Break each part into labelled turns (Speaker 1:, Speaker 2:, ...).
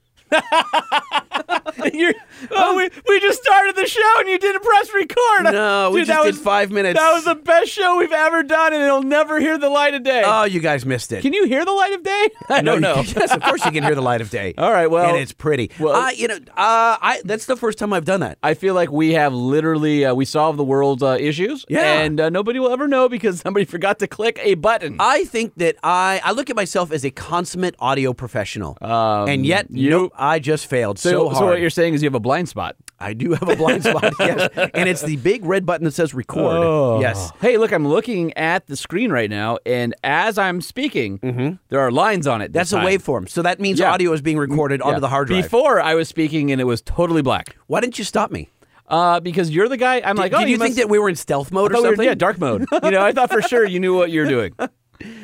Speaker 1: You're, oh, we, we just started the show and you didn't press record.
Speaker 2: No, we
Speaker 1: Dude,
Speaker 2: just
Speaker 1: that
Speaker 2: did
Speaker 1: was,
Speaker 2: five minutes.
Speaker 1: That was the best show we've ever done, and it'll never hear the light of day.
Speaker 2: oh, you guys missed it.
Speaker 1: Can you hear the light of day? I
Speaker 2: No,
Speaker 1: don't know.
Speaker 2: you- yes, of course you can hear the light of day.
Speaker 1: All right, Oh, well-
Speaker 2: and it's pretty.
Speaker 1: well-
Speaker 2: I, you know, uh, I that's the first time I've done that.
Speaker 1: I feel like we have literally uh, we solved the world's uh, issues,
Speaker 2: Yeah.
Speaker 1: and uh, nobody will ever know because somebody forgot to click a button.
Speaker 2: I think that I I look at myself as a consummate audio professional,
Speaker 1: Um,
Speaker 2: and yet
Speaker 1: you-
Speaker 2: nope, I just failed so, hard.
Speaker 1: what you're saying is you have a blind spot.
Speaker 2: I do have a blind spot, yes, and it's the big red button that says record. Yes,
Speaker 1: Oh. Hey, look, I'm looking at the screen right now, and as I'm speaking,
Speaker 2: Mm-hmm.
Speaker 1: there are lines on it. this
Speaker 2: that's a
Speaker 1: time.
Speaker 2: waveform. So that means
Speaker 1: Yeah.
Speaker 2: audio is being recorded
Speaker 1: Yeah.
Speaker 2: onto the hard drive.
Speaker 1: Before I was speaking, and it was totally black.
Speaker 2: Why didn't you stop me?
Speaker 1: Uh, because you're the guy. I'm like,
Speaker 2: Did
Speaker 1: oh,
Speaker 2: you, think
Speaker 1: must-
Speaker 2: that we were in stealth mode
Speaker 1: I thought
Speaker 2: or
Speaker 1: we were-
Speaker 2: something?
Speaker 1: yeah, dark mode. You know, I thought for sure you knew what you're doing.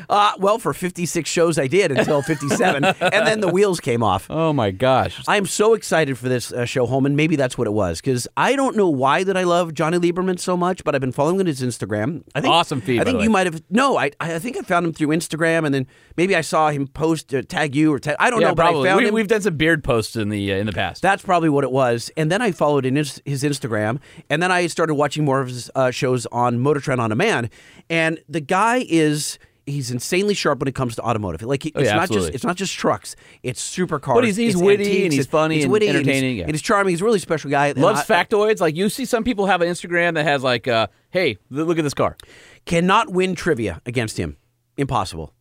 Speaker 2: Uh, well, for 56 shows, I did until 57, and then the wheels came off.
Speaker 1: Oh my gosh.
Speaker 2: I am so excited for this uh, show, Holman. Maybe that's what it was because I don't know why that I love Johnny Lieberman so much, but I've been following his Instagram. I think
Speaker 1: Awesome feed,
Speaker 2: I
Speaker 1: by the
Speaker 2: think
Speaker 1: way.
Speaker 2: you might have no. I I think I found him through Instagram, and then maybe I saw him post uh, tag you or tag. I don't
Speaker 1: Yeah,
Speaker 2: know, but I
Speaker 1: probably.
Speaker 2: found
Speaker 1: We,
Speaker 2: him.
Speaker 1: we've done some beard posts in the uh, in the past.
Speaker 2: That's probably what it was. And then I followed in his, his Instagram, and then I started watching more of his uh, shows on Motor Trend on Demand. And the guy is. He's insanely sharp when it comes to automotive. Like he, it's
Speaker 1: yeah,
Speaker 2: not
Speaker 1: absolutely.
Speaker 2: just it's not just trucks, it's supercars.
Speaker 1: But he's- he's
Speaker 2: it's
Speaker 1: witty and
Speaker 2: antiques,
Speaker 1: he's
Speaker 2: it's-
Speaker 1: funny
Speaker 2: it's
Speaker 1: and
Speaker 2: witty he's-
Speaker 1: entertaining, yeah.
Speaker 2: and he's charming. He's a really special guy. And
Speaker 1: Loves
Speaker 2: I-
Speaker 1: factoids. Like you see, some people have an Instagram that has like, uh, "Hey, th- look at this car."
Speaker 2: Cannot win trivia against him. Impossible.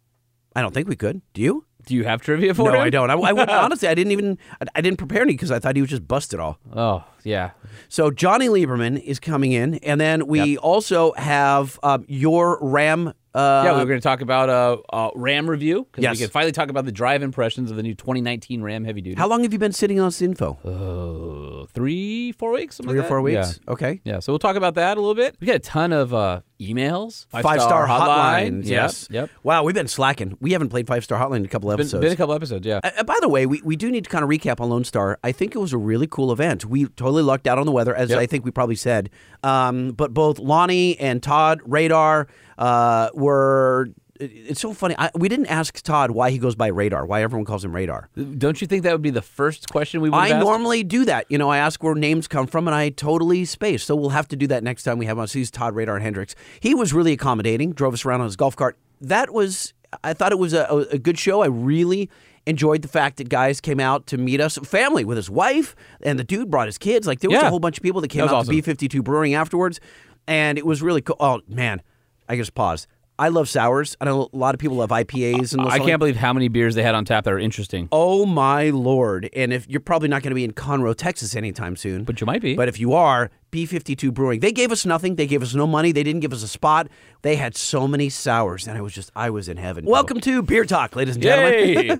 Speaker 2: I don't think we could. Do you?
Speaker 1: Do you have trivia for
Speaker 2: no,
Speaker 1: him?
Speaker 2: I don't. I, I wouldn't- honestly, I didn't even. I, I didn't prepare any because I thought he would just bust it all.
Speaker 1: Oh yeah.
Speaker 2: So Johnny Lieberman is coming in, and then we also have um, your Ram. Uh,
Speaker 1: Yeah, we were going to talk about uh, uh, Ram review because
Speaker 2: Yes.
Speaker 1: we can finally talk about the drive impressions of the new 2019 Ram heavy duty.
Speaker 2: How long have you been sitting on this info?
Speaker 1: Uh, three, four weeks, something
Speaker 2: Three
Speaker 1: like that?
Speaker 2: or four
Speaker 1: Yeah.
Speaker 2: weeks. Okay.
Speaker 1: Yeah, so we'll talk about that a little bit. We got a ton of uh, emails,
Speaker 2: Five-star
Speaker 1: hotline. Yep,
Speaker 2: Yes.
Speaker 1: Yep.
Speaker 2: Wow, we've been slacking. We haven't played five star hotline in a couple
Speaker 1: Been,
Speaker 2: episodes.
Speaker 1: been a couple episodes. Yeah.
Speaker 2: Uh, uh, by the way, we, we do need to kind of recap on Lone Star. I think it was a really cool event. We totally lucked out on the weather, as I think we probably said. Um, but both Lonnie and Todd Radar uh, were. it- It's so funny. I, we didn't ask Todd why he goes by Radar, why everyone calls him Radar.
Speaker 1: Don't you think that would be the first question we would
Speaker 2: I
Speaker 1: have asked?
Speaker 2: normally do that. You know, I ask where names come from, and I totally space. So we'll have to do that next time we have on. So he's Todd Radar Hendricks. He was really accommodating. Drove us around on his golf cart. That was. I thought it was a, a good show. I really enjoyed the fact that guys came out to meet us, family with his wife, and the dude brought his kids. Like there was a
Speaker 1: Yeah.
Speaker 2: whole bunch of people that came
Speaker 1: That was
Speaker 2: out
Speaker 1: awesome.
Speaker 2: to B fifty two Brewing afterwards, and it was really cool. Oh man, I just paused. I love sours. I know a lot of people love IPAs and those
Speaker 1: I
Speaker 2: like-
Speaker 1: can't believe how many beers they had on tap that are interesting.
Speaker 2: Oh my lord! And if you're probably not going to be in Conroe, Texas, anytime soon,
Speaker 1: But you might be.
Speaker 2: But if you are, B52 Brewing, they gave us nothing. They gave us no money. They didn't give us a spot. They had so many sours, and I was just, I was in heaven. Welcome to Beer Talk, ladies and gentlemen.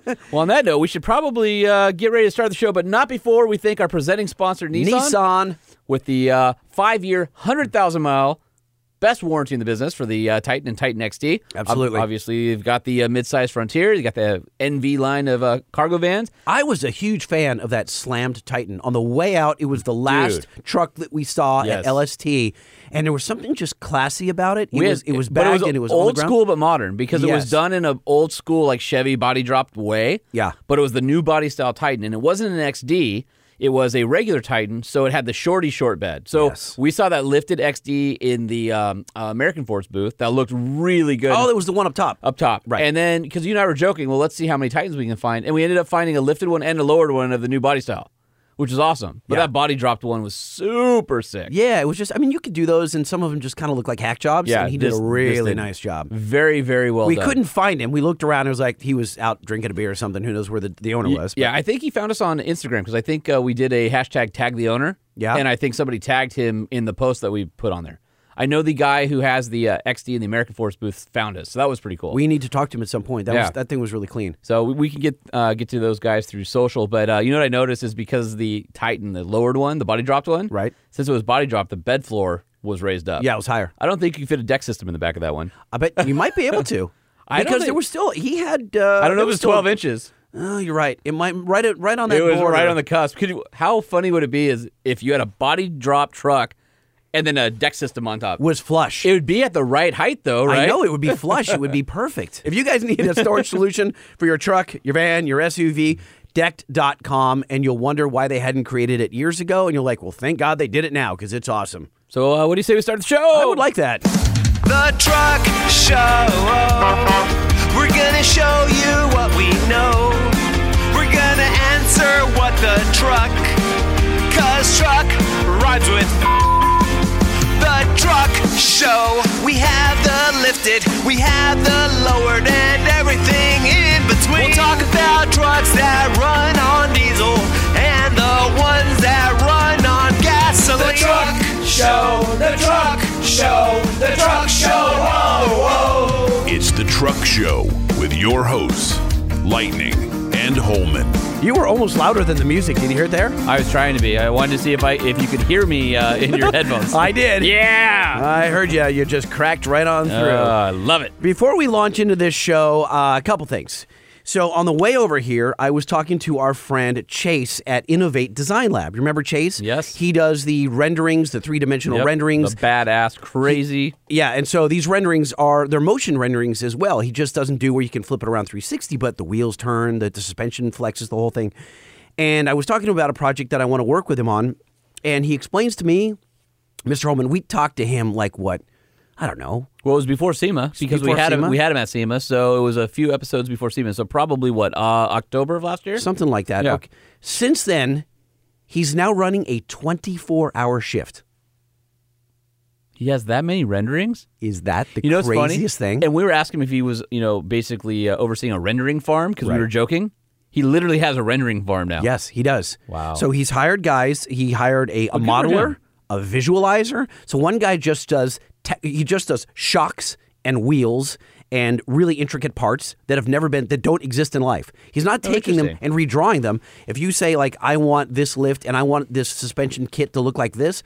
Speaker 1: Yay! well, on that note, we should probably uh, get ready to start the show, but not before we thank our presenting sponsor, Nissan,
Speaker 2: Nissan.
Speaker 1: with the uh, five-year, hundred thousand-mile best warranty in the business for the uh, Titan and Titan XT.
Speaker 2: Absolutely.
Speaker 1: Ob- obviously, you've got the uh, midsize Frontier, you got the NV line of uh, cargo vans.
Speaker 2: I was a huge fan of that slammed Titan. On the way out, it was the last truck that we saw
Speaker 1: Yes.
Speaker 2: at LST, and there was something just classy about it. It
Speaker 1: We had-
Speaker 2: was, it was
Speaker 1: but
Speaker 2: bagged and it was on the
Speaker 1: old
Speaker 2: ground.
Speaker 1: school but modern because it
Speaker 2: Yes.
Speaker 1: was done in an old school like Chevy body dropped way.
Speaker 2: Yeah.
Speaker 1: but it was the new body style Titan, and it wasn't an XD. It was a regular Titan, so it had the shorty short bed. So
Speaker 2: Yes.
Speaker 1: we saw that lifted XD in the um, uh, American Force booth that looked really good
Speaker 2: Oh, there was the one up top.
Speaker 1: up top.
Speaker 2: Right.
Speaker 1: And then, because you and I were joking, well, let's see how many Titans we can find. And we ended up finding a lifted one and a lowered one of the new body style, which is awesome. But
Speaker 2: Yeah.
Speaker 1: that body dropped one was super sick.
Speaker 2: Yeah, it was just. I mean, you could do those, and some of them just kind of look like hack jobs.
Speaker 1: Yeah,
Speaker 2: and he did
Speaker 1: this-
Speaker 2: a
Speaker 1: this
Speaker 2: really
Speaker 1: didn't.
Speaker 2: nice job.
Speaker 1: Very, very well
Speaker 2: We
Speaker 1: done.
Speaker 2: couldn't find him. We looked around. It was like he was out drinking a beer or something. Who knows where the, the owner was? but-
Speaker 1: Yeah, I think he found us on Instagram because I think uh, we did a hashtag tag the owner.
Speaker 2: Yeah.
Speaker 1: And I think somebody tagged him in the post that we put on there. I know the guy who has the uh, XD in the American Force booth found us. So that was pretty cool.
Speaker 2: we need to talk to him at some point. That
Speaker 1: Yeah.
Speaker 2: was, that thing was really clean.
Speaker 1: so we, we can get uh, get to those guys through social. But uh, you know what I noticed is because the Titan, the lowered one, the body dropped one,
Speaker 2: Right.
Speaker 1: Since it was body dropped, the bed floor was raised up.
Speaker 2: Yeah, it was higher.
Speaker 1: I don't think you could fit a deck system in the back of that one.
Speaker 2: I bet you might be able to.
Speaker 1: I don't
Speaker 2: because there
Speaker 1: think-
Speaker 2: was still he had. Uh,
Speaker 1: I don't know
Speaker 2: there
Speaker 1: if it was
Speaker 2: still-
Speaker 1: 12 inches.
Speaker 2: Oh, you're right. It might right at- right on that
Speaker 1: It was
Speaker 2: border.
Speaker 1: right on the cusp. Could you, how funny would it be is if you had a body drop truck and then a deck system on top?
Speaker 2: was flush.
Speaker 1: It would be at the right height though, right?
Speaker 2: I know it would be flush. it would be perfect. If you guys need a storage solution for your truck, your van, your SUV, decked.com and you'll wonder why they hadn't created it years ago and you're like, "Well, thank God they did it now because it's awesome."
Speaker 1: So, uh, what do you say we start the show?
Speaker 2: I would like that.
Speaker 3: The Truck Show. We're gonna show you what we know. We're gonna answer what the truck. Cause truck rhymes with the truck show. We have the lifted, we have the lowered, and everything in between. We'll talk about trucks that run on diesel and the ones that run on gasoline. The truck show, the truck show, the truck show. Whoa, whoa.
Speaker 4: It's the Truck Show with your hosts, Lightning and Holman.
Speaker 2: You were almost louder than the music. Did you hear it there?
Speaker 1: I was trying to be. I wanted to see if I if you could hear me uh, in your headphones.
Speaker 2: I did.
Speaker 1: yeah.
Speaker 2: I heard you. You just cracked right on through.
Speaker 1: Uh, I love it.
Speaker 2: Before we launch into this show, uh, a couple things. So on the way over here, I was talking to our friend Chase at Innovate Design Lab. You remember Chase?
Speaker 1: Yes.
Speaker 2: He does the renderings, the three-dimensional
Speaker 1: Yep.
Speaker 2: renderings.
Speaker 1: The badass, crazy.
Speaker 2: yeah, and so these renderings are they're motion renderings as well. He just doesn't do where you can flip it around 360, but the wheels turn, the, the suspension flexes, the whole thing. And I was talking to him about a project that I want to work with him on, and he explains to me, Mr. Holman, we talked to him like what, I don't know,
Speaker 1: Well, it was before SEMA because
Speaker 2: Before
Speaker 1: we had
Speaker 2: SEMA?
Speaker 1: him. We had him at SEMA, so it was a few episodes before SEMA. So probably what uh, October of last year.
Speaker 2: something like that.
Speaker 1: Yeah.
Speaker 2: Since then, he's now running a 24 hour shift.
Speaker 1: He has that many renderings.
Speaker 2: Is that the
Speaker 1: You know, it's
Speaker 2: craziest
Speaker 1: funny.
Speaker 2: thing?
Speaker 1: And we were asking him if he was, you know, basically uh, overseeing a rendering farm because
Speaker 2: Right.
Speaker 1: we were joking. He literally has a rendering farm now.
Speaker 2: Yes, he does.
Speaker 1: Wow.
Speaker 2: So he's hired guys. He hired a, a
Speaker 1: for
Speaker 2: modeler,
Speaker 1: him.
Speaker 2: a visualizer. So one guy just does te- he just does shocks and wheels and really intricate parts that have never been that don't exist in life. He's not taking them
Speaker 1: Oh, interesting.
Speaker 2: and redrawing them. If you say like I want this lift and I want this suspension kit to look like this,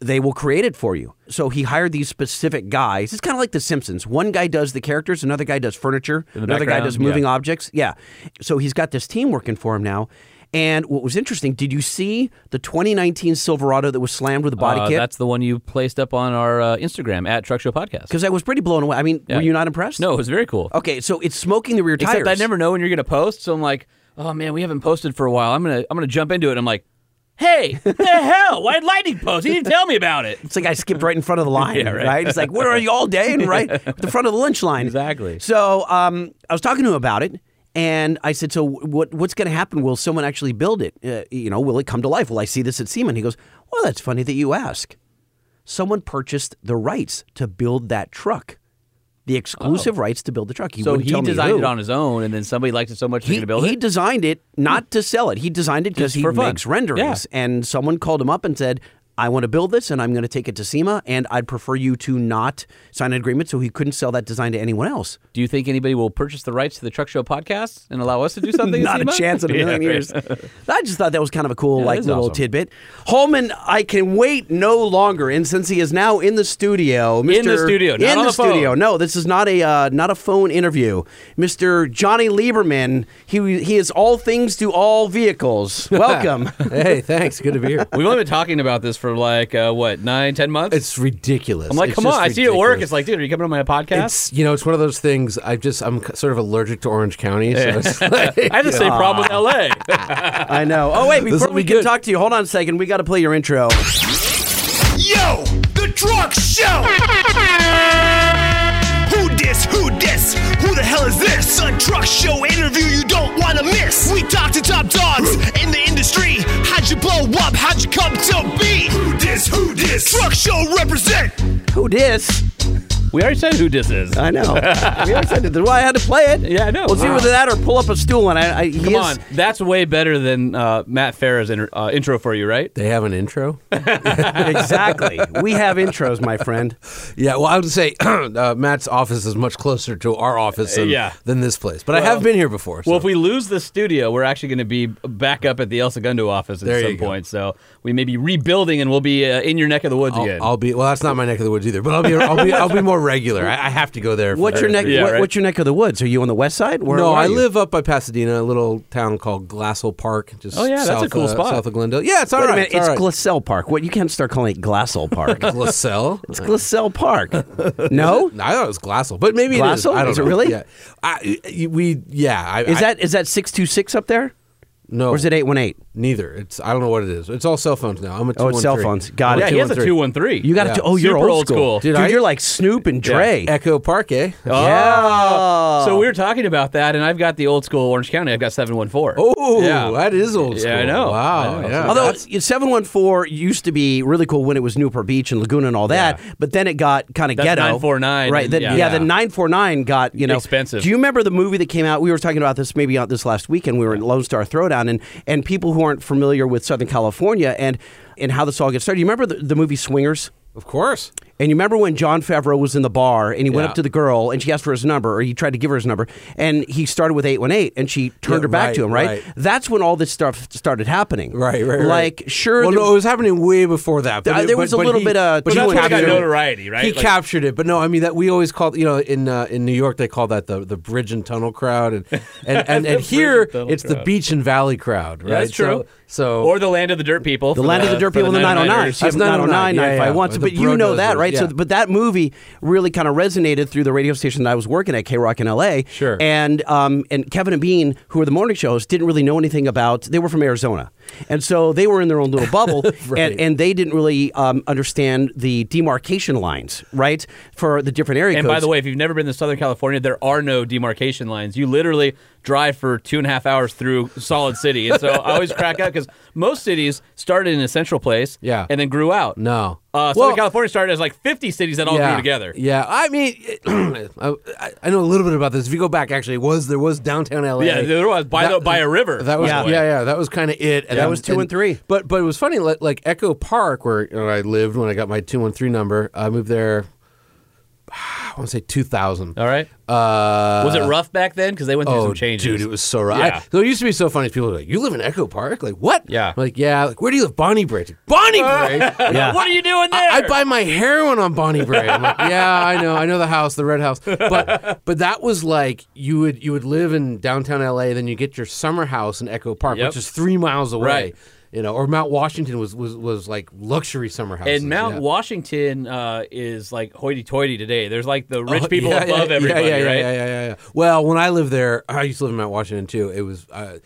Speaker 2: they will create it for you. So he hired these specific guys. It's kind of like The Simpsons. One guy does the characters, another guy does furniture,
Speaker 1: the
Speaker 2: another guy
Speaker 1: background,
Speaker 2: does moving
Speaker 1: yeah.
Speaker 2: objects. Yeah. So he's got this team working for him now. And what was interesting, did you see the 2019 Silverado that was slammed with a body
Speaker 1: Uh,
Speaker 2: kit?
Speaker 1: that's the one you placed up on our uh, Instagram at Truck Show Podcast.
Speaker 2: Because I was pretty blown away. I mean, were you not impressed?
Speaker 1: No, it was very cool.
Speaker 2: Okay, so it's smoking the rear tires.
Speaker 1: Except I never know when you're going to post, so I'm like, oh man, we haven't posted for a while. I'm gonna I'm gonna jump into it. I'm like, hey, the hell? Why would Lightning post? He didn't tell me about it.
Speaker 2: It's like I skipped right in front of the line, right. It's like, where are you all day? And right at the front of the lunch line.
Speaker 1: Exactly.
Speaker 2: So um, I was talking to him about it, and I said, so what, what's going to happen? Will someone actually build it? Uh, you know, will it come to life? Will I see this at SEMA? And he goes, well, that's funny that you ask. Someone purchased the rights to build that truck, the exclusive rights to build the truck. He
Speaker 1: Oh. So
Speaker 2: wouldn't
Speaker 1: he
Speaker 2: tell me
Speaker 1: designed
Speaker 2: who.
Speaker 1: it on his own, and then somebody liked it so much they're
Speaker 2: He,
Speaker 1: going to build
Speaker 2: he
Speaker 1: it.
Speaker 2: designed it not to sell it. He designed it because
Speaker 1: Just
Speaker 2: he
Speaker 1: for fun.
Speaker 2: makes renderings. And someone called him up and said, I want to build this and I'm going to take it to SEMA and I'd prefer you to not sign an agreement. So he couldn't sell that design to anyone else.
Speaker 1: Do you think anybody will purchase the rights to the Truck Show Podcast and allow us to do something?
Speaker 2: not a
Speaker 1: SEMA?
Speaker 2: chance in a
Speaker 1: Yeah,
Speaker 2: million
Speaker 1: right.
Speaker 2: years. I just thought that was kind of a cool like
Speaker 1: is
Speaker 2: little
Speaker 1: awesome.
Speaker 2: tidbit. Holman, I can wait no longer. And since he is now in the studio, Mr.
Speaker 1: the studio, not on
Speaker 2: in the
Speaker 1: the phone.
Speaker 2: studio. No, this is not a uh, not a phone interview. Mr. Johnny Lieberman, he he is all things to all vehicles. Welcome.
Speaker 5: hey, thanks. Good to be here.
Speaker 1: We've only been talking about this for like uh, what nine, ten months.
Speaker 5: It's ridiculous.
Speaker 1: I'm like,
Speaker 5: It's
Speaker 1: come on!
Speaker 5: just
Speaker 1: I see you at work.
Speaker 5: ridiculous.
Speaker 1: It's like, dude, are you coming on my podcast?
Speaker 5: It's you know, it's one of those things. I just I'm c- sort of allergic to Orange County. So it's like,
Speaker 1: I had the same problem with L.A.
Speaker 2: I know. Oh wait, before
Speaker 5: will
Speaker 2: we
Speaker 5: be
Speaker 2: can
Speaker 5: good.
Speaker 2: talk to you, hold on a second. We got to play your intro.
Speaker 3: Yo, the truck show. Who dis? Who dis? Who the hell is this? A truck show interview you don't want to miss. We talk to top dogs in the industry. How'd you blow up? How'd you come to be? Who dis? Who dis? Truck show represent.
Speaker 2: Who dis?
Speaker 1: we already said who this is.
Speaker 2: I know. we already said it. That's why I had to play it.
Speaker 1: Uh, Yeah, I know.
Speaker 2: Well, it's
Speaker 1: Wow.
Speaker 2: either that or pull up a stool and I. I he
Speaker 1: Come
Speaker 2: is-
Speaker 1: on, that's way better than uh, Matt Farah's inter- uh, intro for you, right?
Speaker 5: they have an intro.
Speaker 2: exactly. We have intros, my friend.
Speaker 5: Yeah, well, I would say uh, Matt's office is much closer to our office than,
Speaker 1: Yeah.
Speaker 5: than this place, but I have been here before. So.
Speaker 1: Well, if we lose the studio, we're actually going to be back up at the El Segundo office at
Speaker 5: There you
Speaker 1: some
Speaker 5: go.
Speaker 1: point. So we may be rebuilding, and we'll be uh, in your neck of the woods again.
Speaker 5: I'll, I'll be well. That's not my neck of the woods either, but I'll be I'll be, I'll be more regular. I, I have to go there. for
Speaker 2: What's
Speaker 5: that.
Speaker 2: your neck?
Speaker 1: Yeah,
Speaker 2: what,
Speaker 1: right.
Speaker 2: What's your neck of the woods? Are you on the west side? Where,
Speaker 5: No,
Speaker 2: where are
Speaker 5: I
Speaker 2: you?
Speaker 5: live up by Pasadena, a little town called Glassell Park. Just
Speaker 1: Oh, yeah, that's a
Speaker 5: south,
Speaker 1: cool
Speaker 5: uh,
Speaker 1: spot.
Speaker 5: south of Glendale. Yeah, it's all
Speaker 2: Wait
Speaker 5: right.
Speaker 2: a minute. It's
Speaker 5: all right.
Speaker 2: Glacel Park. What you can't start calling it Glassell Park. it's
Speaker 5: Glacel?
Speaker 2: Glacel Park. No.
Speaker 5: I thought it was Glassel, but maybe it is.
Speaker 2: Glassell?
Speaker 5: I don't
Speaker 2: Is it
Speaker 5: know.
Speaker 2: really?
Speaker 5: Yeah. I, we yeah. I,
Speaker 2: Is
Speaker 5: I-
Speaker 2: that is that six two six up there?
Speaker 5: No.
Speaker 2: Or is it 818?
Speaker 5: Neither. It's I don't know what it is. It's all cell phones now. I'm a
Speaker 2: Oh, it's cell
Speaker 5: 213.
Speaker 2: phones. Got
Speaker 1: yeah,
Speaker 2: it.
Speaker 1: he has a
Speaker 5: 213.
Speaker 1: 213.
Speaker 2: You got
Speaker 5: Yeah.
Speaker 2: to. Oh, you're
Speaker 1: Super
Speaker 2: old,
Speaker 1: old school.
Speaker 2: Dude,
Speaker 5: Dude, I-
Speaker 2: you're like Snoop and Dre.
Speaker 5: Echo Park, eh?
Speaker 1: Oh.
Speaker 2: Yeah.
Speaker 1: Ah! So we were talking about that, and I've got the old school Orange County. I've got 714.
Speaker 5: Oh,
Speaker 1: Yeah.
Speaker 5: that is old school.
Speaker 1: Yeah, I know.
Speaker 5: Wow.
Speaker 1: I know.
Speaker 5: Yeah.
Speaker 2: Although y- 714 used to be really cool when it was Newport Beach and Laguna and all that, but then it got kind of
Speaker 1: That's
Speaker 2: ghetto.
Speaker 1: 949,
Speaker 2: Right. Then, yeah.
Speaker 1: yeah.
Speaker 2: the 949 got, you know.
Speaker 1: Expensive.
Speaker 2: Do you remember the movie that came out? We were talking about this maybe on this last weekend. We were at Lone Star Throwdown, and, and people who aren't familiar with Southern California and, and how this all gets started. You remember the, the movie Swingers?
Speaker 5: of course.
Speaker 2: And you remember when John Favreau was in the bar and he went
Speaker 5: Yeah.
Speaker 2: up to the girl and she asked for his number or he tried to give her his number and he started with 818 and she turned
Speaker 5: Yeah,
Speaker 2: her back
Speaker 5: right,
Speaker 2: to him, right?
Speaker 5: right.
Speaker 2: That's when all this stuff started happening.
Speaker 5: Right, right, right.
Speaker 2: Like, sure.
Speaker 5: Well,
Speaker 2: there-
Speaker 5: no, it was happening way before that.
Speaker 2: Uh,
Speaker 5: it-
Speaker 2: there was a little
Speaker 5: he-
Speaker 2: bit of-
Speaker 5: but
Speaker 2: But
Speaker 5: he
Speaker 1: that's when it got
Speaker 5: captured it.
Speaker 1: notoriety, right?
Speaker 5: He
Speaker 1: Like-
Speaker 5: captured it, but no, I mean that we always called you know in uh, in New York they call that the the bridge and tunnel crowd, and and and, and
Speaker 1: bridge
Speaker 5: here
Speaker 1: and tunnel
Speaker 5: it's the
Speaker 1: crowd.
Speaker 5: beach and valley crowd, right?
Speaker 1: Yeah, that's true.
Speaker 5: So, so
Speaker 1: or the land of the dirt people.
Speaker 2: the land of the dirt people, the 909.
Speaker 5: That's
Speaker 2: That's 909,
Speaker 5: 909, yeah,
Speaker 2: 951.
Speaker 5: yeah.
Speaker 2: But
Speaker 5: The
Speaker 2: you know that,
Speaker 5: bulldozers,
Speaker 2: right? So,
Speaker 5: yeah.
Speaker 2: but that movie really kind of resonated through the radio station that I was working at, K Rock in LA.
Speaker 5: Sure.
Speaker 2: And um, and Kevin and Bean, who were the morning shows, didn't really know anything about. They were from Arizona, and so they were in their own little bubble, and, and they didn't really um, understand the demarcation lines, right, for the different area
Speaker 1: And
Speaker 2: codes.
Speaker 1: by the way, if you've never been to Southern California, there are no demarcation lines. You literally drive for two and a half hours through Solid City. And so I always crack up because most cities started in a central place
Speaker 5: Yeah.
Speaker 1: and then grew out.
Speaker 5: No.
Speaker 1: Uh, Southern
Speaker 5: Well-
Speaker 1: California started as like 50 cities that all
Speaker 5: yeah,
Speaker 1: grew together.
Speaker 5: Yeah, I mean, I, I know a little bit about this. If you go back, actually, it was there was downtown LA.
Speaker 1: Yeah, there was by, the, by a river.
Speaker 5: That was
Speaker 1: by
Speaker 5: yeah,
Speaker 1: the way.
Speaker 5: yeah, That was kind of it. And
Speaker 2: That was two and three.
Speaker 5: But but it was funny. Like, like Echo Park, where you know, I lived when I got my two one three number. I moved there. I want to say two thousand.
Speaker 1: All right.
Speaker 5: Uh, oh,
Speaker 1: was it rough back then? Because they went through some changes.
Speaker 5: Dude, it was so rough.
Speaker 1: Yeah.
Speaker 5: I- so it used to be so funny. People were like, "You live in Echo Park? Like what?"
Speaker 1: Yeah.
Speaker 5: I'm like yeah. Like where do you live? Bonnie Brae. Bonnie Brae.
Speaker 2: Yeah.
Speaker 1: Uh, What are you doing there?
Speaker 5: I, I buy my heroin on Bonnie Bray. I'm like, yeah, I know, I know the house, the red house. But but that was like you would you would live in downtown LA, then you get your summer house in Echo Park,
Speaker 1: Yep.
Speaker 5: which is three miles away.
Speaker 1: Right.
Speaker 5: You know, or Mount Washington was was, was like luxury summer house.
Speaker 1: And Mount Washington uh, is like hoity-toity today. There's like the rich people
Speaker 5: Oh, yeah,
Speaker 1: above
Speaker 5: yeah,
Speaker 1: everybody,
Speaker 5: yeah, yeah,
Speaker 1: right?
Speaker 5: Yeah, yeah, yeah, yeah. Well, when I lived there, I used to live in Mount Washington too. It was uh,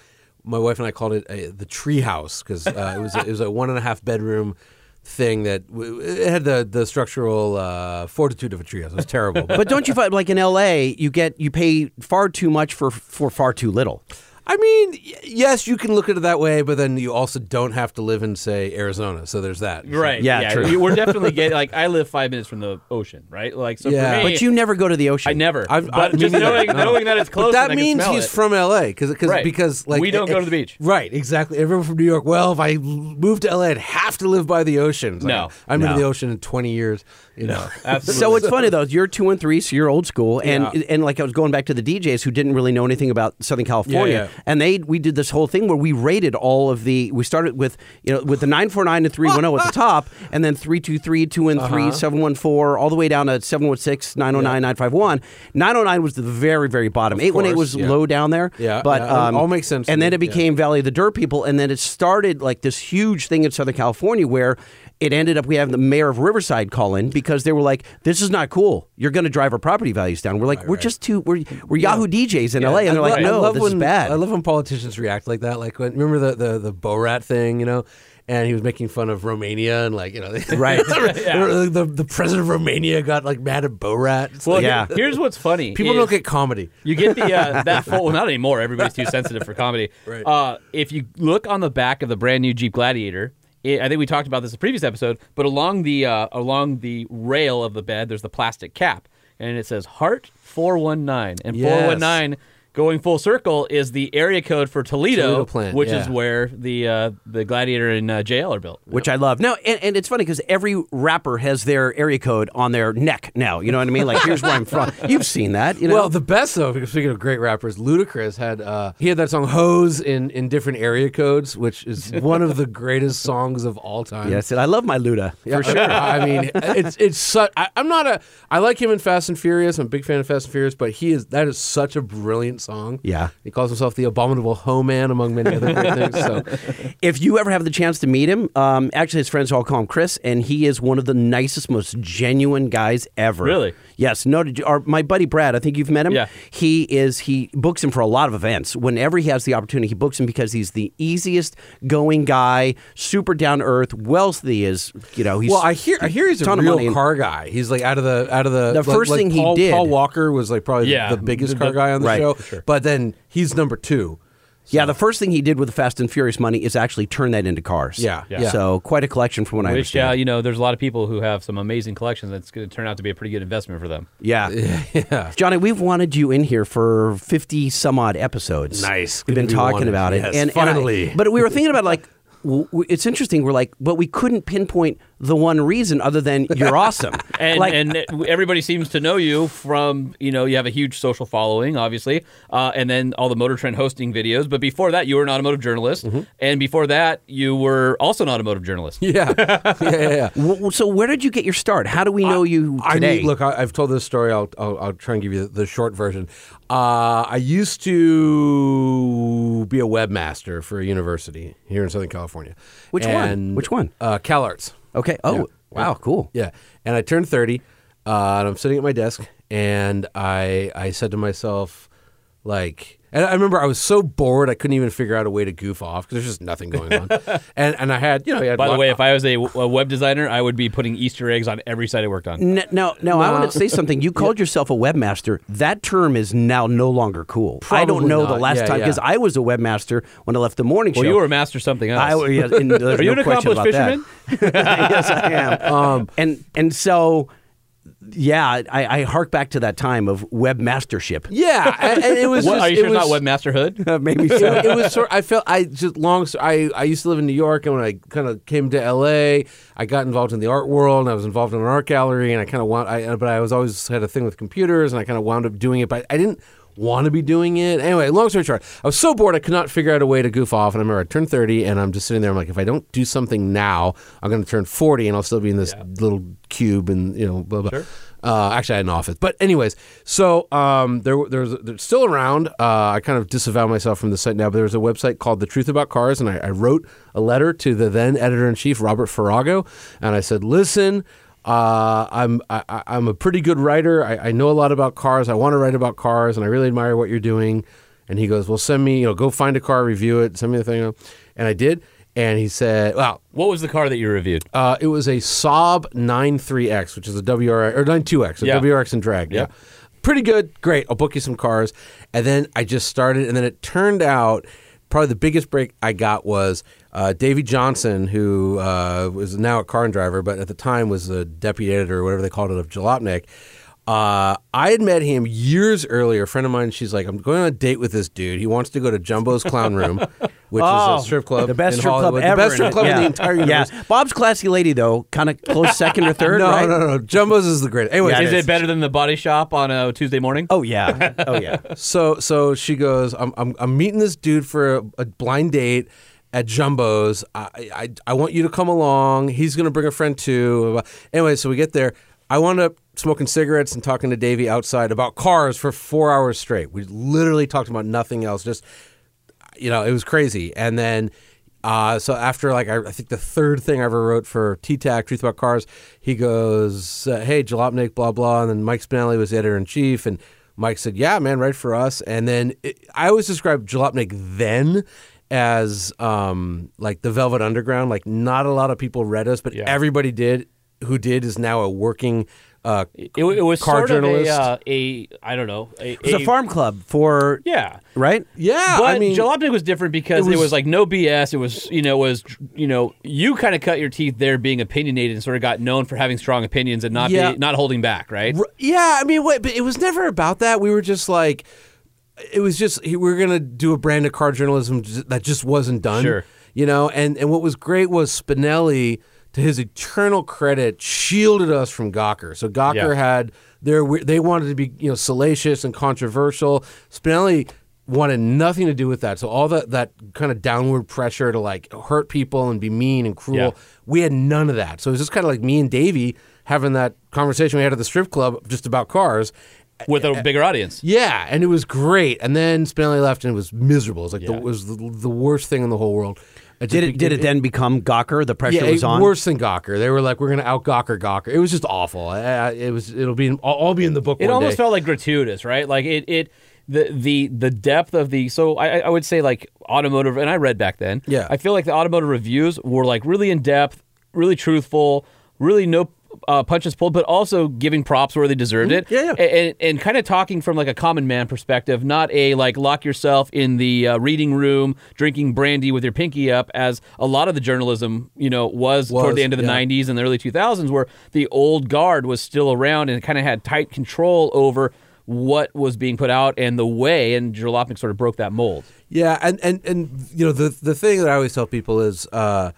Speaker 5: my wife and I called it uh, the tree house because uh, it was it was a one and a half bedroom thing that w- it had the the structural uh, fortitude of a treehouse. It was terrible, but
Speaker 2: but don't you find like in LA, you get you pay far too much for for far too little.
Speaker 5: I mean, y- yes, you can look at it that way, but then you also don't have to live in, say, Arizona. So there's that.
Speaker 1: Right.
Speaker 2: Yeah, true.
Speaker 1: we- We're definitely getting like I live five minutes from the ocean, right? Like so
Speaker 5: Yeah.
Speaker 1: for me,
Speaker 2: But you never go to the ocean.
Speaker 1: I never.
Speaker 5: I've-
Speaker 1: but
Speaker 5: I- me
Speaker 1: just
Speaker 5: neither.
Speaker 1: knowing,
Speaker 5: No.
Speaker 1: knowing that it's close,
Speaker 5: But that
Speaker 1: and I can
Speaker 5: means
Speaker 1: smell
Speaker 5: he's
Speaker 1: it.
Speaker 5: from LA, cause, 'cause-
Speaker 1: Right.
Speaker 5: because like
Speaker 1: We don't
Speaker 5: it-
Speaker 1: go to the beach.
Speaker 5: Right, exactly. Everyone from New York. Well, if I moved to LA, I'd have to live by the ocean. It's like,
Speaker 1: No.
Speaker 5: I've been
Speaker 2: No.
Speaker 5: to the ocean in 20 years. You know,
Speaker 1: Absolutely.
Speaker 2: So it's funny though. You're two and three, so you're old school, and
Speaker 5: Yeah.
Speaker 2: and like I was going back to the DJs who didn't really know anything about Southern California,
Speaker 5: Yeah, yeah.
Speaker 2: and they we did this whole thing where we rated all of the. We started with you know with the nine four nine and three one zero at the top, and then three two three two and
Speaker 5: Uh-huh.
Speaker 2: three seven one four all the way down to 716, 909, 951. 909 was the very very bottom. Eight one eight
Speaker 5: course,
Speaker 2: was
Speaker 5: yeah.
Speaker 2: low down there.
Speaker 5: Yeah,
Speaker 2: but
Speaker 5: yeah,
Speaker 2: um,
Speaker 5: all makes sense to
Speaker 2: And then
Speaker 5: me,
Speaker 2: it
Speaker 5: yeah.
Speaker 2: became became Valley of the Dirt people, and then it started like this huge thing in Southern California where it ended up we have the mayor of Riverside call in because they were like, "This is not cool. You're going to drive our property values down." We're like, "We're just too we're we're Yahoo DJs in LA," and they're
Speaker 5: I
Speaker 2: like,
Speaker 5: lo- I
Speaker 2: "No,
Speaker 5: love
Speaker 2: this
Speaker 5: when,
Speaker 2: is bad."
Speaker 5: I love when politicians react like that. Like when remember the the the Borat thing, you know. And he was making fun of Romania and like you know,
Speaker 2: Right.
Speaker 5: the, the the president of Romania got like mad at Borat. It's
Speaker 1: well,
Speaker 5: like-
Speaker 2: Yeah.
Speaker 1: Here's what's funny.
Speaker 5: people
Speaker 1: is
Speaker 5: don't get comedy.
Speaker 1: You get the uh, that full. Well, not anymore. Everybody's too sensitive for comedy.
Speaker 5: Right.
Speaker 1: Uh, if you look on the back of the brand new Jeep Gladiator, it, I think we talked about this in the previous episode. But along the uh, along the rail of the bed, there's the plastic cap, and it says Heart four one nine, and
Speaker 5: Yes.
Speaker 1: four one nine. Going full circle is the area code for Toledo,
Speaker 5: Toledo plant,
Speaker 1: which
Speaker 5: yeah.
Speaker 1: is where the uh, the Gladiator and uh, jail are built.
Speaker 2: which I love. No, and, and it's funny because every rapper has their area code on their neck now. You know what I mean? Like, here's where I'm from. You've seen that, you know?
Speaker 5: Well, the best though, because speaking of great rappers, Ludacris had uh, he had that song "Hose" in in different area codes, which is one of the greatest songs of all time.
Speaker 2: yes, and I love my Luda.
Speaker 5: for sure. I mean, it's it's such. I, I'm not a. I like him in Fast and Furious. I'm a big fan of Fast and Furious, but he is that is such a brilliant song.
Speaker 2: Yeah.
Speaker 5: He calls himself the abominable homan, among many other great things. So
Speaker 2: If you ever have the chance to meet him, um, actually, his friends all call him Chris, and he is one of the nicest, most genuine guys ever.
Speaker 1: Really?
Speaker 2: Yes. No. Did you, our, my buddy Brad, I think you've met him.
Speaker 1: Yeah.
Speaker 2: He is. He books him for a lot of events. Whenever he has the opportunity, he books him because he's the easiest going guy, super down to earth, wealthy is. You know, he's
Speaker 5: Well, I hear I hear he's a
Speaker 2: ton of
Speaker 5: real
Speaker 2: money and-
Speaker 5: car guy. He's like out of the out of the.
Speaker 2: The
Speaker 5: like-
Speaker 2: first
Speaker 5: like
Speaker 2: thing he
Speaker 5: Paul-
Speaker 2: did-
Speaker 5: Paul Walker was like probably the-
Speaker 1: Yeah.
Speaker 5: the, biggest
Speaker 1: The-
Speaker 5: car guy on the
Speaker 2: Right.
Speaker 5: show.
Speaker 2: Sure.
Speaker 5: But then he's number two.
Speaker 2: Yeah, the first thing he did with the Fast and Furious money is actually turn that into cars.
Speaker 5: Yeah, yeah.
Speaker 2: So quite a collection from what I
Speaker 1: Which, uh,
Speaker 2: understand.
Speaker 1: you know, there's a lot of people who have some amazing collections that's going to turn out to be a pretty good investment for them.
Speaker 2: Yeah. Johnny, we've wanted you in here for 50 some odd episodes.
Speaker 5: Nice.
Speaker 2: We've
Speaker 5: Good
Speaker 2: been
Speaker 5: to be
Speaker 2: talking
Speaker 5: wanted.
Speaker 2: about it.
Speaker 5: Yes,
Speaker 2: and, and I-
Speaker 5: finally.
Speaker 2: but we were thinking about like, w- w- it's interesting. We're like, but we couldn't pinpoint the one reason other than you're awesome.
Speaker 1: And,
Speaker 2: like,
Speaker 1: and everybody seems to know you from, you know, you have a huge social following, obviously, uh, and then all the Motor Trend hosting videos. But before that, you were an automotive journalist. And before that, you were also an automotive journalist.
Speaker 5: Yeah, yeah, yeah. yeah.
Speaker 2: w- w- so where did you get your start? How do we know you
Speaker 5: I
Speaker 2: today?
Speaker 5: mean, look, I, I've told this story. I'll, I'll, I'll try and give you the, the short version. Uh, I used to be a webmaster for a university here in Southern California.
Speaker 2: Which one?
Speaker 5: And,
Speaker 2: Which one?
Speaker 5: Uh, CalArts.
Speaker 2: okay. Oh,
Speaker 5: Yeah.
Speaker 2: wow. Cool.
Speaker 5: Yeah. And I turned 30, uh, and I'm sitting at my desk, and I I said to myself, like, and I remember I was so bored I couldn't even figure out a way to goof off because there's just nothing going on. and and I had, you know, I had
Speaker 1: By the
Speaker 5: lot-
Speaker 1: way, if I was a, a web designer, I would be putting Easter eggs on every site I worked on.
Speaker 2: N- No, no, I want to say something. You called yourself a webmaster. That term is now no longer cool. I don't
Speaker 5: Probably
Speaker 2: know the
Speaker 5: not.
Speaker 2: last
Speaker 5: Yeah,
Speaker 2: time
Speaker 5: yeah.
Speaker 2: because I was a webmaster when I left the morning show.
Speaker 1: Well, you were a master something else.
Speaker 2: I, yeah, and there's
Speaker 1: Are you
Speaker 2: no
Speaker 1: an
Speaker 2: question
Speaker 1: accomplished
Speaker 2: about that.
Speaker 1: fisherman?
Speaker 2: yes, I am. Um, and and so, yeah, I, I hark back to that time of webmastership.
Speaker 5: yeah, and, and it was.
Speaker 1: What,
Speaker 5: just,
Speaker 1: are you
Speaker 5: it
Speaker 1: sure it's not
Speaker 5: was-
Speaker 1: Webmaster Hood?
Speaker 2: Maybe
Speaker 5: it,
Speaker 2: so.
Speaker 5: wa- it was sort. I felt I just long. sto- I I used to live in New York, and when I kind of came to L.A., I got involved in the art world, and I was involved in an art gallery, and I kind of want. I uh, but I was always had a thing with computers, and I kind of wound up doing it, but I didn't want to be doing it anyway. Long story short, I was so bored I could not figure out a way to goof off, and I remember I turned thirty, and I'm just sitting there. I'm like, if I don't do something now, I'm going to turn forty, and I'll still be in this little cube, and you know, blah blah. Uh, actually, I had an office, but anyways, so um, there, there was there's still around. Uh, I kind of disavow myself from the site now, but there was a website called The Truth About Cars, and I, I wrote a letter to the then editor in chief Robert Farrago, and I said, "Listen, uh, I'm I, I- I'm a pretty good writer. I, I know a lot about cars. I want to write about cars, and I really admire what you're doing." And he goes, "Well, send me, you know, go find a car, review it, send me the thing," and I did. And he said, "Well,
Speaker 1: What was the car that you reviewed?
Speaker 5: uh, it was a Saab 93X, which is a WRX or 92X, a
Speaker 1: Yeah.
Speaker 5: WRX and drag. Yeah.
Speaker 1: Yeah.
Speaker 5: Pretty good. Great. I'll book you some cars. And then I just started, and then it turned out probably the biggest break I got was uh, Davey Johnson, who uh, was now a car and driver, but at the time was the deputy editor or whatever they called it of Jalopnik. Uh, I had met him years earlier. A friend of mine, she's like, I'm going on a date with this dude. He wants to go to Jumbo's Clown Room, which is
Speaker 2: Oh,
Speaker 5: a strip club.
Speaker 2: the best
Speaker 5: in
Speaker 2: strip
Speaker 5: Hollywood.
Speaker 2: club ever.
Speaker 5: The best strip club in
Speaker 2: yeah.
Speaker 5: the entire
Speaker 2: Yeah.
Speaker 5: universe.
Speaker 2: Bob's classy lady though, kind of close second or third,
Speaker 5: No,
Speaker 2: right?
Speaker 5: no, no. Jumbo's is the greatest. Anyway,
Speaker 2: Yeah,
Speaker 1: Is it better than the body shop on a Tuesday morning?
Speaker 2: Oh yeah, oh yeah.
Speaker 5: so so she goes, I'm I'm, I'm meeting this dude for a, a blind date at Jumbo's. I, I I want you to come along. He's gonna bring a friend too. Anyway, so we get there. I wound up smoking cigarettes and talking to Davey outside about cars for four hours straight. We literally talked about nothing else. Just you know, it was crazy. And then, uh, so after like I, I think the third thing I ever wrote for T-Tac, Truth About Cars, he goes, uh, "Hey, Jalopnik, blah blah," and then Mike Spinelli was the editor in chief, and Mike said, "Yeah, man, write for us." And then it, I always describe Jalopnik then as um, like the Velvet Underground. Like not a lot of people read us, but everybody did. Who did is now a working. Uh,
Speaker 1: It, it was
Speaker 5: car
Speaker 1: sort
Speaker 5: journalist.
Speaker 1: of a, uh, a I don't know a,
Speaker 2: It's a farm club for
Speaker 1: yeah
Speaker 2: right.
Speaker 5: yeah,
Speaker 1: but
Speaker 5: I mean,
Speaker 1: Jalopnik was different because it was, like no BS. It was you know was you know you kind of cut your teeth there being opinionated and sort of got known for having strong opinions and not
Speaker 5: Yeah.
Speaker 1: be, not holding back right.
Speaker 5: R- Yeah, I mean, wait, but it was never about that. We were just like, it was just we were gonna do a brand of car journalism j- that just wasn't done.
Speaker 1: Sure.
Speaker 5: you know. And and what was great was Spinelli, to his eternal credit, shielded us from Gawker. So
Speaker 1: Yeah.
Speaker 5: Gawker had their we- they wanted to be you know salacious and controversial. Spinelli wanted nothing to do with that. So all that that kind of downward pressure to like hurt people and be mean and cruel
Speaker 1: Yeah.
Speaker 5: we had none of that. So it was just kind of like me and Davey having that conversation we had at the strip club just about cars.
Speaker 1: with a bigger audience.
Speaker 5: Yeah, and it was great. And then Spinelli left, and it was miserable. It was like the,
Speaker 1: Yeah.
Speaker 5: it was the, the worst thing in the whole world.
Speaker 2: Did it did it then become Gawker? The pressure
Speaker 5: Yeah,
Speaker 2: was
Speaker 5: it,
Speaker 2: on.
Speaker 5: worse than Gawker. They were like, "We're gonna out Gawker Gawker." It was just awful. I- I- it was. It'll be. In, I'll, I'll be in the book.
Speaker 1: It
Speaker 5: one
Speaker 1: almost
Speaker 5: day.
Speaker 1: felt like gratuitous, right? Like it, it, the the the depth of the. So I, I- I would say like automotive, and I read back then.
Speaker 5: Yeah.
Speaker 1: I feel like the automotive reviews were like really in depth, really truthful, really no. Uh, punches pulled, but also giving props where they deserved it.
Speaker 5: Yeah, yeah.
Speaker 1: A- and, and kind of talking from like a common man perspective, not a like lock yourself in the uh, reading room drinking brandy with your pinky up, as a lot of the journalism you know was,
Speaker 5: Was,
Speaker 1: toward the end of the
Speaker 5: yeah.
Speaker 1: 90s and the early 2000s, where the old guard was still around and kind of had tight control over what was being put out and the way, and Jalopnik sort of broke that mold.
Speaker 5: Yeah, and and and you know the the thing that I always tell people is uh,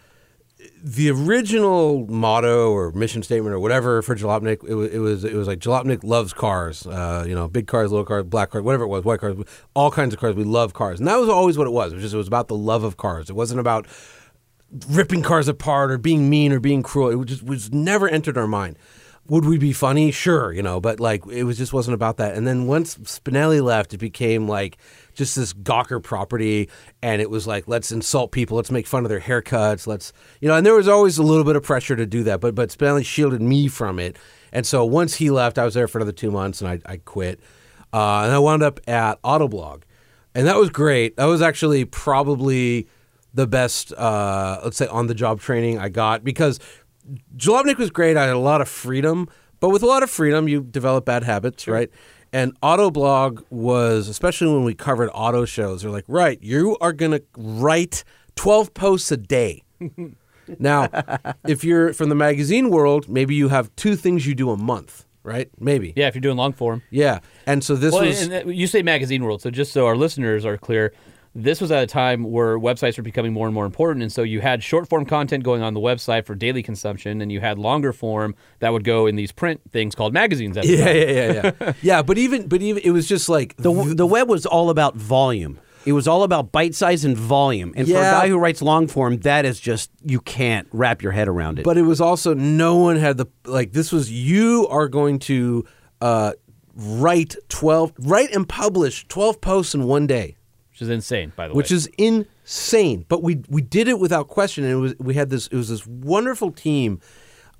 Speaker 5: the original motto or mission statement or whatever for Jalopnik it was it was, it was like Jalopnik loves cars, uh, you know, big cars, little cars, black cars, whatever it was, white cars, all kinds of cars. We love cars, and that was always what it was. It was just it was about the love of cars. It wasn't about ripping cars apart or being mean or being cruel. It was just was never entered our mind. Would we be funny? Sure, you know, but like it was just wasn't about that. And then once Spinelli left, it became like just this Gawker property, and it was like let's insult people, let's make fun of their haircuts, let's you know. And there was always a little bit of pressure to do that, but but Spinelli shielded me from it. And so once he left, I was there for another two months, and I, I quit, uh, and I wound up at Autoblog and that was great. That was actually probably the best, uh, let's say, on the job training I got because Jalopnik was great. I had a lot of freedom, but with a lot of freedom, you develop bad habits, right? And Autoblog was, especially when we covered auto shows, they're like, right, you are going to write 12 posts a day. Now, if you're from the magazine world, maybe you have two things you do a month, right? Maybe.
Speaker 1: Yeah, if you're doing long form.
Speaker 5: Yeah. And so this
Speaker 1: Well,
Speaker 5: was.
Speaker 1: and, and you say magazine world, so just so our listeners are clear, this was at a time where websites were becoming more and more important, and so you had short form content going on the website for daily consumption, and you had longer form that would go in these print things called magazines. At the
Speaker 5: Yeah,
Speaker 1: time.
Speaker 5: yeah, yeah, yeah. yeah, but even but even it was just like
Speaker 2: The w- the web was all about volume. It was all about bite size and volume. And for a
Speaker 5: Yeah.
Speaker 2: guy who writes long form, that is just you can't wrap your head around it.
Speaker 5: but it was also no one had the like this was you are going to uh write 12 write and publish 12 posts in one day
Speaker 1: which is insane, by the
Speaker 5: which
Speaker 1: way.
Speaker 5: is insane. But we we did it without question, and it was we had this it was this wonderful team,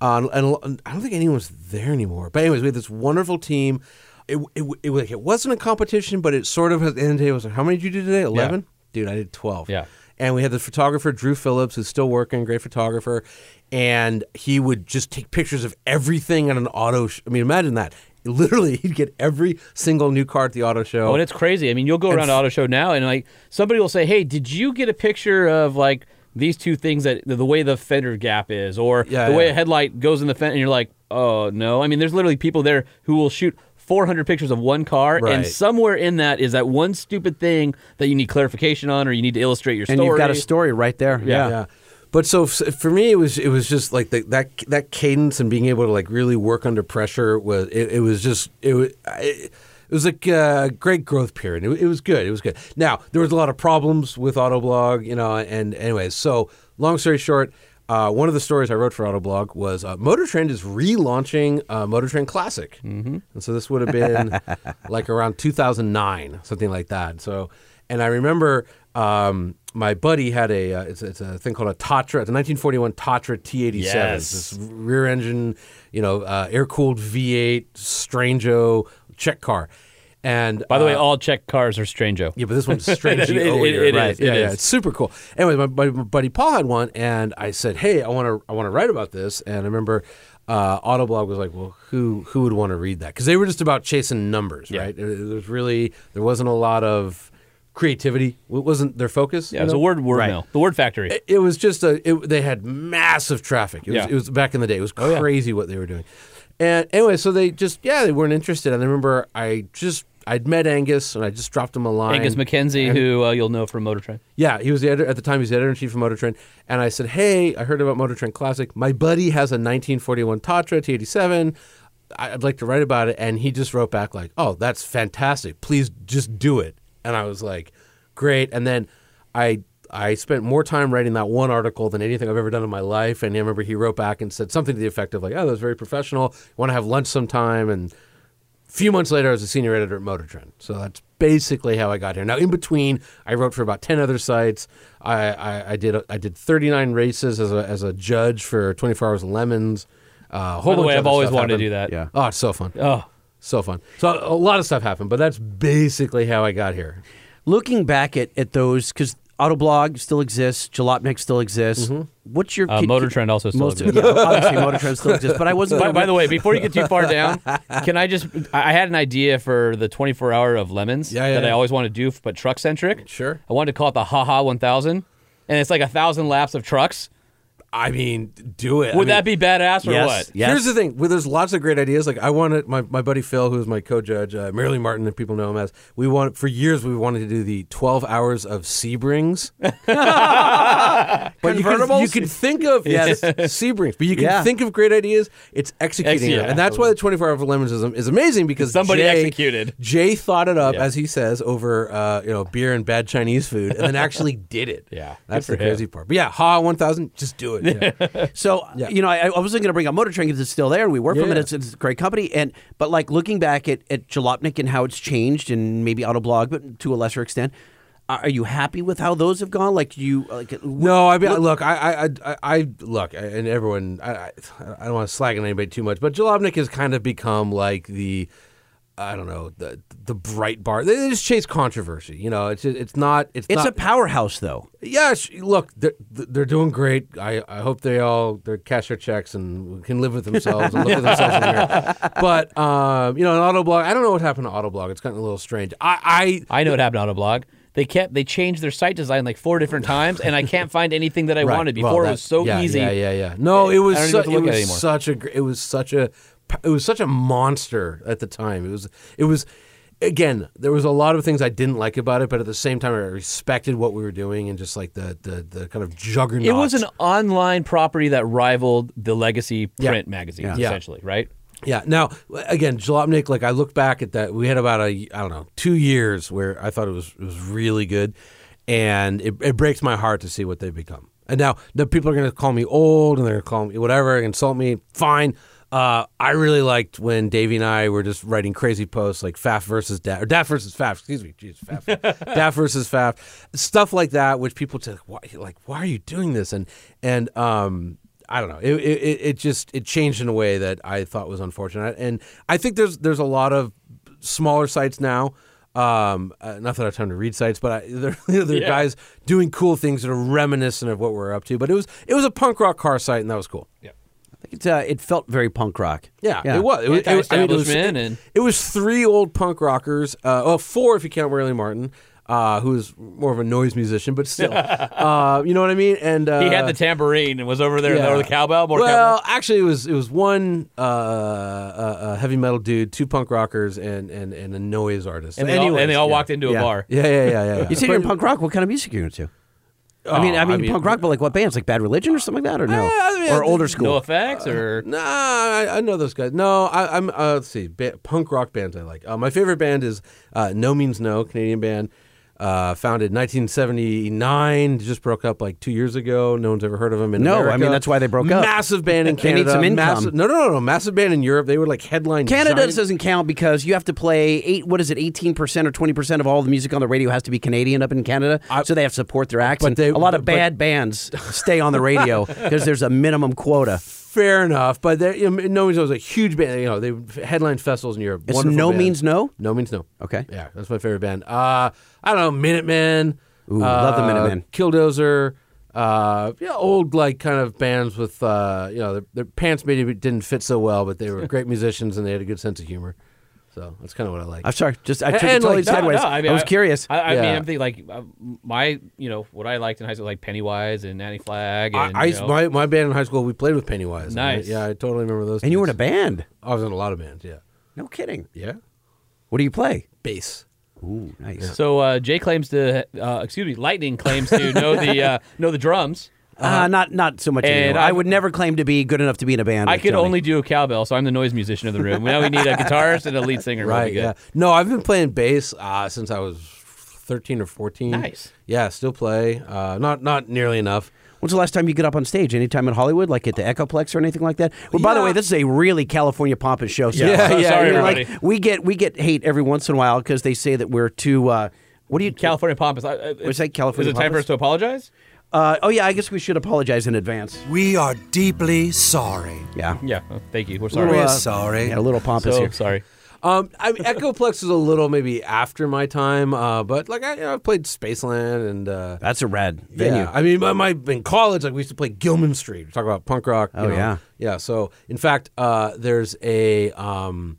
Speaker 5: uh, and, and I don't think anyone's there anymore. But anyways, we had this wonderful team. It it, it, was- it wasn't a competition, but it sort of at the end of the day it was like, how many did you do today? Eleven, dude. I did twelve.
Speaker 1: Yeah.
Speaker 5: And we had the photographer Drew Phillips, who's still working, great photographer, and he would just take pictures of everything on an auto. Sh- I mean, imagine that. Literally, he'd get every single new car at the auto show.
Speaker 1: Oh, and it's crazy. I mean, you'll go around to auto show now, and like somebody will say, "Hey, did you get a picture of like these two things that the way the fender gap is, or
Speaker 5: Yeah,
Speaker 1: the way
Speaker 5: yeah.
Speaker 1: a headlight goes in the fender?" And you're like, "Oh no!" I mean, there's literally people there who will shoot 400 pictures of one car,
Speaker 5: Right.
Speaker 1: and somewhere in that is that one stupid thing that you need clarification on, or you need to illustrate your
Speaker 2: and
Speaker 1: story.
Speaker 2: you've got a story right there. Yeah.
Speaker 5: yeah. But so f- for me, it was it was just like the, that that cadence and being able to like really work under pressure was it, it was just it was. I, it was like a great growth period. It, wa- it was good. It was good. Now there was a lot of problems with Autoblog, you know. And anyways, so long story short, uh, one of the stories I wrote for Autoblog was uh, Motor Trend is relaunching uh, Motor Trend Classic, mm-hmm. and so this would have been like around 2009, something like that. So and I remember um, my buddy had a uh, it's, it's a thing called a Tatra. It's a 1941 Tatra T87.
Speaker 1: Yes.
Speaker 5: This rear engine, you know, uh, air cooled V8 Strango Czech car. And
Speaker 1: By the way,
Speaker 5: uh,
Speaker 1: all Czech cars are Strango.
Speaker 5: yeah, but this one's strange.
Speaker 1: It- it- it
Speaker 5: right.
Speaker 1: is,
Speaker 5: yeah,
Speaker 1: it
Speaker 5: yeah,
Speaker 1: is.
Speaker 5: it's super cool. Anyway, my, my, my buddy Paul had one, and I said, "Hey, I want to I want to write about this." And I remember uh, Autoblog was like, "Well, who who would want to read that?" Because they were just about chasing numbers, right? There there was really there wasn't a lot of creativity. It wasn't their focus.
Speaker 1: Yeah,
Speaker 5: you
Speaker 1: it's a
Speaker 5: know?
Speaker 1: word word mill, the word factory.
Speaker 5: it was just a it, they had massive traffic. It was,
Speaker 1: Yeah. Oh,
Speaker 5: it was back in the day. It was crazy what they were doing. And anyway, so they just yeah they weren't interested. And I remember I just I'd met Angus and I just dropped him a line.
Speaker 1: Angus McKenzie, who uh, you'll know from Motor Trend.
Speaker 5: Yeah, he was the editor at the time. He was the editor in chief of Motor Trend, and I said, "Hey, I heard about Motor Trend Classic. My buddy has a 1941 Tatra T87. I- I'd like to write about it." And he just wrote back like, "Oh, that's fantastic. Please just do it." And I was like, "Great." And then I I spent more time writing that one article than anything I've ever done in my life. And I remember he wrote back and said something to the effect of like, "Oh, that was very professional. Want to have lunch sometime?" And few months later, I was a senior editor at Motor Trend. So that's basically how I got here. Now, in between, I wrote for about 10 other sites. I, I, I did I did 39 races as a, as a judge for 24 Hours of Lemons. Uh, a whole
Speaker 1: By the
Speaker 5: bunch
Speaker 1: way,
Speaker 5: of
Speaker 1: I've
Speaker 5: other
Speaker 1: always
Speaker 5: stuff
Speaker 1: wanted
Speaker 5: happened.
Speaker 1: to do that.
Speaker 2: Yeah.
Speaker 5: Oh, it's so fun.
Speaker 1: Oh,
Speaker 5: So fun. So a lot of stuff happened, but that's basically how I got here.
Speaker 2: Looking back at, at those, because Autoblog still exists, Jalopnik still exists.
Speaker 5: Mm-hmm.
Speaker 2: What's your
Speaker 1: Uh,
Speaker 2: can-
Speaker 1: Motor
Speaker 2: can-
Speaker 1: Trend also still
Speaker 2: most-
Speaker 1: exists.
Speaker 2: Yeah, obviously Motor Trend still exists, but I wasn't.
Speaker 1: By,
Speaker 2: gonna-
Speaker 1: by the way, before you get too far down, can I just? I I had an idea for the 24 hour of lemons
Speaker 5: Yeah, yeah,
Speaker 1: that I
Speaker 5: yeah.
Speaker 1: always want to do, but truck centric.
Speaker 5: Sure.
Speaker 1: I wanted to call it the Haha 1000, and it's like a thousand laps of trucks.
Speaker 5: I mean, do it.
Speaker 1: Would that be badass or
Speaker 2: Yes.
Speaker 1: what?
Speaker 2: Yes.
Speaker 5: Here's the thing. Well, there's lots of great ideas. Like I wanted my, my buddy Phil, who's my co-judge, uh, Merely Martin, if people know him as. We want for years we wanted to do the 12 hours of Sebrings. but you could, you
Speaker 2: Convertibles?
Speaker 5: could think of yes Sebrings, but you can
Speaker 2: Yeah.
Speaker 5: think of great ideas. It's executing
Speaker 1: Ex- yeah,
Speaker 5: them, and that's why the 24 hour of lemons is, is amazing because
Speaker 1: Somebody
Speaker 5: Jay-
Speaker 1: executed.
Speaker 5: Jay thought it up, as he says, over uh, you know beer and bad Chinese food, and then actually did it.
Speaker 1: Yeah.
Speaker 5: that's
Speaker 1: Good
Speaker 5: the
Speaker 1: for him.
Speaker 5: crazy part. But yeah, Ha 1000, just do it. Yeah.
Speaker 2: So you know, I, I wasn't going to bring up Motor Train because it's still there and we work from it.
Speaker 5: Yeah.
Speaker 2: It's, it's a great company, and but like looking back at at Jalopnik and how it's changed, and maybe Autoblog, but to a lesser extent, are are you happy with how those have gone? Like you, like uh,
Speaker 5: No, I mean, look, I, I, I, I look, and everyone, I, I, I don't want to slag on anybody too much, but Jalopnik has kind of become like the, I don't know, the the bright bar. They just chase controversy, you know. It's it's not it's,
Speaker 2: it's
Speaker 5: not,
Speaker 2: a powerhouse though.
Speaker 5: yeah, sh- look, they're, they're doing great. I, I hope they all they cash their checks and can live with themselves and look at themselves in the mirror. But um, you know, an autoblog. I don't know what happened to autoblog. It's gotten a little strange. I, I
Speaker 1: I know what happened on a blog. They kept they changed their site design like four different times, and I can't find anything that I
Speaker 5: Right.
Speaker 1: wanted
Speaker 5: Well,
Speaker 1: before. it
Speaker 5: that-
Speaker 1: was so
Speaker 5: yeah,
Speaker 1: easy.
Speaker 5: Yeah, yeah, yeah. No, it was.
Speaker 1: I don't even
Speaker 5: su-
Speaker 1: have to look
Speaker 5: it
Speaker 1: at it
Speaker 5: was
Speaker 1: anymore.
Speaker 5: such a. gr- It was such a. It was such a monster at the time. It was. It was. Again, there was a lot of things I didn't like about it, but at the same time, I respected what we were doing and just like the the, the kind of juggernaut.
Speaker 1: It was an online property that rivaled the legacy
Speaker 5: Yeah.
Speaker 1: print magazines,
Speaker 5: Yeah.
Speaker 1: essentially, right?
Speaker 5: Yeah. Now, again, Jalopnik. Like I look back at that, we had about a I don't know two years where I thought it was it was really good, and it, it breaks my heart to see what they've become. And now the people are going to call me old, and they're going to call me whatever, insult me. Fine. Uh, I really liked when Davey and I were just writing crazy posts like Faf versus Daf or Daf versus Faf. Excuse me, jeez, Faf, Daf versus Faf, stuff like that, which people just why, like, why are you doing this? And and um, I don't know. It, it it- it just it changed in a way that I thought was unfortunate, and I think there's there's a lot of smaller sites now. Um, uh, not that I have time to read sites, but I, there, there are guys doing cool things that are reminiscent of what we're up to. But it was it was a punk rock car site, and that was cool. Yeah,
Speaker 2: Like it's, uh, it felt very punk rock.
Speaker 5: yeah, it was. It was, it was, I mean, it was-
Speaker 1: Anti-establishment and-
Speaker 5: it was three old punk rockers. Uh, oh, four if you count Riley Martin, uh, who's more of a noise musician, but still, uh, you know what I mean. And uh,
Speaker 1: He had the tambourine and was over there and
Speaker 5: yeah.
Speaker 1: over the cowbell. More
Speaker 5: well,
Speaker 1: cowbell.
Speaker 5: actually, it was it was one uh, uh, uh, heavy metal dude, two punk rockers, and and, and a noise artist.
Speaker 1: and, they all, and they all walked into a
Speaker 2: Yeah.
Speaker 1: bar.
Speaker 5: Yeah, yeah, yeah, yeah. yeah.
Speaker 2: You said you're in punk rock. What kind of music are you into? I mean, I
Speaker 5: Oh, I
Speaker 2: mean,
Speaker 5: mean- Uh,
Speaker 2: punk rock, but like what bands? Like Bad Religion or something like that, or no,
Speaker 5: I mean,
Speaker 2: or
Speaker 5: I-
Speaker 2: older school?
Speaker 1: No effects or
Speaker 5: Nah, I, I know those guys. No, I, I'm. Uh, let's see, ba- punk rock bands I like. Uh, my favorite band is uh, No Means No, Canadian band, uh, founded 1979. Just broke up like two years ago. No one's ever heard of them. In
Speaker 2: No, I
Speaker 5: America.
Speaker 2: mean, that's why they broke up.
Speaker 5: Massive band in
Speaker 2: They need
Speaker 5: Canada.
Speaker 2: some income.
Speaker 5: Massive, no, no, no, no. Massive band in Europe. They were like headline.
Speaker 2: Canada
Speaker 5: giant-
Speaker 2: doesn't count because you have to play eight. What is it? Eighteen percent or twenty percent of all the music on the radio has to be Canadian up in Canada, so they have to support their acts.
Speaker 5: but
Speaker 2: and
Speaker 5: they-
Speaker 2: a lot of
Speaker 5: but-
Speaker 2: bad bands stay on the radio because there's a minimum quota.
Speaker 5: Fair enough, but they, you know, No Means No was a huge band. You know, they headlined festivals in Europe.
Speaker 2: It's
Speaker 5: Wonderful
Speaker 2: No
Speaker 5: band.
Speaker 2: Means No?
Speaker 5: No means no.
Speaker 2: Okay.
Speaker 5: Yeah, that's my favorite band. Uh, I don't know, Minutemen.
Speaker 2: Ooh, love the
Speaker 5: uh,
Speaker 2: Minutemen.
Speaker 5: Killdozer. Uh, yeah, old like kind of bands with uh, you know, their, their pants maybe didn't fit so well, but they were great musicians and they had a good sense of humor. So that's kind of what I like.
Speaker 2: I'm sorry, just I took it
Speaker 5: And,
Speaker 2: totally
Speaker 5: like, no,
Speaker 2: sideways.
Speaker 1: No,
Speaker 2: I,
Speaker 1: mean,
Speaker 2: was curious.
Speaker 1: I, I mean,
Speaker 5: Yeah.
Speaker 1: I'm thinking like uh, my, you know, what I liked in high school, like Pennywise and Nanny Flag.
Speaker 5: I,
Speaker 1: And,
Speaker 5: I
Speaker 1: you know,
Speaker 5: my, my band in high school we played with Pennywise.
Speaker 1: Nice.
Speaker 5: yeah, I totally remember those.
Speaker 2: and you were in a
Speaker 5: dudes.
Speaker 2: band.
Speaker 5: I was in a lot of bands. Yeah.
Speaker 2: No kidding.
Speaker 5: Yeah.
Speaker 2: What do you play?
Speaker 5: Bass.
Speaker 2: Ooh, nice.
Speaker 1: so uh, Jay claims to, uh, excuse me, Lightning claims to know the uh, know the drums.
Speaker 2: Uh, not not so much
Speaker 1: And
Speaker 2: anymore. I
Speaker 1: I'm-
Speaker 2: would never claim to be good enough to be in a band.
Speaker 1: I
Speaker 2: with
Speaker 1: could
Speaker 2: Johnny.
Speaker 1: only do a cowbell, so I'm the noise musician of the room. Now we need a guitarist and a lead singer. That'd
Speaker 5: Right.
Speaker 1: be good.
Speaker 5: Yeah. No, I've been playing bass uh, since I was 13 or 14.
Speaker 1: Nice.
Speaker 5: Yeah, still play. Uh, not not nearly enough.
Speaker 2: When's the last time you get up on stage? Anytime in Hollywood, like at the Echoplex or anything like that? Well, by the
Speaker 5: Yeah.
Speaker 2: way, this is a really California pompous show. So
Speaker 5: Yeah, yeah,
Speaker 1: Sorry,
Speaker 2: like,
Speaker 1: everybody.
Speaker 2: we get we get hate every once in a while because they say that we're too. Uh, what do you?
Speaker 1: California pompous. I, I,
Speaker 2: Was that California
Speaker 1: Is it time for
Speaker 2: pompous?
Speaker 1: us to apologize?
Speaker 2: Uh, oh yeah, I guess we should apologize in advance.
Speaker 6: We are deeply sorry.
Speaker 2: Yeah,
Speaker 1: Yeah. oh, thank you. We're sorry.
Speaker 6: We're
Speaker 2: uh,
Speaker 6: sorry.
Speaker 2: yeah, a little pompous
Speaker 1: so
Speaker 2: here.
Speaker 1: sorry.
Speaker 5: Um, I mean, Echoplex was a little maybe after my time, uh, but like I, you know, I played Spaceland and uh,
Speaker 2: That's a rad venue.
Speaker 5: Yeah. I mean, my, my in college, like we used to play Gilman Street. Talk about punk rock. you
Speaker 2: Oh,
Speaker 5: know.
Speaker 2: yeah.
Speaker 5: yeah. So in fact, uh, there's a um,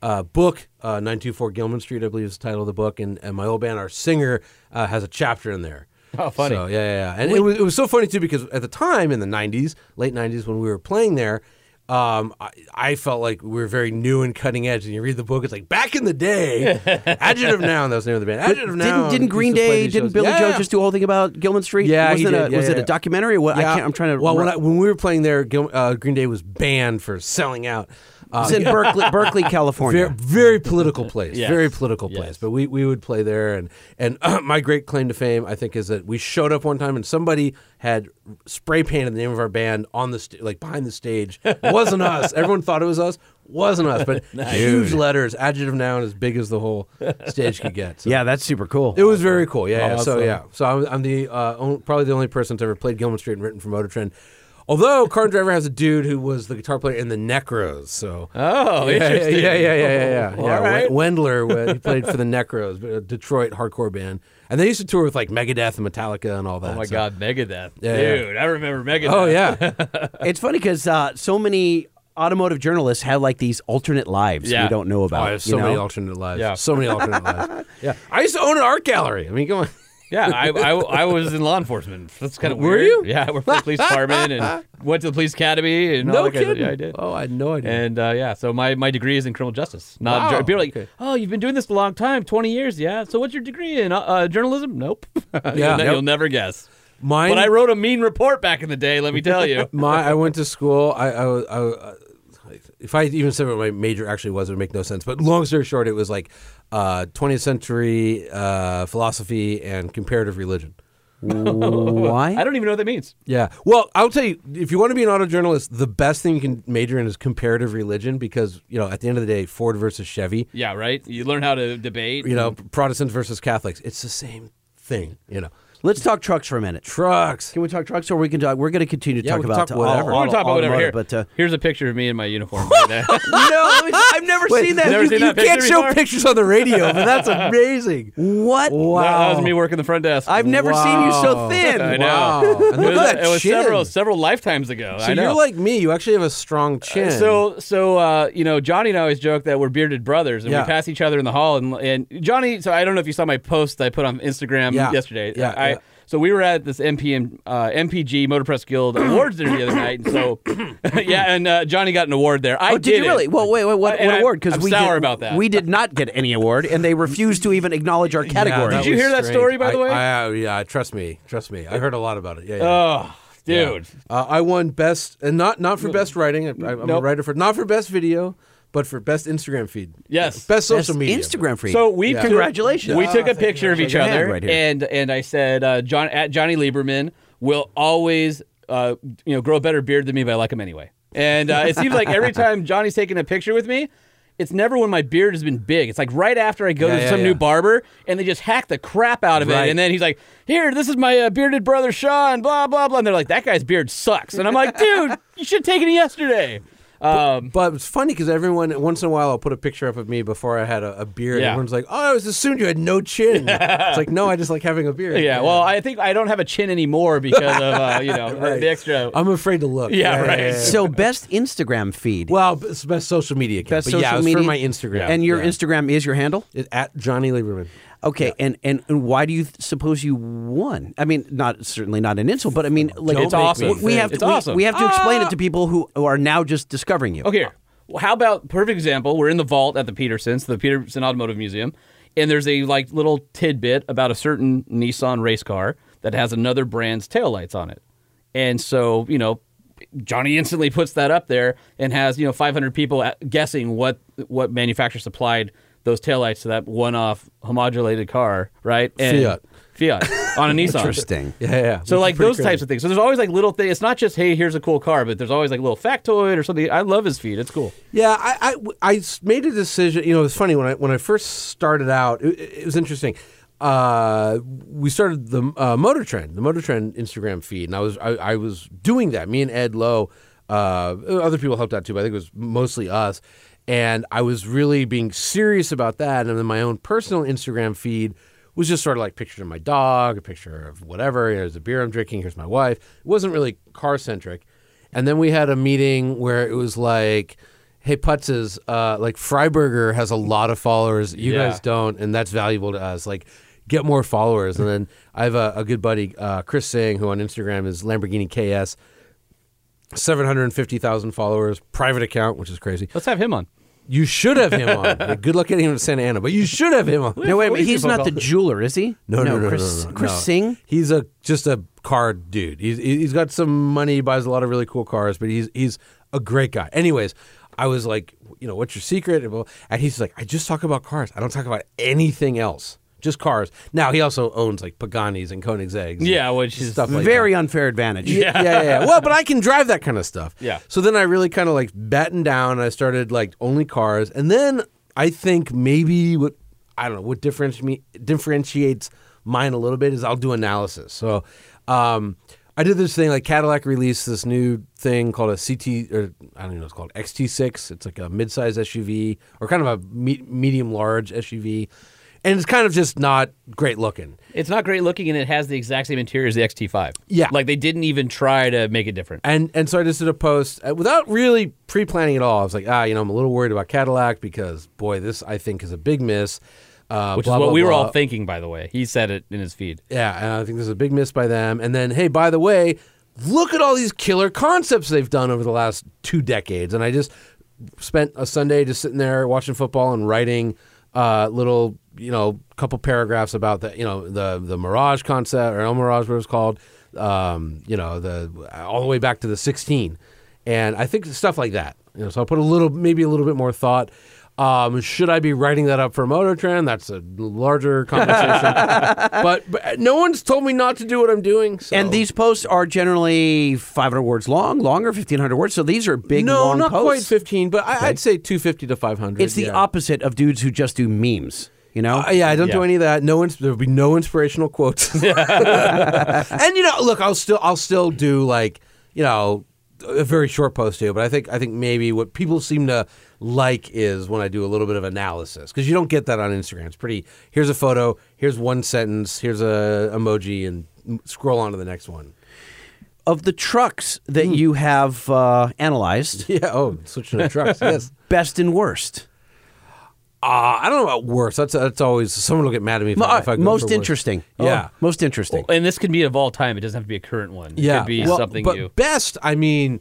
Speaker 5: uh, book, uh, nine two four Gilman Street, I believe is the title of the book, and, and my old band, our singer, uh, has a chapter in there.
Speaker 1: Oh, funny.
Speaker 5: So, yeah, yeah, yeah. And it was, it was so funny too because at the time in the '90s, late '90s, when we were playing there. Um, I, I felt like we were very new and cutting edge. And you read the book, it's like back in the day, Adjective Noun. That was the name of the band. Adjective
Speaker 2: Didn't,
Speaker 5: Noun.
Speaker 2: didn't
Speaker 5: used
Speaker 2: Green
Speaker 5: to play
Speaker 2: Day,
Speaker 5: these
Speaker 2: didn't
Speaker 5: shows.
Speaker 2: Billy Joe
Speaker 5: Yeah.
Speaker 2: just do a whole thing about Gilman Street?
Speaker 5: Yeah,
Speaker 2: was
Speaker 5: he
Speaker 2: it
Speaker 5: did.
Speaker 2: A,
Speaker 5: Yeah,
Speaker 2: was
Speaker 5: yeah,
Speaker 2: it a
Speaker 5: yeah.
Speaker 2: documentary? or What? I
Speaker 5: Yeah.
Speaker 2: can't, I'm trying to.
Speaker 5: Well, when,
Speaker 2: re-
Speaker 5: I, when we were playing there, Gil, uh, Green Day was banned for selling out. Uh,
Speaker 2: It's in Berkeley, Berkeley, California.
Speaker 5: very, very political place.
Speaker 1: Yes.
Speaker 5: Very political
Speaker 1: Yes.
Speaker 5: place. But we, we would play there, and and my great claim to fame, I think, is that we showed up one time and somebody had spray painted the name of our band on the st- like behind the stage. It wasn't us. Everyone thought it was us. Wasn't us. But huge letters, adjective noun as big as the whole stage could get. So.
Speaker 2: yeah, that's super cool.
Speaker 5: It was
Speaker 1: Oh,
Speaker 5: very cool. Yeah. yeah. So
Speaker 1: Awesome.
Speaker 5: yeah. So I'm, I'm the uh, on, probably the only person that's ever played Gilman Street and written for Motor Trend. Although Car and Driver has a dude who was the guitar player in the Necros. So
Speaker 1: Oh,
Speaker 5: yeah, yeah,
Speaker 1: interesting. Oh,
Speaker 5: yeah, yeah, yeah, yeah. yeah.
Speaker 1: All
Speaker 5: yeah.
Speaker 1: right.
Speaker 5: Wen- Wendler w- he played for the Necros, but a Detroit hardcore band, and they used to tour with like Megadeth and Metallica and all that.
Speaker 1: Oh my
Speaker 5: so-
Speaker 1: God, Megadeth,
Speaker 5: Yeah, yeah.
Speaker 1: dude! I remember Megadeth.
Speaker 5: Oh yeah.
Speaker 2: It's funny because uh, so many automotive journalists have like these alternate lives
Speaker 1: Yeah.
Speaker 2: we don't know
Speaker 5: Oh,
Speaker 2: about.
Speaker 5: I have so
Speaker 2: you know?
Speaker 5: many alternate lives.
Speaker 1: Yeah.
Speaker 5: So many alternate lives. Yeah. I used to own an art gallery. I mean, come on.
Speaker 1: Yeah, I, I, I was in law enforcement. That's kind of
Speaker 5: Were
Speaker 1: weird.
Speaker 5: you?
Speaker 1: Yeah, I worked for the police department and went to the police academy and all
Speaker 5: No
Speaker 1: that kind of-
Speaker 5: kidding.
Speaker 1: yeah, I did.
Speaker 5: Oh, I had no idea.
Speaker 1: And uh, yeah, so my, my degree is in criminal justice. Not
Speaker 5: Wow.
Speaker 1: jour- people are like,
Speaker 5: Okay.
Speaker 1: oh, you've been doing this a long time, twenty years. Yeah. So what's your degree in uh, uh, journalism? Nope. you'll,
Speaker 5: Yeah.
Speaker 1: ne-
Speaker 5: Nope.
Speaker 1: you'll never guess.
Speaker 5: Mine.
Speaker 1: But I wrote a mean report back in the day. Let me tell you.
Speaker 5: my I went to school. I, I, was- I, I if I even said what my major actually was, it would make no sense. But long story short, it was like uh, 20th century uh, philosophy and comparative religion.
Speaker 2: Why?
Speaker 1: I don't even know what that means.
Speaker 5: Yeah. Well, I'll tell you, if you want to be an auto journalist, the best thing you can major in is comparative religion because you know at the end of the day, Ford versus Chevy,
Speaker 1: Yeah, right. You learn how to debate.
Speaker 5: you know, Protestants versus Catholics, it's the same thing. You know,
Speaker 2: Let's talk trucks for a minute.
Speaker 5: trucks.
Speaker 2: Can we talk trucks, or we can talk? We're going to continue to
Speaker 5: Yeah,
Speaker 2: talk
Speaker 5: we can
Speaker 2: about
Speaker 5: talk whatever.
Speaker 1: We're
Speaker 2: All, all,
Speaker 1: gonna talk about whatever. Here,
Speaker 2: automotive, but uh,
Speaker 1: here's a picture of me in my uniform. right there.
Speaker 2: no, I've never seen that.
Speaker 1: never
Speaker 5: you
Speaker 1: seen
Speaker 5: you
Speaker 1: that
Speaker 5: can't
Speaker 1: picture
Speaker 5: show
Speaker 1: before?
Speaker 5: pictures on the radio, but that's amazing.
Speaker 2: What?
Speaker 1: That- That was me working the front desk.
Speaker 2: I've never seen you so
Speaker 5: Wow.
Speaker 2: thin.
Speaker 1: I know.
Speaker 5: Wow.
Speaker 1: It
Speaker 5: Look
Speaker 1: was,
Speaker 5: at that
Speaker 1: it was
Speaker 5: chin.
Speaker 1: several several lifetimes ago.
Speaker 5: So
Speaker 1: I know.
Speaker 5: you're like me. You actually have a strong chin.
Speaker 1: so so uh, you know Johnny and I always joke that we're bearded brothers and
Speaker 5: Yeah.
Speaker 1: we pass each other in the hall and and Johnny. So I don't know if you saw my post I put on Instagram
Speaker 5: Yeah.
Speaker 1: yesterday.
Speaker 5: Yeah,
Speaker 1: I,
Speaker 5: yeah.
Speaker 1: So we were at this MPM uh, MPG Motor Press Guild awards dinner the other night, and so yeah, and uh, Johnny got an award there. I
Speaker 2: Oh, did you really? Well, wait, wait. What,
Speaker 1: And
Speaker 2: what
Speaker 1: I-
Speaker 2: award? Because
Speaker 1: I'm
Speaker 2: we
Speaker 1: sour
Speaker 2: did,
Speaker 1: about that.
Speaker 2: We did not get any award, and they refused to even acknowledge our category.
Speaker 1: that Did you hear that story, by the way?
Speaker 5: I, I, yeah, trust me, trust me. I heard a lot about it. Yeah, yeah.
Speaker 1: Oh, dude.
Speaker 5: Uh, I won best, and not not for best writing. I, I'm a
Speaker 1: Nope.
Speaker 5: writer for not for best video, but for best Instagram feed.
Speaker 1: Yes.
Speaker 5: best social
Speaker 2: That's
Speaker 5: media.
Speaker 2: Instagram feed.
Speaker 1: So we took-
Speaker 2: Congratulations.
Speaker 1: We
Speaker 2: Ah,
Speaker 1: took a picture of each
Speaker 2: Shake a hand
Speaker 1: other,
Speaker 2: right here.
Speaker 1: and and I said, uh, John at Johnny Lieberman will always, uh, you know, grow a better beard than me, but I like him anyway. And uh, it seems like every time Johnny's taking a picture with me. It's never when my beard has been big. It's like right after I go
Speaker 5: Yeah,
Speaker 1: to
Speaker 5: yeah,
Speaker 1: some
Speaker 5: yeah.
Speaker 1: new barber and they just hack the crap out of
Speaker 5: Right.
Speaker 1: it. And then he's like, Here, this is my uh, bearded brother Sean, blah, blah, blah. And they're like, That guy's beard sucks. And I'm like, Dude, you should have taken it yesterday. Um,
Speaker 5: But it's funny because everyone once in a while I'll put a picture up of me before I had a, a beard.
Speaker 1: Yeah.
Speaker 5: Everyone's like, "Oh, I was assumed you had no chin." It's like, no, I just like having a beard.
Speaker 1: yeah, well, I think I don't have a chin anymore because of, uh, you know, the extra.
Speaker 5: I'm afraid to look.
Speaker 1: Yeah, right.
Speaker 2: So best Instagram feed.
Speaker 5: Well, it's best social media. Account,
Speaker 2: best
Speaker 5: but
Speaker 2: social
Speaker 5: yeah, it was
Speaker 2: media.
Speaker 5: for my Instagram
Speaker 2: And your
Speaker 5: Yeah.
Speaker 2: Instagram is your handle.
Speaker 5: It- at Johnny Lieberman.
Speaker 2: Okay, and, and and why do you th- suppose you won? I mean, not certainly not an insult, but I mean, like
Speaker 1: It's Don't make me awesome.
Speaker 2: We have
Speaker 1: think. It's
Speaker 2: to, we,
Speaker 1: awesome.
Speaker 2: we have to explain
Speaker 5: Ah!
Speaker 2: it to people who, who are now just discovering you.
Speaker 1: Okay. Well, how about perfect example? We're in the vault at the Petersons, the Peterson Automotive Museum, and there's a like little tidbit about a certain Nissan race car that has another brand's taillights on it. And so, you know, Johnny instantly puts that up there and has, you know, 500 people at- guessing what what manufacturer supplied those taillights to that one-off homodulated car, right? And
Speaker 5: Fiat.
Speaker 1: Fiat on a Nissan.
Speaker 2: Interesting.
Speaker 5: Yeah, yeah.
Speaker 1: So
Speaker 5: which is
Speaker 1: like
Speaker 5: pretty
Speaker 1: those types
Speaker 5: crazy.
Speaker 1: of things. So there's always like little things. It's not just hey, here's a cool car, but there's always like a little factoid or something. I love his feed. It's cool.
Speaker 5: Yeah, I, I, I s- made a decision. You know, it's funny when I when I first started out, it, it was interesting. Uh, we started the uh, Motor Trend, the Motor Trend Instagram feed, and I was I, I was doing that. Me and Ed Lowe, uh, other people helped out too, but I think it was mostly us. And I was really being serious about that. And then my own personal Instagram feed was just sort of like picture of my dog, a picture of whatever. Here's a beer I'm drinking. Here's my wife. It wasn't really car centric. And then we had a meeting where it was like, hey, Putzes, uh, like Freiberger has a lot of followers. You
Speaker 1: Yeah.
Speaker 5: guys don't, and that's valuable to us. Like, get more followers. and then I have a, a good buddy, uh, Chris Singh, who on Instagram is Lamborghini KS, 750,000 followers, private account, which is crazy.
Speaker 1: Let's have him on.
Speaker 5: You should have him on. Like, good luck getting him to Santa Ana, but you should have him on.
Speaker 2: No, wait, a minute.
Speaker 1: Always
Speaker 2: he's
Speaker 1: people
Speaker 2: not the
Speaker 1: call-
Speaker 2: jeweler, is he?
Speaker 5: No, no, no,
Speaker 2: Chris,
Speaker 5: no, no, no,
Speaker 2: Chris
Speaker 5: no.
Speaker 2: Singh.
Speaker 5: He's a just a car dude. He's he's got some money. He buys a lot of really cool cars, but he's he's a great guy. Anyways, I was like, you know, what's your secret? And blah- and he's like, I just talk about cars. I don't talk about anything else. Just cars. Now he also owns like Paganis and Koenigseggs. and
Speaker 1: Yeah, which is
Speaker 5: stuff like
Speaker 2: Very unfair advantage.
Speaker 5: yeah. yeah, yeah. Well, but I can drive that kind of stuff.
Speaker 1: Yeah.
Speaker 5: So then I really kind of like battened down. I started like only cars, and then I think maybe what I don't know what differentiates me differentiates mine a little bit is I'll do analysis. So, um, I did this thing like Cadillac released this new thing called a CT or I don't even know what it's called XT6. It's like a midsize SUV or kind of a me- medium large SUV, and it's kind of just not great looking.
Speaker 1: It's not great looking, and it has the exact same interior as the XT5.
Speaker 5: Yeah.
Speaker 1: like they didn't even try to make it different.
Speaker 5: And and so I just did a post uh, without really pre planning at all. I was like, ah, you know, I'm a little worried about Cadillac because boy, this I think is a big miss. Uh,
Speaker 1: Which
Speaker 5: blah,
Speaker 1: is what
Speaker 5: blah,
Speaker 1: we were
Speaker 5: blah.
Speaker 1: all thinking, by the way. He said it in his feed.
Speaker 5: Yeah, and I think this is a big miss by them. And then, hey, by the way, look at all these killer concepts they've done over the last two decades. And I just spent a Sunday just sitting there watching football and writing uh, little, you know, couple paragraphs about the, you know, the the Mirage concept or El Mirage, what it was called. Um, you know, the all the way back to the 16 and I think stuff like that. You know, so I'll put a little, maybe a little bit more thought. Um, should I be writing that up for Motor Trend? That's a larger conversation. but, but no one's told me not to do what I'm doing. So.
Speaker 2: And these posts are generally 500 words long, longer, 1,500 words. So these are big,
Speaker 5: no,
Speaker 2: long
Speaker 5: not
Speaker 2: posts.
Speaker 5: quite 15, but I, I'd say 250 to 500.
Speaker 2: It's the
Speaker 5: yeah.
Speaker 2: opposite of dudes who just do memes. You know,
Speaker 5: Uh, yeah, I don't do
Speaker 1: Yeah.
Speaker 5: any of that. No, ins- there'll be no inspirational quotes. and you know, look, I'll still, I'll still do like, you know, a very short post too. But I think, I think maybe what people seem to like is when I do a little bit of analysis because you don't get that on Instagram. It's pretty. Here's a photo. Here's one sentence. Here's a emoji, and scroll on to the next one.
Speaker 2: of the trucks that
Speaker 1: Hmm.
Speaker 2: you have uh, analyzed,
Speaker 5: Yeah. Oh, switching to trucks. yes.
Speaker 2: best and worst,
Speaker 5: Uh, I don't know about worse. That's that's always someone will get mad at me if, I- if I go for
Speaker 2: Uh, most
Speaker 5: worse.
Speaker 2: interesting.
Speaker 5: Yeah.
Speaker 2: Oh, most interesting.
Speaker 1: And this can be of all time. It doesn't have to be a current one. it
Speaker 5: Yeah,
Speaker 1: could be
Speaker 5: well,
Speaker 1: something
Speaker 5: but
Speaker 1: new.
Speaker 5: best, I mean,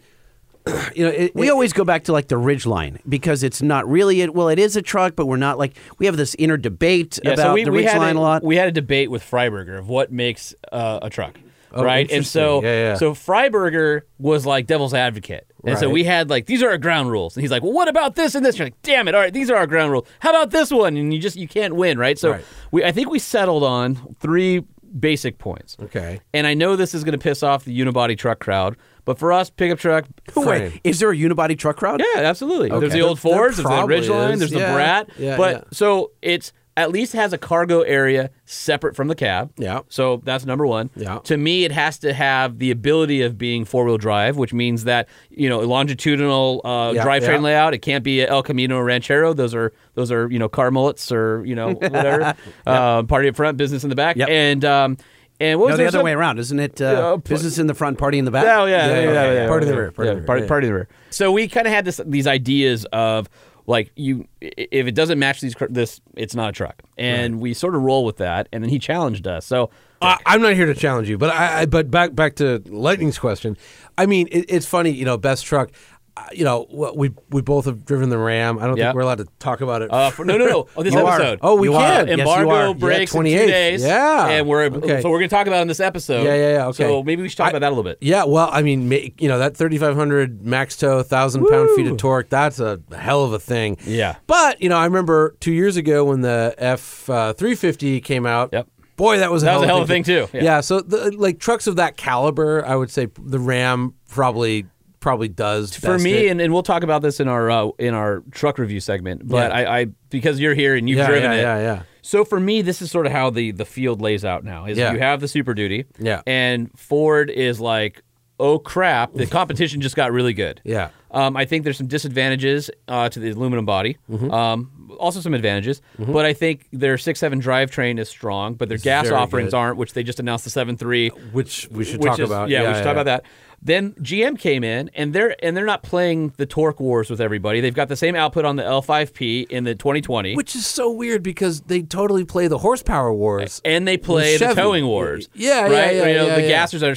Speaker 5: you know, it,
Speaker 2: We
Speaker 5: it-
Speaker 2: always go back to like the ridge line because it's not really it. Well, it is a truck, but we're not like we have this inner debate about
Speaker 1: we,
Speaker 2: the
Speaker 1: we
Speaker 2: ridge
Speaker 1: had
Speaker 2: line
Speaker 1: a,
Speaker 2: a, lot.
Speaker 1: We had a debate with Freiberger of what makes uh, a truck, right? And
Speaker 5: Oh, interesting.
Speaker 1: so,
Speaker 5: Yeah, yeah.
Speaker 1: so Freiberger was like devil's advocate, and so
Speaker 5: Right.
Speaker 1: we had like these are our ground rules, and he's like, well, what about this and this? You're like, damn it, all right, these are our ground rules. How about this one? And you just you can't win, right? So,
Speaker 5: Right.
Speaker 1: we I think we settled on three basic points.
Speaker 5: Okay.
Speaker 1: and I know this is going to piss off the unibody truck crowd, but for us, pickup truck.
Speaker 2: Wait,
Speaker 5: frame.
Speaker 2: is there a unibody truck crowd?
Speaker 1: Yeah, absolutely. There's the old
Speaker 5: There- there
Speaker 1: Fords, there's the
Speaker 5: probably
Speaker 1: Ridgeline,
Speaker 5: is.
Speaker 1: there's
Speaker 5: Yeah.
Speaker 1: the Brat.
Speaker 5: Yeah,
Speaker 1: but
Speaker 5: yeah.
Speaker 1: so it's at least has a cargo area separate from the cab.
Speaker 5: Yeah.
Speaker 1: So that's number one.
Speaker 5: Yeah.
Speaker 1: To me, it has to have the ability of being four wheel drive, which means that you know longitudinal uh,
Speaker 5: Yeah,
Speaker 1: drivetrain
Speaker 5: yeah.
Speaker 1: layout. It can't be a El Camino or Ranchero. Those are those are you know car mullets or you know whatever uh, party up front, business in the back,
Speaker 2: Yep.
Speaker 1: and um, and what was
Speaker 2: No, the
Speaker 1: there
Speaker 2: other
Speaker 1: some-
Speaker 2: way around, isn't it? Uh,
Speaker 1: Yeah, p-
Speaker 2: business in the front, party in the back.
Speaker 1: Oh yeah, yeah, yeah, yeah, yeah.
Speaker 5: Part of the rear, part of
Speaker 1: Yeah,
Speaker 5: the rear,
Speaker 1: part,
Speaker 5: yeah.
Speaker 1: part of the rear. So we kind of had this these ideas of like you i- if it doesn't match these cr- this it's not a truck, and we sort of roll with that, and then he challenged us. So uh,
Speaker 5: I, I'm not here to challenge you, but I, I but back back to Lightning's question. I mean, it, it's funny, you know, best truck. uh, You know, what- we we both have driven the Ram. I don't
Speaker 1: Yeah.
Speaker 5: think we're allowed to talk about it.
Speaker 1: uh, for, no, no, no. Oh, this
Speaker 5: You are.
Speaker 1: episode.
Speaker 5: Oh, we
Speaker 1: You
Speaker 5: can.
Speaker 1: are.
Speaker 5: Yes, you
Speaker 1: Embargo
Speaker 5: are. Yeah,
Speaker 1: breaks in two
Speaker 5: 28th.
Speaker 1: days.
Speaker 5: Yeah.
Speaker 1: and we're
Speaker 5: Okay.
Speaker 1: so we're going to talk about it in this episode.
Speaker 5: Yeah, yeah, yeah, okay.
Speaker 1: So maybe we should talk
Speaker 5: I-
Speaker 1: about that a little bit.
Speaker 5: yeah, well, I mean, ma- you know, that 3,500 max tow, thousand pound feet of torque, that's a hell of a thing.
Speaker 1: Yeah.
Speaker 5: But, you know, I remember two years ago when the F uh, 350 came out.
Speaker 1: Yep.
Speaker 5: Boy, that was a
Speaker 1: That
Speaker 5: hell
Speaker 1: was a hell of a thing, too.
Speaker 5: Yeah.
Speaker 1: Yeah.
Speaker 5: so the, like trucks of that caliber, I would say the Ram probably probably does
Speaker 1: for
Speaker 5: best
Speaker 1: me,
Speaker 5: it.
Speaker 1: and, and we'll talk about this in our uh, in our truck review segment. But
Speaker 5: Yeah.
Speaker 1: I, I because you're here and you've
Speaker 5: Yeah,
Speaker 1: driven
Speaker 5: yeah,
Speaker 1: it,
Speaker 5: yeah, yeah.
Speaker 1: So for me, this is sort of how the the field lays out now. Is
Speaker 5: Yeah.
Speaker 1: you have the Super Duty,
Speaker 5: Yeah.
Speaker 1: and Ford is like, oh crap, the competition just got really good.
Speaker 5: Yeah.
Speaker 1: Um, I think there's some disadvantages uh, to the aluminum body.
Speaker 5: Mm-hmm.
Speaker 1: Um, also some advantages, but I think their six seven drivetrain is strong, but their gas
Speaker 5: Very
Speaker 1: offerings
Speaker 5: good.
Speaker 1: aren't, which they just announced the seven three
Speaker 5: which we should
Speaker 1: which
Speaker 5: talk
Speaker 1: is-
Speaker 5: about.
Speaker 1: Yeah, we should talk about that. Then GM came in, and they're and they're not playing the torque wars with everybody. They've got the same output on the L5P in the 2020,
Speaker 5: Which is so weird because they totally play the horsepower wars.
Speaker 1: and they play
Speaker 5: With
Speaker 1: the
Speaker 5: Chevy.
Speaker 1: towing wars.
Speaker 5: Yeah, yeah,
Speaker 1: right.
Speaker 5: yeah,
Speaker 1: you know,
Speaker 5: yeah,
Speaker 1: the
Speaker 5: yeah.
Speaker 1: gassers are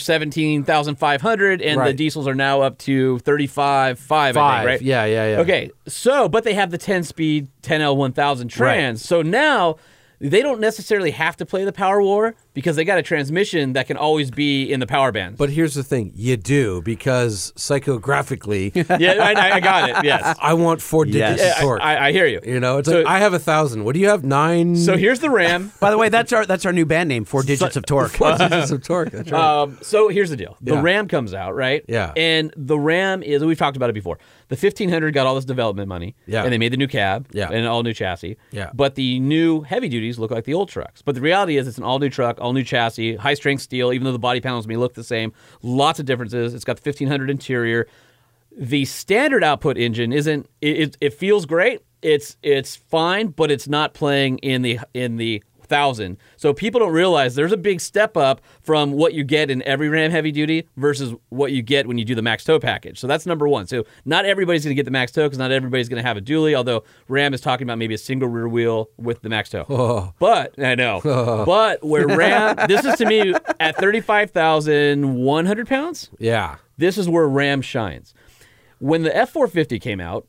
Speaker 1: 17,500, and the
Speaker 5: Right.
Speaker 1: diesels are now up to 35, five, I
Speaker 5: Five.
Speaker 1: think, right?
Speaker 5: Yeah, yeah, yeah.
Speaker 1: Okay, so but they have the 10 speed 10L1000 trans. So now they don't necessarily have to play the power war because they got a transmission that can always be in the power band.
Speaker 5: But here's the thing, you do because psychographically,
Speaker 1: yeah, I, I got it. Yes.
Speaker 5: I want four digits
Speaker 1: Yeah,
Speaker 5: of torque.
Speaker 1: I, I, I hear you.
Speaker 5: you know, it's
Speaker 1: so,
Speaker 5: like I have a thousand. What do you have? Nine.
Speaker 1: so here's the RAM.
Speaker 2: By the way, that's our that's our new band name, Four Digits of Torque.
Speaker 5: four digits
Speaker 1: uh,
Speaker 5: of torque. That's right.
Speaker 1: Um, so here's the deal. The
Speaker 5: Yeah.
Speaker 1: RAM comes out, right?
Speaker 5: Yeah.
Speaker 1: And the RAM is we've talked about it before. The 1500 got all this development money.
Speaker 5: Yeah.
Speaker 1: And they made the new cab.
Speaker 5: Yeah.
Speaker 1: And an all new chassis.
Speaker 5: Yeah.
Speaker 1: But the new heavy duties look like the old trucks. But the reality is it's an all new truck, all new chassis, high strength steel. Even though the body panels may look the same, lots of differences. It's got the 1500 interior. The standard output engine isn't. It, it, it feels great. It's it's fine, but it's not playing in the in the thousand. So people don't realize there's a big step up from what you get in every Ram heavy duty versus what you get when you do the max tow package. So that's number one. So not everybody's going to get the max tow because not everybody's going to have a dually. Although Ram is talking about maybe a single rear wheel with the max tow. But I know. But where Ram, this is to me at thirty five thousand one hundred pounds.
Speaker 5: yeah.
Speaker 1: This is where Ram shines. When the F450 came out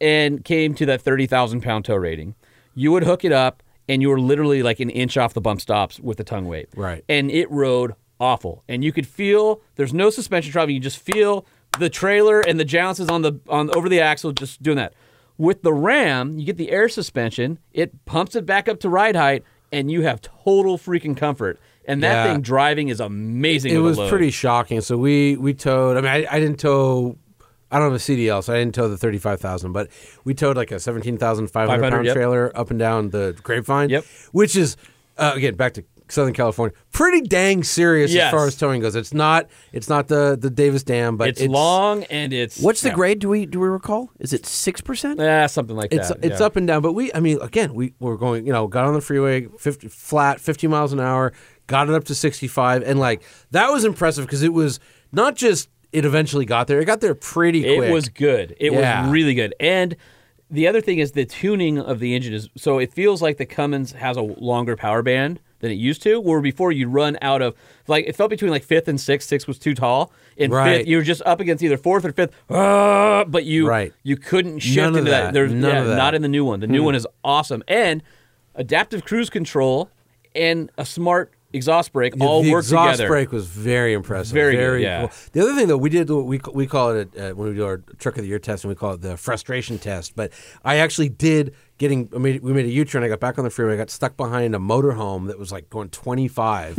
Speaker 1: and came to that 30,000 pound tow rating, you would hook it up and you were literally like an inch off the bump stops with the tongue weight.
Speaker 5: Right.
Speaker 1: And it rode awful. And you could feel there's no suspension travel. You just feel the trailer and the jounces on the on over the axle just doing that. With the Ram, you get the air suspension, it pumps it back up to ride height, and you have total freaking comfort. And that
Speaker 5: Yeah.
Speaker 1: thing driving is amazing.
Speaker 5: It
Speaker 1: with a
Speaker 5: was
Speaker 1: load.
Speaker 5: pretty shocking. So we we towed. I mean, I, I didn't tow. I don't have a CDL, so I didn't tow the thirty-five thousand, but we towed like a seventeen thousand five hundred
Speaker 1: 500,
Speaker 5: pound
Speaker 1: yep.
Speaker 5: trailer up and down the Grapevine.
Speaker 1: Yep.
Speaker 5: Which is uh, again back to Southern California, pretty dang serious as
Speaker 1: Yes.
Speaker 5: far as towing goes. It's not it's not the the Davis Dam, but
Speaker 1: It's, long and it's
Speaker 2: What's the
Speaker 1: yeah.
Speaker 2: grade? Do we do we recall? Is it six percent?
Speaker 1: Yeah, something like
Speaker 5: It's
Speaker 1: that.
Speaker 5: it's
Speaker 1: yeah.
Speaker 5: up and down, but we I mean again we were going you know got on the freeway 50, flat fifty miles an hour, got it up to sixty five, and like that was impressive because it was not just it eventually got there, it got there pretty
Speaker 1: It
Speaker 5: quick.
Speaker 1: was good. It
Speaker 5: Yeah.
Speaker 1: was really good. And the other thing is the tuning of the engine is so it feels like the Cummins has a longer power band than it used to. Where before you run out of like it felt between like fifth and sixth. Sixth was too tall, and
Speaker 5: Right.
Speaker 1: fifth you were just up against either fourth or fifth. ah, but you
Speaker 5: Right.
Speaker 1: you couldn't shift
Speaker 5: of
Speaker 1: into that.
Speaker 5: that.
Speaker 1: There's
Speaker 5: None
Speaker 1: yeah,
Speaker 5: of that. Hmm.
Speaker 1: not in the new one. The new one is awesome and adaptive cruise control and a smart exhaust brake
Speaker 5: The-
Speaker 1: all
Speaker 5: the
Speaker 1: work
Speaker 5: exhaust
Speaker 1: together.
Speaker 5: brake was very impressive.
Speaker 1: Very good, yeah.
Speaker 5: The other thing though, we did we we call it uh, when we do our truck of the year test, and we call it the frustration test. But I actually did getting I made, we made a U turn. I got back on the freeway. I got stuck behind a motorhome that was like going twenty five,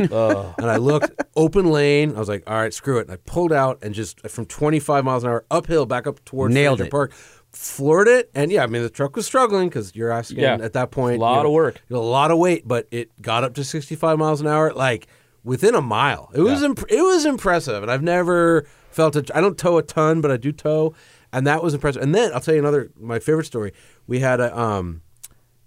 Speaker 5: and I looked open lane. I was like, all right, screw it. And I pulled out and just from twenty five miles an hour uphill back up towards
Speaker 2: Nailed
Speaker 5: Fraser
Speaker 2: it.
Speaker 5: Park. Floored it, and yeah, I mean the truck was struggling because you're asking
Speaker 1: Yeah.
Speaker 5: at that point
Speaker 1: Lot
Speaker 5: you
Speaker 1: of work.
Speaker 5: a lot of weight, but it got up to 65 miles an hour, like within a mile. It was imp- it was impressive, and I've never felt it. I don't tow a ton, but I do tow, and that was impressive. And then I'll tell you another my favorite story. We had a um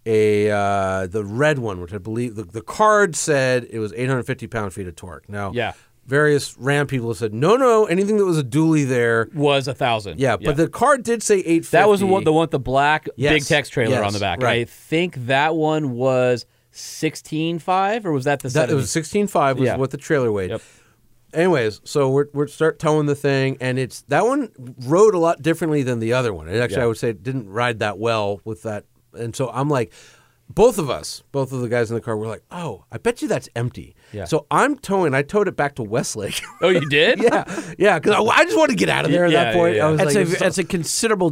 Speaker 5: a uh, the red one, which I believe the, the card said it was 850 pound feet of torque. Now,
Speaker 1: Yeah.
Speaker 5: various Ram people have said no, no, anything that was a dually there.
Speaker 1: was a thousand.
Speaker 5: Yeah, but the card did say 850.
Speaker 1: That was the one, the one with the black
Speaker 5: Yes.
Speaker 1: big text trailer
Speaker 5: Yes.
Speaker 1: on the back.
Speaker 5: Right.
Speaker 1: I think that one was sixteen five, or was that the
Speaker 5: That it
Speaker 1: 70?
Speaker 5: was sixteen five was
Speaker 1: Yeah.
Speaker 5: what the trailer weighed.
Speaker 1: Yep.
Speaker 5: Anyways, so we're we're start towing the thing, and it's that one rode a lot differently than the other one. It actually,
Speaker 1: Yeah.
Speaker 5: I would say, it didn't ride that well with that, and so I'm like. both of us, both of the guys in the car, were like, "Oh, I bet you that's empty."
Speaker 1: Yeah.
Speaker 5: So I'm towing. I towed it back to Westlake.
Speaker 1: Oh, you did?
Speaker 5: yeah, yeah, because I, I just wanted to get out of there at
Speaker 1: Yeah,
Speaker 5: that point.
Speaker 1: yeah, yeah.
Speaker 5: I was
Speaker 2: That's
Speaker 5: like,
Speaker 2: a
Speaker 5: "This is
Speaker 2: that's a considerable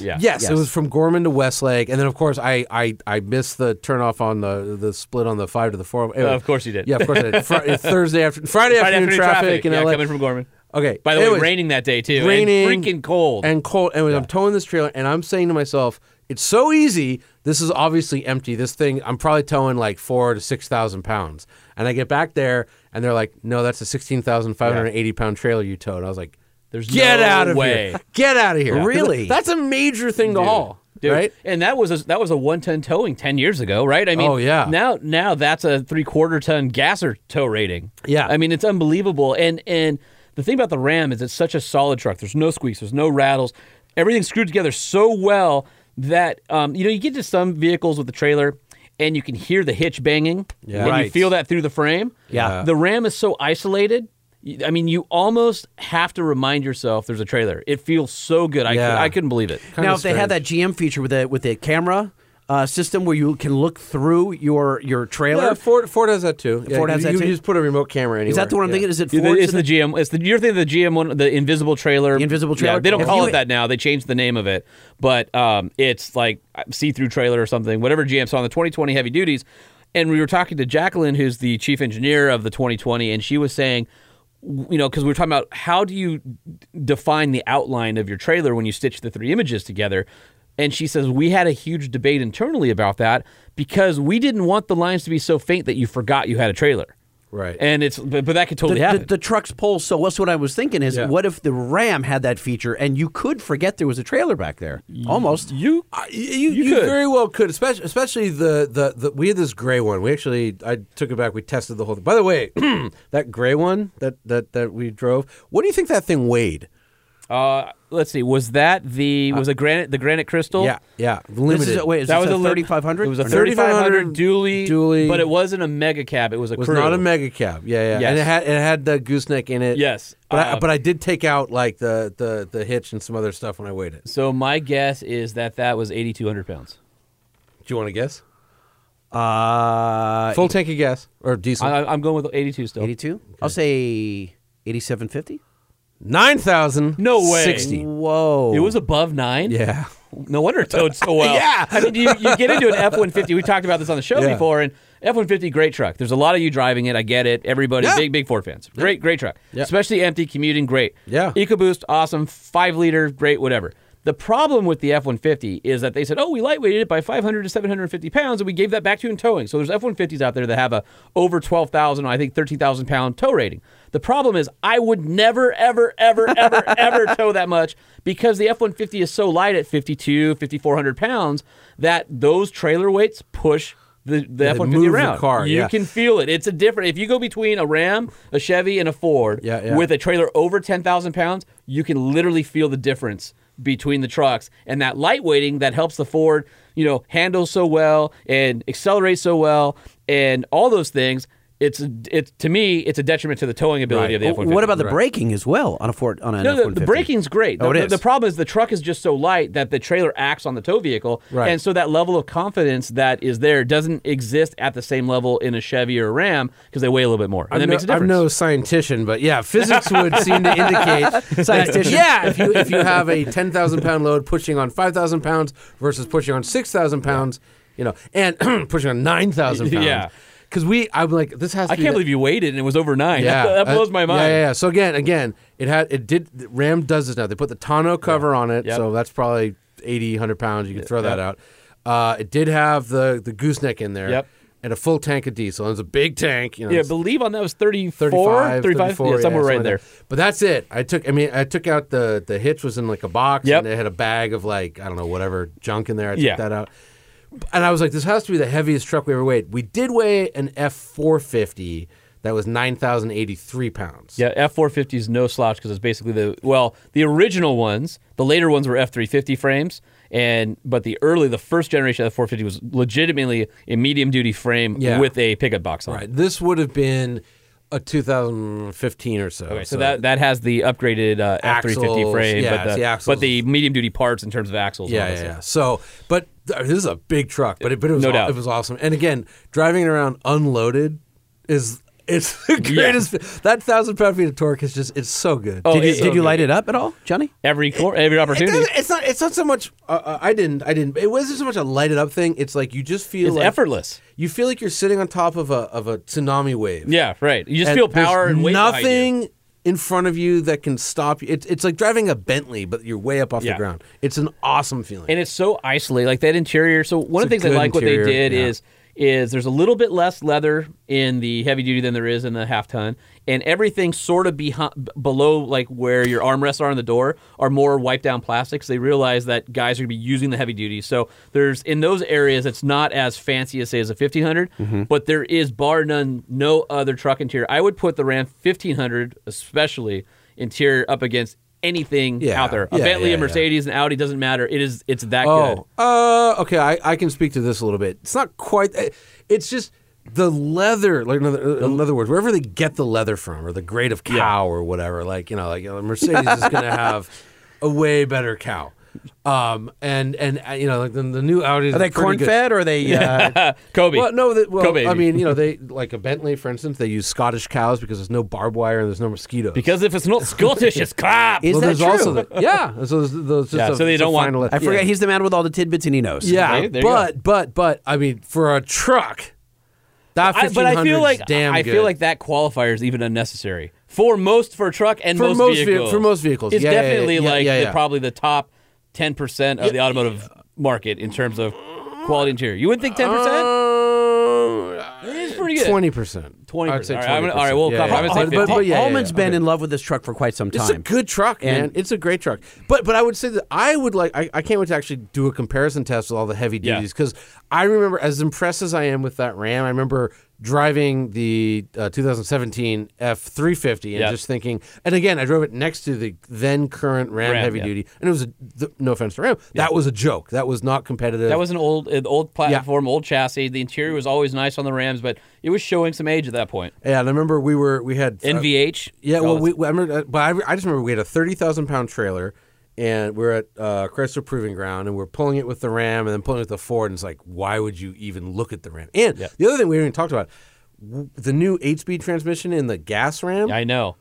Speaker 1: Yeah.
Speaker 5: Yes,
Speaker 2: Yes.
Speaker 5: it was from Gorman to Westlake, and then of course I I, I missed the turnoff on the the split on the five to the four. Anyway,
Speaker 1: of course you did.
Speaker 5: Yeah, of course I did. Fri- Thursday after
Speaker 1: Friday
Speaker 5: Friday, afternoon,
Speaker 1: afternoon
Speaker 5: traffic,
Speaker 1: traffic.
Speaker 5: in
Speaker 1: yeah,
Speaker 5: LA.
Speaker 1: coming from Gorman.
Speaker 5: Okay,
Speaker 1: By the way,
Speaker 5: anyways,
Speaker 1: raining that day too. and
Speaker 5: raining,
Speaker 1: freaking cold.
Speaker 5: and cold. And I'm towing this trailer, and I'm saying to myself, "It's so easy. This is obviously empty. This thing, I'm probably towing like four to six thousand pounds." And I get back there, and they're like, "No, that's a sixteen thousand five hundred eighty pound trailer you towed." I was like,
Speaker 1: There's
Speaker 5: get
Speaker 1: no
Speaker 5: out of
Speaker 1: way.
Speaker 5: here! Get out of here! 'Cause
Speaker 2: Really?
Speaker 5: That's a major thing to haul,
Speaker 1: Dude,
Speaker 5: right?
Speaker 1: And that was a, that was a one ton towing ten years ago, right? I mean,
Speaker 5: Oh, yeah.
Speaker 1: Now now that's a three quarter ton gasser tow rating.
Speaker 5: Yeah.
Speaker 1: I mean it's unbelievable. And and the thing about the Ram is it's such a solid truck. There's no squeaks. There's no rattles. Everything's screwed together so well that um, you know you get to some vehicles with the trailer and you can hear the hitch banging and you
Speaker 5: Right.
Speaker 1: feel that through the frame.
Speaker 2: Yeah.
Speaker 1: The Ram is so isolated. y- I mean, you almost have to remind yourself there's a trailer. It feels so good. I,
Speaker 5: Yeah.
Speaker 1: cou- I couldn't believe it.
Speaker 2: now, if they had that GM feature with a with a camera uh, system where you can look through your your trailer,
Speaker 5: Yeah, Uh, Ford Ford has that too. Yeah,
Speaker 2: Ford has
Speaker 5: you,
Speaker 2: that
Speaker 5: you
Speaker 2: too?
Speaker 5: just put a remote camera anywhere.
Speaker 2: is that the one I'm
Speaker 5: Yeah.
Speaker 2: thinking? Is it
Speaker 1: Yeah,
Speaker 2: Ford?
Speaker 1: It's the GM. It's the you're thinking of the GM one, the invisible trailer.
Speaker 2: The invisible
Speaker 1: Yeah,
Speaker 2: trailer?
Speaker 1: they don't
Speaker 2: If
Speaker 1: call
Speaker 2: you-
Speaker 1: it that now. They changed the name of it, but um, it's like see-through trailer or something. Whatever GM saw on the 2020 heavy duties, and we were talking to Jacqueline, who's the chief engineer of the 2020, and she was saying. w- You know, because we were talking about how do you define the outline of your trailer when you stitch the three images together, and she says we had a huge debate internally about that because we didn't want the lines to be so faint that you forgot you had a trailer,
Speaker 5: Right.
Speaker 1: And it's but, but that could totally
Speaker 2: the,
Speaker 1: happen.
Speaker 2: the, the trucks pull so well. So what I was thinking is,
Speaker 5: Yeah.
Speaker 2: what if the Ram had that feature and you could forget there was a trailer back there? Almost.
Speaker 1: You
Speaker 5: I- you, you,
Speaker 1: could.
Speaker 5: very well could, especially especially the, the, the we had this gray one. We actually I took it back. We tested the whole thing. By the way, that gray one that, that that we drove. What do you think that thing weighed?
Speaker 1: uh, let's see. Was that the was a granite the granite crystal?
Speaker 5: Uh, Yeah, yeah,
Speaker 2: This
Speaker 5: limited.
Speaker 2: is a, wait, is
Speaker 1: that
Speaker 2: this
Speaker 1: was a
Speaker 2: a
Speaker 1: lim-
Speaker 2: 3500?
Speaker 1: It was a
Speaker 2: Or no?
Speaker 1: 3500
Speaker 5: 3500
Speaker 1: dually,
Speaker 5: dually.
Speaker 1: but it wasn't a mega cab. It was a
Speaker 5: was
Speaker 1: crew.
Speaker 5: not a mega cab. Yeah, yeah. And it
Speaker 1: Yes.
Speaker 5: had it had the gooseneck in it.
Speaker 1: Yes.
Speaker 5: But I,
Speaker 1: Uh,
Speaker 5: but I did take out like the, the the hitch and some other stuff when I weighed it.
Speaker 1: So my guess is that that was 8,200 pounds.
Speaker 5: Do you want to guess?
Speaker 2: Uh,
Speaker 5: Full tank of gas or diesel?
Speaker 1: I, I'm going with 82 still.
Speaker 2: 82? I'll say 8750.
Speaker 5: Nine thousand.
Speaker 1: No way.
Speaker 5: Sixty.
Speaker 2: Whoa.
Speaker 1: It was above nine.
Speaker 5: Yeah.
Speaker 1: No wonder it towed so well.
Speaker 5: Yeah.
Speaker 1: I mean, you, you get into an F one fifty. We talked about this on the show
Speaker 5: Yeah.
Speaker 1: before, and F one fifty, great truck. There's a lot of you driving it. I get it. Everybody,
Speaker 5: Yeah.
Speaker 1: big big Ford fans. Great, great truck.
Speaker 5: Yeah.
Speaker 1: Especially empty commuting, great.
Speaker 5: Yeah.
Speaker 1: EcoBoost, awesome. Five liter, great. Whatever. The problem with the F one fifty is that they said, oh, we lightweighted it by five hundred to seven hundred and fifty pounds, and we gave that back to you in towing. So there's F one fifties out there that have a over twelve thousand, I think thirteen thousand pound tow rating. The problem is I would never, ever, ever, ever, ever tow that much because the F 150 is so light at 52, 5,400 pounds that those trailer weights push the, the F 150
Speaker 5: move the
Speaker 1: around.
Speaker 5: car,
Speaker 1: you
Speaker 5: yeah.
Speaker 1: can feel it. It's a different. If you go between a Ram, a Chevy, and a Ford
Speaker 5: Yeah, yeah.
Speaker 1: with a trailer over 10,000 pounds, you can literally feel the difference between the trucks and that light weighting that helps the Ford, you know, handle so well and accelerate so well and all those things. It's it's to me, it's a detriment to the towing ability of the F
Speaker 2: Oh,
Speaker 1: one fifty.
Speaker 2: What about the braking as well on a Ford on an
Speaker 1: No, the,
Speaker 2: F-150?
Speaker 1: the braking's great. The,
Speaker 2: Oh, it
Speaker 1: the-
Speaker 2: is.
Speaker 1: the problem is the truck is just so light that the trailer acts on the tow vehicle,
Speaker 5: Right.
Speaker 1: and so that level of confidence that is there doesn't exist at the same level in a Chevy or a Ram because they weigh a little bit more, and that
Speaker 5: I'm
Speaker 1: makes a
Speaker 5: no-
Speaker 1: difference.
Speaker 5: I'm no scientician, but yeah, physics would seem to indicate scientician. yeah, if you if you have a ten thousand pound load pushing on five thousand pounds versus pushing on six thousand pounds, you know, and pushing on nine thousand pounds.
Speaker 1: Yeah.
Speaker 5: because we, I'm like, this has. To
Speaker 1: I
Speaker 5: be
Speaker 1: can't
Speaker 5: the-
Speaker 1: believe you weighed it and it was over nine.
Speaker 5: yeah,
Speaker 1: that blows
Speaker 5: uh,
Speaker 1: my mind.
Speaker 5: Yeah, yeah, yeah. So again, again, it had it did Ram does this now. They put the tonneau cover on it,
Speaker 1: Yep.
Speaker 5: so that's probably 80, 100 pounds. You can throw that out. Uh, it did have the the gooseneck in there,
Speaker 1: Yep.
Speaker 5: and a full tank of diesel. And it's a big tank, you know.
Speaker 1: Yeah, I
Speaker 5: it's-
Speaker 1: believe on that was 34,
Speaker 5: 35,
Speaker 1: 35?
Speaker 5: 34,
Speaker 1: yeah, somewhere
Speaker 5: something
Speaker 1: right
Speaker 5: like
Speaker 1: there.
Speaker 5: that. But that's it. I took. I mean, I took out the the hitch was in like a box,
Speaker 1: Yep.
Speaker 5: and it had a bag of like I don't know whatever junk in there. I took
Speaker 1: Yeah.
Speaker 5: that out, and I was like, this has to be the heaviest truck we ever weighed. We did weigh an F four fifty that was nine thousand eighty three pounds.
Speaker 1: Yeah, F four fifty is no slouch because it's basically the well, the original ones, the later ones were F three fifty frames, and but the early, the first generation of the four fifty was legitimately a medium duty frame
Speaker 5: Yeah.
Speaker 1: with a pickup box on. it.
Speaker 5: Right. This would have been a 2015 or so.
Speaker 1: Okay, so, that that has the upgraded uh, F350
Speaker 5: Axles,
Speaker 1: frame,
Speaker 5: yeah,
Speaker 1: but
Speaker 5: it's
Speaker 1: the,
Speaker 5: the axles.
Speaker 1: but the medium duty parts in terms of axles. and all
Speaker 5: yeah,
Speaker 1: that
Speaker 5: yeah,
Speaker 1: stuff.
Speaker 5: yeah. So, but th- this is a big truck, but it, but it was
Speaker 1: No
Speaker 5: aw-
Speaker 1: doubt.
Speaker 5: it was awesome. And again, driving it around unloaded is it's the greatest. That thousand pound feet of torque is just it's so good.
Speaker 1: Oh,
Speaker 2: Did you,
Speaker 1: it's so
Speaker 2: did you
Speaker 1: good.
Speaker 2: light it up at all, Johnny?
Speaker 1: every cor- every
Speaker 5: It
Speaker 1: opportunity?
Speaker 5: doesn't- it's not. It's not so much. Uh, uh, I didn't. I didn't. It wasn't so much a lighted up thing. It's like you just feel
Speaker 1: It's
Speaker 5: like-
Speaker 1: effortless.
Speaker 5: You feel like you're sitting on top of a of a tsunami wave.
Speaker 1: Yeah, right. You just
Speaker 5: And
Speaker 1: feel power
Speaker 5: there's
Speaker 1: and weight behind you.
Speaker 5: Nothing in front of you that can stop you. It's it's like driving a Bentley, but you're way up off
Speaker 1: Yeah.
Speaker 5: the ground. It's an awesome feeling.
Speaker 1: and it's so isolated. Like that interior. So one of the things
Speaker 5: It's a
Speaker 1: I
Speaker 5: good
Speaker 1: like what they
Speaker 5: interior,
Speaker 1: did
Speaker 5: yeah.
Speaker 1: is is there's a little bit less leather in the heavy duty than there is in the half ton, and everything sort of behind below like where your armrests are on the door are more wipe down plastics. They realize that guys are going to be using the heavy duty, so there's in those areas it's not as fancy as say as a 1500,
Speaker 5: Mm-hmm.
Speaker 1: but there is bar none no other truck interior. I would put the Ram 1500 especially interior up against anything
Speaker 5: Yeah.
Speaker 1: out there. A
Speaker 5: Yeah,
Speaker 1: Bentley,
Speaker 5: yeah,
Speaker 1: a
Speaker 5: yeah.
Speaker 1: Mercedes, an Audi doesn't matter. It is it's that good.
Speaker 5: Oh, uh, okay. I, I can speak to this a little bit. It's not quite. eh, It's just the leather. Like in other, in other words, wherever they get the leather from, or the grade of cow, or whatever. Like you know, like you know, Mercedes is going to have a way better cow. Um, and and uh, you know, like the, the new Audi.
Speaker 2: Are they corn fed or are they? Uh,
Speaker 1: Kobe.
Speaker 5: Well, no, that well,
Speaker 1: Kobe.
Speaker 5: I mean, you know, they like a Bentley, for instance, they use Scottish cows because there's no barbed wire and there's no mosquitoes.
Speaker 1: because if it's not Scottish, it's crap.
Speaker 2: is
Speaker 5: well,
Speaker 2: that
Speaker 5: there's
Speaker 2: true?
Speaker 5: also the, yeah, so, there's, there's just
Speaker 1: Yeah,
Speaker 5: a-
Speaker 1: so they
Speaker 5: it's a
Speaker 1: don't want-
Speaker 5: final-
Speaker 2: I forget. He's the man with all the tidbits and he knows.
Speaker 5: Yeah,
Speaker 1: Okay, there you
Speaker 5: but but but I mean, for a truck, that
Speaker 1: I, but I
Speaker 5: 1500
Speaker 1: feel
Speaker 5: is
Speaker 1: like
Speaker 5: damn
Speaker 1: I
Speaker 5: good.
Speaker 1: feel like that qualifier is even unnecessary for most for truck and
Speaker 5: For
Speaker 1: most,
Speaker 5: most vehi-
Speaker 1: vehicles.
Speaker 5: for most vehicles.
Speaker 1: it's
Speaker 5: Yeah, yeah, yeah,
Speaker 1: definitely
Speaker 5: yeah,
Speaker 1: like
Speaker 5: yeah,
Speaker 1: the-
Speaker 5: yeah.
Speaker 1: probably the top ten percent of the automotive market in terms of quality interior. You wouldn't think ten percent? It's pretty good.
Speaker 5: Uh, Um, Twenty percent.
Speaker 1: 20%.
Speaker 5: I'd say
Speaker 1: All right,
Speaker 5: twenty.
Speaker 1: I'm gonna- all right, we'll
Speaker 5: yeah,
Speaker 1: cop- I'm
Speaker 5: yeah.
Speaker 1: gonna say
Speaker 5: But- but- but yeah, yeah,
Speaker 2: Allman's
Speaker 5: yeah.
Speaker 2: been in love with this truck for quite some time.
Speaker 5: It's a good truck, man.
Speaker 2: And-
Speaker 5: it's a great truck. But but I would say that I would like. I, I can't wait to actually do a comparison test with all the heavy
Speaker 1: Yeah.
Speaker 5: duties because I remember as impressed as I am with that Ram. I remember driving the uh, 2017 F350 and
Speaker 1: Yeah.
Speaker 5: just thinking. And again, I drove it next to the then current Ram,
Speaker 1: Ram,
Speaker 5: heavy
Speaker 1: yeah.
Speaker 5: duty, and it was a, th- no offense to Ram. That was a joke. That was not competitive.
Speaker 1: That was an old an old platform, old chassis. The interior was always nice on the Rams, but it was showing some age at that point.
Speaker 5: Yeah, and I remember we were we had uh,
Speaker 1: NVH.
Speaker 5: Yeah,
Speaker 1: Call
Speaker 5: well,
Speaker 1: it.
Speaker 5: we, we- I remember, uh, but I, I just remember we had a thirty thousand pound trailer, and we are at uh, Chrysler Proving Ground, and we're pulling it with the Ram, and then pulling it with the Ford, and it's like, why would you even look at the Ram? And the other thing we haven't even talked about, w- the new eight-speed transmission in the gas Ram.
Speaker 1: I know.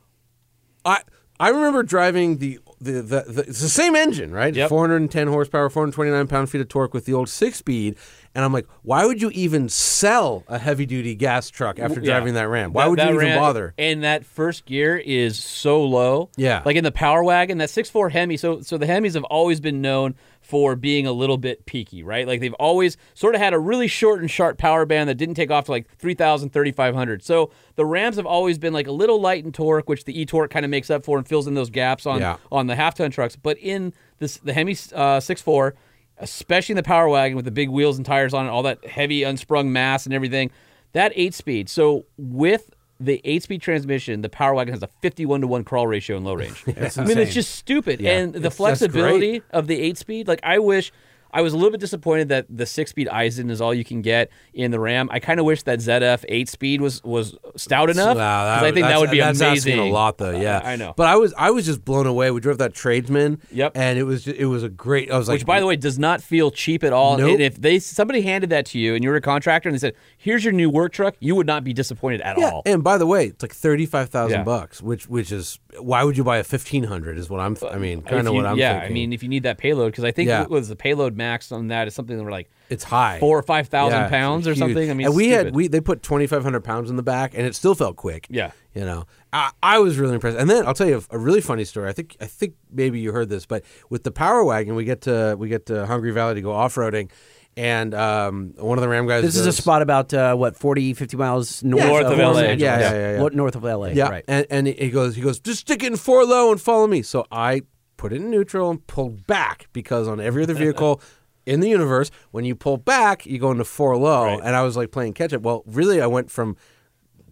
Speaker 5: I I remember driving the the, the, the it's the same engine, right?
Speaker 1: Yep.
Speaker 5: 410 horsepower, 429 pound feet of torque with the old six speed. And I'm like, why would you even sell a heavy duty gas truck after
Speaker 1: Yeah.
Speaker 5: driving that Ram? Why would
Speaker 1: that
Speaker 5: you even
Speaker 1: Ram-
Speaker 5: bother?
Speaker 1: And that first gear is so low.
Speaker 5: Yeah.
Speaker 1: Like in the Power Wagon, that 6.4 Hemi. So, so the Hemis have always been known for being a little bit peaky, right? Like they've always sort of had a really short and sharp power band that didn't take off to like 3,000, 3,500. So the Rams have always been like a little light in torque, which the E torque kind of makes up for and fills in those gaps on,
Speaker 5: Yeah.
Speaker 1: on the half ton trucks. But in this, the Hemi uh, 6.4, especially in the Power Wagon with the big wheels and tires on it, all that heavy unsprung mass and everything, that eight speed. So with the eight speed transmission, the Power Wagon has a 51 to 1 crawl ratio in low range. I mean, it's just stupid. And the
Speaker 5: It's- that's
Speaker 1: flexibility of the eight speed, like, I wish. I was a little bit disappointed that the six speed Eisen is all you can get in the Ram. I kind of wish that ZF eight speed was was stout enough.
Speaker 5: Wow,
Speaker 1: 'cause I think that
Speaker 5: that's-
Speaker 1: would be
Speaker 5: that's
Speaker 1: amazing.
Speaker 5: asking a lot, though. Yeah,
Speaker 1: I know.
Speaker 5: But I was I was just blown away. We drove that tradesman.
Speaker 1: Yep.
Speaker 5: And it was ju- it was a great. I was like,
Speaker 1: Which, by the way, does not feel cheap at all.
Speaker 5: Nope.
Speaker 1: And if they somebody handed that to you and you were a contractor and they said, "Here's your new work truck," you would not be disappointed at
Speaker 5: yeah.
Speaker 1: all.
Speaker 5: And by the way, it's like thirty five thousand
Speaker 1: Yeah.
Speaker 5: bucks, which which is why would you buy a fifteen hundred? Is what I'm. Th- I mean,
Speaker 1: If
Speaker 5: kind of
Speaker 1: you-
Speaker 5: what I'm.
Speaker 1: yeah,
Speaker 5: thinking.
Speaker 1: I mean, if you need that payload, because I think
Speaker 5: Yeah.
Speaker 1: what was the payload max on that is something that we're like
Speaker 5: it's high.
Speaker 1: four or five thousand
Speaker 5: Yeah, it's
Speaker 1: pounds or
Speaker 5: huge.
Speaker 1: something. I mean,
Speaker 5: and we had
Speaker 1: stupid.
Speaker 5: we they put twenty five hundred pounds in the back, and it still felt quick.
Speaker 1: Yeah.
Speaker 5: you know, I, I was really impressed. And then I'll tell you a, a really funny story. I think I think maybe you heard this, but with the power wagon, we get to we get to Hungry Valley to go off roading, and um, one of the Ram guys.
Speaker 2: This is a
Speaker 5: goes-
Speaker 2: spot about uh, what 40, 50 miles north,
Speaker 1: North of
Speaker 2: Los
Speaker 1: LA.
Speaker 2: Angeles.
Speaker 5: Yeah, yeah, yeah, yeah.
Speaker 2: What north of LA?
Speaker 5: Yeah,
Speaker 2: right.
Speaker 5: and, and he goes he goes just stick it in four low and follow me. So I put it in neutral and pulled back because on every other vehicle. In the universe, when you pull back, you go into four low, and I was like playing catch up. Well, really, I went from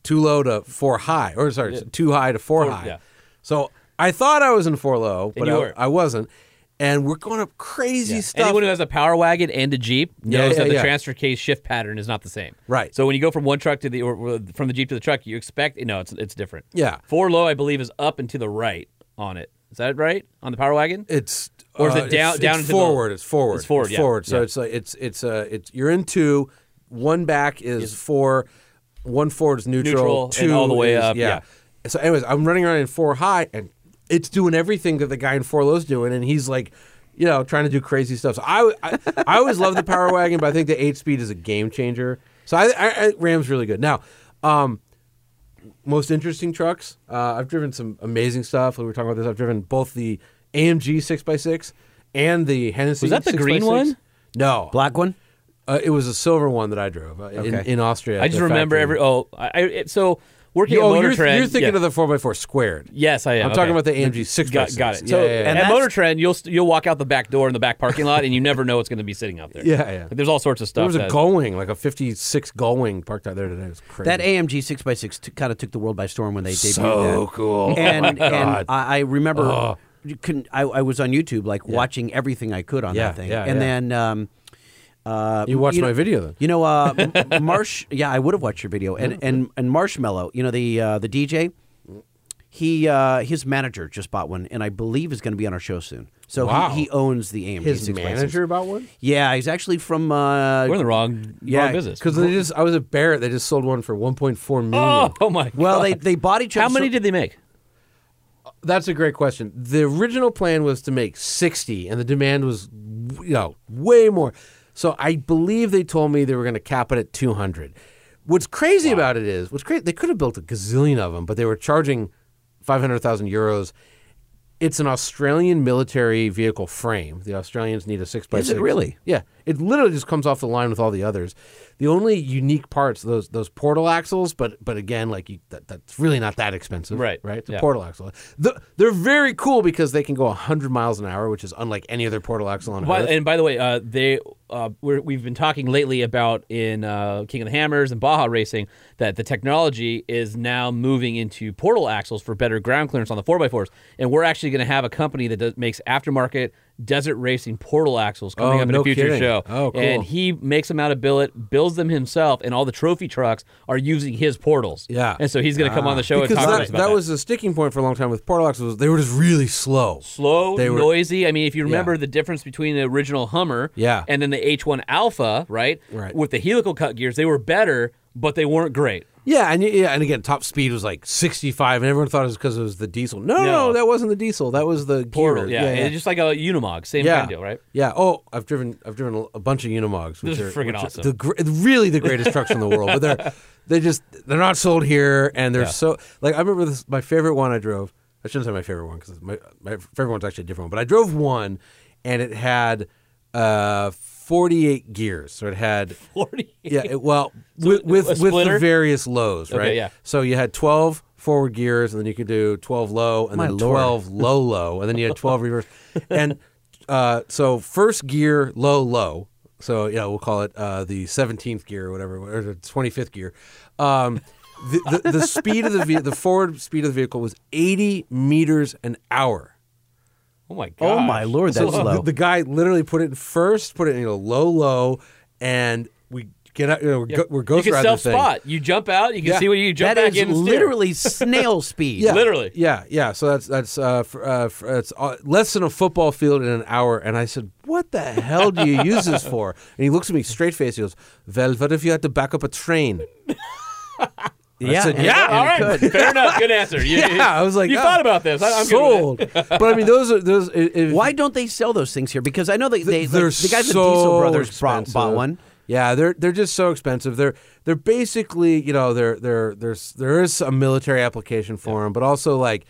Speaker 5: too low to four high, or sorry, too high to four, high.
Speaker 1: yeah.
Speaker 5: So I thought I was in four low, but
Speaker 1: you
Speaker 5: I,
Speaker 1: weren't.
Speaker 5: I wasn't. and we're going up crazy stuff.
Speaker 1: Anyone who has a power wagon and a jeep knows
Speaker 5: yeah,
Speaker 1: that the
Speaker 5: yeah.
Speaker 1: transfer case shift pattern is not the same.
Speaker 5: Right.
Speaker 1: So when you go from one truck to the or, or from the jeep to the truck, you expect no, it's it's different.
Speaker 5: Yeah.
Speaker 1: Four low, I believe, is up and to the right on it. Is that right on the power wagon?
Speaker 5: It's
Speaker 1: Or is
Speaker 5: uh,
Speaker 1: it down-
Speaker 5: it's,
Speaker 1: down
Speaker 5: it's
Speaker 1: into the-
Speaker 5: forward. It's forward.
Speaker 1: It's forward, yeah.
Speaker 5: forward. So
Speaker 1: Yeah.
Speaker 5: it's like it's it's uh it's you're in two. One back is four. One forward is neutral.
Speaker 1: Neutral and
Speaker 5: two
Speaker 1: all the way
Speaker 5: is-
Speaker 1: up,
Speaker 5: Yeah. So, anyways, I'm running around in four high, and it's doing everything that the guy in four low's doing, and he's like. You know, trying to do crazy stuff. So I, I, I always love the power wagon, but I think the eight speed is a game changer. So I, I, I Ram's really good. Now, um, most interesting trucks. Uh, I've driven some amazing stuff. We were talking about this. I've driven both the AMG 6x6 and the Hennessy.
Speaker 1: Was that the
Speaker 5: 6x6.
Speaker 1: green one?
Speaker 5: No,
Speaker 2: Black one.
Speaker 5: Uh, it was a silver one that I drove uh, in,
Speaker 2: Okay.
Speaker 5: in Austria.
Speaker 1: I
Speaker 5: at
Speaker 1: just
Speaker 5: the
Speaker 1: remember
Speaker 5: factory.
Speaker 1: every oh I, I it, so working
Speaker 5: You-
Speaker 1: at
Speaker 5: oh,
Speaker 1: Motor
Speaker 5: you're,
Speaker 1: Trend.
Speaker 5: you're thinking
Speaker 1: yeah.
Speaker 5: of the 4x4 squared.
Speaker 1: Yes, I am.
Speaker 5: I'm talking
Speaker 1: okay.
Speaker 5: about the AMG 6x6.
Speaker 1: Got, got it.
Speaker 5: Yeah,
Speaker 1: so
Speaker 5: yeah, yeah.
Speaker 1: at
Speaker 2: that's-
Speaker 1: Motor Trend, you'll st- you'll walk out the back door in the back parking lot, and you never know what's going to be sitting out there.
Speaker 5: Yeah, yeah.
Speaker 1: Like, there's all sorts of stuff.
Speaker 5: there was a
Speaker 1: that-
Speaker 5: Gullwing, like a 56 Gullwing parked out there today. It was crazy.
Speaker 2: That AMG 6x6 t- kind of took the world by storm when they debuted
Speaker 5: So
Speaker 2: that.
Speaker 5: cool.
Speaker 2: And,
Speaker 5: Oh my
Speaker 2: and
Speaker 5: God. Oh.
Speaker 2: I, I remember you couldn't, I, I was on YouTube like watching everything I could on
Speaker 5: Yeah,
Speaker 2: that thing.
Speaker 5: yeah,
Speaker 2: and
Speaker 5: yeah.
Speaker 2: then um, uh,
Speaker 5: You watched
Speaker 2: know-
Speaker 5: my video then.
Speaker 2: You know, uh, M- Marsh. Yeah, I would have watched your video. And
Speaker 1: Mm-hmm.
Speaker 2: and and Marshmallow. You know the uh, the DJ. He uh, his manager just bought one, and I believe is going to be on our show soon. So he-
Speaker 5: Wow.
Speaker 2: he, owns the AMG.
Speaker 5: His
Speaker 2: 6x6.
Speaker 5: manager about one?
Speaker 2: Yeah, he's actually from. Uh,
Speaker 1: We're in the wrong,
Speaker 2: Yeah,
Speaker 1: wrong business.
Speaker 5: Because they just, I was at Barrett. They just sold one for 1.4 million.
Speaker 1: Oh, oh my.
Speaker 2: well,
Speaker 1: God.
Speaker 2: they they bought each other.
Speaker 1: how many
Speaker 2: so-
Speaker 1: did they make?
Speaker 5: That's a great question. The original plan was to make 60, and the demand was, you know, way more. So I believe they told me they were going to cap it at 200. What's crazy about it is, what's crazy, they could have built a gazillion of them, but they were charging 500,000 euros. It's an Australian military vehicle frame. The Australians need a six by
Speaker 2: Is it
Speaker 5: six.
Speaker 2: really?
Speaker 5: Yeah, it literally just comes off the line with all the others. The only unique parts those those portal axles, but but again, like you, that, that's really not that expensive,
Speaker 1: Right,
Speaker 5: Right, it's
Speaker 1: yeah.
Speaker 5: a portal axle. The, they're very cool because they can go hundred miles an hour, which is unlike any other portal axle on
Speaker 1: By,
Speaker 5: earth.
Speaker 1: and by the way, uh, they uh, we're, we've been talking lately about in uh, King of the Hammers and Baja Racing that the technology is now moving into portal axles for better ground clearance on the 4x4s. And we're actually going to have a company that does, makes aftermarket desert racing portal axles coming
Speaker 5: Oh,
Speaker 1: up in
Speaker 5: no
Speaker 1: a future
Speaker 5: kidding.
Speaker 1: show.
Speaker 5: Oh, cool.
Speaker 1: And he makes them out of billet, builds them himself, and all the trophy trucks are using his portals.
Speaker 5: Yeah. Ah.
Speaker 1: And so he's going to come on the show
Speaker 5: because
Speaker 1: and talk to
Speaker 5: that,
Speaker 1: us
Speaker 5: that,
Speaker 1: about that.
Speaker 5: was a sticking point for a long time with portal axles. They were just really slow.
Speaker 1: slow,
Speaker 5: They were-
Speaker 1: noisy. I mean, if you remember the difference between the original Hummer
Speaker 5: Yeah.
Speaker 1: and then the H1 Alpha, right?
Speaker 5: Right.
Speaker 1: With the helical cut gears, they were better, but they weren't great.
Speaker 5: Yeah, and yeah, and again, top speed was like sixty-five, and everyone thought it was because it was the diesel. No, no,
Speaker 1: No.
Speaker 5: that wasn't the diesel. That was the
Speaker 1: Portal,
Speaker 5: gear.
Speaker 1: yeah. It's just like a Unimog, same
Speaker 5: yeah.
Speaker 1: kind of deal, right?
Speaker 5: Yeah. Oh, I've driven. I've driven a bunch of Unimogs. Which
Speaker 1: Those are friggin'
Speaker 5: which
Speaker 1: awesome.
Speaker 5: The gr- really the greatest trucks in the world, but they're they just they're not sold here, and they're so like I remember this my favorite one I drove. I shouldn't say my favorite one because my my favorite one's actually a different one, but I drove one, and it had uh 48 gears, so it had.
Speaker 1: 40.
Speaker 5: Yeah, it, well, with with, with
Speaker 1: splitter?
Speaker 5: the various lows, right?
Speaker 1: yeah.
Speaker 5: So you had 12 forward gears, and then you could do 12 low, and
Speaker 2: My
Speaker 5: then
Speaker 2: lord.
Speaker 5: 12 low, low, and then you had 12 reverse. And uh, so first gear, low, low. So yeah, we'll call it uh, the 17th gear or whatever, or the 25th gear. Um, the, the, the speed of the ve- the forward speed of the vehicle was 80 meters an hour.
Speaker 1: Oh, my God.
Speaker 2: Oh my lord, that's
Speaker 5: So
Speaker 2: low.
Speaker 5: The, the guy literally put it in first, put it in you know, low, low, and we get out. You know, we're, go, we're
Speaker 1: You
Speaker 5: ghost
Speaker 1: can
Speaker 5: riding the
Speaker 1: self
Speaker 5: thing.
Speaker 1: spot. You jump out, you can
Speaker 5: Yeah.
Speaker 1: see what you jump
Speaker 2: That
Speaker 1: back
Speaker 2: is
Speaker 1: in. and steer.
Speaker 2: literally snail speed.
Speaker 5: Yeah,
Speaker 1: Literally.
Speaker 5: Yeah, yeah. So that's that's uh, for, uh, for, it's uh, less than a football field in an hour. And I said, "What the hell do you use this for?" And he looks at me straight face. He goes, "Well, what if you had to back up a train?"
Speaker 2: yeah.
Speaker 5: said,
Speaker 2: and-
Speaker 5: yeah,
Speaker 2: and
Speaker 1: Ah, All
Speaker 2: it
Speaker 1: right.
Speaker 2: could.
Speaker 1: Fair enough. Good answer. You,
Speaker 5: yeah, I was like,
Speaker 1: you
Speaker 5: oh,
Speaker 1: thought about this. I, I'm good with
Speaker 5: sold." but I mean, those are those. If, if-
Speaker 2: Why don't they sell those things here? Because I know they, they
Speaker 5: they're
Speaker 2: like, the guys
Speaker 5: so
Speaker 2: at Diesel Brothers brought, bought
Speaker 5: expensive.
Speaker 2: one.
Speaker 5: Yeah, they're they're just so expensive. They're they're basically you know they're they're there's there is a military application for them, but also like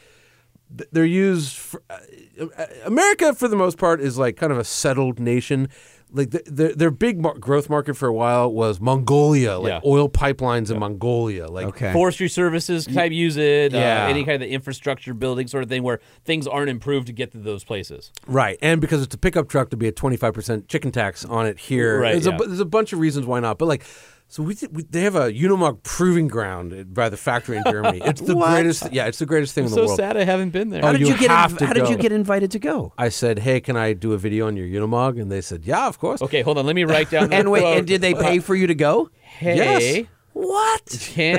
Speaker 5: th- uh, they're used. For, uh, America for the most part is like kind of a settled nation. like the, the, their big mar- growth market for a while was Mongolia, like
Speaker 1: Yeah.
Speaker 5: oil pipelines in Mongolia. Like
Speaker 2: Okay.
Speaker 1: Forestry services type use it.
Speaker 5: Yeah.
Speaker 1: Uh, any kind of the infrastructure building sort of thing where things aren't improved to get to those places.
Speaker 5: Right, and because it's a pickup truck, to be a twenty five percent chicken tax on it here.
Speaker 1: Right,
Speaker 5: there's,
Speaker 1: yeah.
Speaker 5: a, bu- there's a bunch of reasons why not, but like, so we, we they have a Unimog proving ground by the factory in Germany. It's the
Speaker 2: What?
Speaker 5: greatest. Yeah, it's the greatest thing in the
Speaker 1: So
Speaker 5: world.
Speaker 1: sad I haven't been there.
Speaker 5: Oh,
Speaker 2: How did
Speaker 5: you
Speaker 2: you, get?
Speaker 5: have to
Speaker 2: how did
Speaker 5: go.
Speaker 2: you get invited to go?
Speaker 5: I said, "Hey, can I do a video on your Unimog?" And they said, "Yeah, of course."
Speaker 1: okay, hold on. Let me write down. the
Speaker 2: And wait,
Speaker 1: quote.
Speaker 2: and did they pay for you to go?
Speaker 1: Hey,
Speaker 5: Yes.
Speaker 2: What?
Speaker 1: can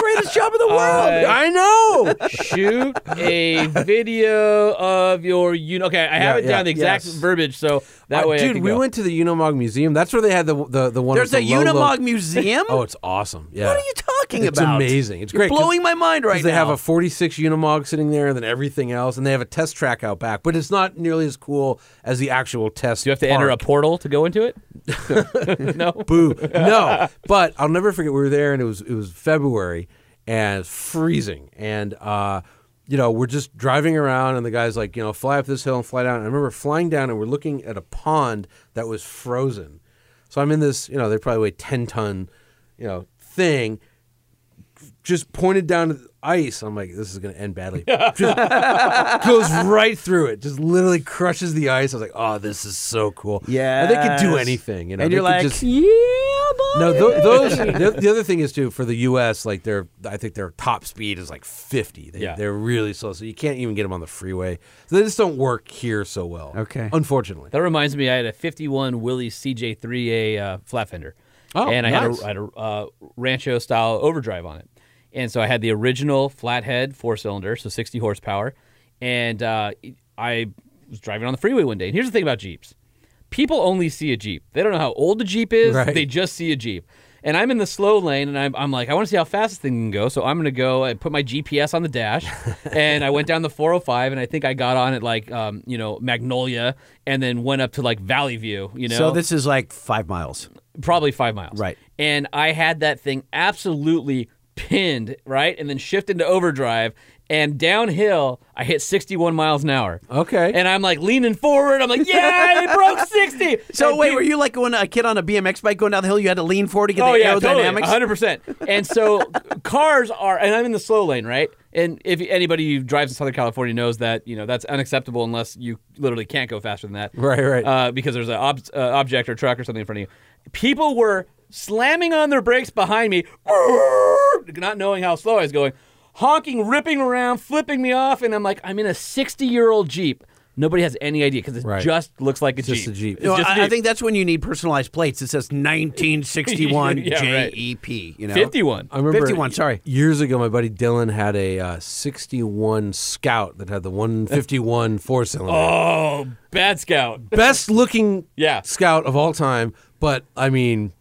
Speaker 2: Greatest job in
Speaker 5: Oh,
Speaker 2: the world.
Speaker 1: I-
Speaker 5: I know.
Speaker 1: shoot a video of your you okay i have
Speaker 5: Yeah,
Speaker 1: it down
Speaker 5: yeah,
Speaker 1: the exact
Speaker 5: yes.
Speaker 1: verbiage so that
Speaker 5: Uh,
Speaker 1: way I
Speaker 5: dude,
Speaker 1: can
Speaker 5: we
Speaker 1: go.
Speaker 5: went to the Unimog Museum. That's where they had the the, the one.
Speaker 2: There's a
Speaker 5: with the Lolo-
Speaker 2: Unimog museum.
Speaker 5: Oh, it's awesome. Yeah.
Speaker 2: What are you talking
Speaker 5: It's
Speaker 2: about?
Speaker 5: amazing. It's
Speaker 2: You're
Speaker 5: great 'cause-
Speaker 2: blowing my mind right
Speaker 5: Because they
Speaker 2: now.
Speaker 5: have a 46 Unimog sitting there and then everything else, and they have a test track out back, but it's not nearly as cool as the actual test.
Speaker 1: do you have to enter a
Speaker 5: park.
Speaker 1: portal to go into it no
Speaker 5: Boo. No, but I'll never forget we were there, and it was it was February, and it's freezing, and uh, you know we're just driving around, and the guy's like, you know, fly up this hill and fly down. And I remember flying down, and we're looking at a pond that was frozen. So I'm in this, you know, they probably weigh 10 ton, you know, thing. Just pointed down to the ice. I'm like, this is gonna end badly. Just goes right through it. Just literally crushes the ice. I was like, oh, this is so cool. And they could do
Speaker 2: Yes.
Speaker 5: anything. You know,
Speaker 2: and
Speaker 5: They
Speaker 2: you're
Speaker 5: could
Speaker 2: like,
Speaker 5: just-
Speaker 2: yeah, buddy.
Speaker 5: no, tho- those. the, the other thing is too for the U.S. Like their, I think their top speed is like fifty. They,
Speaker 1: Yeah.
Speaker 5: they're really slow, so you can't even get them on the freeway. So they just don't work here so well.
Speaker 2: Okay.
Speaker 5: unfortunately.
Speaker 1: that reminds me i had a 51 willie cj3a uh, flat fender
Speaker 5: Oh,
Speaker 1: and i
Speaker 5: nice.
Speaker 1: had a, I had a uh, rancho style overdrive on it and so i had the original flathead four cylinder so 60 horsepower and uh, i was driving on the freeway one day and here's the thing about jeeps people only see a Jeep. They don't know how old the Jeep is.
Speaker 5: Right.
Speaker 1: They just see a Jeep. And I'm in the slow lane, and I'm, I'm like, I want to see how fast this thing can go. So I'm going to go and put my GPS on the dash. and I went down the 405, and I think I got on at like, um, you know, Magnolia, and then went up to like Valley View, you know?
Speaker 2: So this is like five miles.
Speaker 1: probably five miles.
Speaker 2: Right.
Speaker 1: And I had that thing absolutely pinned, right? And then shifted to overdrive. And downhill, I hit 61 miles an hour.
Speaker 5: Okay.
Speaker 1: And I'm like leaning forward. I'm like, yeah, it broke 60.
Speaker 2: So
Speaker 1: And
Speaker 2: wait,
Speaker 1: people-
Speaker 2: were you like going a kid on a BMX bike going down the hill? You had to lean forward to get
Speaker 1: oh
Speaker 2: the
Speaker 1: yeah, totally,
Speaker 2: aerodynamics.
Speaker 1: 100%. And so cars are, and I'm in the slow lane, right? And if anybody who drives in Southern California knows that, you know, that's unacceptable unless you literally can't go faster than that.
Speaker 5: Right, right.
Speaker 1: Uh, because there's an ob- uh, object or truck or something in front of you. People were slamming on their brakes behind me, not knowing how slow I was going, honking, ripping around, flipping me off, and I'm like, I'm in a 60 year old Jeep. Nobody has any idea because it
Speaker 5: Right.
Speaker 1: just looks like a
Speaker 5: just
Speaker 1: Jeep.
Speaker 5: a Jeep.
Speaker 1: It's
Speaker 2: No,
Speaker 1: just a
Speaker 2: I, I
Speaker 1: Jeep.
Speaker 2: think that's when you need personalized plates. It says 1961
Speaker 1: Yeah, right.
Speaker 2: JEP. E You know,
Speaker 1: 51.
Speaker 5: I remember
Speaker 2: 51, sorry.
Speaker 5: years ago, my buddy Dylan had a uh, '61 Scout that had the 151 four cylinder.
Speaker 1: Oh, bad scout.
Speaker 5: Best looking
Speaker 1: Yeah.
Speaker 5: Scout of all time, but I mean.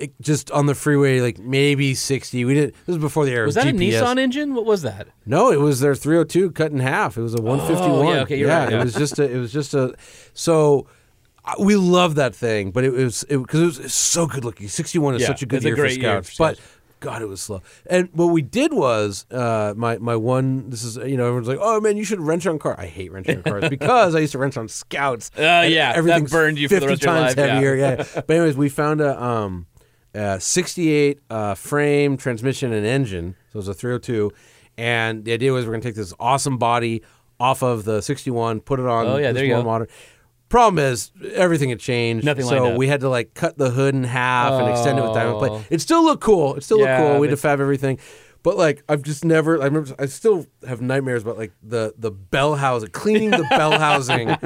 Speaker 5: It just on the freeway, like maybe sixty. We didn't. This was before the era
Speaker 1: Was
Speaker 5: of
Speaker 1: that
Speaker 5: GPS.
Speaker 1: a Nissan engine? What was that?
Speaker 5: No, it was their 302 cut in half. It was a 151.
Speaker 1: Oh, yeah, okay, you're right, yeah.
Speaker 5: it was just a. It was just a. So I- we love that thing, but it was because it, was it's so good looking. 61 is
Speaker 1: Yeah,
Speaker 5: such a good
Speaker 1: it's a
Speaker 5: year
Speaker 1: great
Speaker 5: for
Speaker 1: year
Speaker 5: scouts,
Speaker 1: for
Speaker 5: but. God, it was slow. And what we did was, uh, my my one. This is you know everyone's like, oh man, you should wrench on car. I hate wrenching on cars because I used to wrench on Scouts. Uh,
Speaker 1: yeah, that burned you for the rest of your
Speaker 5: times
Speaker 1: life, yeah.
Speaker 5: heavier. Yeah. But anyways, we found a um, uh, 68 uh, frame, transmission, and engine. So it was a 302. And the idea was we're going to take this awesome body off of the 61, put it on
Speaker 1: Oh, yeah,
Speaker 5: this
Speaker 1: there you
Speaker 5: more
Speaker 1: go.
Speaker 5: modern. Problem is, everything had changed.
Speaker 1: Nothing
Speaker 5: So
Speaker 1: lined up.
Speaker 5: we had to like cut the hood in half and extend it with diamond
Speaker 1: Oh.
Speaker 5: plate. It still looked cool. It still
Speaker 1: Yeah,
Speaker 5: looked cool. We had
Speaker 1: but-
Speaker 5: to fab everything. But like I've just never I remember I still have nightmares about like the the bell housing cleaning the bell housing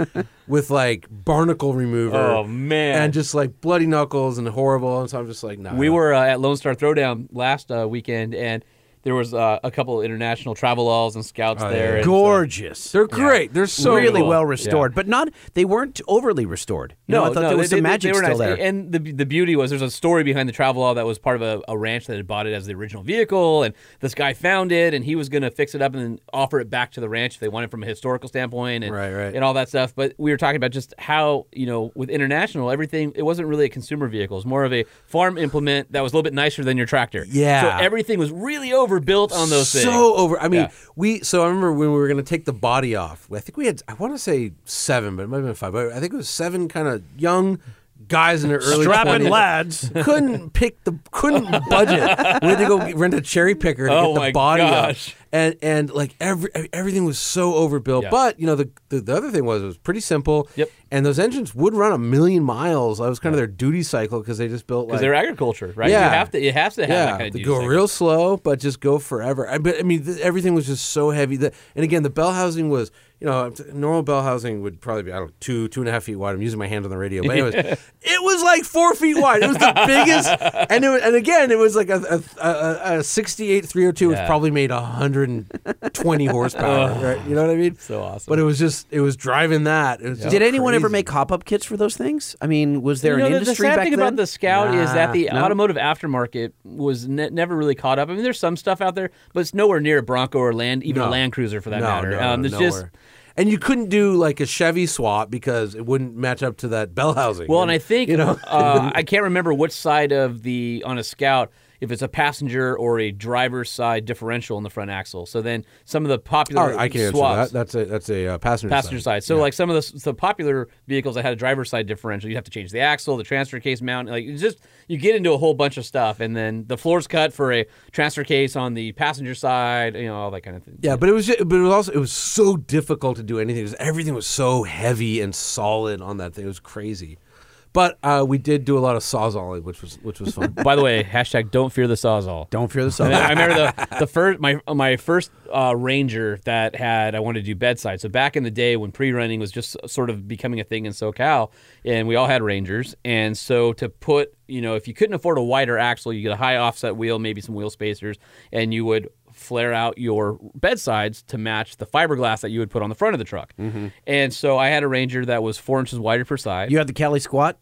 Speaker 5: with like barnacle remover
Speaker 1: Oh, man.
Speaker 5: and just like bloody knuckles and horrible and so I'm just like no
Speaker 1: We were uh, at Lone Star Throwdown last uh, weekend, and there was uh, a couple international travelogues and scouts there. and so-
Speaker 2: Gorgeous.
Speaker 5: they're great they're so
Speaker 2: really
Speaker 5: cool.
Speaker 2: well restored, but not. They weren't overly restored. You know, I thought there was
Speaker 1: they-
Speaker 2: some
Speaker 1: they-
Speaker 2: magic
Speaker 1: they were
Speaker 2: still
Speaker 1: nice.
Speaker 2: there.
Speaker 1: And the, the beauty was there's a story behind the Travelall that was part of a, a ranch that had bought it as the original vehicle, and this guy found it, and he was going to fix it up and then offer it back to the ranch if they wanted from a historical standpoint and,
Speaker 5: Right, right.
Speaker 1: and all that stuff. But we were talking about just how, you know, with international, everything, it wasn't really a consumer vehicle. It was more of a farm implement that was a little bit nicer than your tractor.
Speaker 5: Yeah.
Speaker 1: So everything was really overbuilt on those
Speaker 5: so
Speaker 1: things.
Speaker 5: over. I mean,
Speaker 1: Yeah.
Speaker 5: we. So I remember when we were going to take the body off. I think we had. I want to say seven, but it might have been five. But I think it was seven kind of young guys in their early
Speaker 7: Strapping
Speaker 5: 20s
Speaker 7: lads.
Speaker 5: couldn't pick the couldn't budget. We had to go rent a cherry picker to
Speaker 1: Oh
Speaker 5: get
Speaker 1: my
Speaker 5: the body
Speaker 1: gosh.
Speaker 5: up. And and like every everything was so overbuilt.
Speaker 1: Yeah.
Speaker 5: But you know the, the the other thing was it was pretty simple.
Speaker 1: Yep.
Speaker 5: And those engines would run a million miles. That was kind of their duty cycle because they just built like
Speaker 1: because they're agriculture, right?
Speaker 5: Yeah.
Speaker 1: You have to. You have to have
Speaker 5: yeah,
Speaker 1: that kind of.
Speaker 5: they
Speaker 1: duty
Speaker 5: go
Speaker 1: cycle.
Speaker 5: real slow, but just go forever. I, but, I mean, th- everything was just so heavy. That, and again, the bell housing was, you know, normal bell housing would probably be I don't know, two two and a half feet wide. I'm using my hand on the radio, but anyways, it was like four feet wide. It was the biggest, and it was, and again, it was like a a, a, a 68 302, which
Speaker 1: Yeah. Oh,
Speaker 5: probably made 120 horsepower. right? You know what I mean?
Speaker 1: So awesome.
Speaker 5: But it was just it was driving that. It was just
Speaker 2: Did anyone ever
Speaker 5: crazy.
Speaker 2: make hop up kits for those things? I mean, was
Speaker 1: You
Speaker 2: there an
Speaker 1: know, the-
Speaker 2: industry
Speaker 1: the sad
Speaker 2: back
Speaker 1: thing
Speaker 2: then?
Speaker 1: about the Scout is that the
Speaker 2: no?
Speaker 1: automotive aftermarket was ne- never really caught up. I mean, there's some stuff out there, but it's nowhere near a Bronco or Land, even a
Speaker 5: No.
Speaker 1: Land Cruiser for that matter. there's just
Speaker 5: nowhere. and you couldn't do like a Chevy swap because it wouldn't match up to that bell housing.
Speaker 1: Well, and I think
Speaker 5: you know,
Speaker 1: uh, I can't remember which side of the on a Scout if it's a passenger or a driver's side differential in the front axle. So then some of the popular
Speaker 5: Oh, I can answer
Speaker 1: swaps,
Speaker 5: that. That's a that's a uh, passenger
Speaker 1: passenger side. So like some of the, the popular vehicles that had a driver's side differential, you'd have to change the axle, the transfer case mount. Like it's just you get into a whole bunch of stuff, and then the floor's cut for a transfer case on the passenger side. You know all that kind of thing.
Speaker 5: Yeah, but it was ju- but it was also it was so difficult to do anything. It was- everything was so heavy and solid on that thing. It was crazy. But uh, we did do a lot of sawzalling, which was which was fun.
Speaker 1: By the way, hashtag don't fear the sawzall.
Speaker 2: Don't fear the
Speaker 1: And
Speaker 2: sun.
Speaker 1: I remember the, the first my my first uh, Ranger that had I wanted to do bedside. So back in the day when pre-running was just sort of becoming a thing in SoCal, and we all had Rangers, and so to put you know if you couldn't afford a wider axle, you get a high offset wheel, maybe some wheel spacers, and you would flare out your bedsides to match the fiberglass that you would put on the front of the truck. And so I had a Ranger that was four inches wider per side.
Speaker 2: you had the Cali squat.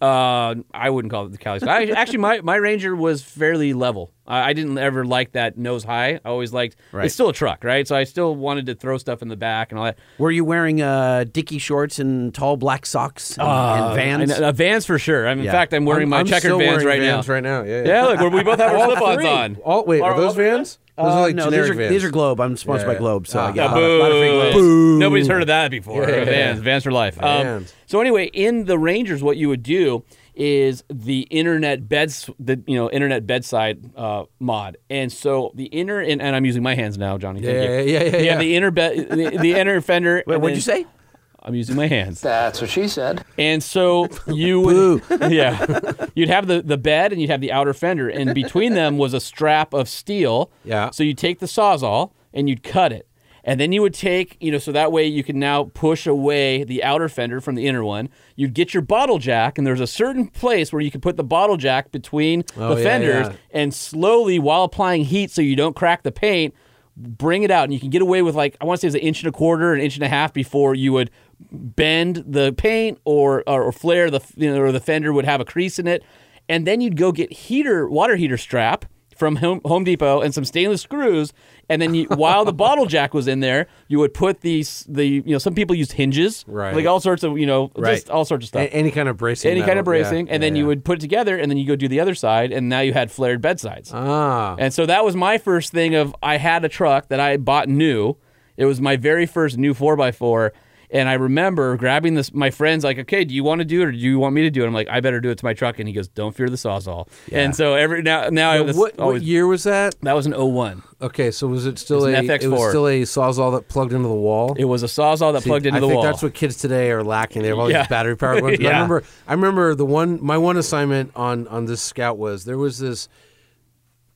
Speaker 1: Uh, I wouldn't call it the Cali Squad. I, actually, my, my Ranger was fairly level. I, I didn't ever like that nose high. I always liked
Speaker 2: Right.
Speaker 1: it's still a truck, right? So I still wanted to throw stuff in the back and all that.
Speaker 2: Were you wearing uh, Dickie shorts and tall black socks and, and
Speaker 1: And,
Speaker 2: vans?
Speaker 1: uh, Vans for sure. I mean,
Speaker 2: Yeah.
Speaker 1: in fact, I'm wearing
Speaker 5: I'm-
Speaker 1: my
Speaker 5: I'm
Speaker 1: checkered
Speaker 5: still
Speaker 1: Vans
Speaker 5: wearing
Speaker 1: right
Speaker 5: Vans
Speaker 1: now.
Speaker 5: right now. Yeah, yeah.
Speaker 1: Yeah, look, we both have our slip-ons on.
Speaker 5: Oh wait, are
Speaker 1: Are-
Speaker 5: those Vans? Those
Speaker 2: Uh,
Speaker 5: are like
Speaker 2: no, these
Speaker 5: generic
Speaker 2: are,
Speaker 5: Vans.
Speaker 2: these are Globe. I'm sponsored by
Speaker 5: Yeah.
Speaker 2: Globe, so
Speaker 5: Ah.
Speaker 2: I get
Speaker 1: Yeah,
Speaker 2: a lot of- lot of free
Speaker 1: boo.
Speaker 2: Globes.
Speaker 1: Nobody's heard of that before.
Speaker 5: Yeah.
Speaker 1: Vans, Vans for life. Um,
Speaker 5: Vans.
Speaker 1: so anyway, in the Rangers, what you would do is the internet beds, the you know internet bedside uh, mod, and so the inner and, and I'm using my hands now, Johnny. thank
Speaker 5: Yeah,
Speaker 1: you.
Speaker 5: yeah, yeah, yeah, yeah.
Speaker 1: The inner bed, the, the inner fender.
Speaker 2: Wait,
Speaker 1: and
Speaker 2: what'd
Speaker 1: then-
Speaker 2: you say?
Speaker 1: I'm using my hands. That's what she said. And so you would, yeah, you'd have the, the bed and you'd have the outer fender, and between them was a strap of steel.
Speaker 5: Yeah.
Speaker 1: So you take the sawzall and you'd cut it, and then you would take, you know, so that way you can now push away the outer fender from the inner one. You'd get your bottle jack, and there's a certain place where you could put the bottle jack between
Speaker 5: Oh,
Speaker 1: the
Speaker 5: yeah,
Speaker 1: fenders,
Speaker 5: yeah.
Speaker 1: and slowly while applying heat so you don't crack the paint bring it out and you can get away with like i want to say it's an inch and a quarter an inch and a half before you would bend the paint or or, or flare the you know or the fender would have a crease in it and then you'd go get heater water heater strap from Home, Home Depot and some stainless screws, and then you, while the bottle jack was in there, you would put these the you know some people used hinges,
Speaker 5: Right.
Speaker 1: Like all sorts of you know just
Speaker 5: Right.
Speaker 1: all sorts of stuff
Speaker 5: A- any kind of bracing.
Speaker 1: any kind of
Speaker 5: metal. Yeah,
Speaker 1: bracing, and
Speaker 5: yeah,
Speaker 1: then you
Speaker 5: yeah.
Speaker 1: would put it together, and then you go do the other side, and now you had flared bedsides.
Speaker 5: ah
Speaker 1: and so that was my first thing of I had a truck that I bought new. It was my very first new 4x4. And I remember grabbing this, my friend's like, okay, do you want to do it or do you want me to do it? I'm like, I better do it to my truck. And he goes, don't fear the sawzall. And so every now, now I was
Speaker 5: what, what
Speaker 1: always,
Speaker 5: year was that?
Speaker 1: that was oh an 01.
Speaker 5: Okay, so was it still
Speaker 1: It was an
Speaker 5: a it was
Speaker 1: FX4.
Speaker 5: still a sawzall that plugged into the wall?
Speaker 1: It was a sawzall that
Speaker 5: See,
Speaker 1: plugged into
Speaker 5: I
Speaker 1: the
Speaker 5: think
Speaker 1: wall.
Speaker 5: That's what kids today are lacking. They have all
Speaker 1: Yeah.
Speaker 5: these battery powered ones. But I
Speaker 1: Yeah.
Speaker 5: remember I remember the one my one assignment on on this scout was there was this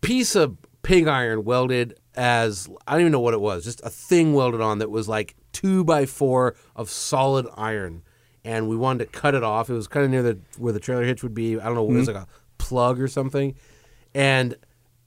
Speaker 5: piece of pig iron welded as I don't even know what it was, just a thing welded on that was like two by four of solid iron. And we wanted to cut it off. It was kind of near the where the trailer hitch would be. I don't know, it
Speaker 1: Mm-hmm.
Speaker 5: was like a plug or something. And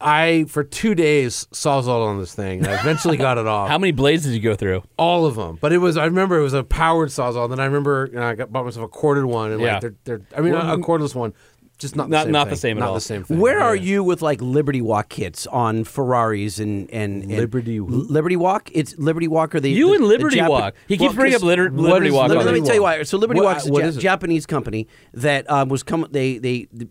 Speaker 5: I for two days sawzalled on this thing. And I eventually got it off
Speaker 1: How many blades did you go through?
Speaker 5: all of them. But it was I remember it was a powered sawzall. Then I remember you know, I got bought myself a corded one and
Speaker 1: Yeah. mm.
Speaker 5: like they're, they're I mean a cordless one, just not the
Speaker 1: Not-
Speaker 5: same
Speaker 1: not
Speaker 5: thing.
Speaker 1: the same at
Speaker 5: not
Speaker 1: all.
Speaker 5: the same thing.
Speaker 2: Where are
Speaker 5: Yeah.
Speaker 2: you with like Liberty Walk kits on Ferraris and and, and
Speaker 5: Liberty who?
Speaker 2: Liberty Walk? It's Liberty Walk or the
Speaker 1: You
Speaker 2: the-
Speaker 1: and
Speaker 2: the
Speaker 1: Liberty
Speaker 2: Jap-
Speaker 1: Walk. He keeps bringing up
Speaker 2: 'cause
Speaker 1: Liber-
Speaker 2: what
Speaker 1: Liberty
Speaker 2: is
Speaker 1: Walk
Speaker 2: Let,
Speaker 1: on
Speaker 2: let me
Speaker 1: the
Speaker 2: tell you
Speaker 5: wall.
Speaker 2: why. So Liberty
Speaker 5: What-
Speaker 2: Walk is a
Speaker 5: what
Speaker 2: Ja-
Speaker 5: is it?
Speaker 2: Japanese company that um, was coming. They they. The,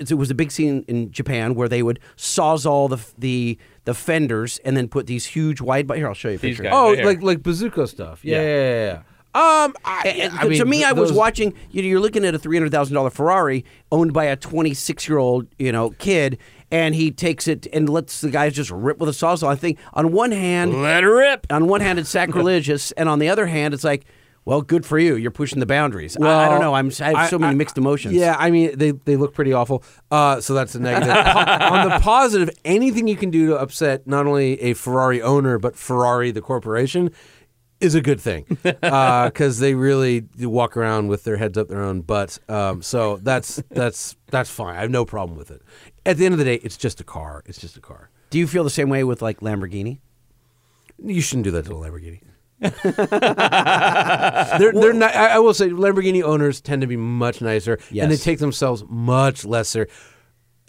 Speaker 2: it was a big scene in Japan where they would sawzall the f- the the fenders and then put these huge wide. Here, I'll show you a
Speaker 1: These
Speaker 2: picture.
Speaker 1: guys.
Speaker 5: Oh,
Speaker 1: Right here.
Speaker 5: like like bazooka stuff. Yeah, yeah, yeah. yeah. Um, I,
Speaker 2: And- and
Speaker 5: I mean,
Speaker 2: to me, I was
Speaker 5: those-
Speaker 2: watching. You know, you're looking at a three hundred thousand dollar Ferrari owned by a twenty six year old you know kid, and he takes it and lets the guys just rip with a sawzall. I think on one hand,
Speaker 1: Let her rip.
Speaker 2: on one hand it's sacrilegious, and on the other hand, it's like, well, good for you. You're pushing the boundaries. I- I, don't know. I'm I have so many
Speaker 5: I-
Speaker 2: mixed emotions.
Speaker 5: Yeah, I mean, they, they look pretty awful. Uh, so that's a negative. On the positive, anything you can do to upset not only a Ferrari owner, but Ferrari, the corporation, is a good thing because they really walk around with their heads up their own butts. Um, so that's that's that's fine. I have no problem with it. At the end of the day, it's just a car. It's just a car.
Speaker 2: Do you feel the same way with like Lamborghini?
Speaker 5: You shouldn't do that to a Lamborghini. they're, they're not, I, I will say Lamborghini owners tend to be much nicer,
Speaker 2: Yes.
Speaker 5: and they take themselves much lesser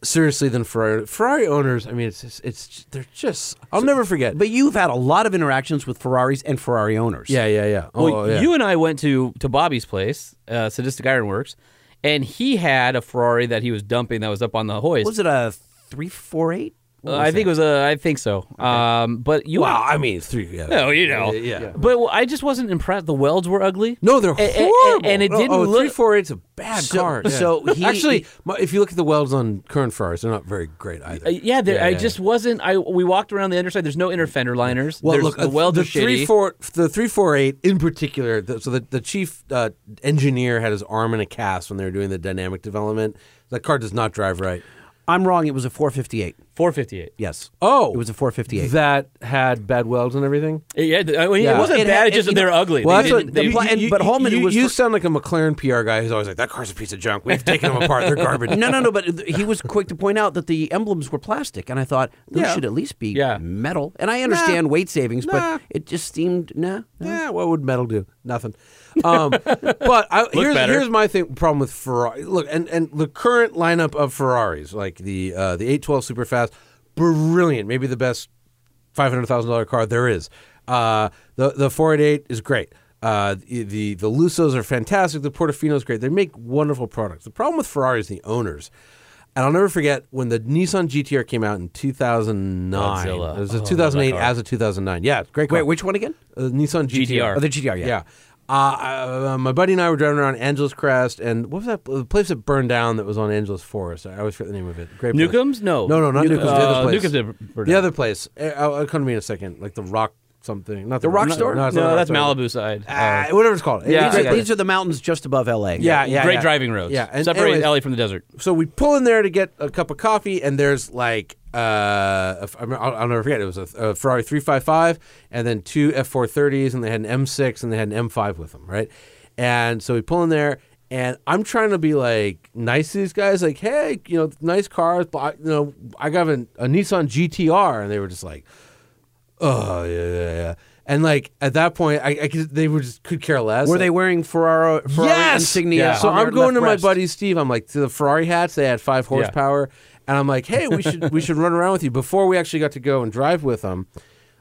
Speaker 5: seriously than Ferrari. Ferrari owners, I mean, it's just, it's they're just. I'll never forget.
Speaker 2: But you've had a lot of interactions with Ferraris and Ferrari owners.
Speaker 5: yeah, yeah, yeah.
Speaker 1: Well,
Speaker 5: oh, yeah.
Speaker 1: you and I went to to Bobby's place, uh, Sadistic Ironworks, and he had a Ferrari that he was dumping that was up on the hoist.
Speaker 2: Was it a three four eight?
Speaker 1: Uh, I think it was a. I think so. Um, but you.
Speaker 5: wow, I mean, three. Yeah.
Speaker 1: Oh, you know.
Speaker 5: Yeah. yeah.
Speaker 1: But I just wasn't impressed. The welds were ugly.
Speaker 5: No, they're
Speaker 1: and,
Speaker 5: horrible.
Speaker 1: And, it
Speaker 5: Oh,
Speaker 1: didn't
Speaker 5: oh,
Speaker 1: look.
Speaker 5: Three four eight's a bad
Speaker 2: So-
Speaker 5: car. yeah.
Speaker 2: so he-
Speaker 5: actually,
Speaker 2: he-
Speaker 5: my, if you look at the welds on current Ferraris, they're not very great either.
Speaker 1: Uh, yeah, there- I
Speaker 5: yeah.
Speaker 1: just wasn't. I we walked around the underside. There's no inner fender liners.
Speaker 5: Well,
Speaker 1: There's-
Speaker 5: look,
Speaker 1: the
Speaker 5: uh,
Speaker 1: welds
Speaker 5: the
Speaker 1: are
Speaker 5: three
Speaker 1: shitty.
Speaker 5: four the three four eight in particular. The, so the the chief uh, engineer had his arm in a cast when they were doing the dynamic development. That car does not drive right.
Speaker 2: I'm wrong. It was a four fifty eight.
Speaker 1: 458.
Speaker 2: Yes.
Speaker 5: Oh,
Speaker 2: it was a four fifty eight.
Speaker 5: that had bad welds and everything.
Speaker 1: Yeah, th- I mean,
Speaker 5: Yeah.
Speaker 1: it wasn't
Speaker 2: It
Speaker 1: bad.
Speaker 2: had-
Speaker 1: It's just
Speaker 2: you
Speaker 1: that they're
Speaker 2: know-
Speaker 1: ugly.
Speaker 2: Well,
Speaker 1: They
Speaker 2: that's what-
Speaker 1: didn't- they-
Speaker 2: the pla- and- but Holman
Speaker 5: you,
Speaker 2: was
Speaker 5: You
Speaker 2: for-
Speaker 5: sound like a McLaren PR guy who's always like, "That car's a piece of junk. We've taken them apart. They're garbage."
Speaker 2: No, no, no. But th- he was quick to point out that the emblems were plastic, and I thought those
Speaker 5: Yeah.
Speaker 2: should at least be
Speaker 1: Yeah.
Speaker 2: metal. And I understand weight savings,
Speaker 5: Nah.
Speaker 2: but it just seemed nah.
Speaker 5: Yeah, what would metal do? Nothing. Um, but I, here's,
Speaker 1: better.
Speaker 5: here's my thing problem with Ferrari. Look, and, and the current lineup of Ferraris, like the uh, the 812 Superfast, brilliant. Maybe the best $500,000 car there is. Uh, the the 488 is great. Uh, the, the the Lusos are fantastic. The Portofino is great. They make wonderful products. The problem with Ferrari is the owners. And I'll never forget when the Nissan GTR came out in 2009.
Speaker 1: Godzilla. Oh, I
Speaker 5: It was a
Speaker 1: love that
Speaker 5: 2008
Speaker 1: car.
Speaker 5: as a 2009. Yeah, it's a great car.
Speaker 2: Wait, which one again?
Speaker 5: Uh, Nissan GTR.
Speaker 1: GTR. Oh, the
Speaker 2: GTR, yeah.
Speaker 5: Uh, uh, my buddy and I were driving around Angeles Crest, and what was that? The place that burned down that was on Angeles Forest. I always forget the name of it. Great place.
Speaker 1: Newcombs? No.
Speaker 5: No, no, not Newcombs. the
Speaker 1: Uh,
Speaker 5: other place.
Speaker 1: Newcombs didn't burn
Speaker 5: the
Speaker 1: down.
Speaker 5: other place. Uh, I'll, I'll come to me in a second. Like the Rock something. Not the,
Speaker 2: Rock
Speaker 5: no,
Speaker 2: Store?
Speaker 5: No, it's not
Speaker 1: no,
Speaker 5: the
Speaker 1: that's
Speaker 5: Rock
Speaker 1: Malibu side.
Speaker 5: Store. Uh, whatever it's called.
Speaker 1: Yeah,
Speaker 2: these,
Speaker 5: It's
Speaker 1: I
Speaker 5: great
Speaker 2: are,
Speaker 1: got it.
Speaker 2: these are the mountains just above L.A.
Speaker 5: Yeah, yeah,
Speaker 1: Great
Speaker 5: yeah.
Speaker 1: driving roads.
Speaker 5: Yeah, and
Speaker 1: Separate
Speaker 5: anyways-
Speaker 1: LA from the desert.
Speaker 5: so we pull in there to get a cup of coffee, and there's like uh, a- I remember- I'll, I'll never forget. It was a, a Ferrari 355, and then two F430s, and they had an M6 and they had an M5 with them, right? And so we pull in there, and I'm trying to be like nice to these guys, like, hey, you know, nice cars, but I, you know, I got a, a Nissan GTR, and they were just like, oh yeah, yeah, yeah. And like at that point, I, I could, they were just could care less.
Speaker 2: Were
Speaker 5: Like,
Speaker 2: they wearing Ferrari, Ferrari insignia?
Speaker 5: yeah. So
Speaker 2: on their
Speaker 5: I'm going
Speaker 2: left
Speaker 5: to my
Speaker 2: breast?
Speaker 5: buddy Steve. I'm like to the Ferrari hats. They had five horsepower, and I'm like, hey, we should we should run around with you. Before we actually got to go and drive with them,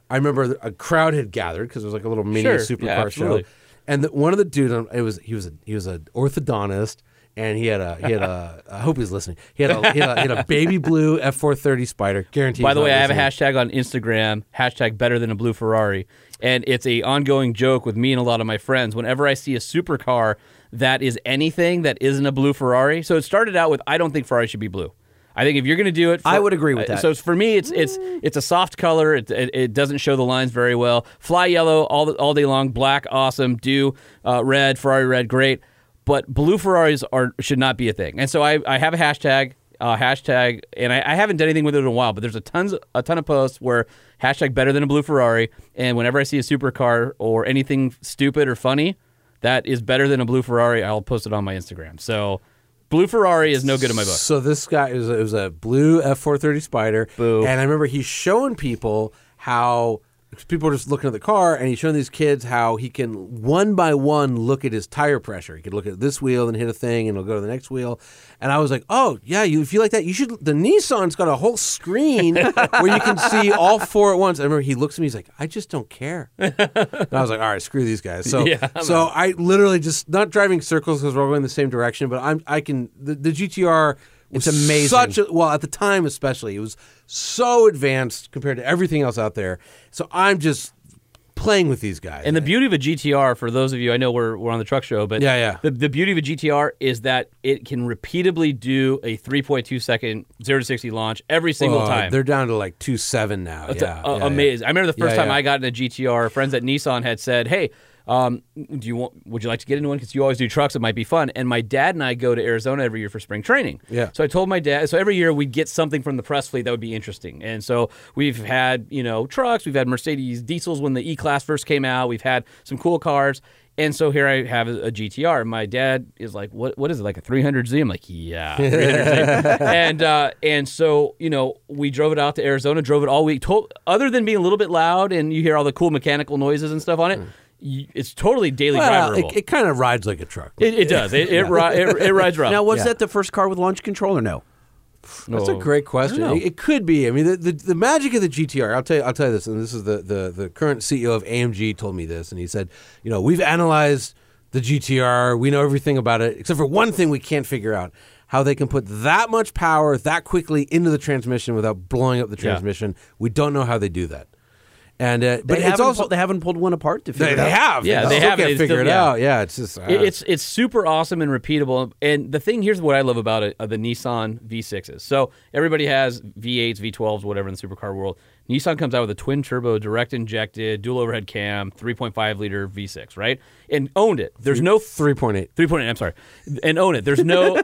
Speaker 5: I remember a crowd had gathered because it was like a little mini
Speaker 1: Sure.
Speaker 5: supercar
Speaker 1: Yeah,
Speaker 5: show,
Speaker 1: absolutely.
Speaker 5: and the, one of the dudes, um, it was he was a, he was an orthodontist. And he had a he had a I hope he's listening. He had a he had a, he had a baby blue F four thirty Spider. Guaranteed.
Speaker 1: By
Speaker 5: he's
Speaker 1: the
Speaker 5: not
Speaker 1: way, I have a
Speaker 5: listening.
Speaker 1: hashtag on Instagram, hashtag better than a blue Ferrari. And it's a ongoing joke with me and a lot of my friends. Whenever I see a supercar that is anything that isn't a blue Ferrari. So it started out with I don't think Ferrari should be blue. I think if you're going to do it,
Speaker 2: I would agree with
Speaker 1: uh,
Speaker 2: that.
Speaker 1: So it's- for me, it's it's it's a soft color. It, it, it doesn't show the lines very well. Fly yellow all the, all day long. Black awesome. Do uh, red Ferrari red great. But blue Ferraris are should not be a thing. And so I, I have a hashtag uh, hashtag and I, I haven't done anything with it in a while. But there's a tons a ton of posts where hashtag better than a blue Ferrari. And whenever I see a supercar or anything stupid or funny that is better than a blue Ferrari, I'll post it on my Instagram. So blue Ferrari is no good in my book.
Speaker 5: So this guy it was a, it was a blue F four thirty Spider,
Speaker 1: Boo.
Speaker 5: and I remember he's showing people how 'cause people were just looking at the car, and he's showing these kids how he can one by one look at his tire pressure. He could look at this wheel and hit a thing, and it'll go to the next wheel. And I was like, oh yeah, you feel like that? You should. The Nissan's got a whole screen where you can see all four at once. I remember he looks at me, he's like, I just don't care. And I was like, all right, screw these guys. So,
Speaker 1: Yeah, I'm
Speaker 5: so I literally just not driving circles because we're all going the same direction. But I'm, I can the, the GTR. Was
Speaker 2: It's amazing.
Speaker 5: Such a, well at the time, especially it was so advanced compared to everything else out there. So I'm just playing with these guys.
Speaker 1: And the beauty of a GTR, for those of you, I know we're, we're on the truck show, but
Speaker 5: Yeah, yeah.
Speaker 1: The, the beauty of a GTR is that it can repeatedly do a 3.2 second 0 to 60 launch every single
Speaker 5: Well,
Speaker 1: time.
Speaker 5: They're down to like two seven now.
Speaker 1: It's
Speaker 5: yeah,
Speaker 1: a- a-
Speaker 5: yeah, yeah.
Speaker 1: amazing. I remember the first
Speaker 5: Yeah,
Speaker 1: time
Speaker 5: yeah.
Speaker 1: I got in a GTR, friends at Nissan had said, "Hey, um, do you want? Would you like to get into one? Because you always do trucks. It might be fun." And my dad and I go to Arizona every year for spring training.
Speaker 5: Yeah.
Speaker 1: So I told my dad. So every year we'd get something from the press fleet that would be interesting. And so we've had you know trucks. We've had Mercedes diesels when the E Class first came out. We've had some cool cars. And so here I have a a GTR. My dad is like, "What? What is it? Like a 300Z?" I'm like, "Yeah, 300Z." and uh, and so you know, we drove it out to Arizona. Drove it all week. To- other than being a little bit loud, and you hear all the cool mechanical noises and stuff on it, y it's totally daily
Speaker 5: Hmm. Well,
Speaker 1: driverable.
Speaker 5: it, it kind of rides like a truck.
Speaker 1: It, it does. It it, ri- it, it rides rough.
Speaker 2: Now, was
Speaker 5: Yeah.
Speaker 2: that the first car with launch control or no?
Speaker 5: That's a great question. It, it could be. I mean, the, the, the magic of the GTR. I'll tell you. I'll tell you this. And this is the, the the current CEO of AMG told me this, and he said, you know, we've analyzed the GTR. We know everything about it, except for one thing we can't figure out: how they can put that much power that quickly into the transmission without blowing up the transmission. We don't know how they do that. And uh,
Speaker 2: They
Speaker 5: but it's
Speaker 2: haven't
Speaker 5: also
Speaker 2: pulled- they haven't pulled one apart to figure
Speaker 5: they,
Speaker 2: it out.
Speaker 5: they have.
Speaker 1: Yeah, they
Speaker 5: still
Speaker 1: have.
Speaker 5: Can't
Speaker 1: They
Speaker 5: figure
Speaker 1: still-
Speaker 5: it
Speaker 1: yeah.
Speaker 5: out. Yeah, it's just uh,
Speaker 1: It- it's it's super awesome and repeatable. And the thing here's what I love about it: uh, the Nissan V6s. So everybody has V8s, V12s, whatever in the supercar world. Nissan comes out with a twin turbo, direct injected, dual overhead cam, 3.5 liter V6, right? And owned it. There's no
Speaker 5: three point eight.
Speaker 1: Three point eight. I'm sorry, and own it. There's no,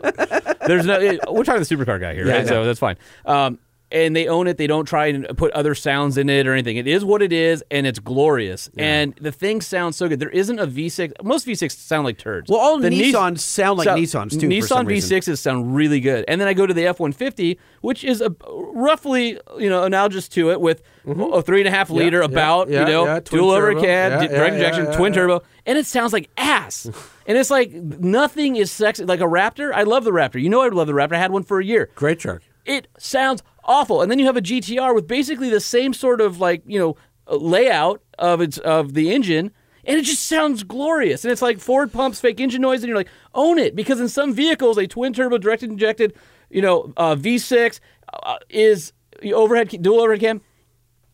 Speaker 1: there's no. It, we're talking the supercar guy here, right? So that's fine. Um, and they own it. They don't try and put other sounds in it or anything. It is what it is, and it's glorious. And the thing sounds so good. There isn't a V6. Most V6 sound like turds.
Speaker 2: Well, all
Speaker 1: the Nis-
Speaker 2: Nissans sound like Nissans, too, for
Speaker 1: Nissan
Speaker 2: some
Speaker 1: V6s
Speaker 2: reason.
Speaker 1: sound really good. And then I go to the F one fifty, which is a, roughly you know analogous to it with
Speaker 2: Mm-hmm.
Speaker 1: a three and a half liter,
Speaker 5: yeah,
Speaker 1: about
Speaker 5: yeah,
Speaker 1: you know
Speaker 5: yeah, twin
Speaker 1: dual
Speaker 5: turbo.
Speaker 1: overhead,
Speaker 5: Yeah,
Speaker 1: di-
Speaker 5: yeah,
Speaker 1: direct
Speaker 5: yeah,
Speaker 1: injection,
Speaker 5: yeah,
Speaker 1: twin
Speaker 5: yeah.
Speaker 1: turbo and it sounds like ass. and it's like nothing is sexy. Like a Raptor, I love the Raptor. You know, I love the Raptor. I had one for a year.
Speaker 5: Great truck.
Speaker 1: It sounds awful. And then you have a GTR with basically the same sort of like you know uh, layout of its of the engine. And it just sounds glorious. And it's like Ford pumps fake engine noise, and you're like, own it. Because in some vehicles, a twin turbo direct injected, you know, uh, V6 uh, is overhead dual overhead cam.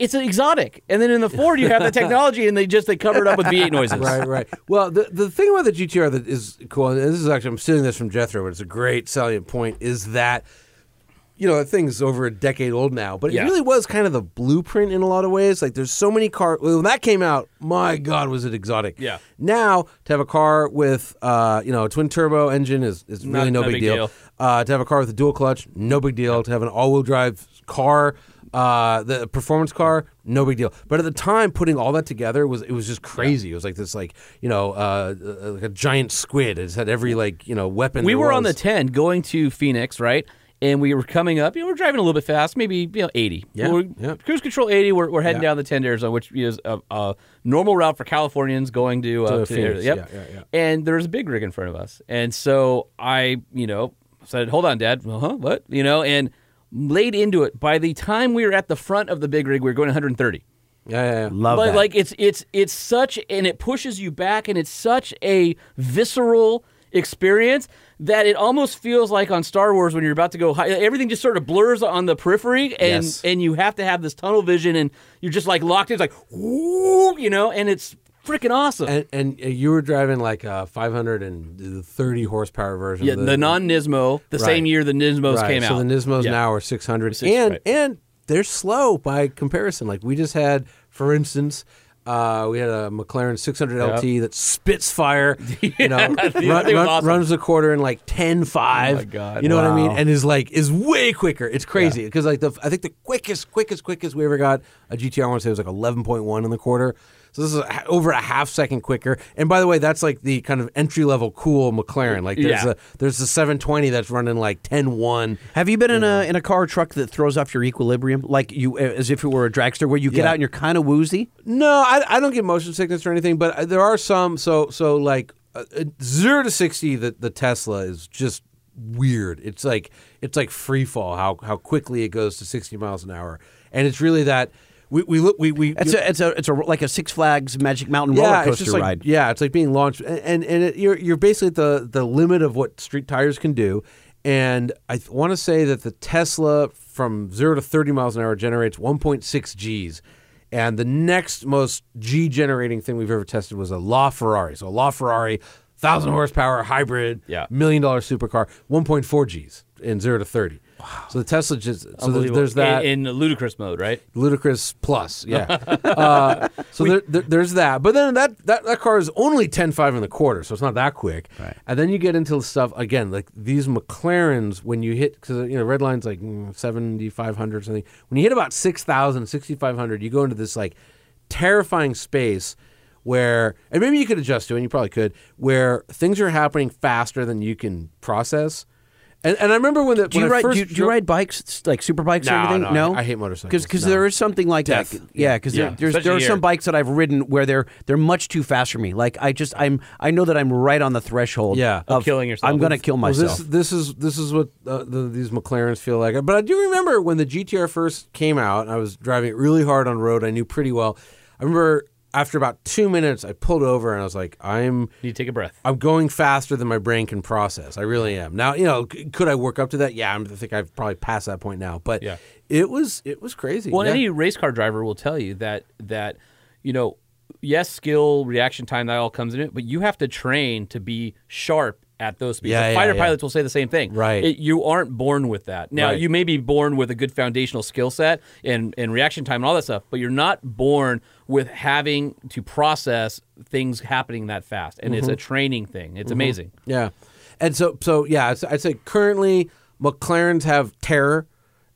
Speaker 1: It's exotic. And then in the Ford, you have the technology, and they just they cover it up with V8 noises.
Speaker 5: right, right. Well, the the thing about the GTR that is cool, and this is actually I'm stealing this from Jethro, but it's a great salient point, is that you know, that thing's over a decade old now, but
Speaker 1: Yeah.
Speaker 5: it really was kind of the blueprint in a lot of ways. Like, there's so many cars. When that came out, my God, was it exotic.
Speaker 1: Yeah.
Speaker 5: Now, to have a car with, uh, you know, a twin turbo engine is, is really
Speaker 1: Not-
Speaker 5: no
Speaker 1: not a
Speaker 5: big,
Speaker 1: big
Speaker 5: deal.
Speaker 1: deal.
Speaker 5: Uh, to have a car with a dual clutch, no big deal. To have an all wheel drive car, uh, the performance car, no big deal. But at the time, putting all that together was it was just crazy. It was like this, like you know, uh, uh, like a giant squid. It's had every like you know weapon.
Speaker 1: we
Speaker 5: there
Speaker 1: were on the
Speaker 5: was.
Speaker 1: 10 going to Phoenix, right? And we were coming up, you know, we're driving a little bit fast, maybe you know, 80.
Speaker 5: Yeah,
Speaker 1: We're-
Speaker 5: yeah.
Speaker 1: Cruise control 80, we're, we're heading
Speaker 5: Yeah.
Speaker 1: down the 10 to Arizona, which is a, a normal route for Californians going to, uh,
Speaker 5: To
Speaker 1: to,
Speaker 5: Phoenix,
Speaker 1: Arizona.
Speaker 5: yeah, yeah, yeah.
Speaker 1: And there was a big rig in front of us. And so I, you know, said, hold on, Dad. Uh huh, what? You know, and laid into it. By the time we were at the front of the big rig, we were going 130
Speaker 5: yeah, yeah, yeah.
Speaker 2: Love
Speaker 1: like,
Speaker 2: that.
Speaker 1: like it's it's it's such and it pushes you back and it's such a visceral experience that it almost feels like on Star Wars when you're about to go high everything just sort of blurs on the periphery and
Speaker 5: Yes.
Speaker 1: and you have to have this tunnel vision and you're just like locked in it's like whoo you know and it's freaking awesome
Speaker 5: And, and uh, you were driving like a 530 horsepower version.
Speaker 1: yeah
Speaker 5: of
Speaker 1: the, non-Nismo the
Speaker 5: Right.
Speaker 1: same year the Nismos
Speaker 5: right.
Speaker 1: came
Speaker 5: so
Speaker 1: out
Speaker 5: the Nismos
Speaker 1: Yeah.
Speaker 5: now are 600,
Speaker 1: Six-
Speaker 5: and
Speaker 1: right.
Speaker 5: and they're slow by comparison. Like we just had, for instance. Uh, we had a McLaren 600 LT that spits fire, you know,
Speaker 1: thing
Speaker 5: run-
Speaker 1: was
Speaker 5: run-
Speaker 1: awesome.
Speaker 5: runs the quarter in like 10.5.
Speaker 1: Oh my God.
Speaker 5: You know what I mean?
Speaker 2: Wow.
Speaker 5: And is like is way quicker. It's crazy because like the I think the quickest, quickest, quickest we ever got a GTR. I want to say was like eleven point one in the quarter. So this is a- over a half second quicker. And by the way, that's like the kind of entry level cool McLaren. Like there's
Speaker 1: Yeah.
Speaker 5: a there's the seven twenty that's running like 10.1.
Speaker 2: Have you been in a in a car or truck that throws off your equilibrium, like you as if it were a dragster, where you get
Speaker 5: Yeah.
Speaker 2: out and you're kind of woozy?
Speaker 5: No, I, I don't get motion sickness or anything, but uh, there are some. So so like uh, uh, zero to sixty, the the Tesla is just weird. It's like it's like free fall how how quickly it goes to sixty miles an hour, and it's really that we we look we we.
Speaker 2: It's a it's a it's a like a Six Flags Magic Mountain roller
Speaker 5: it's
Speaker 2: coaster
Speaker 5: just like,
Speaker 2: ride.
Speaker 5: Yeah, it's like being launched, and and, and it, you're you're basically at the the limit of what street tires can do. And I want to say that the Tesla from zero to thirty miles an hour generates one point six G's, And the next most G generating thing we've ever tested was a La Ferrari. So a La Ferrari, thousand horsepower hybrid,
Speaker 1: Yeah.
Speaker 5: million dollar supercar, 1.4 Gs in zero to 30. Wow. So the Tesla just so there's,
Speaker 1: Unbelievable.
Speaker 5: there's that
Speaker 1: in, in ludicrous mode, right?
Speaker 5: ludicrous plus yeah uh, so there, there, there's that but then that, that that car is only 10.5 in the quarter so it's not that quick
Speaker 2: Right.
Speaker 5: and then you get into stuff again like these mclarens when you hit because you know red line's like mm, 7500 or something when you hit about 6000 6500 you go into this like terrifying space where and maybe you could adjust to it and you probably could where things are happening faster than you can process and, and I remember when the
Speaker 2: Do
Speaker 5: when
Speaker 2: you
Speaker 5: I
Speaker 2: ride?
Speaker 5: first
Speaker 2: do, you, do you
Speaker 5: dro-
Speaker 2: ride bikes s- like super bikes or
Speaker 5: No,
Speaker 2: anything?
Speaker 5: no, I- I hate motorcycles.
Speaker 2: Because
Speaker 5: No.
Speaker 2: there is something like that.
Speaker 5: Death.
Speaker 2: Yeah, because
Speaker 1: Yeah.
Speaker 2: there, there's, there
Speaker 1: Especially
Speaker 2: are
Speaker 1: here.
Speaker 2: some bikes that I've ridden where they're they're much too fast for me. Like I just I'm I know that I'm right on the threshold.
Speaker 5: Yeah.
Speaker 1: Of
Speaker 2: of,
Speaker 1: killing yourself.
Speaker 2: I'm gonna kill
Speaker 5: Well,
Speaker 2: myself.
Speaker 5: Oh, this, this is this is what uh, the, these McLarens feel like. But I do remember when the GTR first came out, and I was driving it really hard on road. I knew pretty well. I remember after about two minutes, I pulled over and I was like, "I'm
Speaker 1: You take a breath.
Speaker 5: I'm going faster than my brain can process. I really am." Now, you know, c- could I work up to that? Yeah, I'm, I think I've probably passed that point now. But
Speaker 1: Yeah.
Speaker 5: it was it was crazy.
Speaker 1: Well,
Speaker 5: Yeah.
Speaker 1: any race car driver will tell you that that you know, yes, skill, reaction time, that all comes in it, but you have to train to be sharp at those speeds.
Speaker 5: Yeah,
Speaker 1: Like,
Speaker 5: yeah,
Speaker 1: fighter
Speaker 5: yeah.
Speaker 1: pilots will say the same thing.
Speaker 5: Right.
Speaker 1: It- you aren't born with that. Now,
Speaker 5: Right.
Speaker 1: you may be born with a good foundational skill set and and reaction time and all that stuff, but you're not born with having to process things happening that fast. And
Speaker 5: Mm-hmm.
Speaker 1: it's a training thing. It's amazing.
Speaker 5: Yeah, and so so yeah, I'd, I'd say currently McLarens have terror.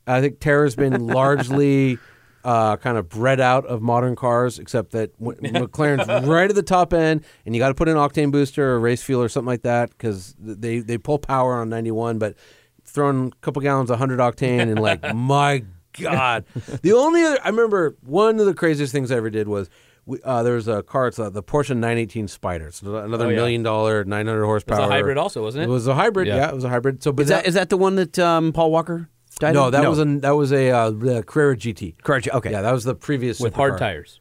Speaker 5: I think terror's been largely uh, kind of bred out of modern cars, except that w- McLaren's right at the top end, and you got to put in an octane booster or a race fuel or something like that because they they pull power on ninety one, but throwing a couple gallons of hundred octane and like my god. The only other I remember one of the craziest things I ever did was. We, uh, there was a car, it's uh, the Porsche 918 Spider. It's another
Speaker 1: Oh, yeah.
Speaker 5: million dollar, 900 horsepower.
Speaker 1: It's a hybrid also, wasn't it?
Speaker 5: It was a hybrid.
Speaker 1: Yeah.
Speaker 5: Yeah, it was a hybrid. So, but
Speaker 2: is that is that the one that um, Paul Walker died?
Speaker 5: no,
Speaker 2: in?
Speaker 5: that was a that was a uh, the Carrera GT.
Speaker 2: Carrera G- okay.
Speaker 5: Yeah, that was the previous
Speaker 1: with hard
Speaker 5: supercar.
Speaker 1: tires.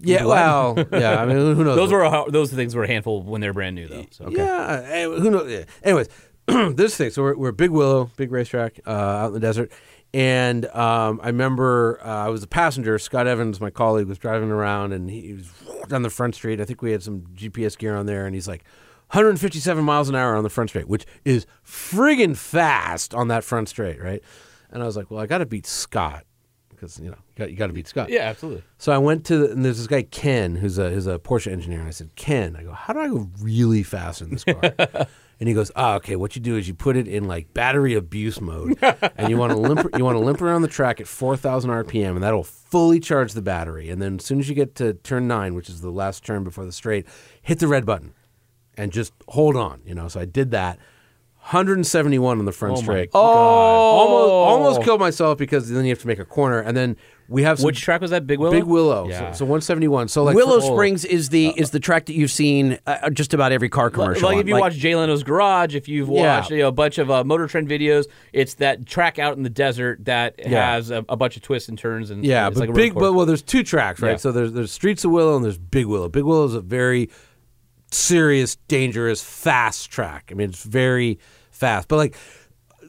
Speaker 5: Yeah, well, yeah. I mean, who knows?
Speaker 1: Those were a, those things were a handful when they're brand new though. So.
Speaker 5: Yeah, eh, who knows? yeah. Anyways, this thing. So we're, we're at Big Willow, big racetrack uh, out in the desert, and um, I remember uh, I was a passenger. Scott Evans, my colleague, was driving around, and he was down the front street. I think we had some GPS gear on there, and he's like. 157 miles an hour on the front straight, which is friggin' fast on that front straight, right? And I was like, well, I got to beat Scott because you know you got, you got to beat Scott.
Speaker 1: Yeah, absolutely.
Speaker 5: So I went to the, and there's this guy Ken who's a who's a Porsche engineer, and I said, Ken, I go, how do I go really fast in this car? and he goes, Ah, okay. What you do is you put it in like battery abuse mode, and you want to limp you want to limp around the track at four thousand RPM, and that'll fully charge the battery. And then as soon as you get to turn nine, which is the last turn before the straight, hit the red button, and just hold on. You know, so I did that. 171 on the front
Speaker 1: Oh my
Speaker 5: straight.
Speaker 1: God.
Speaker 5: Oh,
Speaker 1: Oh.
Speaker 5: almost almost killed myself because then you have to make a corner, and then we have some
Speaker 1: Which track was that? Big Willow.
Speaker 5: Big Willow.
Speaker 1: Yeah.
Speaker 5: So, so 171. So like
Speaker 2: Willow
Speaker 5: for- oh,
Speaker 2: Springs is the is the track that you've seen uh, just about every car commercial.
Speaker 1: Like
Speaker 2: on.
Speaker 1: if you watch Jay Leno's Garage, if you've
Speaker 5: Yeah.
Speaker 1: watched you know, a bunch of uh, Motor Trend videos, it's that track out in the desert that
Speaker 5: Yeah.
Speaker 1: has a, a bunch of twists and turns and
Speaker 5: Yeah,
Speaker 1: it's
Speaker 5: but
Speaker 1: like a road
Speaker 5: Big
Speaker 1: course.
Speaker 5: but well there's two tracks, right?
Speaker 1: Yeah.
Speaker 5: So there's there's Streets of Willow and there's Big Willow. Big Willow is a very serious, dangerous, fast track. I mean, it's very fast. But like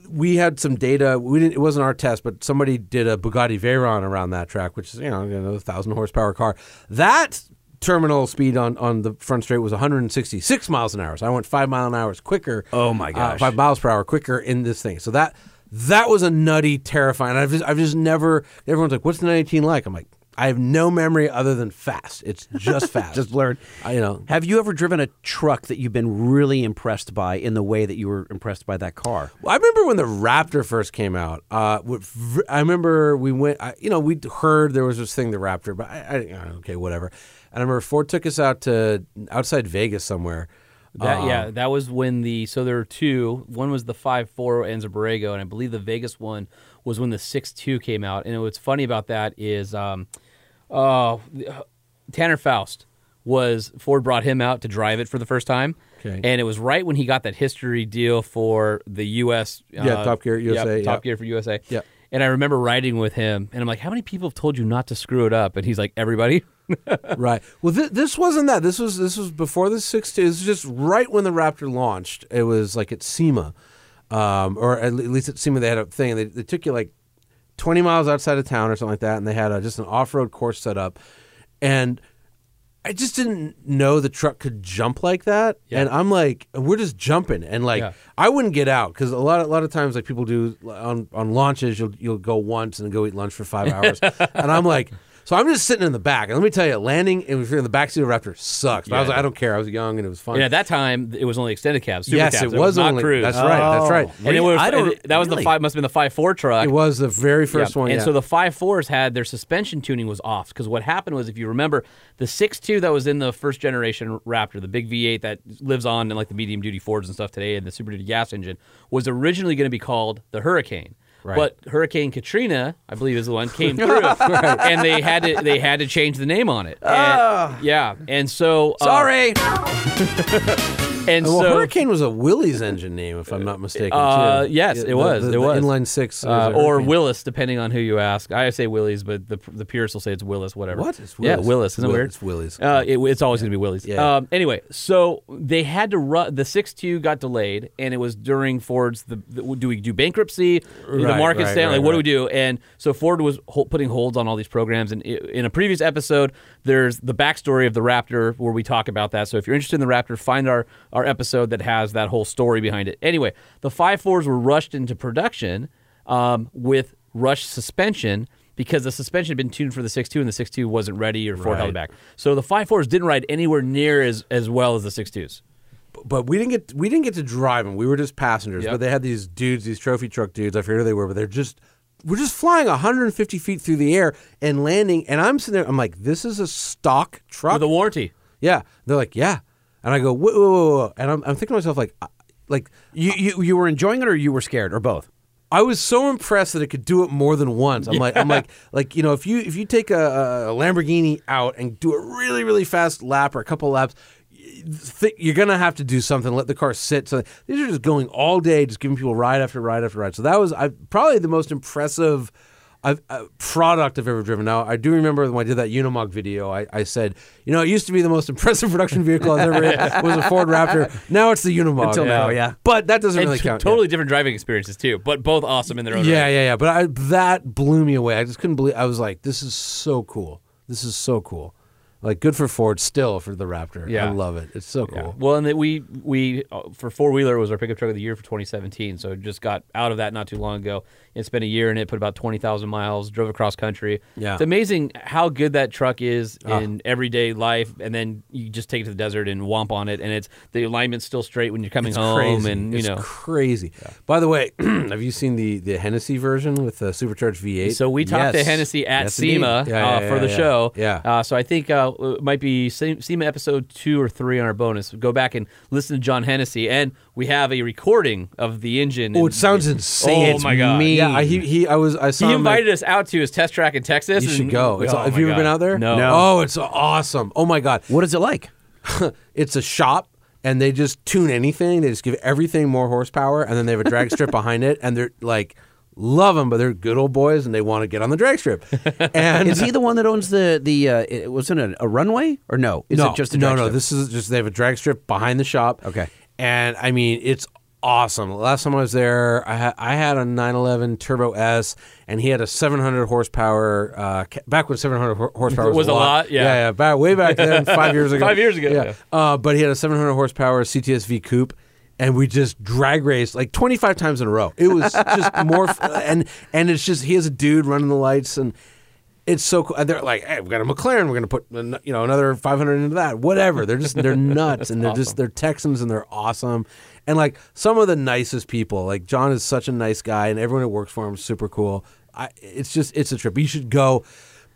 Speaker 5: we had some data. We didn't. It wasn't our test, but somebody did a Bugatti Veyron around that track, which is you know another thousand horsepower car. That terminal speed on, on the front straight was 166 miles an hour. So I went five mile an hour quicker.
Speaker 2: Oh, my
Speaker 5: uh,
Speaker 2: gosh.
Speaker 5: five miles per hour quicker in this thing. So that that was a nutty, terrifying. I've just, I've just never. Everyone's like, "What's the 918 like?" I'm like, I have no memory other than fast. It's just fast.
Speaker 2: just blurred.
Speaker 5: I, you know.
Speaker 2: Have you ever driven a truck that you've been really impressed by in the way that you were impressed by that car?
Speaker 5: Well, I remember when the Raptor first came out. Uh, what v- I remember we went. I, you know, we heard there was this thing, the Raptor, but I, I didn't- I don't- okay, whatever. And I remember Ford took us out to outside Vegas somewhere.
Speaker 1: That, yeah,
Speaker 5: Um,
Speaker 1: that was when the so there were two. One was the five four Enzo Borrego, and I believe the Vegas one was when the six two came out. And what's funny about that is, um, uh, Tanner Faust was Ford brought him out to drive it for the first time.
Speaker 5: Okay.
Speaker 1: And it was right when he got that history deal for the U.S.
Speaker 5: Yeah, Top Gear,
Speaker 1: yep,
Speaker 5: USA,
Speaker 1: Top
Speaker 5: yep.
Speaker 1: Gear for USA.
Speaker 5: Yep.
Speaker 1: And I remember riding with him, and I'm like, "How many people have told you not to screw it up?" And he's like, "Everybody."
Speaker 5: right. Well, th- this wasn't that. This was this was before the six. It was just right when the Raptor launched. It was like at SEMA, um, or at le- at least at SEMA they had a thing. They, they took you like 20 miles outside of town or something like that, and they had a, just an off-road course set up, and I just didn't know the truck could jump like that. And I'm like, we're just jumping, and like
Speaker 1: Yeah.
Speaker 5: I wouldn't get out because a lot a lot of times like people do on on launches, you'll you'll go once and go eat lunch for five hours, and I'm like. So I'm just sitting in the back, and let me tell you, landing and if you're in the backseat of a Raptor sucks. But I was like, I don't care. I was young and it was fun.
Speaker 1: And at that time, it was only extended cabs. Super
Speaker 5: yes,
Speaker 1: cabs.
Speaker 5: it was
Speaker 1: not
Speaker 5: only.
Speaker 1: cruise.
Speaker 5: That's right. That's right.
Speaker 1: And it was,
Speaker 2: Oh. I don't-
Speaker 1: and that was
Speaker 2: really?
Speaker 1: the five must have been the five four truck.
Speaker 5: It was the very first
Speaker 1: Yeah.
Speaker 5: one.
Speaker 1: And
Speaker 5: yeah.
Speaker 1: so the five fours had their suspension tuning was off because what happened was if you remember the six two that was in the first generation Raptor, the big V eight that lives on in like the medium duty Fords and stuff today, and the Super Duty gas engine was originally going to be called the Hurricane.
Speaker 5: Right.
Speaker 1: But Hurricane Katrina, I believe, is the one came through, and they had to they had to change the name on it. And-
Speaker 5: Ah.
Speaker 1: yeah, and so uh,
Speaker 2: Sorry.
Speaker 1: and
Speaker 5: well,
Speaker 1: so
Speaker 5: Hurricane was a Willie's engine name, if I'm not mistaken.
Speaker 1: Uh,
Speaker 5: too.
Speaker 1: yes,
Speaker 5: Yeah,
Speaker 1: it
Speaker 5: the-
Speaker 1: was,
Speaker 5: The,
Speaker 1: it
Speaker 5: the
Speaker 1: was.
Speaker 5: inline six
Speaker 1: Uh,
Speaker 5: was a
Speaker 1: or
Speaker 5: Hurricane.
Speaker 1: Willis, depending on who you ask. I say Willie's, but the the purists will say it's Willis, whatever.
Speaker 5: What? It's
Speaker 1: Yeah,
Speaker 5: Willis.
Speaker 1: Willis. Isn't
Speaker 5: Will-
Speaker 1: it weird?
Speaker 5: it's Willie's.
Speaker 1: Uh, it- it's always going to be Willie's.
Speaker 5: Yeah.
Speaker 1: Um, anyway, so they had to run. The six two got delayed, and it was during Ford's. The, the- do we do bankruptcy? the
Speaker 5: Right,
Speaker 1: market's
Speaker 5: right,
Speaker 1: down.
Speaker 5: right,
Speaker 1: like, what do we
Speaker 5: right.
Speaker 1: do? And so Ford was hol- putting holds on all these programs. And i- in a previous episode, there's the backstory of the Raptor where we talk about that. So if you're interested in the Raptor, find our, our episode that has that whole story behind it. Anyway, the 5.4s were rushed into production um, with rush suspension because the suspension had been tuned for the 6.2 and the 6.2 wasn't ready or Ford held it back. So the 5.4s didn't ride anywhere near as, as well as the 6.2s.
Speaker 5: but we didn't get we didn't get to drive them. We were just passengers.
Speaker 1: Yep.
Speaker 5: But they had these dudes, these trophy truck dudes. I forget who they were, but they're just we're just flying 150 feet through the air and landing. And I'm sitting there. I'm like, this is a stock truck
Speaker 1: With a warranty.
Speaker 5: Yeah, they're like, yeah. And I go, whoa, whoa, whoa, whoa. and I'm, I'm thinking to myself, like, I- like
Speaker 2: You, you you were enjoying it or you were scared or both?
Speaker 5: I was so impressed that it could do it more than once. I'm like, I'm like, like you know, if you if you take a, a Lamborghini out and do a really really fast lap or a couple laps, y- th- you're gonna have to do something. Let the car sit. So these are just going all day, just giving people ride after ride after ride. So that was I, probably the most impressive. I've, uh, product I've ever driven. Now I do remember when I did that Unimog video. I, I said, you know, it used to be the most impressive production vehicle I've ever had was a Ford Raptor. Now it's the Unimog.
Speaker 2: Until now, yeah.
Speaker 5: But that doesn't
Speaker 1: And
Speaker 5: really
Speaker 1: t-
Speaker 5: count. yeah.
Speaker 1: totally different driving experiences too, but both awesome in their own
Speaker 5: Yeah,
Speaker 1: right.
Speaker 5: yeah, yeah. But I, that blew me away. I just couldn't believe. I was like, "This is so cool. This is so cool." Like, good for Ford still for the Raptor.
Speaker 1: Yeah.
Speaker 5: I love it. It's so cool.
Speaker 1: Well, and that we we uh, for four wheeler was our pickup truck of the year for 2017. So just got out of that not too long ago. It's been a year in it. Put about 20,000 miles. Drove across country.
Speaker 5: Yeah. Ah.
Speaker 1: it's amazing how good that truck is in everyday life. And then you just take it to the desert and womp on it, and it's the alignment's still straight when you're coming home.
Speaker 5: crazy.
Speaker 1: And you
Speaker 5: It's
Speaker 1: know,
Speaker 5: crazy. By the way, have you seen the the Hennessy version with the supercharged V8?
Speaker 1: So we talked to
Speaker 2: Yes.
Speaker 1: Hennessy at
Speaker 5: Yes, indeed.
Speaker 1: SEMA
Speaker 5: Yeah,
Speaker 1: uh,
Speaker 5: yeah,
Speaker 1: for
Speaker 5: yeah,
Speaker 1: the
Speaker 5: yeah.
Speaker 1: show.
Speaker 5: Yeah.
Speaker 1: Uh, so I think uh, it might be Se- SEMA episode two or three on our bonus. Go back and listen to John Hennessy, and we have a recording of the engine.
Speaker 5: Oh,
Speaker 1: and-
Speaker 5: it sounds insane.
Speaker 1: Oh, my God.
Speaker 5: Yeah, I, he, he. I was. I saw.
Speaker 1: He
Speaker 5: him, like-
Speaker 1: invited us out to his test track in Texas.
Speaker 5: you should
Speaker 1: and-
Speaker 5: go. It's,
Speaker 1: Oh,
Speaker 5: have
Speaker 1: my
Speaker 5: you ever
Speaker 1: God.
Speaker 5: been out there?
Speaker 1: No.
Speaker 5: Oh, it's awesome. Oh my god.
Speaker 2: What is it like?
Speaker 5: it's a shop and they just tune anything they just give everything more horsepower and then they have a drag strip behind it and they're like love them but they're good old boys and they want to get on the drag strip and
Speaker 2: Is he the one that owns the the? Uh, it wasn't a, a runway or no? Is
Speaker 5: no,
Speaker 2: it just a
Speaker 5: no
Speaker 2: drag
Speaker 5: no
Speaker 2: strip?
Speaker 5: this is just they have a drag strip behind the shop
Speaker 2: Okay.
Speaker 5: and i mean it's awesome last time i was there i, ha- I had a 911 turbo s and he had a 700 horsepower uh, ca- back when 700 hor- horsepower was,
Speaker 1: Was a lot, yeah.
Speaker 5: yeah yeah back, way back then five years ago
Speaker 1: Five years ago, yeah.
Speaker 5: Uh, but he had a 700 horsepower CTSV coupe, and we just drag raced like 25 times in a row. It was just more, f- and and it's just he has a dude running the lights, and it's so cool. And they're like, hey, we've got a McLaren, we're gonna put an- you know another 500 into that, whatever. They're just they're nuts, and they're just they're Texans, and they're awesome, and like some of the nicest people. Like John is such a nice guy, and everyone that works for him is super cool. I, it's just it's a trip. You should go.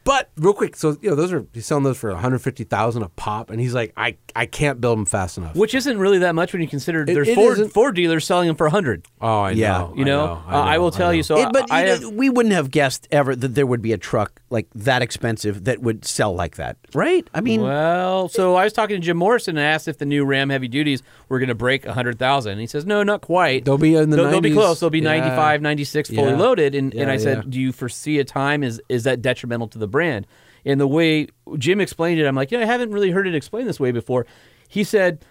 Speaker 5: But real quick, so you know those are he's selling those for 150,000 a pop, and he's like, I I can't build them fast enough.
Speaker 1: Which isn't really that much when you consider there's
Speaker 5: it
Speaker 1: Ford,
Speaker 5: isn't.
Speaker 1: Ford dealers selling them for 100.
Speaker 5: oh, I
Speaker 2: Yeah,
Speaker 5: know,
Speaker 1: You know,
Speaker 5: I, know,
Speaker 1: Uh, I will tell
Speaker 5: know.
Speaker 1: you. So,
Speaker 2: It- but
Speaker 1: I,
Speaker 2: you
Speaker 1: have-
Speaker 2: know, we wouldn't have guessed ever that there would be a truck like that expensive that would sell like that, right? I mean,
Speaker 1: Well, so I was talking to Jim Morrison and asked if the new Ram heavy duties were going to break 100,000. And he says, no, not quite.
Speaker 5: They'll be in the
Speaker 1: They'll, they'll be
Speaker 5: 90s.
Speaker 1: close. They'll be
Speaker 5: Yeah.
Speaker 1: 95, 96 fully
Speaker 5: Yeah.
Speaker 1: loaded. And, and
Speaker 5: Yeah,
Speaker 1: I said,
Speaker 5: yeah.
Speaker 1: do you foresee a time? Is, is that detrimental to the brand? And the way Jim explained it, I'm like, yeah, I haven't really heard it explained this way before. He said,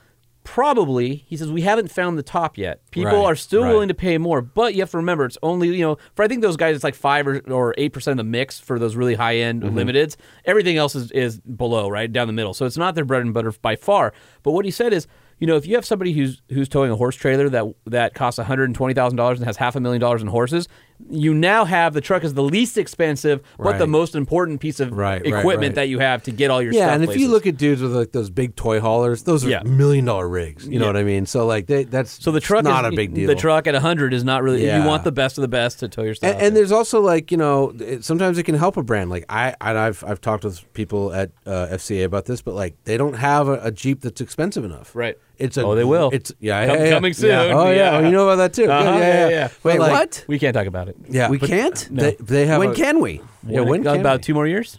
Speaker 1: Probably, he says, we haven't found the top yet. People
Speaker 5: Right,
Speaker 1: are still
Speaker 5: right.
Speaker 1: willing to pay more, but you have to remember it's only you know for I think those guys it's like five or or eight percent of the mix for those really high end
Speaker 5: Mm-hmm.
Speaker 1: limiteds. Everything else is is below right down the middle, so it's not their bread and butter by far. But what he said is. You know, if you have somebody who's who's towing a horse trailer that that costs one hundred and twenty thousand dollars and has half a million dollars in horses, you now have the truck is the least expensive, but the
Speaker 5: Right.
Speaker 1: most important piece of
Speaker 5: Right, right,
Speaker 1: equipment
Speaker 5: right.
Speaker 1: that you have to get all your
Speaker 5: yeah,
Speaker 1: stuff.
Speaker 5: and if you
Speaker 1: places.
Speaker 5: look at dudes with like those big toy haulers, those are
Speaker 1: Yeah.
Speaker 5: million dollar rigs. You know
Speaker 1: Yeah.
Speaker 5: what I mean? So like they, that's
Speaker 1: So the truck
Speaker 5: not
Speaker 1: is,
Speaker 5: a big deal.
Speaker 1: The truck at 100 is not really. You
Speaker 5: Yeah.
Speaker 1: want the best of the best to tow your stuff.
Speaker 5: And, and there's also like you know it, sometimes it can help a brand. Like I and I've I've talked with people at uh, FCA about this, but like they don't have a, a Jeep that's expensive enough.
Speaker 1: Right.
Speaker 5: It's a
Speaker 1: Oh, they will.
Speaker 5: It's yeah,
Speaker 1: Com-
Speaker 5: yeah, yeah.
Speaker 1: coming soon.
Speaker 5: Yeah. Oh yeah.
Speaker 1: Yeah.
Speaker 5: Oh, you know about that too.
Speaker 1: Uh-huh,
Speaker 5: Yeah, yeah, yeah. But,
Speaker 2: Wait,
Speaker 5: like,
Speaker 2: what?
Speaker 1: we can't talk about it.
Speaker 5: Yeah,
Speaker 2: we
Speaker 5: but
Speaker 2: can't.
Speaker 5: They, they have
Speaker 2: when
Speaker 5: a-
Speaker 2: can we?
Speaker 5: Yeah, when
Speaker 1: got
Speaker 5: can
Speaker 1: about
Speaker 5: we?
Speaker 1: two more years?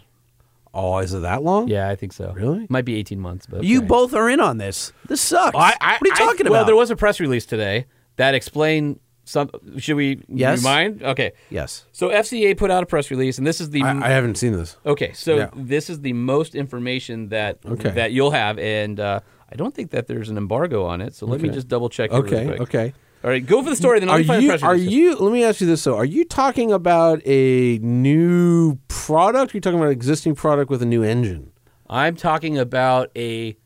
Speaker 5: Oh, is it that long?
Speaker 1: Yeah, I think so.
Speaker 5: Really?
Speaker 1: Might be 18 months, but
Speaker 2: You
Speaker 1: okay.
Speaker 2: both are in on this. This sucks. what are you talking
Speaker 1: Well,
Speaker 2: about?
Speaker 1: there was a press release today that explained some. Should we?
Speaker 2: Yes.
Speaker 1: You mind? Okay.
Speaker 2: yes.
Speaker 1: So FCA put out a press release, and this is the
Speaker 5: I, I haven't seen this.
Speaker 1: Okay, so
Speaker 5: Yeah.
Speaker 1: this is the most information that
Speaker 5: Okay.
Speaker 1: that you'll have, and uh, I don't think that there's an embargo on it. So let me just double check. it really
Speaker 5: Okay,
Speaker 1: quick.
Speaker 5: okay.
Speaker 1: All right, go for the story. Then I'll
Speaker 5: Are
Speaker 1: find
Speaker 5: you
Speaker 1: the press
Speaker 5: are
Speaker 1: release.
Speaker 5: you? Let me ask you this though: Are you talking about a new product? You're talking about an existing product with a new engine.
Speaker 1: I'm talking about a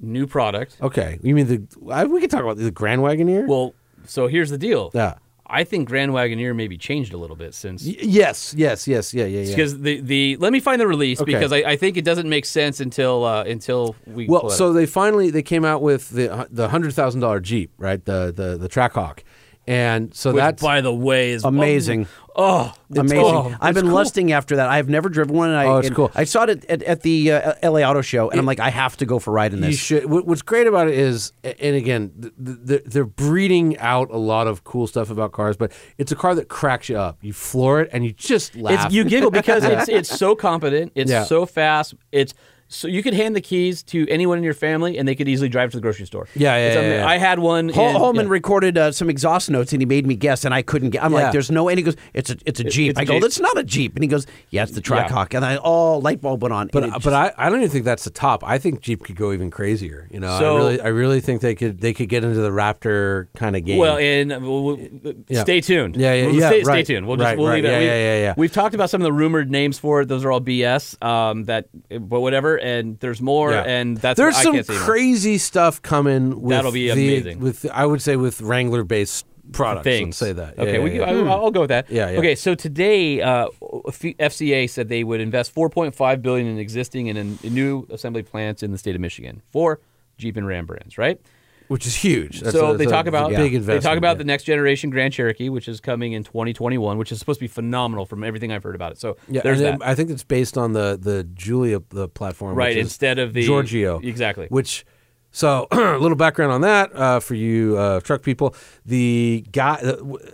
Speaker 1: new product.
Speaker 5: Okay, you mean the? I, we could talk about the Grand Wagoneer.
Speaker 1: Well, so here's the deal.
Speaker 5: Yeah.
Speaker 1: I think Grand Wagoneer maybe changed a little bit since
Speaker 5: Y- yes, yes, yes, yeah, yeah, yeah.
Speaker 1: because the, the let me find the release
Speaker 5: Okay.
Speaker 1: because I, I think it doesn't make sense until uh, until we
Speaker 5: well,
Speaker 1: pull it
Speaker 5: so
Speaker 1: up.
Speaker 5: they finally they came out with the the hundred thousand dollar Jeep, right? The the the Trackhawk, and so
Speaker 1: Which,
Speaker 5: that's
Speaker 1: by the way is
Speaker 2: Amazing.
Speaker 1: Oh,
Speaker 2: Amazing.
Speaker 1: oh,
Speaker 2: I've been lusting after that. I've never driven one. And I,
Speaker 5: Oh, it's
Speaker 2: and
Speaker 5: cool.
Speaker 2: I saw it at, at the uh, LA Auto Show, and I'm like, I have to go for a ride in
Speaker 5: you
Speaker 2: this.
Speaker 5: should. What, what's great about it is, a- and again, th- th- they're- they're breeding out a lot of cool stuff about cars, but it's a car that cracks you up. You floor it, and you just laugh.
Speaker 1: It's, you giggle because it's it's so competent. It's
Speaker 5: Yeah.
Speaker 1: so fast. It's so you could hand the keys to anyone in your family, and they could easily drive to the grocery store.
Speaker 5: Yeah, yeah,
Speaker 1: It's
Speaker 5: yeah,
Speaker 1: ama-
Speaker 5: yeah.
Speaker 1: I had one.
Speaker 2: Hol-
Speaker 1: in-
Speaker 2: Holman
Speaker 1: yeah.
Speaker 2: recorded uh, some exhaust notes, and he made me guess, and I couldn't. Get, I'm
Speaker 5: Yeah.
Speaker 2: like, "There's no." And he goes, "It's a, it's a Jeep."
Speaker 1: it's a
Speaker 2: I go,
Speaker 1: Jeep.
Speaker 2: "It's not a Jeep," and he goes, "Yeah, uh, it's the Trackhawk." And I, oh, light bulb went on.
Speaker 5: But
Speaker 2: and it
Speaker 5: but
Speaker 2: just-
Speaker 5: I, I don't even think that's the top. I think Jeep could go even crazier. You know,
Speaker 1: So-
Speaker 5: I really I really think they could they could get into the Raptor kind of game.
Speaker 1: Well, and uh, we'll- we'll-
Speaker 5: Yeah.
Speaker 1: stay tuned.
Speaker 5: Yeah, yeah,
Speaker 1: We'll
Speaker 5: yeah,
Speaker 1: Stay,
Speaker 5: right,
Speaker 1: stay tuned. We'll just
Speaker 5: right,
Speaker 1: we'll
Speaker 5: right.
Speaker 1: leave it.
Speaker 5: Yeah,
Speaker 1: we,
Speaker 5: yeah, yeah, yeah.
Speaker 1: We've talked about some of the rumored names for it. Those are all BS. Um, that, but whatever. And there's more.
Speaker 5: Yeah.
Speaker 1: And that's
Speaker 5: there's
Speaker 1: I
Speaker 5: some
Speaker 1: can't say anymore.
Speaker 5: crazy stuff coming. With
Speaker 1: That'll be
Speaker 5: the-
Speaker 1: amazing.
Speaker 5: With I would say with Wrangler based products.
Speaker 1: things.
Speaker 5: Let's say that. Yeah,
Speaker 1: Okay,
Speaker 5: yeah,
Speaker 1: we
Speaker 5: yeah.
Speaker 1: can- I, I'll go with that.
Speaker 5: Yeah, yeah.
Speaker 1: Okay, so today, uh, F- FCA said they would invest 4.5 billion in existing and in, in new assembly plants in the state of Michigan for Jeep and Ram brands, right?
Speaker 5: which is huge. That's
Speaker 1: so
Speaker 5: a-
Speaker 1: they
Speaker 5: that's a-
Speaker 1: talk
Speaker 5: that's a
Speaker 1: about
Speaker 5: big
Speaker 1: they
Speaker 5: investment.
Speaker 1: talk about
Speaker 5: yeah.
Speaker 1: the next generation Grand Cherokee, which is coming in 2021, which is supposed to be phenomenal from everything I've heard about it. So
Speaker 5: Yeah,
Speaker 1: there's
Speaker 5: and
Speaker 1: that.
Speaker 5: then I think it's based on the the Julia the platform,
Speaker 1: Right,
Speaker 5: which is
Speaker 1: instead of the-
Speaker 5: Giorgio,
Speaker 1: exactly.
Speaker 5: Which, so a little background on that uh, for you uh, truck people. The guy,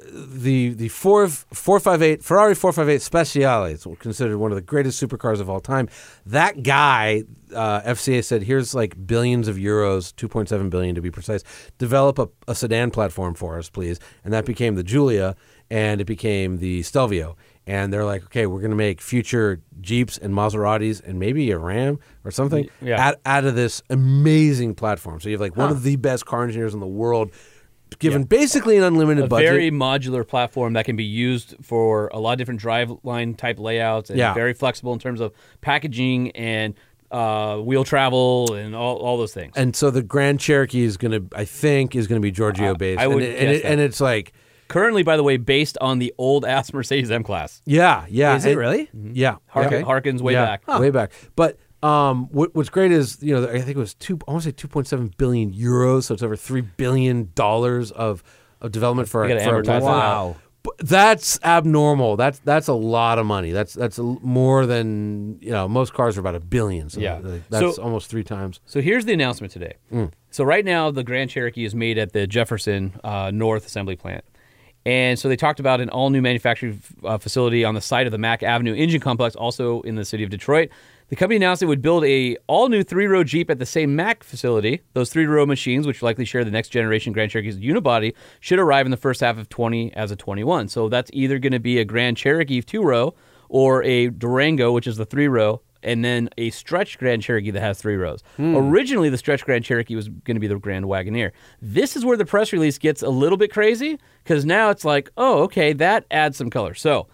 Speaker 5: the the four four five eight Ferrari four five eight Speciale is considered one of the greatest supercars of all time. That guy, uh, FCA said, here's like billions of euros, two point seven billion to be precise. Develop a, a sedan platform for us, please, and that became the Julia, and it became the Stelvio and they're like, okay, we're going to make future Jeeps and Maseratis and maybe a Ram or something
Speaker 1: yeah.
Speaker 5: out, out of this amazing platform. So you have like one of the best car engineers in the world, given basically an unlimited
Speaker 1: a
Speaker 5: budget.
Speaker 1: very modular platform that can be used for a lot of different driveline type layouts and
Speaker 5: Yeah.
Speaker 1: very flexible in terms of packaging and uh, wheel travel and all, all those things.
Speaker 5: and so the Grand Cherokee is going to, I think, is going to be Giorgio based.
Speaker 1: I would
Speaker 5: and, it- and,
Speaker 1: guess
Speaker 5: it-
Speaker 1: that.
Speaker 5: and it's like,
Speaker 1: Currently, by the way, based on the old ass Mercedes M class.
Speaker 5: yeah, yeah. Mm-hmm.
Speaker 2: Is it really?
Speaker 5: Yeah.
Speaker 1: Mm-hmm. Hark-
Speaker 5: Okay.
Speaker 1: harkens way
Speaker 5: Yeah,
Speaker 1: back. Huh.
Speaker 5: Way back. But um, what, what's great is, you know, I think it was two, I want to say 2.7 billion euros. So it's over $3 billion of, of development for,
Speaker 1: We
Speaker 5: a,
Speaker 1: gotta
Speaker 5: for a
Speaker 1: amortize that
Speaker 5: platform.
Speaker 1: out.
Speaker 5: But that's abnormal. That's that's a lot of money. That's that's a l- more than you know. Most cars are about a billion. So
Speaker 1: Yeah.
Speaker 5: th- that's
Speaker 1: So-
Speaker 5: almost three times.
Speaker 1: So here's the announcement today. So right now, the Grand Cherokee is made at the Jefferson uh, North Assembly Plant. And so they talked about an all new manufacturing uh, facility on the site of the Mack Avenue Engine Complex, also in the city of Detroit. The company announced it would build a all new three row Jeep at the same Mack facility. Those three row machines, which likely share the next generation Grand Cherokee's unibody, should arrive in the first half of 20 as a 21. So that's either going to be a Grand Cherokee two row or a Durango, which is the three row and then a stretch Grand Cherokee that has three rows. Originally, the stretch Grand Cherokee was going to be the Grand Wagoneer. This is where the press release gets a little bit crazy because now it's like, oh, okay, that adds some color. So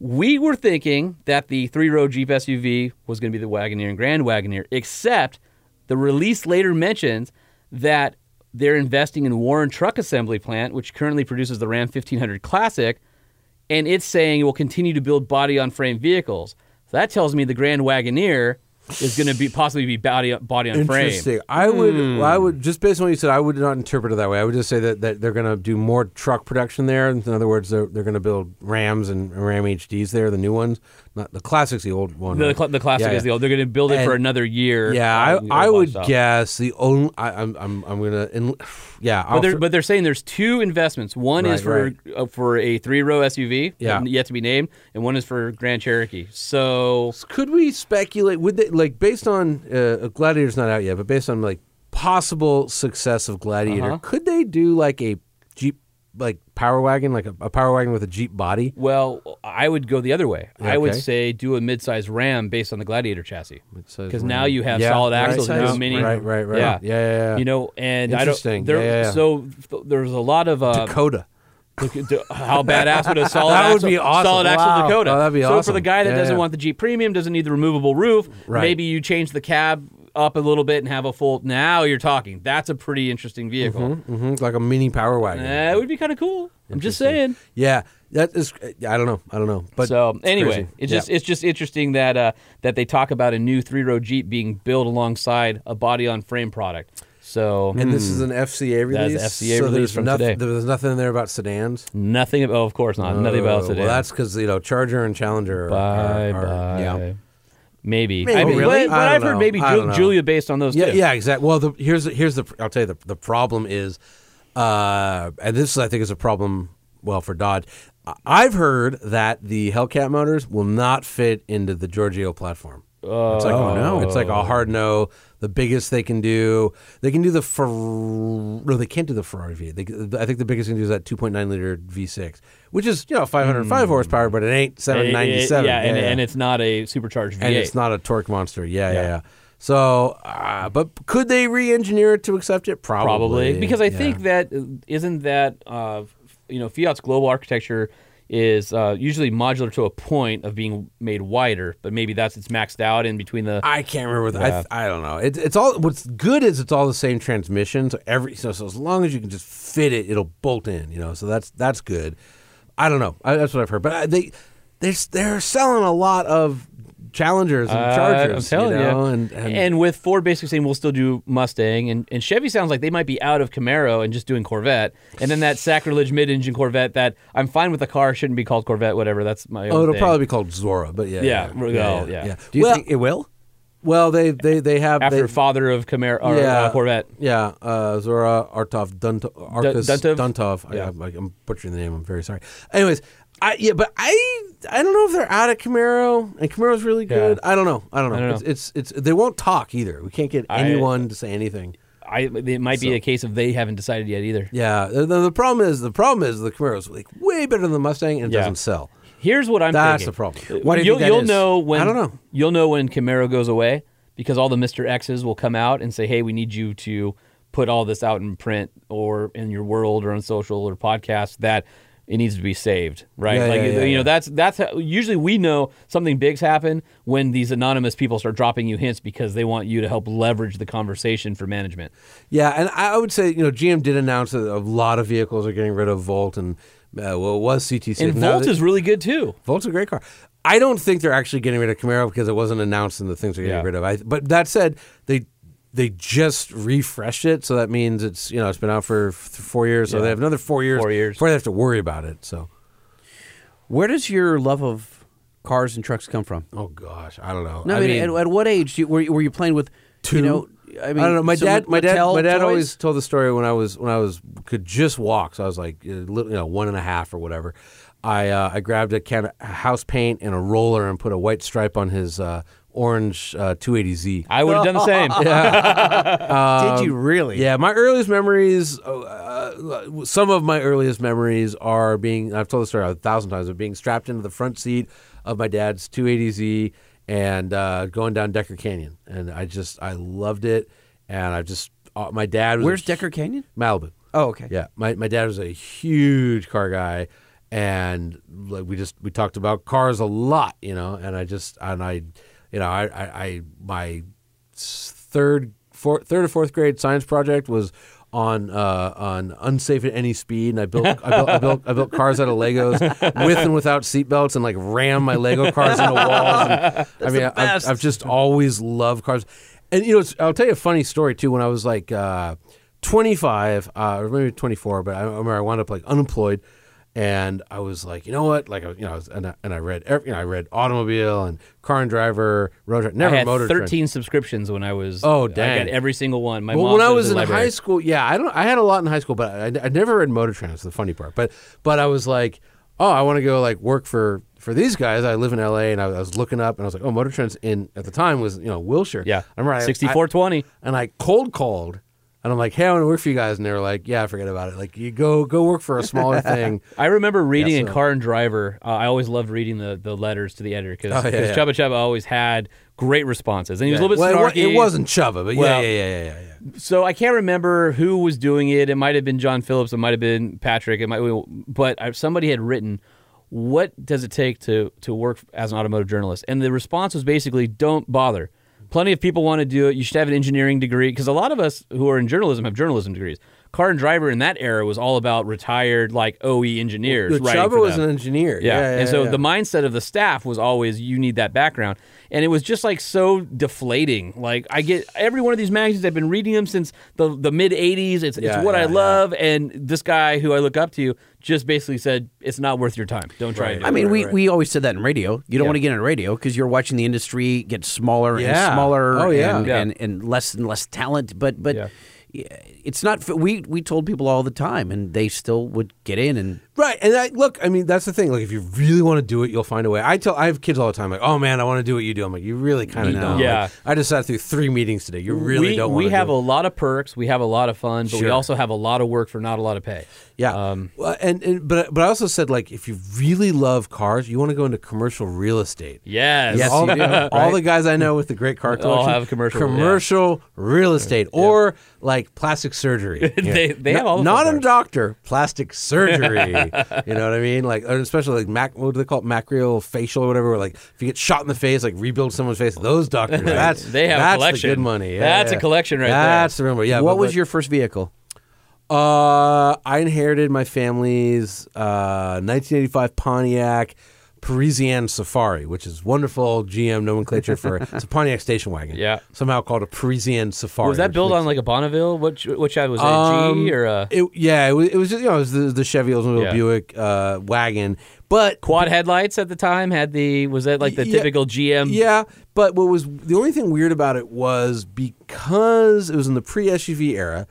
Speaker 1: we were thinking that the three row Jeep SUV was going to be the Wagoneer and Grand Wagoneer, except the release later mentions that they're investing in Warren Truck Assembly Plant, which currently produces the Ram 1500 Classic, and it's saying it will continue to build body on frame vehicles. So that tells me the Grand Wagoneer is going to be possibly be body, body on frame.
Speaker 5: Interesting. I would. well, I would just based on what you said. I would not interpret it that way. I would just say that, that they're going to do more truck production there. In other words, they're, they're going to build Rams and Ram HDs there, the new ones, not the classics, the old one.
Speaker 1: The,
Speaker 5: right?
Speaker 1: cl- the classic
Speaker 5: Yeah, yeah.
Speaker 1: is the old. um, They're going to build it for
Speaker 5: And-
Speaker 1: another year.
Speaker 5: Yeah,
Speaker 1: on the old
Speaker 5: I, I would
Speaker 1: lifestyle.
Speaker 5: guess the only. I, I'm I'm I'm gonna. In, yeah, I'll
Speaker 1: But they're,
Speaker 5: throw-
Speaker 1: but they're saying there's two investments. One is for
Speaker 5: Right,
Speaker 1: uh, for a three row SUV,
Speaker 5: Yeah.
Speaker 1: yet to be named, and one is for Grand Cherokee. So
Speaker 5: could we speculate? Would they like based on uh, Gladiator's not out yet, but based on like possible success of Gladiator,
Speaker 1: Uh-huh.
Speaker 5: could they do like a Jeep like power wagon, like a, a power wagon with a Jeep body?
Speaker 1: Well, I would go the other way. I would
Speaker 5: Okay.
Speaker 1: say do a mid-size Ram based on the Gladiator chassis,
Speaker 5: Mid-size
Speaker 1: because
Speaker 5: Ram.
Speaker 1: now you have
Speaker 5: Yeah,
Speaker 1: solid
Speaker 5: right
Speaker 1: axles,
Speaker 5: size.
Speaker 1: no mini,
Speaker 5: Right, right, right.
Speaker 1: yeah,
Speaker 5: Yeah, yeah, yeah.
Speaker 1: You know, and I don't.
Speaker 5: Interesting.
Speaker 1: There,
Speaker 5: Yeah, yeah, yeah.
Speaker 1: So th- there's a lot of uh,
Speaker 5: Coda.
Speaker 1: Look at- how badass would a solid
Speaker 5: That would
Speaker 1: axle,
Speaker 5: be awesome.
Speaker 1: solid axle
Speaker 5: Wow.
Speaker 1: Dakota?
Speaker 5: Oh, that'd be
Speaker 1: so for
Speaker 5: awesome.
Speaker 1: the guy that
Speaker 5: Yeah,
Speaker 1: doesn't
Speaker 5: yeah.
Speaker 1: want the Jeep Premium, doesn't need the removable roof,
Speaker 5: Right.
Speaker 1: maybe you change the cab up a little bit and have a full. Now you're talking. That's a pretty interesting vehicle.
Speaker 5: hmm like a mini power wagon.
Speaker 1: That would be kind of cool. I'm just saying.
Speaker 5: yeah, that is. I don't know. I don't know. But
Speaker 1: so
Speaker 5: it's
Speaker 1: anyway,
Speaker 5: crazy.
Speaker 1: it's
Speaker 5: Yeah.
Speaker 1: just it's just interesting that uh, that they talk about a new three row Jeep being built alongside a body on frame product. So
Speaker 5: And this is an FCA
Speaker 1: That is
Speaker 5: release.
Speaker 1: FCA
Speaker 5: so
Speaker 1: release
Speaker 5: there's
Speaker 1: from
Speaker 5: noth-
Speaker 1: today.
Speaker 5: There's nothing in there about sedans.
Speaker 1: nothing. Oh, of course not. nothing about
Speaker 5: Oh,
Speaker 1: today.
Speaker 5: Well, that's because you know Charger and Challenger. Are,
Speaker 1: Bye
Speaker 5: are,
Speaker 1: bye.
Speaker 5: Are, yeah.
Speaker 1: Maybe.
Speaker 5: Maybe.
Speaker 1: I mean,
Speaker 5: Oh, really?
Speaker 1: But, but
Speaker 5: I don't
Speaker 1: I've heard
Speaker 5: know.
Speaker 1: maybe
Speaker 5: I
Speaker 1: Ju-
Speaker 5: don't know.
Speaker 1: Julia based on those
Speaker 5: Yeah,
Speaker 1: two.
Speaker 5: yeah, exactly. Well, the, here's the, here's the. I'll tell you the the problem is, uh, and this I think is a problem. Well, for Dodge, I- I've heard that the Hellcat motors will not fit into the Giorgio platform. Oh it's like, no! It's like a hard no. The biggest they can do, they can do the Fer- no, they can't do the Ferrari V. They, I think the biggest they can do is that 2.9 liter V6, which is you know 505 horsepower, but it ain't
Speaker 1: It- it- Hmm.
Speaker 5: 797.
Speaker 1: Uh, yeah, and, and it's not a supercharged V8.
Speaker 5: and it's not a torque monster. Yeah, yeah,
Speaker 1: Yeah.
Speaker 5: yeah. So, uh, but could they re-engineer it to accept it? Probably,
Speaker 1: probably because I
Speaker 5: Yeah.
Speaker 1: think that isn't that uh, f- you know Fiat's global architecture is uh, usually modular to a point of being made wider, but maybe that's it's maxed out in between the.
Speaker 5: I can't remember. The, I th- I, don't know. It, it's all. What's good is it's all the same transmission. So every so, so as long as you can just fit it, it'll bolt in. You know. So that's that's good. I don't know. I, that's what I've heard. But I, they they're s- they're selling a lot of challengers and
Speaker 1: Uh,
Speaker 5: chargers.
Speaker 1: I'm telling
Speaker 5: you,
Speaker 1: you,
Speaker 5: know, And, and
Speaker 1: with Ford basically saying we'll still do Mustang, and, and Chevy sounds like they might be out of Camaro and just doing Corvette, and then that sacrilege mid-engine Corvette that I'm fine with the car shouldn't be called Corvette, whatever. That's my.
Speaker 5: oh,
Speaker 1: own
Speaker 5: it'll
Speaker 1: thing.
Speaker 5: probably be called Zora. But yeah,
Speaker 1: Yeah,
Speaker 5: yeah,
Speaker 1: well, yeah.
Speaker 2: Do you
Speaker 5: well,
Speaker 2: think it will?
Speaker 5: well, they they they have
Speaker 1: after
Speaker 5: they,
Speaker 1: father of Camaro or uh, Corvette.
Speaker 5: Yeah, uh, Zora Artov Dunto, Arkus,
Speaker 1: Duntov?
Speaker 5: Duntov. I, I, I'm butchering the name. I'm very sorry. Anyways, I yeah, but I I don't know if they're out of Camaro, and Camaro's really good. I don't know. I don't know.
Speaker 1: don't know.
Speaker 5: It's, it's it's they won't talk either. We can't get
Speaker 1: I-
Speaker 5: anyone to say anything.
Speaker 1: I it might be a case of they haven't decided yet either.
Speaker 5: Yeah, the, the, the problem is the problem is the Camaro's like way better than the Mustang and it
Speaker 1: Yeah.
Speaker 5: doesn't sell.
Speaker 1: Here's what I'm
Speaker 5: That's
Speaker 1: thinking.
Speaker 5: the problem.
Speaker 1: Why
Speaker 5: Why do you
Speaker 1: you'll
Speaker 5: think that
Speaker 1: you'll
Speaker 5: is?
Speaker 1: know when
Speaker 5: I don't know.
Speaker 1: You'll know when Camaro goes away because all the Mr. X's will come out and say, "Hey, we need you to put all this out in print or in your world or on social or podcast that it needs to be saved." Right?
Speaker 5: Yeah,
Speaker 1: like
Speaker 5: yeah, yeah,
Speaker 1: you know,
Speaker 5: yeah.
Speaker 1: that's that's how, usually we know something big's happened when these anonymous people start dropping you hints because they want you to help leverage the conversation for management.
Speaker 5: Yeah, and I I would say you know GM did announce that a lot of vehicles are getting rid of Volt and uh, well it was CTC
Speaker 1: And
Speaker 5: Now
Speaker 1: Volt
Speaker 5: they-
Speaker 1: is really good too.
Speaker 5: Volt's a great car. I don't think they're actually getting rid of Camaro because it wasn't announced in the things they're getting
Speaker 1: Yeah.
Speaker 5: rid of. I, but that said, they they just refreshed it, so that means it's you know it's been out for f- four years, so they have another four years,
Speaker 1: Four years.
Speaker 5: before they have to worry about it. So,
Speaker 2: Where does your love of cars and trucks come from?
Speaker 5: oh gosh, I don't know.
Speaker 2: No, I mean, at, at what age do you, were, you- were you playing with
Speaker 5: two.
Speaker 2: You know, I mean,
Speaker 5: don't know. My
Speaker 2: some
Speaker 5: dad, my dad,
Speaker 2: Mattel
Speaker 5: my dad
Speaker 2: toys?
Speaker 5: always told the story when I was when I was could just walk. So I was like, uh, little- you know, one and a half or whatever. I uh, I grabbed a can of house paint and a roller and put a white stripe on his uh, orange uh, 280Z.
Speaker 1: I would have done the same.
Speaker 2: Did you really?
Speaker 5: Yeah, my earliest memories, uh, uh, some of my earliest memories are being, I've told this story a thousand times, of being strapped into the front seat of my dad's 280Z and uh, going down Decker Canyon, and I just I loved it, and I just uh, my dad was
Speaker 2: Where's Decker Canyon?
Speaker 5: Malibu.
Speaker 2: Oh, okay.
Speaker 5: Yeah, my my dad was a huge car guy, and like we just we talked about cars a lot, you know. And I just and I, you know, I I, I my s- third four, third or fourth grade science project was on uh, on unsafe at any speed, and I built I built, I built I built cars out of Legos with and without seatbelts, and like ram my Lego cars into walls. And, I mean, I, have I've just always loved cars, and you know, it's, I'll tell you a funny story too. When I was like. Uh, 25 uh, or maybe 24 but I remember I wound up like unemployed and I was like you know what like I was- you know I was, and, I, and I read every, you know I read automobile and car and driver road Trip-
Speaker 1: I
Speaker 5: never
Speaker 1: had
Speaker 5: motor Trend.
Speaker 1: 13 subscriptions when I was.
Speaker 5: Oh,
Speaker 1: I
Speaker 5: dang.
Speaker 1: got every single one. My
Speaker 5: well,
Speaker 1: mom
Speaker 5: when I
Speaker 1: says
Speaker 5: was
Speaker 1: the
Speaker 5: in
Speaker 1: library.
Speaker 5: high school, yeah, I don't. I had a lot in high school, but I, I never read Motor Trend. That's the funny part. But but I was like, oh, I want to go like work for for these guys. I live in L.A. and I, was- I was looking up and I was like, oh, Motor Trends in at the time was you know Wilshire.
Speaker 1: Yeah,
Speaker 5: I remember I- I-
Speaker 1: 6420.
Speaker 5: and I cold called. And I'm like, hey, I want to work for you guys, and they were like, yeah, forget about it. Like, you go go work for a smaller thing.
Speaker 1: I remember reading in
Speaker 5: so-
Speaker 1: Car and Driver. Uh, I always loved reading the, the letters to the editor because
Speaker 5: Oh, yeah, yeah.
Speaker 1: Chubba Chubba always had great responses, and he was a little bit
Speaker 5: Well, it wa-
Speaker 1: snarky.
Speaker 5: it, wasn't Chuba, but
Speaker 1: Well-
Speaker 5: yeah, yeah, yeah, yeah, yeah, yeah.
Speaker 1: So I can't remember who was doing it. It might have been John Phillips. It might have been Patrick. It might, but I, somebody had written, "What does it take to to work as an automotive journalist?" And the response was basically, "Don't bother." Plenty of people want to do it. You should have an engineering degree because a lot of us who are in journalism have journalism degrees. Car and Driver in that era was all about retired like OE engineers.
Speaker 5: But
Speaker 1: writing
Speaker 5: Chuba
Speaker 1: for
Speaker 5: was
Speaker 1: them.
Speaker 5: an engineer.
Speaker 1: Yeah.
Speaker 5: yeah,
Speaker 1: and so
Speaker 5: yeah.
Speaker 1: the mindset of the staff was always you need that background. And it was just like so deflating. Like I get every one of these magazines, I've been reading them since the, the mid eighties. It's,
Speaker 5: Yeah,
Speaker 1: it's what I
Speaker 5: yeah, yeah.
Speaker 1: love. And this guy who I look up to just basically said, It's not worth your time. Don't try and do
Speaker 2: I
Speaker 1: it.
Speaker 2: mean, we, we always said that in radio. You don't want to get in radio because you're watching the industry get smaller and
Speaker 5: Yeah.
Speaker 2: smaller
Speaker 5: Oh, yeah.
Speaker 2: And,
Speaker 1: Yeah.
Speaker 2: And, and less and less talent. But but
Speaker 1: Yeah.
Speaker 2: yeah, it's not. f- We we told people all the time, and they still would get in. And
Speaker 5: Right, and I, look, I mean, that's the thing. Like, if you really want to do it, you'll find a way. I tell, I have kids all the time. Like, oh man, I want to do what you do. I'm like, you really kind of don't.
Speaker 1: Yeah.
Speaker 5: Like, I just sat through three meetings today. You really
Speaker 1: we,
Speaker 5: don't want
Speaker 1: we
Speaker 5: to.
Speaker 1: have
Speaker 5: do
Speaker 1: a
Speaker 5: it.
Speaker 1: lot of perks, we have a lot of fun, but we
Speaker 5: Sure.
Speaker 1: also have a lot of work for not a lot of pay.
Speaker 5: yeah.
Speaker 1: um,
Speaker 5: well, and, and but but I also said like, if you really love cars, you want to go into commercial real estate.
Speaker 1: Yes.
Speaker 2: Yes.
Speaker 5: all,
Speaker 2: you do,
Speaker 5: all the guys I know with the great car
Speaker 1: They all
Speaker 5: collection
Speaker 1: have commercial-
Speaker 5: commercial real estate or like plastic surgery.
Speaker 1: They- they have all the
Speaker 5: not
Speaker 1: fun
Speaker 5: a doctor, plastic surgery. you know what I mean? Like or especially like mac, what do they call it? Macro facial or whatever. Where like if you get shot in the face, like rebuild someone's face. Those doctors, that's
Speaker 1: They have a
Speaker 5: that's
Speaker 1: collection.
Speaker 5: The good money. Yeah,
Speaker 1: That's a
Speaker 5: yeah.
Speaker 1: collection right there.
Speaker 5: That's the number. Yeah.
Speaker 2: what
Speaker 5: but-
Speaker 2: was
Speaker 5: but-
Speaker 2: your first vehicle?
Speaker 5: uh, I inherited my family's uh, 1985 Pontiac Parisian Safari, which is wonderful GM nomenclature for it's a Pontiac station wagon.
Speaker 1: Yeah.
Speaker 5: somehow called a Parisian Safari.
Speaker 1: Was that
Speaker 5: which
Speaker 1: built
Speaker 5: makes- Um,
Speaker 1: on like a Bonneville? Which which I was that G or a
Speaker 5: It, yeah, it was, it was just you know it was the, the Chevy Oldsmobile
Speaker 1: Yeah.
Speaker 5: Buick uh, wagon, but
Speaker 1: quad headlights at the time? Had the was that like the
Speaker 5: Yeah.
Speaker 1: typical GM?
Speaker 5: Yeah, but what was the only thing weird about it was because it was in the pre SUV era,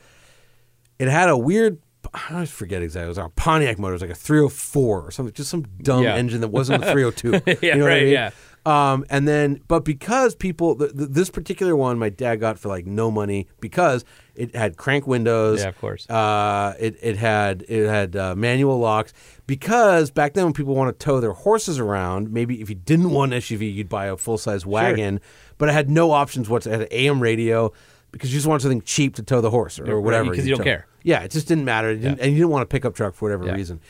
Speaker 5: it had a weird. I forget exactly. It was a Pontiac motor. It was like a 304 or something. Just some dumb
Speaker 1: Yeah.
Speaker 5: engine that wasn't a 302.
Speaker 1: Yeah,
Speaker 5: what
Speaker 1: right, yeah.
Speaker 5: Um, and then, but because people, th- th- this particular one, my dad got for like no money because it had crank windows.
Speaker 1: Yeah, of course.
Speaker 5: Uh, it, it had it had uh, manual locks because back then when people want to tow their horses around, maybe if you didn't want an SUV, you'd buy a full size wagon. But it had no options whatsoever. It had an AM radio because you just wanted something cheap to tow the horse or whatever.
Speaker 1: because
Speaker 5: you
Speaker 1: you don't
Speaker 5: tow.
Speaker 1: care.
Speaker 5: Yeah, it just didn't matter, It didn't, and you didn't want a pickup truck for whatever
Speaker 1: Yeah.
Speaker 5: reason.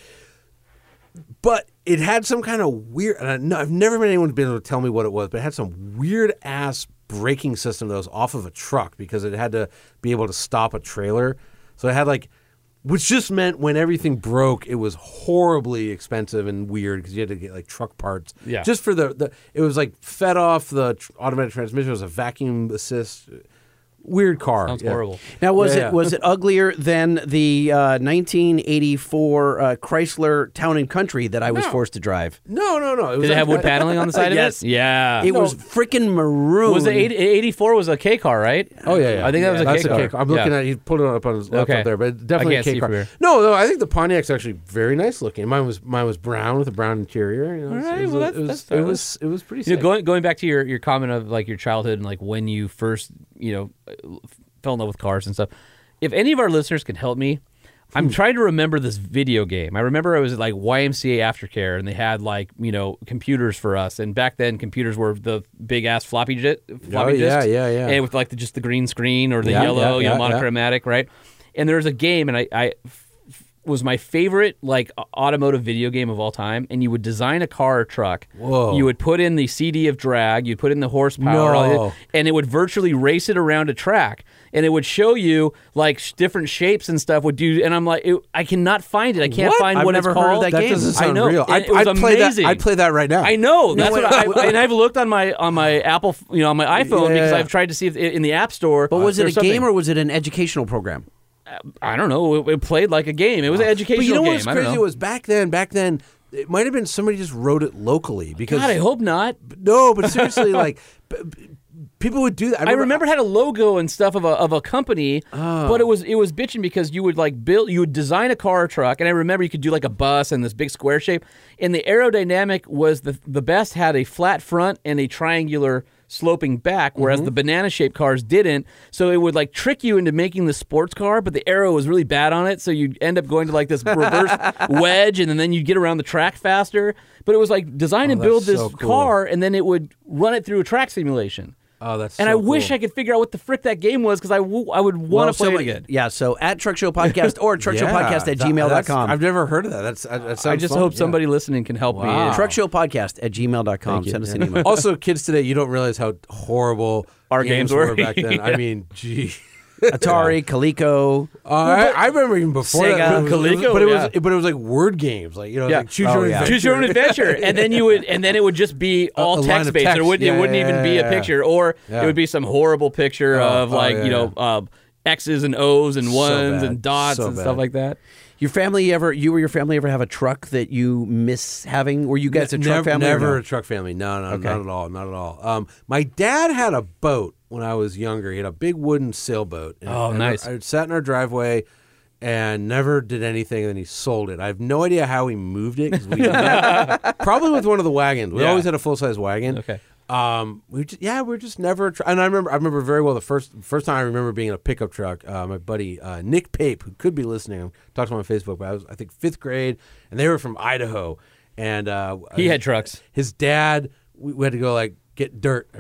Speaker 5: But it had some kind of weird. And I, no, I've never met anyone been able to tell me what it was, but it had some weird ass braking system that was off of a truck because it had to be able to stop a trailer. So it had like, which just meant when everything broke, it was horribly expensive and weird because you had to get like truck parts.
Speaker 1: Yeah.
Speaker 5: just for the, the it was like fed off the tr- automatic transmission. It was a vacuum assist. Weird car.
Speaker 1: Sounds
Speaker 5: Yeah.
Speaker 1: horrible.
Speaker 2: Now was it
Speaker 5: Yeah, yeah.
Speaker 2: was it uglier than the uh, 1984 uh, Chrysler Town and Country that I was forced to drive?
Speaker 5: No, no, no. was
Speaker 1: Did it have wood
Speaker 5: actually-
Speaker 1: paneling on the side
Speaker 2: Yes.
Speaker 1: of it? Yeah.
Speaker 5: Uh,
Speaker 2: it was freaking maroon.
Speaker 1: was it 80, 84 was a K car, right?
Speaker 5: Oh yeah, yeah.
Speaker 1: I think that was a
Speaker 5: That's
Speaker 1: K car.
Speaker 5: I'm looking
Speaker 1: Yeah.
Speaker 5: at he pulled it up on his laptop
Speaker 1: Okay.
Speaker 5: there, but it's definitely
Speaker 1: I
Speaker 5: a
Speaker 1: can't
Speaker 5: K
Speaker 1: see
Speaker 5: car.
Speaker 1: from here.
Speaker 5: No, no, I think the Pontiac's actually very nice looking. Mine was mine was brown with a brown interior. You know,
Speaker 1: All right,
Speaker 5: it was,
Speaker 1: well,
Speaker 5: it
Speaker 1: that's-
Speaker 5: was,
Speaker 1: that's
Speaker 5: it
Speaker 1: fair.
Speaker 5: was it was pretty.
Speaker 1: You
Speaker 5: Sick.
Speaker 1: know, going going back to your, your comment of like your childhood and like when you first you know fell in love with cars and stuff. If any of our listeners can help me, I'm trying to remember this video game. I remember it was like YMCA aftercare, and they had like you know computers for us. And back then, computers were the big ass floppy j- floppy
Speaker 5: Oh, yeah,
Speaker 1: disks.
Speaker 5: yeah, yeah.
Speaker 1: And with like the, just the green screen or the
Speaker 5: Yeah,
Speaker 1: yellow,
Speaker 5: yeah,
Speaker 1: you know,
Speaker 5: yeah, yeah.
Speaker 1: monochromatic, right? And there was a game, and I, I f- was my favorite like a- automotive video game of all time. And you would design a car or truck.
Speaker 5: Whoa.
Speaker 1: You would put in the CD of drag. You'd put in the horsepower.
Speaker 5: No.
Speaker 1: all that, and it would virtually race it around a track and it would show you like sh- different shapes and stuff would do and i'm like it, i cannot find it i can't
Speaker 5: What?
Speaker 1: find
Speaker 2: I've
Speaker 1: what
Speaker 2: never
Speaker 1: it's
Speaker 2: heard of
Speaker 1: called
Speaker 2: that game.
Speaker 5: That doesn't
Speaker 2: I
Speaker 5: sound
Speaker 1: know.
Speaker 5: real.
Speaker 1: And
Speaker 5: I'd,
Speaker 1: it was
Speaker 5: I'd play that.
Speaker 1: amazing.
Speaker 5: I'd play that right now.
Speaker 1: I know. That's
Speaker 2: wait,
Speaker 1: what I, and I've looked on my on my Apple, you know, on my iPhone
Speaker 5: Yeah,
Speaker 1: because
Speaker 5: yeah.
Speaker 1: I've tried to see if in the App Store.
Speaker 2: But was it a
Speaker 1: there's something.
Speaker 2: game or was it an educational program?
Speaker 1: I don't know. It, it played like a game. It was an educational
Speaker 5: But you know
Speaker 1: game.
Speaker 5: what's
Speaker 1: I don't
Speaker 5: crazy
Speaker 1: know.
Speaker 5: was back then. Back then, it might have been somebody just wrote it locally because
Speaker 1: God, I hope not.
Speaker 5: no, but seriously, like b- b- people would do that.
Speaker 1: I remember it had a logo and stuff of a, of a company, but it was it was bitching because you would like build you would design a car or truck, and I remember you could do like a bus and this big square shape, and the aerodynamic was the the best had a flat front and a triangular sloping back, whereas the banana shaped cars didn't. So it would like trick you into making the sports car, but the arrow was really bad on it, so you'd end up going to like this reverse wedge, and then you'd get around the track faster. But it was like design and
Speaker 5: that's
Speaker 1: build this
Speaker 5: so cool.
Speaker 1: car, and then it would run it through a track simulation.
Speaker 5: Oh, that's
Speaker 1: And
Speaker 5: so
Speaker 1: I wish
Speaker 5: cool.
Speaker 1: I could figure out what the frick that game was because I, w- I would want
Speaker 2: Well,
Speaker 1: to play
Speaker 2: so-
Speaker 1: it again.
Speaker 2: Yeah, so at Truck Show Podcast or Truck Show Podcast at
Speaker 5: that- that's-
Speaker 2: gmail.com.
Speaker 5: I've never heard of that. That's that, that
Speaker 1: I
Speaker 5: sounds
Speaker 1: just
Speaker 5: fun,
Speaker 1: hope
Speaker 5: yeah.
Speaker 1: somebody listening can help me.
Speaker 2: Truck Show Podcast at gmail.com. Send us an email.
Speaker 5: also, kids today, you don't realize how horrible
Speaker 1: Our games were.
Speaker 5: back then. I mean, gee.
Speaker 2: Atari, Coleco.
Speaker 5: Uh, I, I remember even before
Speaker 1: Sega,
Speaker 5: that, but it was- it was-
Speaker 1: Coleco,
Speaker 5: but it was
Speaker 1: yeah.
Speaker 5: but it was like word games, like you know,
Speaker 1: Yeah.
Speaker 5: like choose
Speaker 1: Oh,
Speaker 5: your own
Speaker 2: yeah.
Speaker 5: adventure.
Speaker 1: Choose your own adventure, and then you would, and then it would just be all
Speaker 5: a line of
Speaker 1: text based. There
Speaker 5: text.
Speaker 1: wouldn't,
Speaker 5: Yeah,
Speaker 1: it wouldn't
Speaker 5: yeah,
Speaker 1: even
Speaker 5: yeah,
Speaker 1: be
Speaker 5: yeah.
Speaker 1: a picture, or
Speaker 5: Yeah.
Speaker 1: it would be some horrible picture of
Speaker 5: oh,
Speaker 1: like
Speaker 5: yeah,
Speaker 1: you know uh, X's and O's and ones
Speaker 5: bad.
Speaker 1: and dots
Speaker 5: So
Speaker 1: and
Speaker 5: bad.
Speaker 1: stuff like that.
Speaker 2: Your family ever, you or your family ever have a truck that you miss having? Were you guys a truck
Speaker 5: never,
Speaker 2: family? or
Speaker 5: Never
Speaker 2: no?
Speaker 5: a truck family. No, no, not at all. Not at all. Um, my dad had a boat when I was younger. He had a big wooden sailboat. And
Speaker 1: Oh,
Speaker 5: I-
Speaker 1: nice.
Speaker 5: I, sat in our driveway and never did anything. And then he sold it. I have no idea how he moved it. 'cause we did that. Probably with one of the wagons. We
Speaker 1: Yeah.
Speaker 5: always had a full size wagon.
Speaker 1: Okay.
Speaker 5: Um, we just, yeah, we we're just never. Tr- and I remember, I remember very well the first first time I remember being in a pickup truck. Uh, my buddy uh, Nick Pape, who could be listening, talked to him on Facebook, but I was I think fifth grade, and they were from Idaho, and uh,
Speaker 1: He had trucks.
Speaker 5: his dad we, we had to go like get dirt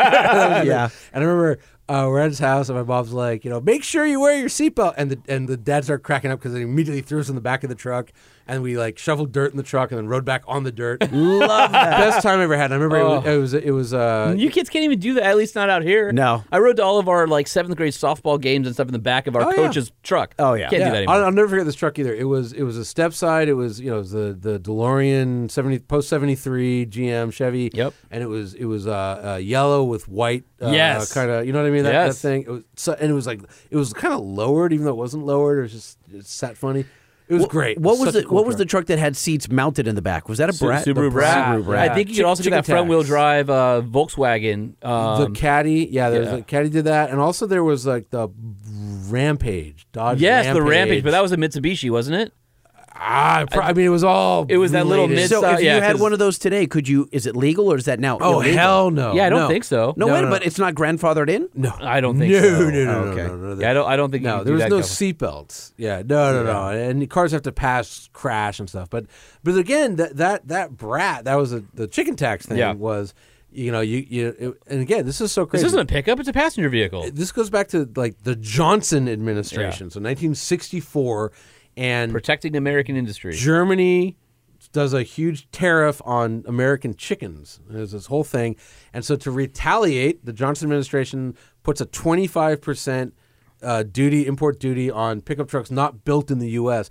Speaker 2: Yeah.
Speaker 5: and i remember uh, we're at his house and my mom's like you know make sure you wear your seatbelt and the and the dad started cracking up because he immediately threw us in the back of the truck and we like shoveled dirt in the truck and then rode back on the dirt love that best time i ever had i remember
Speaker 1: Oh.
Speaker 5: it was it was, it was uh
Speaker 1: You kids can't even do that. At least not out here.
Speaker 2: No.
Speaker 1: I rode to all of our like seventh grade softball games and stuff in the back of our
Speaker 5: Oh, yeah.
Speaker 1: coach's truck.
Speaker 2: Oh, yeah.
Speaker 1: can't
Speaker 5: yeah,
Speaker 1: do that
Speaker 5: I'll,
Speaker 1: anymore.
Speaker 5: I'll never forget this truck either. It was it was a step side. It was you know it was the the DeLorean seventy post seventy three GM Chevy.
Speaker 1: Yep.
Speaker 5: And it was it was uh, uh, yellow with white. Uh,
Speaker 1: Yes.
Speaker 5: Kind of you know what I mean that, that
Speaker 1: Yes.
Speaker 5: thing. It was so, and it was like it was kind of lowered even though it wasn't lowered. It was just it sat funny. It was
Speaker 2: What-
Speaker 5: great. It
Speaker 2: What was
Speaker 5: such a
Speaker 2: the
Speaker 5: cool
Speaker 2: what was the
Speaker 5: truck.
Speaker 2: truck that had seats mounted in the back? Was that a
Speaker 1: Su-
Speaker 2: Brat?
Speaker 1: Subaru
Speaker 2: the
Speaker 1: Brat.
Speaker 2: Subaru Brat.
Speaker 1: I think you could
Speaker 5: Chick-
Speaker 1: also do
Speaker 5: chicken
Speaker 1: that front wheel
Speaker 5: tax.
Speaker 1: drive uh, Volkswagen. Um,
Speaker 5: the caddy, yeah, there was
Speaker 1: yeah.
Speaker 5: the caddy did that, and also there was like the rampage, Dodge.
Speaker 1: yes, the Rampage, but that was a Mitsubishi, wasn't it?
Speaker 5: ah, pro- I, mean it was all.
Speaker 1: It was that little
Speaker 5: related.
Speaker 2: So
Speaker 1: It's, uh,
Speaker 2: if
Speaker 1: yeah,
Speaker 2: you had
Speaker 1: 'cause-
Speaker 2: one of those today, could you? Is it legal or is that now?
Speaker 5: Oh
Speaker 2: illegal?
Speaker 5: hell no!
Speaker 1: yeah, I don't
Speaker 5: no.
Speaker 1: think so.
Speaker 2: No, wait,
Speaker 5: no.
Speaker 2: but it's not grandfathered in.
Speaker 5: No,
Speaker 1: I don't think
Speaker 5: no,
Speaker 1: so.
Speaker 5: No, no, no,
Speaker 2: Okay.
Speaker 5: no, no, no.
Speaker 1: Yeah, I don't. I don't think you
Speaker 5: no,
Speaker 1: could
Speaker 5: there
Speaker 1: do
Speaker 5: was
Speaker 1: that,
Speaker 5: no
Speaker 1: Calvin.
Speaker 5: seatbelts. Yeah, no, no, no, and the cars have to pass crash and stuff. But but again, that that that brat that was a, the chicken tax thing
Speaker 1: Yeah.
Speaker 5: was, you know, you you it, and again, this is so
Speaker 1: This
Speaker 5: crazy.
Speaker 1: isn't a pickup; it's a passenger vehicle.
Speaker 5: This goes back to like the Johnson administration, so 1964, and
Speaker 1: Protecting American industry.
Speaker 5: Germany does a huge tariff on American chickens. There's this whole thing. And so to retaliate, the Johnson administration puts a 25% uh, duty, import duty on pickup trucks not built in the U.S.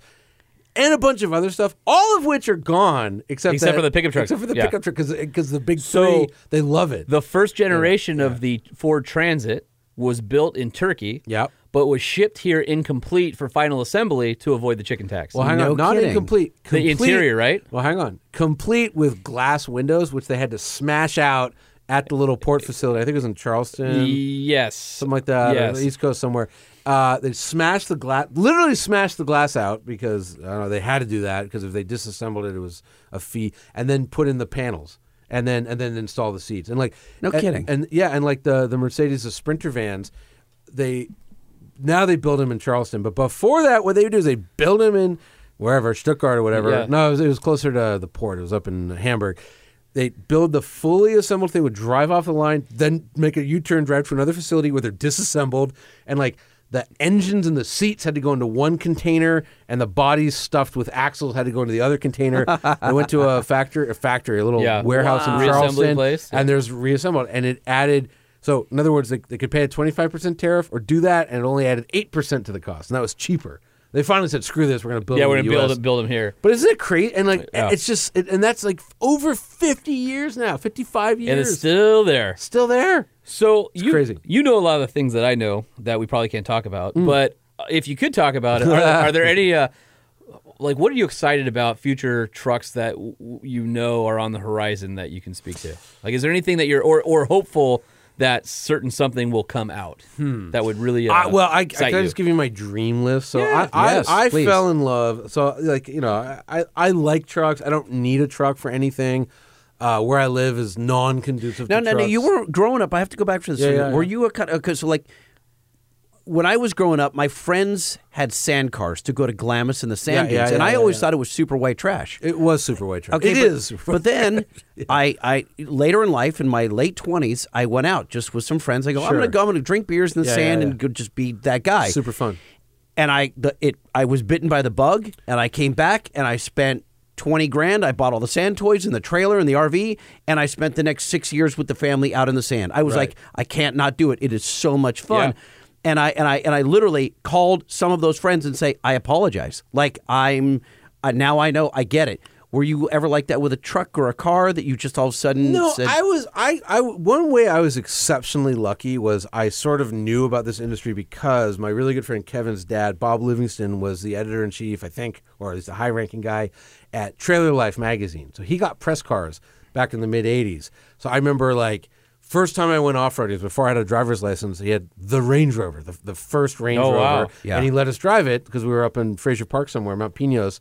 Speaker 5: And a bunch of other stuff, all of which are gone except
Speaker 1: Except
Speaker 5: that-
Speaker 1: for the pickup trucks,
Speaker 5: Except for the
Speaker 1: yeah.
Speaker 5: pickup truck, because the big
Speaker 1: So-
Speaker 5: three, they love it.
Speaker 1: The first generation of the Ford Transit was built in Turkey.
Speaker 5: Yep.
Speaker 1: But was shipped here incomplete for final assembly to avoid the chicken tax.
Speaker 5: Well, hang
Speaker 2: No
Speaker 5: on, not
Speaker 2: kidding.
Speaker 5: incomplete.
Speaker 1: The
Speaker 5: Complete-
Speaker 1: interior, right?
Speaker 5: Well, hang on. Complete with glass windows, which they had to smash out at the little port facility. I think it was in Charleston,
Speaker 1: yes.
Speaker 5: something like that, or
Speaker 1: Yes.
Speaker 5: the East Coast somewhere. Uh, they smashed the glass, literally smashed the glass out because I don't know they had to do that because if they disassembled it, it was a fee, and then put in the panels. And then and then install the seats and like
Speaker 2: No
Speaker 5: and-
Speaker 2: kidding.
Speaker 5: and yeah and like the the Mercedes the Sprinter vans, they now they build him in Charleston, but before that, what they would do is they build him in wherever Stuttgart or whatever.
Speaker 1: Yeah.
Speaker 5: No, it was, it was closer to the port. It was up in Hamburg. They build the fully assembled thing, would drive off the line, then make a U turn, drive to another facility where they're disassembled, and like the engines and the seats had to go into one container, and the bodies stuffed with axles had to go into the other container. I went to a factory, a factory, a little
Speaker 1: Yeah.
Speaker 5: warehouse
Speaker 1: Wow.
Speaker 5: in
Speaker 1: Reassembly
Speaker 5: Charleston,
Speaker 1: place, yeah.
Speaker 5: and there's reassembled, and it added. So in other words, they, they could pay a 25% tariff or do that, and it only added 8% to the cost, and that was cheaper. They finally said, "Screw this, we're going to build."
Speaker 1: yeah,
Speaker 5: it in
Speaker 1: we're
Speaker 5: the
Speaker 1: gonna build
Speaker 5: US.
Speaker 1: him, build him here.
Speaker 5: But isn't it crazy? And like,
Speaker 1: Yeah.
Speaker 5: it's just, it, and that's like over 50 years now, 55 years,
Speaker 1: And it's still there.
Speaker 5: still there.
Speaker 1: So you
Speaker 5: crazy. Mm.
Speaker 1: you know a lot of the things that I know that we probably can't talk about, but if you could talk about it, are, are there any uh, like what are you excited about future trucks that w- w- you know are on the horizon that you can speak to? Like, is there anything that you're or or hopeful that certain something will come out that would really uh,
Speaker 5: I, Hmm. well, I, I
Speaker 1: excite
Speaker 5: can I
Speaker 1: you?
Speaker 5: just give you my dream list. So
Speaker 2: Yeah.
Speaker 5: I,
Speaker 2: Yes,
Speaker 5: I, I
Speaker 2: please.
Speaker 5: fell in love. So like you know, I, I, I like trucks. I don't need a truck for anything. Uh, where I live is non-conducive.
Speaker 2: No,
Speaker 5: to
Speaker 2: no, no.
Speaker 5: trucks.
Speaker 2: You were growing up. I have to go back to this.
Speaker 5: Yeah,
Speaker 2: for a
Speaker 5: yeah,
Speaker 2: minute. were
Speaker 5: yeah.
Speaker 2: you a kind of, cause so like when I was growing up, my friends had sand cars to go to Glamis and the sand
Speaker 5: Yeah, yeah,
Speaker 2: dunes, and
Speaker 5: yeah,
Speaker 2: I
Speaker 5: yeah,
Speaker 2: always
Speaker 5: yeah.
Speaker 2: thought it was super white trash.
Speaker 5: It was super white trash.
Speaker 2: Okay,
Speaker 5: it
Speaker 2: but,
Speaker 5: is.
Speaker 2: But then I, I later in life, in my late twenties, I went out just with some friends. I go, I'm
Speaker 5: Sure.
Speaker 2: gonna go. I'm gonna drink beers in the
Speaker 5: Yeah, yeah,
Speaker 2: sand
Speaker 5: yeah.
Speaker 2: and go just be that guy.
Speaker 5: super fun.
Speaker 2: and I the, it I was bitten by the bug, and I came back and I spent twenty grand. I bought all the sand toys and the trailer and the RV, and I spent the next six years with the family out in the sand. I was
Speaker 5: Right.
Speaker 2: like, I can't not do it. It is so much fun.
Speaker 1: Yeah.
Speaker 2: And I and I and I literally called some of those friends and say, I apologize. Like I'm uh, now I know I get it. Were you ever like that with a truck or a car that you just all of a sudden
Speaker 5: No,
Speaker 2: said,
Speaker 5: I was I, I one way I was exceptionally lucky was I sort of knew about this industry because my really good friend Kevin's dad, Bob Livingston, was the editor in chief, I think, or at least a high ranking guy at Trailer Life magazine. So he got press cars back in the mid '80s. So I remember like first time I went off roading was before I had a driver's license. He had the Range Rover, the, the first Range
Speaker 1: Oh,
Speaker 5: Rover,
Speaker 1: wow.
Speaker 2: Yeah.
Speaker 5: and he let us drive it because we were up in Fraser Park somewhere, Mount Pinos.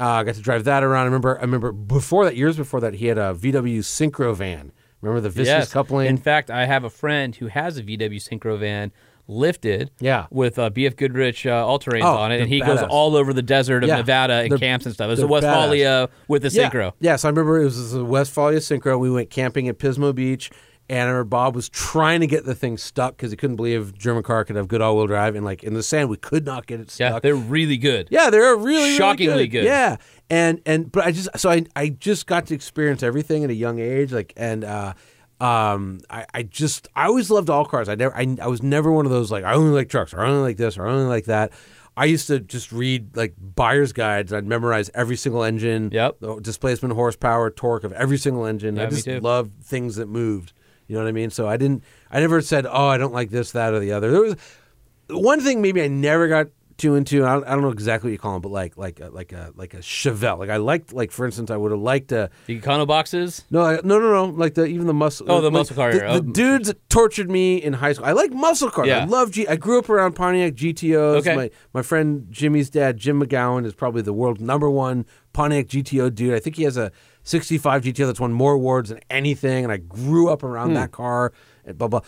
Speaker 5: Uh, I got to drive that around. I remember. I remember before that, years before that, he had a VW Synchro van. Remember the viscous
Speaker 1: Yes.
Speaker 5: coupling?
Speaker 1: In fact, I have a friend who has a VW Synchro van lifted
Speaker 5: Yeah.
Speaker 1: with uh, BF Goodrich uh, all terrains
Speaker 5: Oh,
Speaker 1: on it,
Speaker 5: they're
Speaker 1: and he goes
Speaker 5: badass.
Speaker 1: all over the desert of
Speaker 5: Yeah.
Speaker 1: Nevada and
Speaker 5: They're-
Speaker 1: camps and stuff. It's a
Speaker 5: they're
Speaker 1: Westphalia with a
Speaker 5: yeah.
Speaker 1: Synchro.
Speaker 5: Yeah, so I remember it was the Westphalia Synchro. We went camping at Pismo Beach, and I remember Bob was trying to get the thing stuck because he couldn't believe German car could have good all wheel drive, and like in the sand, we could not get it
Speaker 1: Yeah,
Speaker 5: stuck.
Speaker 1: they're really good.
Speaker 5: Yeah, they're really really
Speaker 1: Shockingly good.
Speaker 5: Yeah, and and but I just so I I just got to experience everything at a young age, like and uh, um, I I just I always loved all cars. I never I, I was never one of those like I only like trucks or I only like this or I only like that. I used to just read like buyer's guides. I'd memorize every single engine,
Speaker 1: Yep.
Speaker 5: the displacement, horsepower, torque of every single engine.
Speaker 1: Yeah,
Speaker 5: I
Speaker 1: me
Speaker 5: just
Speaker 1: too.
Speaker 5: loved things that moved. You know what I mean? So I didn't. I never said, "Oh, I don't like this, that, or the other." There was one thing maybe I never got too into. I don't, I don't know exactly what you call them, but like like a, like a like a Chevelle. Like I liked like for instance, I would have liked a
Speaker 1: The Econo boxes.
Speaker 5: no I- no no no like the even the muscle.
Speaker 1: Oh, the
Speaker 5: like,
Speaker 1: muscle car
Speaker 5: The,
Speaker 1: era.
Speaker 5: the
Speaker 1: Oh.
Speaker 5: dudes that tortured me in high school. I like muscle cars.
Speaker 1: Yeah.
Speaker 5: I love G. I grew up around Pontiac GTOs.
Speaker 1: Okay.
Speaker 5: My my friend Jimmy's dad, Jim McGowan, is probably the world number one Pontiac GTO dude. I think he has a 65 GTO that's won more awards than anything, and I grew up around
Speaker 1: Hmm.
Speaker 5: that car and blah blah.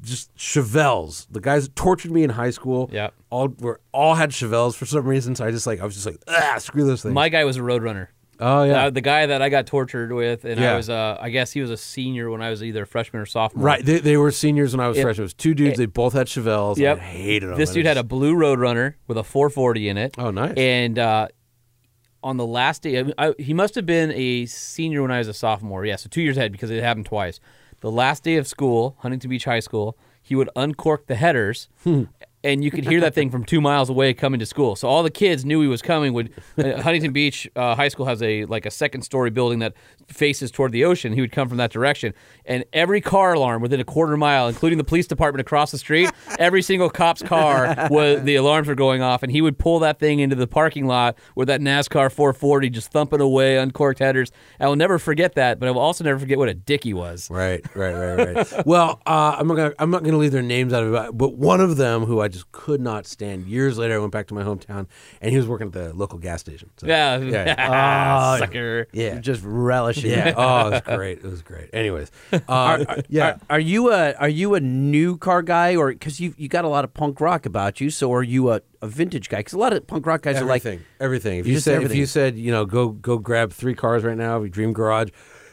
Speaker 5: Just Chevelles, the guys that tortured me in high school.
Speaker 1: Yeah.
Speaker 5: all were all had Chevelles for some reason. So I just like I was just like ah, screw those things.
Speaker 1: My guy was a Roadrunner.
Speaker 5: oh yeah,
Speaker 1: Uh, the guy that I got tortured with, and I
Speaker 5: Yeah.
Speaker 1: was, uh, I guess he was a senior when I was either a freshman or sophomore.
Speaker 5: Right, they, they were seniors when I was freshman. It was two dudes. they both had Chevelles.
Speaker 1: Eh, Yep.
Speaker 5: and I hated them.
Speaker 1: This
Speaker 5: I
Speaker 1: dude had a
Speaker 5: just-
Speaker 1: blue Roadrunner with a 440 in it.
Speaker 5: Oh, nice.
Speaker 1: And uh, on the last day, I, I, he must have been a senior when I was a sophomore. Yeah, so two years ahead because it happened twice. The last day of school, Huntington Beach High School, he would uncork the headers.
Speaker 5: Hmm.
Speaker 1: And you could hear that thing from two miles away coming to school. So all the kids knew he was coming. Would uh, Huntington Beach uh, High School has a like a second story building that faces toward the ocean. He would come from that direction, and every car alarm within a quarter mile, including the police department across the street, every single cop's car was the alarms were going off, and he would pull that thing into the parking lot with that NASCAR 440 just thumping away uncorked headers. I will never forget that, but I will also never forget what a dick he was.
Speaker 5: Right, right, right, right. well, uh, I'm not gonna I'm not gonna leave their names out of it, but one of them who I just could not stand. Years later, I went back to my hometown, and he was working at the local gas station. So,
Speaker 1: Yeah,
Speaker 5: yeah, Ah.
Speaker 1: sucker.
Speaker 5: yeah.
Speaker 2: You're just relishing.
Speaker 5: Yeah.
Speaker 2: it.
Speaker 5: Oh, it was great. It was great. Anyways, uh, yeah.
Speaker 2: Are, are you a are you a new car guy or because you you got a lot of punk rock about you? So are you a, a vintage guy? Because a lot of punk rock guys are
Speaker 5: everything,
Speaker 2: like
Speaker 5: everything. If you
Speaker 2: Just
Speaker 5: said if
Speaker 2: everything.
Speaker 5: you said you know go go grab three cars right now, if you dream garage,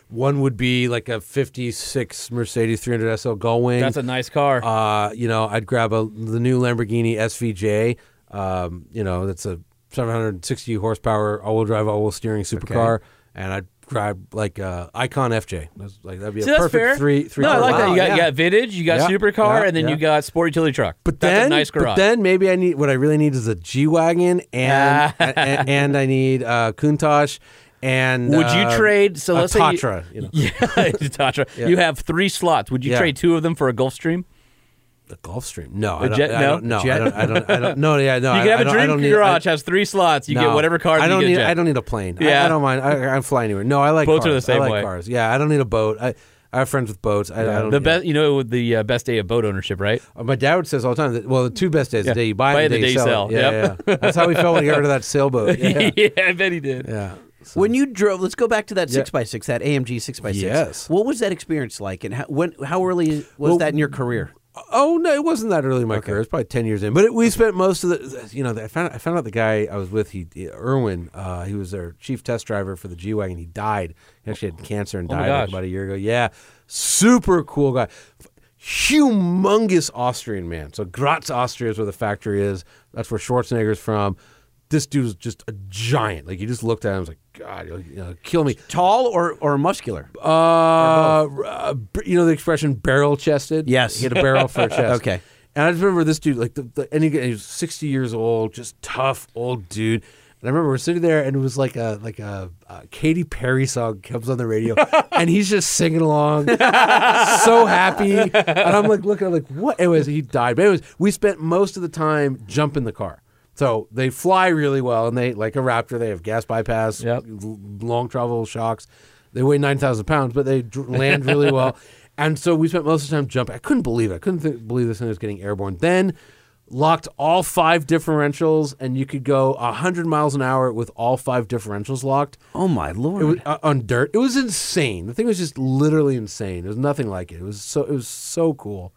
Speaker 5: one would be like a '56 Mercedes 300 SL Gullwing.
Speaker 1: That's a nice car.
Speaker 5: Uh, you know, I'd grab a the new Lamborghini SVJ. Um, you know, that's a 760 horsepower all-wheel drive, all-wheel steering supercar, and I'd grab like uh, Icon FJ. That's like that'd be
Speaker 1: See,
Speaker 5: a
Speaker 1: that's
Speaker 5: perfect
Speaker 1: fair.
Speaker 5: three three.
Speaker 1: no, I
Speaker 5: car
Speaker 1: like
Speaker 5: lineup.
Speaker 1: that. You got, you
Speaker 2: yeah.
Speaker 1: got vintage, you got
Speaker 5: Yeah,
Speaker 1: supercar,
Speaker 5: yeah,
Speaker 1: and then
Speaker 5: yeah.
Speaker 1: you got sport utility truck.
Speaker 5: But
Speaker 1: that's
Speaker 5: then,
Speaker 1: a nice garage.
Speaker 5: but then maybe I need what I really need is a G wagon, and, and and I need uh, Countach, and
Speaker 1: would
Speaker 5: uh,
Speaker 1: you trade? So
Speaker 5: a
Speaker 1: let's say
Speaker 5: Tatra,
Speaker 1: You,
Speaker 5: you know,
Speaker 1: yeah, it's a Tatra. You have three slots. Would you
Speaker 5: Yeah.
Speaker 1: trade two of them for a Gulfstream?
Speaker 5: the Gulfstream. No, I don't,
Speaker 1: jet-
Speaker 5: I don't,
Speaker 1: no?
Speaker 5: no,
Speaker 1: Jet?
Speaker 5: I don't, I don't, I don't, no, yeah, no.
Speaker 1: You can
Speaker 5: I,
Speaker 1: have
Speaker 5: I
Speaker 1: a
Speaker 5: don't- I
Speaker 1: dream
Speaker 5: don't need-
Speaker 1: garage
Speaker 5: I,
Speaker 1: has three slots. You
Speaker 5: no.
Speaker 1: get whatever car.
Speaker 5: I don't
Speaker 1: you
Speaker 5: need.
Speaker 1: get
Speaker 5: I
Speaker 1: jet.
Speaker 5: don't need a plane. Yeah, I,
Speaker 1: Yeah.
Speaker 5: don't mind. I, I'm flying anywhere. No, I like
Speaker 1: Boats are
Speaker 5: cars.
Speaker 1: the same
Speaker 5: I like
Speaker 1: way.
Speaker 5: cars. Yeah, I don't need a boat. I, I have friends with boats. I, I don't.
Speaker 1: The
Speaker 5: yeah.
Speaker 1: best, you know, with the uh, best day of boat ownership, right?
Speaker 5: Uh, My dad says all the time that well, the two best days: the day you buy,
Speaker 1: Buy
Speaker 5: and the day you sell. it. Yeah,
Speaker 1: Yep.
Speaker 5: yeah, yeah. That's how we felt when we got rid of that sailboat. Yeah,
Speaker 1: I bet he did.
Speaker 5: yeah. So-
Speaker 2: when you drove. Let's go back to that six x six, that AMG six x six.
Speaker 5: Yes.
Speaker 2: What was that experience like, and how when how early was that in your career?
Speaker 5: Oh no, it wasn't that early in my career. It was probably ten years in. But it, we spent most of the, you know, I found I found out the guy I was with, he Irwin, uh, he was our chief test driver for the G wagon. He died. He actually had cancer and
Speaker 1: Oh my
Speaker 5: died like
Speaker 1: gosh.
Speaker 5: about a year ago. Yeah, super cool guy, F- humongous Austrian man. So Graz, Austria, is where the factory is. That's where Schwarzenegger's from. This dude was just a giant. Like you just looked at him, I was like, God, you'll, you know, kill me.
Speaker 2: Tall or or muscular?
Speaker 5: Uh, uh, b- you know the expression barrel chested?
Speaker 2: Yes.
Speaker 5: He had a barrel for a chest.
Speaker 2: Okay.
Speaker 5: And I just remember this dude, like, the, the, and he, he was 60 years old, just tough old dude. And I remember we're sitting there, and it was like a like a, uh Katy Perry song comes on the radio, and he's just singing along, so happy. And I'm like looking, I'm like, what? Anyways, he died. But anyways, we spent most of the time jumping the car. So they fly really well, and they like a Raptor. They have gas bypass,
Speaker 1: Yep.
Speaker 5: l- long travel shocks. They weigh 9,000 pounds, but they dr- land really well. And so we spent most of the time jumping. I couldn't believe it. I couldn't th- believe this thing was getting airborne. Then locked all five differentials, and you could go 100 miles an hour with all five differentials locked
Speaker 2: Oh my lord!
Speaker 5: it was, uh, on dirt. It was insane. The thing was just literally insane. It was nothing like it. It was so it was so cool.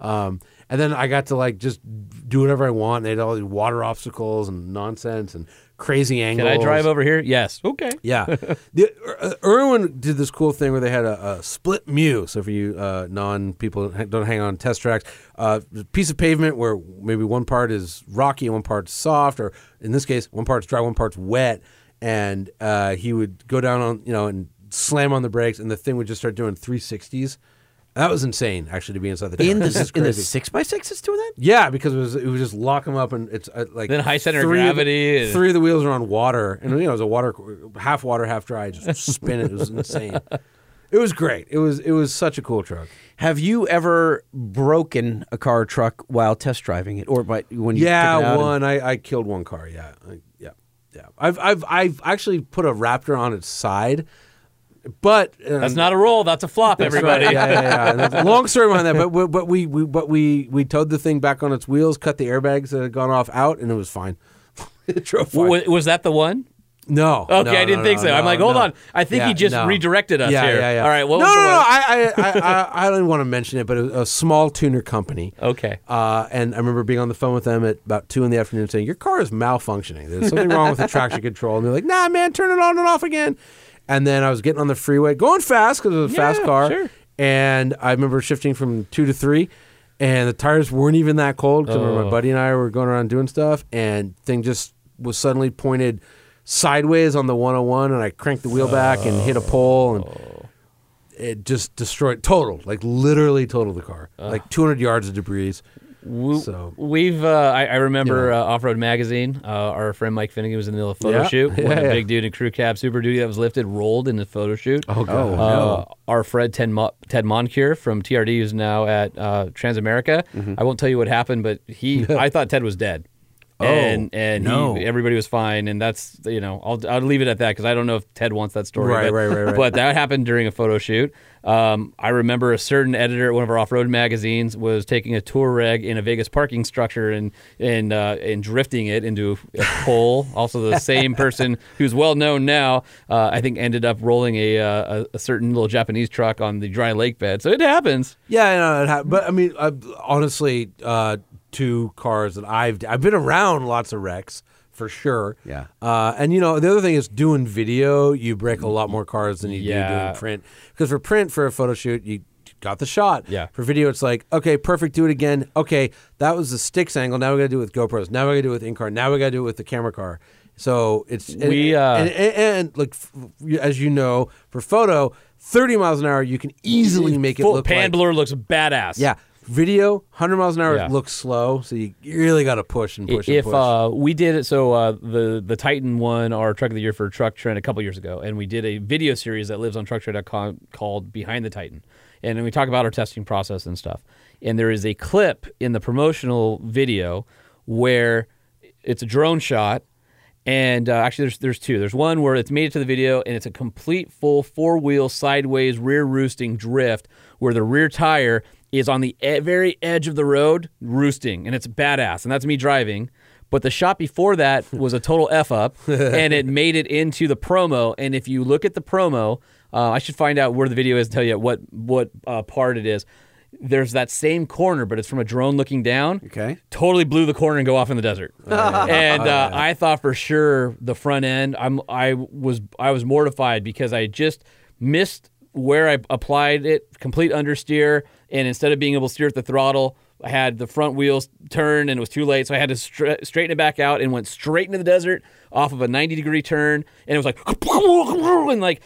Speaker 5: Um, and then I got to like just do whatever I want. They had all these water obstacles and nonsense and crazy
Speaker 1: Can
Speaker 5: angles.
Speaker 1: I drive over here? Yes. Okay.
Speaker 5: Yeah, the uh, Irwin did this cool thing where they had a, a split mew. So for you uh, non people who don't hang on test tracks, uh, piece of pavement where maybe one part is rocky and one part's soft, or in this case, one part's dry, one part's wet, and uh, he would go down on you know and slam on the brakes, and the thing would just start doing three sixties. That was insane, actually, to be inside the
Speaker 2: in
Speaker 5: truck. This
Speaker 2: the
Speaker 5: is
Speaker 2: in the
Speaker 5: crazy.
Speaker 2: six x six is doing that.
Speaker 5: Yeah, because it was it was just lock them up and it's uh, like
Speaker 1: Then high center of
Speaker 5: three of the-
Speaker 1: gravity and-
Speaker 5: three of the wheels are on water, and you know it was a water half water, half dry. Just spin it. It was insane. It was great. It was it was such a cool truck.
Speaker 2: Have you ever broken a car or truck while test driving it, or by when you took it
Speaker 5: Yeah,
Speaker 2: out
Speaker 5: one. I, I killed one car. Yeah, I, yeah, yeah. I've I've I've actually put a Raptor on its side, but um,
Speaker 1: That's not a roll. That's a flop, everybody.
Speaker 5: Right, yeah, yeah, yeah. And that's- Long story behind that, but we, but we, we but we we towed the thing back on its wheels, cut the airbags that had gone off out, and it was fine. it drove fine.
Speaker 1: Was, was that the one?
Speaker 5: No.
Speaker 1: Okay,
Speaker 5: no,
Speaker 1: I didn't
Speaker 5: no,
Speaker 1: think
Speaker 5: no,
Speaker 1: so. I'm
Speaker 5: no,
Speaker 1: like, hold
Speaker 5: no.
Speaker 1: on. I think he just redirected us
Speaker 5: yeah,
Speaker 1: here.
Speaker 5: Yeah, yeah.
Speaker 1: All right, what
Speaker 5: no,
Speaker 1: was
Speaker 5: no,
Speaker 1: the
Speaker 5: no.
Speaker 1: one?
Speaker 5: I, I, I, I, I don't want to mention it, but it was a small tuner company.
Speaker 1: Okay.
Speaker 5: Uh, and I remember being on the phone with them at about two in the afternoon, saying, "Your car is malfunctioning. There's something wrong with the traction control." And they're like, "Nah, man, turn it on and off again." And then I was getting on the freeway, going fast because it was a fast
Speaker 1: Yeah,
Speaker 5: car.
Speaker 1: sure.
Speaker 5: And I remember shifting from two to three, and the tires weren't even that cold. 'cause I
Speaker 1: Oh.
Speaker 5: remember my buddy and I were going around doing stuff, and thing just was suddenly pointed sideways on the 101, and I cranked the wheel back and hit a pole,
Speaker 1: Oh.
Speaker 5: and it just destroyed, total, like literally total the car,
Speaker 1: Ah.
Speaker 5: like 200 yards of debris.
Speaker 1: We,
Speaker 5: So-
Speaker 1: We've uh, I, I remember uh, Off Road Magazine. Uh, our friend Mike Finnegan was in the middle of a photo
Speaker 5: Yeah.
Speaker 1: shoot when
Speaker 5: Yeah,
Speaker 1: a
Speaker 5: yeah.
Speaker 1: big dude in crew cab Super Duty that was lifted rolled in the photo shoot. Oh
Speaker 5: God. Oh,
Speaker 1: uh, Our friend Ted, Mo- Ted Moncure from TRD, who's now at uh, Transamerica. I won't tell you what happened, but he I thought Ted was dead.
Speaker 5: Oh,
Speaker 1: and and he-
Speaker 6: no.
Speaker 1: everybody was fine, and that's you know I'll I'll leave it at that because I don't know if Ted wants that story.
Speaker 5: Right,
Speaker 1: but,
Speaker 5: right, right, right.
Speaker 1: But that happened during a photo shoot. Um, I remember a certain editor at one of our off-road magazines was taking a tour reg in a Vegas parking structure and and uh, and drifting it into a pole. also, the same person who's well known now, uh, I think, ended up rolling a, uh, a a certain little Japanese truck on the dry lake bed. So it happens.
Speaker 5: Yeah, I know it hap- but I mean, I, honestly, uh, two cars that I've I've been around lots of wrecks for sure.
Speaker 2: Yeah.
Speaker 5: uh, and you know the other thing is doing video, you break a lot more cars than you do
Speaker 1: Yeah.
Speaker 5: doing print because for print for a photo shoot you got the shot.
Speaker 1: Yeah.
Speaker 5: For video, it's like okay, perfect, do it again. Okay, that was the sticks angle. Now we got to do it with GoPros. Now we got to do it with in car. Now we got to do it with the camera car. So it's and-
Speaker 1: We, uh,
Speaker 5: and, and, and like f- as you know for photo. 30 miles an hour, you can easily make it
Speaker 1: Full
Speaker 5: look
Speaker 1: pan
Speaker 5: like
Speaker 1: blur looks badass.
Speaker 5: yeah. Video, 100 miles an hour
Speaker 1: Yeah.
Speaker 5: looks slow, so you you really got to push and push
Speaker 1: if
Speaker 5: and push.
Speaker 1: uh, we did it so uh, the the titan won our truck of the year for truck trend a couple years ago and we did a video series that lives on trucktrend.com called behind the titan and then we talk about our testing process and stuff and there is a clip in the promotional video where it's a drone shot and uh, actually there's there's two there's one where it's made it to the video and it's a complete full four wheel sideways rear roosting drift where the rear tire is on the e- very edge of the road roosting and it's badass and that's me driving but the shot before that was a total f up and it made it into the promo and if you look at the promo uh, i should find out where the video is and tell you what what uh, part it is there's that same corner but it's from a drone looking down
Speaker 2: Okay.
Speaker 1: totally blew the corner and go off in the desert. and uh, I thought for sure the front end. I'm I was I was mortified because I just missed where I applied it, complete understeer, and instead of being able to steer at the throttle. I had the front wheels turn and it was too late, so I had to stra- straighten it back out and went straight into the desert off of a 90 degree turn, and it was like and like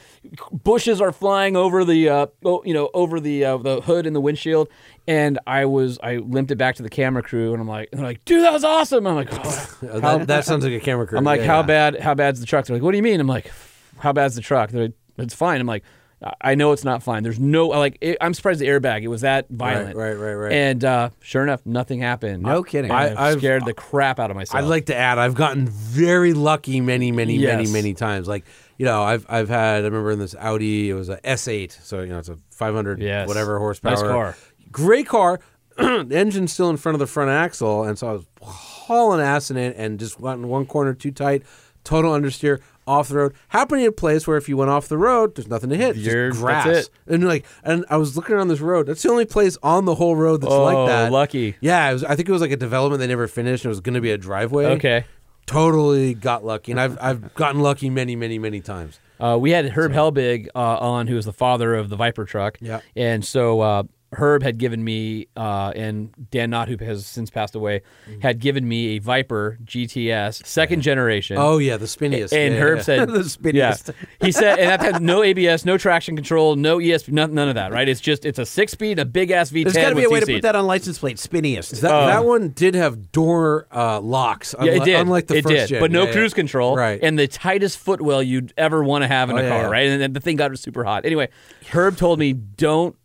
Speaker 1: bushes are flying over the uh, oh, you know over the uh, the hood and the windshield, and I was I limped it back to the camera crew, and I'm like, and they're like, dude, that was awesome. I'm like, "Oh."
Speaker 5: Uh, that, that sounds like a camera crew.
Speaker 1: I'm like,
Speaker 5: Yeah,
Speaker 1: how
Speaker 5: yeah.
Speaker 1: bad? How bad's the truck? They're like, what do you mean? I'm like, how bad's the truck? They're like, it's fine. I'm like, "I- I know it's not fine. There's no like, it, I'm surprised the airbag. It was that violent.
Speaker 5: right, right, right.
Speaker 1: And uh, sure enough, nothing happened.
Speaker 2: No kidding.
Speaker 1: I,
Speaker 5: I- I've-
Speaker 1: scared the crap out of myself.
Speaker 5: I'd like to add, I've gotten very lucky many, many,
Speaker 1: Yes.
Speaker 5: many, many times. Like, you know, I've I've had. I remember in this Audi, it was a S8, so you know, it's a 500
Speaker 1: Yes.
Speaker 5: whatever
Speaker 1: Nice
Speaker 5: horsepower.
Speaker 1: car.
Speaker 5: Great car. the engine's still in front of the front axle, and so I was hauling ass in it, and just went in one corner too tight, total understeer. Off the road, happening at a place where if you went off the road, there's nothing to hit, It's
Speaker 1: You're-
Speaker 5: just
Speaker 1: that's
Speaker 5: grass.
Speaker 1: it.
Speaker 5: And like, and I was looking around this road. That's the only place on the whole road that's
Speaker 1: Oh,
Speaker 5: like that.
Speaker 1: lucky.
Speaker 5: Yeah, it was, I think it was like a development they never finished. and It was going to be a driveway.
Speaker 1: Okay.
Speaker 5: Totally got lucky, and I've I've gotten lucky many, many, many times.
Speaker 1: Uh, we had Herb Helbig uh, on, who was the father of the Viper truck.
Speaker 5: Yeah.
Speaker 1: And so uh, Herb had given me, uh, and Dan Knott, who has since passed away, had given me a Viper GTS, second generation.
Speaker 5: Oh Mm-hmm. yeah, the spinniest.
Speaker 1: And
Speaker 5: yeah,
Speaker 1: Herb
Speaker 5: yeah.
Speaker 1: said,
Speaker 2: The spinniest.
Speaker 1: Yeah. He said, and that had no ABS, no traction control, no ESP, none, none of that, right? It's just, it's a six speed, a big ass V10.
Speaker 2: There's got to be
Speaker 1: with
Speaker 2: a
Speaker 1: two
Speaker 2: way to put
Speaker 1: seats.
Speaker 2: that on license plate. Spinniest.
Speaker 5: that, that one did have door uh, locks.
Speaker 1: um, Yeah, it
Speaker 5: unlike-
Speaker 1: did.
Speaker 5: Unlike the
Speaker 1: it
Speaker 5: first
Speaker 1: did,
Speaker 5: gen.
Speaker 1: but no
Speaker 5: Yeah, yeah.
Speaker 1: cruise control,
Speaker 5: Right.
Speaker 1: And the tightest footwell you'd ever want to have in
Speaker 5: Oh,
Speaker 1: a
Speaker 5: yeah,
Speaker 1: car,
Speaker 5: yeah.
Speaker 1: right? And then the thing got super hot. Anyway, Herb told me, "Don't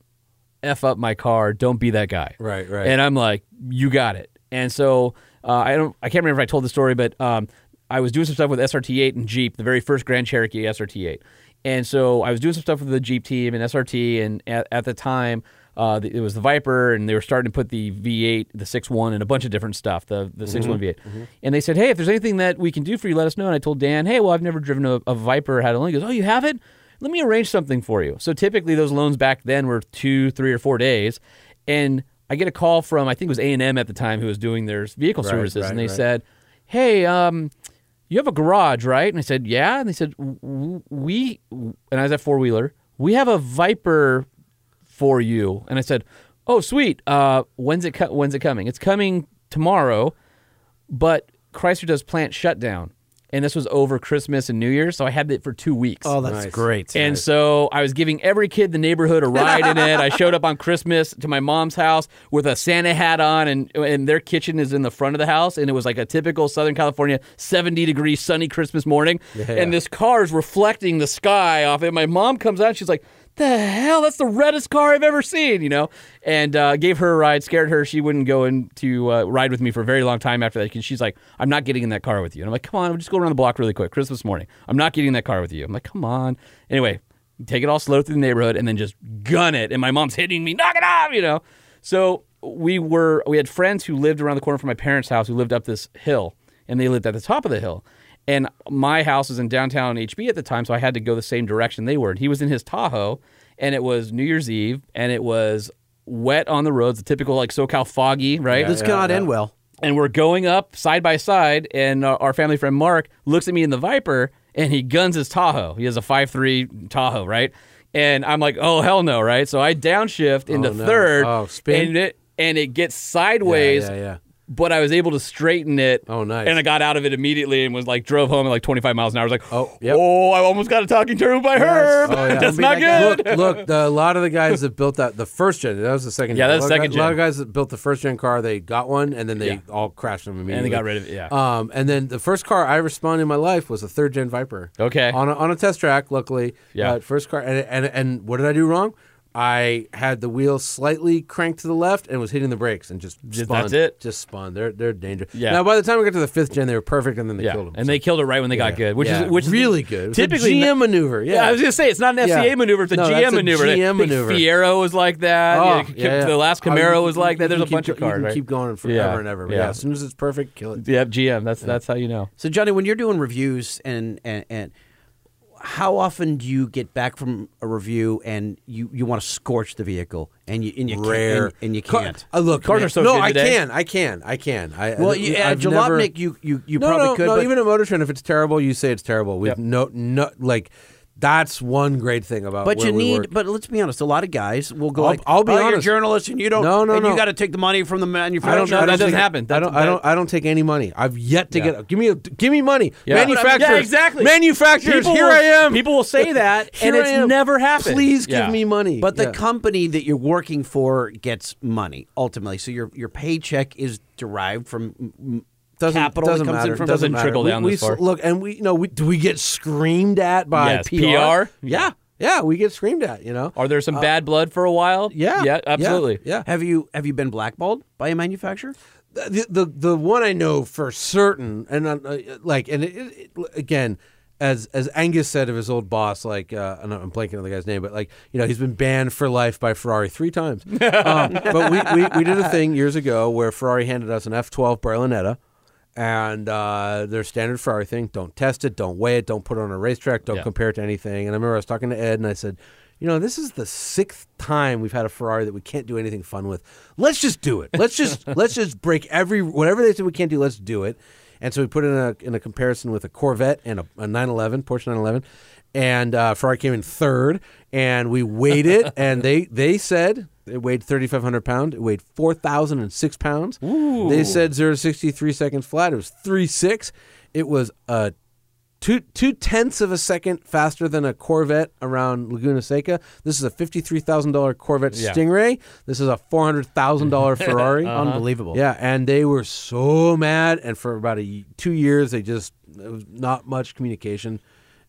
Speaker 1: f up my car. Don't be that guy."
Speaker 5: Right, right.
Speaker 1: And I'm like, "You got it." And so uh, I don't, I can't remember if I told the story, but um, I was doing some stuff with SRT8 and Jeep, the very first Grand Cherokee SRT8. And so I was doing some stuff with the Jeep team and SRT, and at, at the time. Uh, the, it was the Viper, and they were starting to put the V8, the 6.1, and a bunch of different stuff, the the
Speaker 5: Mm-hmm.
Speaker 1: 6.1 V8. And they said, hey, if there's anything that we can do for you, let us know. And I told Dan, hey, well, I've never driven a, a Viper, had one. He goes, oh, you have it? Let me arrange something for you. So typically those loans back then were two, three, or four days. And I get a call from, I think it was A&M at the time, who was doing their vehicle services.
Speaker 5: right,
Speaker 1: and they
Speaker 5: right.
Speaker 1: said, hey, um, you have a garage, right? And I said, yeah. And they said, "W- w- we, and I was at four wheeler, we have a Viper for you. And I said, oh, sweet. Uh, when's it, co- when's it coming? It's coming tomorrow, but Chrysler does plant shutdown. And this was over Christmas and New Year's, so I had it for two weeks.
Speaker 2: Oh, that's great.
Speaker 1: And so I was giving every kid in the neighborhood a ride in it. I showed up on Christmas to my mom's house with a Santa hat on, and and their kitchen is in the front of the house, and it was like a typical Southern California 70 degree sunny Christmas morning, and this car is reflecting the sky off it. My mom comes out, she's like. what the hell? That's the reddest car I've ever seen, you know? And uh, gave her a ride, scared her. She wouldn't go in to uh, ride with me for a very long time after that. Because she's like, I'm not getting in that car with you. And I'm like, come on, we'll just go around the block really quick. Christmas morning. I'm not getting in that car with you. I'm like, come on. Anyway, take it all slow through the neighborhood and then just gun it. And my mom's hitting me, knock it off, you know? So we were, we had friends who lived around the corner from my parents' house who lived up this hill and they lived at the top of the hill. And my house was in downtown HB at the time, so I had to go the same direction they were. And he was in his Tahoe, and it was New Year's Eve, and it was wet on the roads, the typical like SoCal foggy, right?
Speaker 2: this cannot end well.
Speaker 1: and we're going up side by side, and uh, our, our family friend Mark looks at me in the Viper, and he guns his Tahoe. He has a 5.3 Tahoe, right? And I'm like, oh hell no, right? So I downshift into
Speaker 5: no.
Speaker 1: third,
Speaker 5: Oh, spin?
Speaker 1: and it and it gets sideways.
Speaker 5: Yeah, yeah, yeah.
Speaker 1: But I was able to straighten it.
Speaker 5: Oh, nice.
Speaker 1: And I got out of it immediately and was like drove home at like 25 miles an hour. I was like,
Speaker 5: Oh, yep.
Speaker 1: oh, I almost got a talking turtle by her.
Speaker 5: Oh, yeah.
Speaker 1: That's
Speaker 2: Don't be
Speaker 1: not
Speaker 2: that guy.
Speaker 1: good.
Speaker 5: Look, look. The, a lot of the guys that built that, the first gen, that was the second.
Speaker 1: Yeah,
Speaker 5: gen.
Speaker 1: that's
Speaker 5: a lot of
Speaker 1: second
Speaker 5: guys- A lot
Speaker 1: gen.
Speaker 5: of guys that built the first gen car, they got one, and then they all crashed them immediately.
Speaker 1: got rid of it, yeah.
Speaker 5: Um, and then the first car I ever spun in my life was a third gen Viper.
Speaker 1: Okay.
Speaker 5: On a, on a test track, luckily.
Speaker 1: Yeah.
Speaker 5: Uh, first car, and, and and what did I do wrong? I had the wheel slightly cranked to the left and was hitting the brakes and just
Speaker 1: Just-
Speaker 5: spun.
Speaker 1: that's it.
Speaker 5: Just spun. They're they're dangerous.
Speaker 1: Yeah.
Speaker 5: Now by the time we got to the fifth gen, they were perfect, and then they
Speaker 1: yeah.
Speaker 5: killed them.
Speaker 1: And they killed it right when they got good, which is which is
Speaker 5: really good. It was a
Speaker 1: Typically,
Speaker 5: GM maneuver. Yeah.
Speaker 1: Yeah, I was gonna say it's not an
Speaker 5: Yeah.
Speaker 1: FCA maneuver; it's a
Speaker 5: No, that's
Speaker 1: GM
Speaker 5: a
Speaker 1: maneuver. I
Speaker 5: GM
Speaker 1: think
Speaker 5: maneuver.
Speaker 1: Fiero was like that.
Speaker 5: Oh,
Speaker 1: Yeah,
Speaker 5: yeah, yeah.
Speaker 1: The last
Speaker 5: Oh, you
Speaker 1: Camaro
Speaker 5: can-
Speaker 1: was like that.
Speaker 5: you
Speaker 1: There's a
Speaker 5: can keep
Speaker 1: bunch of
Speaker 5: go-
Speaker 1: cars.
Speaker 5: You can
Speaker 1: right?
Speaker 5: keep going forever
Speaker 1: Yeah,
Speaker 5: and ever. But yeah.
Speaker 1: yeah.
Speaker 5: as soon as it's perfect, kill it.
Speaker 1: Yep, GM. That's that's how you know.
Speaker 2: So Johnny, when you're doing reviews and and, and how often do you get back from a review and you, you want to scorch the vehicle and you and you
Speaker 5: Rare.
Speaker 2: can't and, and you
Speaker 5: Car-
Speaker 2: can't.
Speaker 5: Uh, look,
Speaker 1: Cars
Speaker 5: man,
Speaker 1: are so
Speaker 5: no,
Speaker 1: good
Speaker 5: I
Speaker 1: today.
Speaker 5: can, I can, I can. I,
Speaker 2: well,
Speaker 5: I,
Speaker 2: you, at
Speaker 5: I've
Speaker 2: Jalopnik,
Speaker 5: never-
Speaker 2: you you you
Speaker 5: no,
Speaker 2: probably
Speaker 5: no,
Speaker 2: could.
Speaker 5: no.
Speaker 2: but
Speaker 5: Even at Motor Trend, if it's terrible, you say it's terrible. We've
Speaker 1: Yep.
Speaker 5: no, no, like that's one great thing about.
Speaker 2: But
Speaker 5: where
Speaker 2: you
Speaker 5: we
Speaker 2: need.
Speaker 5: work.
Speaker 2: But let's be honest. A lot of guys will go.
Speaker 5: I'll-
Speaker 2: like,
Speaker 5: I'll be
Speaker 2: "Oh, You're a
Speaker 5: honest.
Speaker 2: journalist, and you don't.
Speaker 5: No, no,
Speaker 2: and You
Speaker 5: no.
Speaker 2: got to take the money from the manufacturer.
Speaker 5: I don't,
Speaker 1: No,
Speaker 5: I don't
Speaker 1: that doesn't
Speaker 5: take-
Speaker 1: happen.
Speaker 5: I don't. I
Speaker 1: That's-
Speaker 5: don't. I don't take any money. I've yet to
Speaker 1: Yeah.
Speaker 5: get. Give me. A, give me money.
Speaker 1: Yeah.
Speaker 5: Manufacturers.
Speaker 1: Yeah, exactly.
Speaker 5: Manufacturers.
Speaker 1: People
Speaker 5: here
Speaker 1: will-
Speaker 5: I am.
Speaker 1: people will say that,
Speaker 5: Here
Speaker 1: and it's
Speaker 5: I am.
Speaker 1: never happened.
Speaker 5: Please give
Speaker 1: Yeah.
Speaker 5: me money.
Speaker 2: But the
Speaker 5: Yeah.
Speaker 2: company that you're working for gets money ultimately. So your your paycheck is derived from mm,
Speaker 5: doesn't,
Speaker 2: capital
Speaker 5: doesn't
Speaker 2: that comes
Speaker 5: matter.
Speaker 2: in from
Speaker 1: Doesn't
Speaker 5: matter.
Speaker 1: trickle
Speaker 5: We-
Speaker 1: down
Speaker 5: we,
Speaker 1: this far.
Speaker 5: s- Look, and we you know we do we get screamed at by
Speaker 1: Yes,
Speaker 5: PR?
Speaker 1: PR?
Speaker 5: Yeah, yeah, we get screamed at. You know,
Speaker 1: Are there some bad blood for a while?
Speaker 5: Uh, yeah,
Speaker 1: yeah, absolutely.
Speaker 5: Yeah,
Speaker 2: Have you have you been blackballed by a manufacturer?
Speaker 5: The, the the one I know for certain, and uh, uh, like, and it, it, it- again. As, as Angus said of his old boss, like uh, and I'm blanking on the guy's name, but like you know he's been banned for life by Ferrari three times. um, but we, we, we did a thing years ago where Ferrari handed us an F12 Berlinetta, and uh, their standard Ferrari thing: don't test it, don't weigh it, don't put it on a racetrack, don't
Speaker 1: Yeah.
Speaker 5: compare it to anything. And I remember I was talking to Ed, and I said, "You know, this is the sixth time we've had a Ferrari that we can't do anything fun with. Let's just do it. Let's just let's just break every whatever they said we can't do. Let's do it." And so we put in a in a comparison with a Corvette and a, a 911 Porsche 911, and uh, Ferrari came in third. And we weighed it, and they they said it weighed 3,500 pounds. It weighed 4,006 pounds. They said 0 to 63 seconds flat. It was 3.6. It was uh, two, two tenths of a second faster than a Corvette around Laguna Seca. This is a $53,000 Corvette
Speaker 1: Yeah.
Speaker 5: Stingray. This is a $400,000 Ferrari.
Speaker 2: Unbelievable.
Speaker 5: Yeah, and they were so mad. And for about a, y- two years, they just, it was not much communication.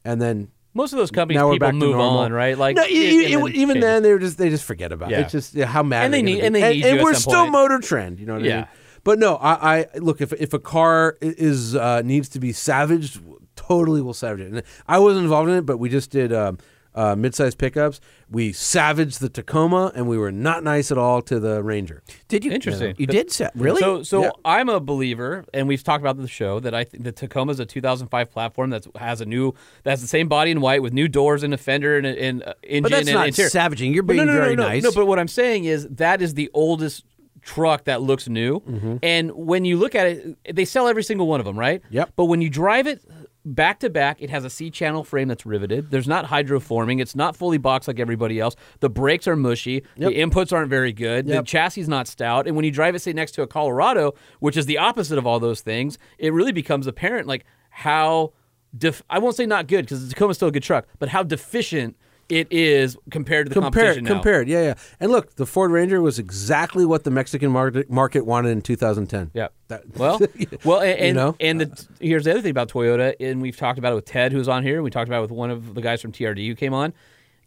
Speaker 5: And then
Speaker 1: Most of those companies,
Speaker 5: now we're
Speaker 1: people
Speaker 5: back
Speaker 1: move
Speaker 5: to normal.
Speaker 1: on, right? Like
Speaker 5: No,
Speaker 1: it-
Speaker 5: e- e-
Speaker 1: and then
Speaker 5: even
Speaker 1: changes.
Speaker 5: then, they were just they just forget about
Speaker 1: Yeah.
Speaker 5: it. It's just yeah, how mad
Speaker 1: And they
Speaker 5: they're gonna
Speaker 1: need-
Speaker 5: be.
Speaker 1: and they need you
Speaker 5: and
Speaker 1: at
Speaker 5: we're
Speaker 1: some
Speaker 5: still
Speaker 1: point.
Speaker 5: motor trend. You know what I
Speaker 1: Yeah.
Speaker 5: mean? But no, I, I look if if a car i- is uh, needs to be savaged, totally will savage it. And I wasn't involved in it, but we just did um, uh, midsize pickups. We savaged the Tacoma, and we were not nice at all to the Ranger.
Speaker 2: Did you?
Speaker 1: Interesting.
Speaker 2: You did say really.
Speaker 1: So, so
Speaker 5: Yeah.
Speaker 1: I'm a believer, and we've talked about the show that I think the Tacoma is a 2005 platform that has a new, that has the same body in white with new doors and a fender and, a- and uh, engine.
Speaker 2: that's
Speaker 1: and
Speaker 2: not
Speaker 1: interior.
Speaker 2: savaging. You're
Speaker 1: But
Speaker 2: being
Speaker 1: no, no,
Speaker 2: very
Speaker 1: no, no,
Speaker 2: nice.
Speaker 1: No, but what I'm saying is that is the oldest truck that looks new,
Speaker 2: Mm-hmm.
Speaker 1: and when you look at it, they sell every single one of them, right?
Speaker 5: Yep.
Speaker 1: But when you drive it back to back, it has a C channel frame that's riveted. There's not hydroforming. It's not fully boxed like everybody else. The brakes are mushy. The inputs aren't very good. The chassis is not stout. And when you drive it, say, next to a Colorado, which is the opposite of all those things, it really becomes apparent like how, def- I won't say not good because the Tacoma's still a good truck, but how deficient it is compared to the
Speaker 5: Compared,
Speaker 1: competition. now.
Speaker 5: compared, yeah, yeah. And look, the Ford Ranger was exactly what the Mexican market market wanted in 2010.
Speaker 1: Yeah.
Speaker 5: That-
Speaker 1: well, well, and and,
Speaker 5: you know?
Speaker 1: and the, here's the other thing about Toyota, and we've talked about it with Ted, who's on here. We talked about it with one of the guys from TRD who came on.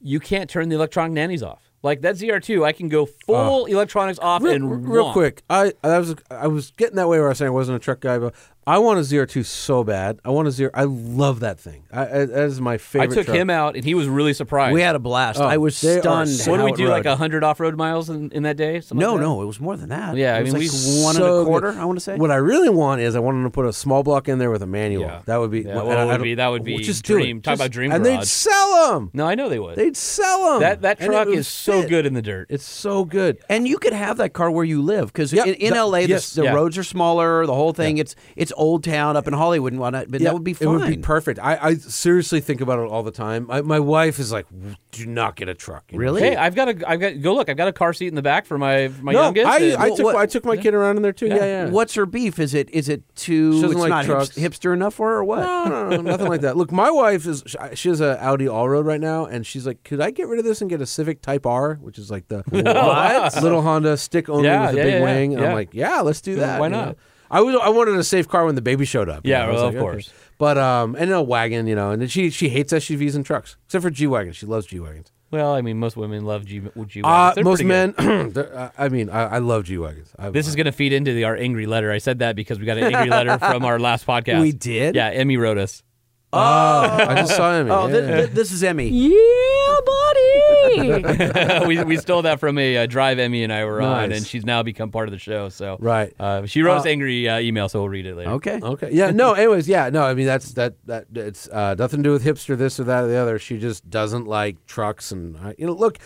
Speaker 1: you can't turn the electronic nannies off. Like that ZR2, I can go full electronics off
Speaker 5: Oh. Real,
Speaker 1: and
Speaker 5: real
Speaker 1: wonk.
Speaker 5: quick, I I was I was getting that way where I was saying I wasn't a truck guy, but I want a ZR2 so bad. I want a zero. I love that thing. I, I, that is my
Speaker 1: I
Speaker 5: favorite.
Speaker 1: took
Speaker 5: truck.
Speaker 1: him out, and he was really surprised.
Speaker 2: We had a blast. I was
Speaker 5: they are
Speaker 2: stunned.
Speaker 5: so-
Speaker 1: what
Speaker 2: how
Speaker 1: did we
Speaker 2: it
Speaker 1: do? Like
Speaker 2: rode.
Speaker 1: hundred off-road miles in, in that day? Something
Speaker 2: No,
Speaker 1: like that?
Speaker 2: no, it was more than that.
Speaker 1: Yeah, I
Speaker 2: it was
Speaker 1: mean,
Speaker 2: like
Speaker 1: we-
Speaker 2: one and
Speaker 5: So
Speaker 2: a
Speaker 5: good.
Speaker 2: quarter. I want to say.
Speaker 5: What I really want is I want them to put a small block in there with a manual.
Speaker 1: Yeah.
Speaker 5: That would be
Speaker 1: Yeah,
Speaker 5: and
Speaker 1: well,
Speaker 5: I-
Speaker 1: it would
Speaker 5: I don't-
Speaker 1: be- that would be
Speaker 5: just
Speaker 1: dream.
Speaker 5: Do it.
Speaker 1: Talk
Speaker 5: Just-
Speaker 1: about dream
Speaker 5: And they'd
Speaker 1: garage.
Speaker 5: sell them.
Speaker 1: No, I know they would.
Speaker 5: They'd sell them.
Speaker 1: that that truck is so good in the dirt.
Speaker 5: It's so good.
Speaker 2: and you could have that car where you live because
Speaker 5: Yep,
Speaker 2: in, in
Speaker 5: the-
Speaker 2: LA, the,
Speaker 5: yes,
Speaker 2: the
Speaker 1: yeah.
Speaker 2: roads are smaller. The whole thing, it's it's old town up in Hollywood and whatnot. But
Speaker 5: Yeah,
Speaker 2: that would be
Speaker 5: It
Speaker 2: fine.
Speaker 5: would be perfect. I, I seriously think about it all the time. I, my wife is like, "Do not get a truck." you know?
Speaker 2: Really?
Speaker 1: Hey, I've got a I've got go look. I've got a car seat in the back for my for my
Speaker 5: No,
Speaker 1: youngest.
Speaker 5: I,
Speaker 1: and-
Speaker 5: I took
Speaker 2: what-
Speaker 5: I took my kid around in there too. Yeah, yeah.
Speaker 2: What's her beef? Is it is it too?
Speaker 5: She doesn't
Speaker 2: It's
Speaker 5: like
Speaker 2: not
Speaker 5: trucks.
Speaker 2: hipst- hipster enough for her or what?
Speaker 5: No, no, no, nothing like that. Look, my wife is she- she has a Audi Allroad right now, and she's like, "Could I get rid of this and get a Civic Type R, which is like the little Honda stick only
Speaker 1: Yeah,
Speaker 5: with a
Speaker 1: yeah,
Speaker 5: big
Speaker 1: yeah,
Speaker 5: wing?" And
Speaker 1: yeah.
Speaker 5: I'm like, "Yeah, let's do that.
Speaker 1: why
Speaker 5: you know?
Speaker 1: not?
Speaker 5: I was I wanted a safe car when the baby showed up. you
Speaker 1: Yeah,
Speaker 5: know? I was
Speaker 1: well, of
Speaker 5: like, okay.
Speaker 1: course.
Speaker 5: But um, and a wagon, you know, and then she she hates SUVs and trucks except for G wagons. She loves G wagons.
Speaker 1: well, I mean, most women love G. G
Speaker 5: Uh,
Speaker 1: wagons. They're
Speaker 5: most
Speaker 1: pretty good.
Speaker 5: men, they're- uh, I mean, I, I love G wagons.
Speaker 1: This is going to feed into the, our angry letter. I said that because we got an angry letter from our last podcast.
Speaker 2: We did?
Speaker 1: Yeah, Emmy wrote us.
Speaker 5: I just saw him.
Speaker 2: Oh,
Speaker 5: yeah.
Speaker 2: thi- thi- this is Emmy.
Speaker 7: Yeah, buddy.
Speaker 1: we, we stole that from a uh, drive Emmy and I were on,
Speaker 5: Nice.
Speaker 1: and she's now become part of the show. So
Speaker 5: Right.
Speaker 1: uh, she wrote us angry uh, email, so we'll read it later.
Speaker 2: Okay.
Speaker 5: Okay. Yeah. No. Anyways. Yeah. No. I mean, that's that. That it's uh, nothing to do with hipster this or that or the other. She just doesn't like trucks, and I, you know, look,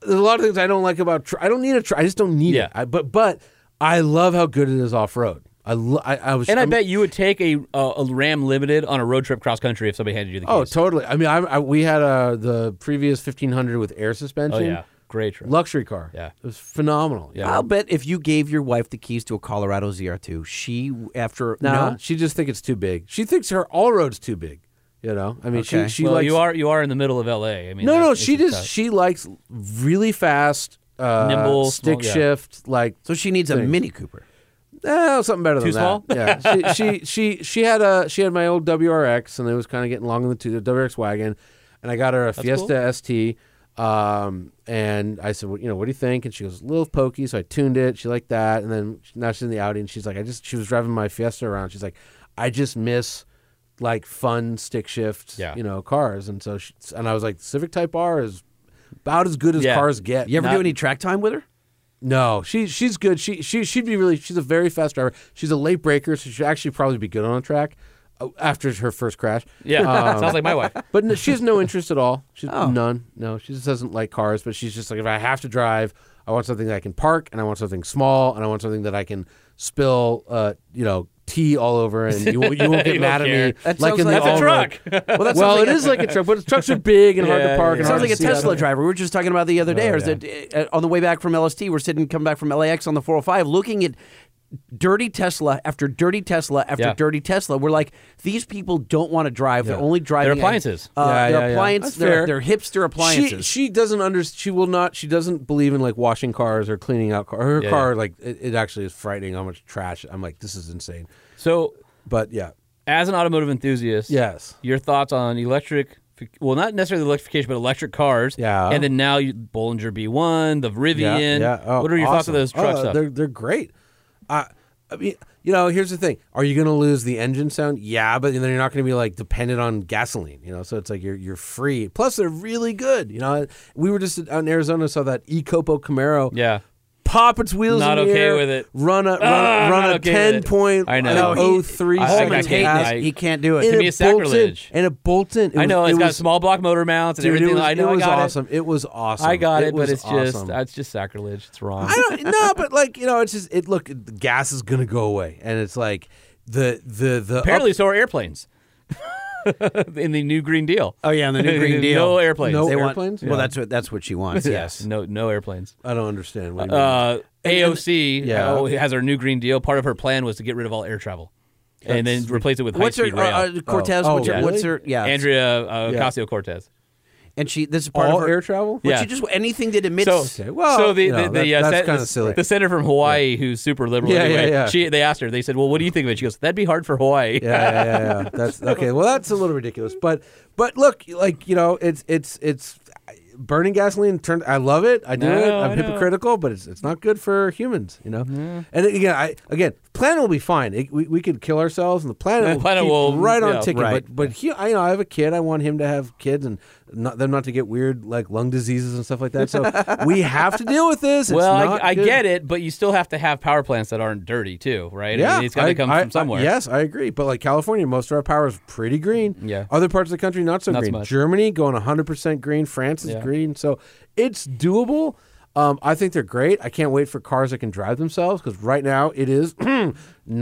Speaker 5: there's a lot of things I don't like about. Tr- I don't need a truck. I just don't need
Speaker 1: Yeah.
Speaker 5: it. I, but but I love how good it is off road. I, lo- I I was
Speaker 1: And I
Speaker 5: I'm-
Speaker 1: bet you would take a, a, a Ram Limited on a road trip cross country if somebody handed you the keys.
Speaker 5: Oh, totally. I mean, I, I we had uh, the previous 1500 with air suspension.
Speaker 1: Oh, yeah, great truck.
Speaker 5: Luxury car.
Speaker 1: Yeah.
Speaker 5: It was phenomenal.
Speaker 1: Yeah.
Speaker 2: I'll bet if you gave your wife the keys to a Colorado ZR2, she after
Speaker 5: No,
Speaker 2: no.
Speaker 5: she just thinks it's too big. She thinks her all road's too big. You know. I mean,
Speaker 2: Okay.
Speaker 5: she she
Speaker 1: well,
Speaker 5: likes
Speaker 1: you are you are in the middle of L.A. I mean,
Speaker 5: No,
Speaker 1: that
Speaker 5: no,
Speaker 1: makes
Speaker 5: she
Speaker 1: it
Speaker 5: just
Speaker 1: tough.
Speaker 5: she likes really fast, uh,
Speaker 1: Nimble, small-
Speaker 5: stick
Speaker 1: yeah.
Speaker 5: shift, like
Speaker 2: So she needs a Mini Cooper.
Speaker 5: eh, something better than
Speaker 1: Too small?
Speaker 5: that. Yeah, she, she she she had a she had my old WRX, and it was kind of getting long in the tooth, the WRX wagon, and I got her a Fiesta ST. Um, and I said, well, you know, what do you think? And she goes, a little pokey. So I tuned it. She liked that. And then now she's in the Audi and she's like, I just, she was driving my Fiesta around. She's like, I just miss like fun stick shift,
Speaker 1: Yeah.
Speaker 5: you know, cars. And so, she, and I was like, Civic Type R is about as good as
Speaker 1: Yeah.
Speaker 5: cars get.
Speaker 2: You ever
Speaker 1: Not-
Speaker 2: do any track time with her?
Speaker 5: No, she she's good. She she she'd be really. She's a very fast driver. She's a late breaker, so she'd actually probably be good on a track uh, after her first crash.
Speaker 1: yeah,
Speaker 5: Um,
Speaker 1: sounds like my wife.
Speaker 5: But no, she has no interest at all. She's
Speaker 2: Oh.
Speaker 5: none. No, she just doesn't like cars. But she's just like, if I have to drive, I want something that I can park, and I want something small, and I want something that I can spill, uh, you know, tea all over, and you won't, you won't get
Speaker 1: You
Speaker 5: mad
Speaker 1: don't
Speaker 5: at me.
Speaker 1: care.
Speaker 2: That
Speaker 5: like
Speaker 2: sounds
Speaker 5: in
Speaker 2: like-
Speaker 5: the
Speaker 2: That's a
Speaker 5: all-road.
Speaker 1: truck.
Speaker 5: well, well it is like a truck, but trucks are big and hard
Speaker 1: Yeah,
Speaker 5: to park.
Speaker 1: yeah.
Speaker 5: And
Speaker 2: Sounds
Speaker 5: hard
Speaker 2: like
Speaker 5: to
Speaker 2: a
Speaker 5: see out
Speaker 2: Tesla
Speaker 5: of.
Speaker 2: driver. We were just talking about the other day, or is
Speaker 1: yeah.
Speaker 2: it, uh, on the way back from LST, we're sitting, coming back from LAX on the 405, looking at dirty Tesla after dirty Tesla after
Speaker 1: Yeah.
Speaker 2: dirty Tesla. We're like, these people don't want to drive. They're only driving
Speaker 1: appliances.
Speaker 2: Uh,
Speaker 5: Yeah,
Speaker 2: their
Speaker 5: yeah, yeah.
Speaker 2: appliance.
Speaker 5: That's
Speaker 2: Their,
Speaker 5: fair.
Speaker 2: their hipster appliances.
Speaker 5: She, she doesn't under. She will not. She doesn't believe in like washing cars or cleaning out cars. Her
Speaker 1: Yeah,
Speaker 5: car, like it, it actually is frightening how much trash. I'm like, this is insane.
Speaker 1: So,
Speaker 5: But yeah,
Speaker 1: as an automotive enthusiast,
Speaker 5: yes,
Speaker 1: your thoughts on electric well not necessarily electrification but electric cars
Speaker 5: Yeah.
Speaker 1: and then now you, bollinger b1 the
Speaker 5: yeah,
Speaker 1: rivian
Speaker 5: yeah. Oh,
Speaker 1: what are your thoughts on
Speaker 5: awesome.
Speaker 1: those trucks
Speaker 5: Oh, They're they're great. I, I mean, you know, here's the thing: Are you going to lose the engine sound? Yeah, but then you're not going to be like dependent on gasoline. You know, so it's like you're you're free. Plus, they're really good. You know, we were just out in Arizona, saw that Ecopo Camaro.
Speaker 1: yeah
Speaker 5: Pop its wheels
Speaker 1: Not
Speaker 5: in the
Speaker 1: okay
Speaker 5: air,
Speaker 1: with it.
Speaker 5: Run a run,
Speaker 1: Ah,
Speaker 5: a run
Speaker 1: not
Speaker 5: a
Speaker 1: okay with
Speaker 5: ten
Speaker 1: it.
Speaker 5: point
Speaker 1: I know.
Speaker 5: like,
Speaker 1: No,
Speaker 2: he-
Speaker 5: 03
Speaker 1: I- I
Speaker 5: second
Speaker 1: can't-
Speaker 5: pass.
Speaker 1: I-
Speaker 2: he can't do it.
Speaker 5: And
Speaker 1: To me,
Speaker 5: it
Speaker 1: it's
Speaker 5: bolts in.
Speaker 1: sacrilege.
Speaker 5: And it bolts in. It
Speaker 1: i
Speaker 5: was-
Speaker 1: know it's
Speaker 5: it
Speaker 1: got
Speaker 5: was-
Speaker 1: small block motor mounts and
Speaker 5: dude,
Speaker 1: everything
Speaker 5: It was,
Speaker 1: i know
Speaker 5: it was
Speaker 1: i got
Speaker 5: awesome. It. was awesome.
Speaker 1: i got it, but
Speaker 5: was
Speaker 1: it's just
Speaker 5: awesome.
Speaker 1: that's just sacrilege it's wrong
Speaker 5: I don't no, but like you know, it's just it. Look, the gas is gonna go away, and it's like the the the
Speaker 1: apparently so are airplanes in the new green deal
Speaker 2: Oh yeah, and the new Green Deal.
Speaker 1: no airplanes
Speaker 5: No
Speaker 2: They want-
Speaker 5: airplanes?
Speaker 2: Well, that's what that's what she wants. Yes.
Speaker 1: no no airplanes
Speaker 5: I don't understand. What do you mean?
Speaker 1: uh, AOC
Speaker 5: Yeah.
Speaker 1: uh, has her new Green Deal. Part of her plan was to get rid of all air travel and then replace it with
Speaker 2: What's her
Speaker 1: high-speed rail.
Speaker 2: uh, uh, Cortez?
Speaker 5: Oh,
Speaker 2: what's, her,
Speaker 5: yeah.
Speaker 2: what's her? Yeah,
Speaker 1: Andrea uh,
Speaker 5: Yeah.
Speaker 1: Ocasio Cortez.
Speaker 2: and she. This is part
Speaker 5: All
Speaker 2: of her
Speaker 5: air travel?
Speaker 2: But
Speaker 1: Yeah.
Speaker 2: she just anything that emits.
Speaker 1: So,
Speaker 5: Okay, well,
Speaker 1: so the,
Speaker 5: you
Speaker 1: the,
Speaker 5: know,
Speaker 1: the,
Speaker 5: that-
Speaker 1: uh,
Speaker 5: that's
Speaker 1: sen-
Speaker 5: kinda
Speaker 1: the-
Speaker 5: silly.
Speaker 1: The senator from Hawaii, who's super liberal,
Speaker 5: Yeah,
Speaker 1: anyway,
Speaker 5: yeah, yeah.
Speaker 1: She, they asked her. They said, "Well, what do you think of it?" She goes, "That'd be hard for Hawaii."
Speaker 5: yeah, yeah, yeah, yeah. That's okay. Well, that's a little ridiculous, but but look, like you know, it's it's it's burning gasoline turned. I love it. I do
Speaker 1: No,
Speaker 5: it.
Speaker 1: I
Speaker 5: I'm
Speaker 1: know.
Speaker 5: hypocritical, but it's, it's not good for humans. You know. And again, I again, planet will be fine. It, we, we could kill ourselves, and the planet,
Speaker 1: The
Speaker 5: will,
Speaker 1: planet
Speaker 5: keep
Speaker 1: will-
Speaker 5: right on
Speaker 1: yeah,
Speaker 5: ticking.
Speaker 2: right.
Speaker 5: But but he, I you know I have a kid. I want him to have kids and not them not to get weird like lung diseases and stuff like that. So we have to deal with this. It's
Speaker 1: well,
Speaker 5: not
Speaker 1: I, I
Speaker 5: good.
Speaker 1: get it, but you still have to have power plants that aren't dirty too, right? I
Speaker 5: Yeah,
Speaker 1: mean, it's got
Speaker 5: I-
Speaker 1: to come
Speaker 5: I-
Speaker 1: from somewhere.
Speaker 5: I- yes, I agree. But like California, most of our power is pretty green.
Speaker 1: Yeah.
Speaker 5: Other parts of the country, not so
Speaker 1: Not so
Speaker 5: green.
Speaker 1: much.
Speaker 5: Germany going 100% green. France is
Speaker 1: Yeah.
Speaker 5: green. So it's doable. Um, I think they're great. I can't wait for cars that can drive themselves because right now it is nine.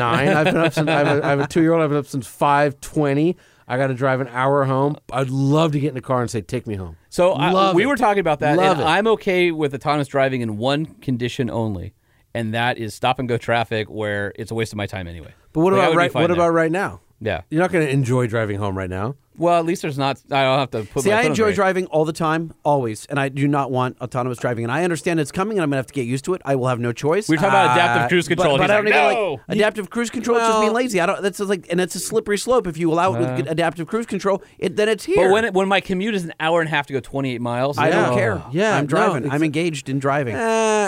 Speaker 5: I've been up since I have a, I have a two year old. I've been up since five twenty. I got to drive an hour home. I'd love to get in a car and say, "Take me home."
Speaker 1: So I,
Speaker 5: Love
Speaker 1: we
Speaker 5: it.
Speaker 1: were talking about that,
Speaker 5: Love
Speaker 1: and
Speaker 5: it.
Speaker 1: I'm okay with autonomous driving in one condition only, and that is stop and go traffic where it's a waste of my time anyway.
Speaker 5: But what
Speaker 1: Like, I would
Speaker 5: about
Speaker 1: be
Speaker 5: right?
Speaker 1: fine
Speaker 5: What
Speaker 1: there.
Speaker 5: about right now?
Speaker 1: Yeah.
Speaker 5: You're not going to enjoy driving home right now.
Speaker 1: Well, at least there's not. I don't have to put.
Speaker 2: See,
Speaker 1: my foot
Speaker 2: I
Speaker 1: on the
Speaker 2: enjoy
Speaker 1: brake.
Speaker 2: driving all the time, always, and I do not want autonomous driving. And I understand it's coming, and I'm gonna have to get used to it. I will have no choice.
Speaker 1: We were talking about adaptive
Speaker 2: Uh,
Speaker 1: cruise control,
Speaker 2: but, but
Speaker 1: and
Speaker 2: I
Speaker 1: he's
Speaker 2: don't
Speaker 1: like,
Speaker 2: even like
Speaker 1: "No!"
Speaker 2: adaptive cruise control. is just being lazy. I don't. That's just like, and it's a slippery slope. If you allow it with
Speaker 5: Uh.
Speaker 2: good adaptive cruise control, it then it's here.
Speaker 1: But when it, when my commute is an hour and a half to go 28 miles, uh,
Speaker 2: I don't
Speaker 5: Yeah.
Speaker 2: care.
Speaker 5: Yeah,
Speaker 2: I'm
Speaker 5: no,
Speaker 2: driving.
Speaker 5: it's-
Speaker 2: I'm engaged in driving.
Speaker 5: Eh,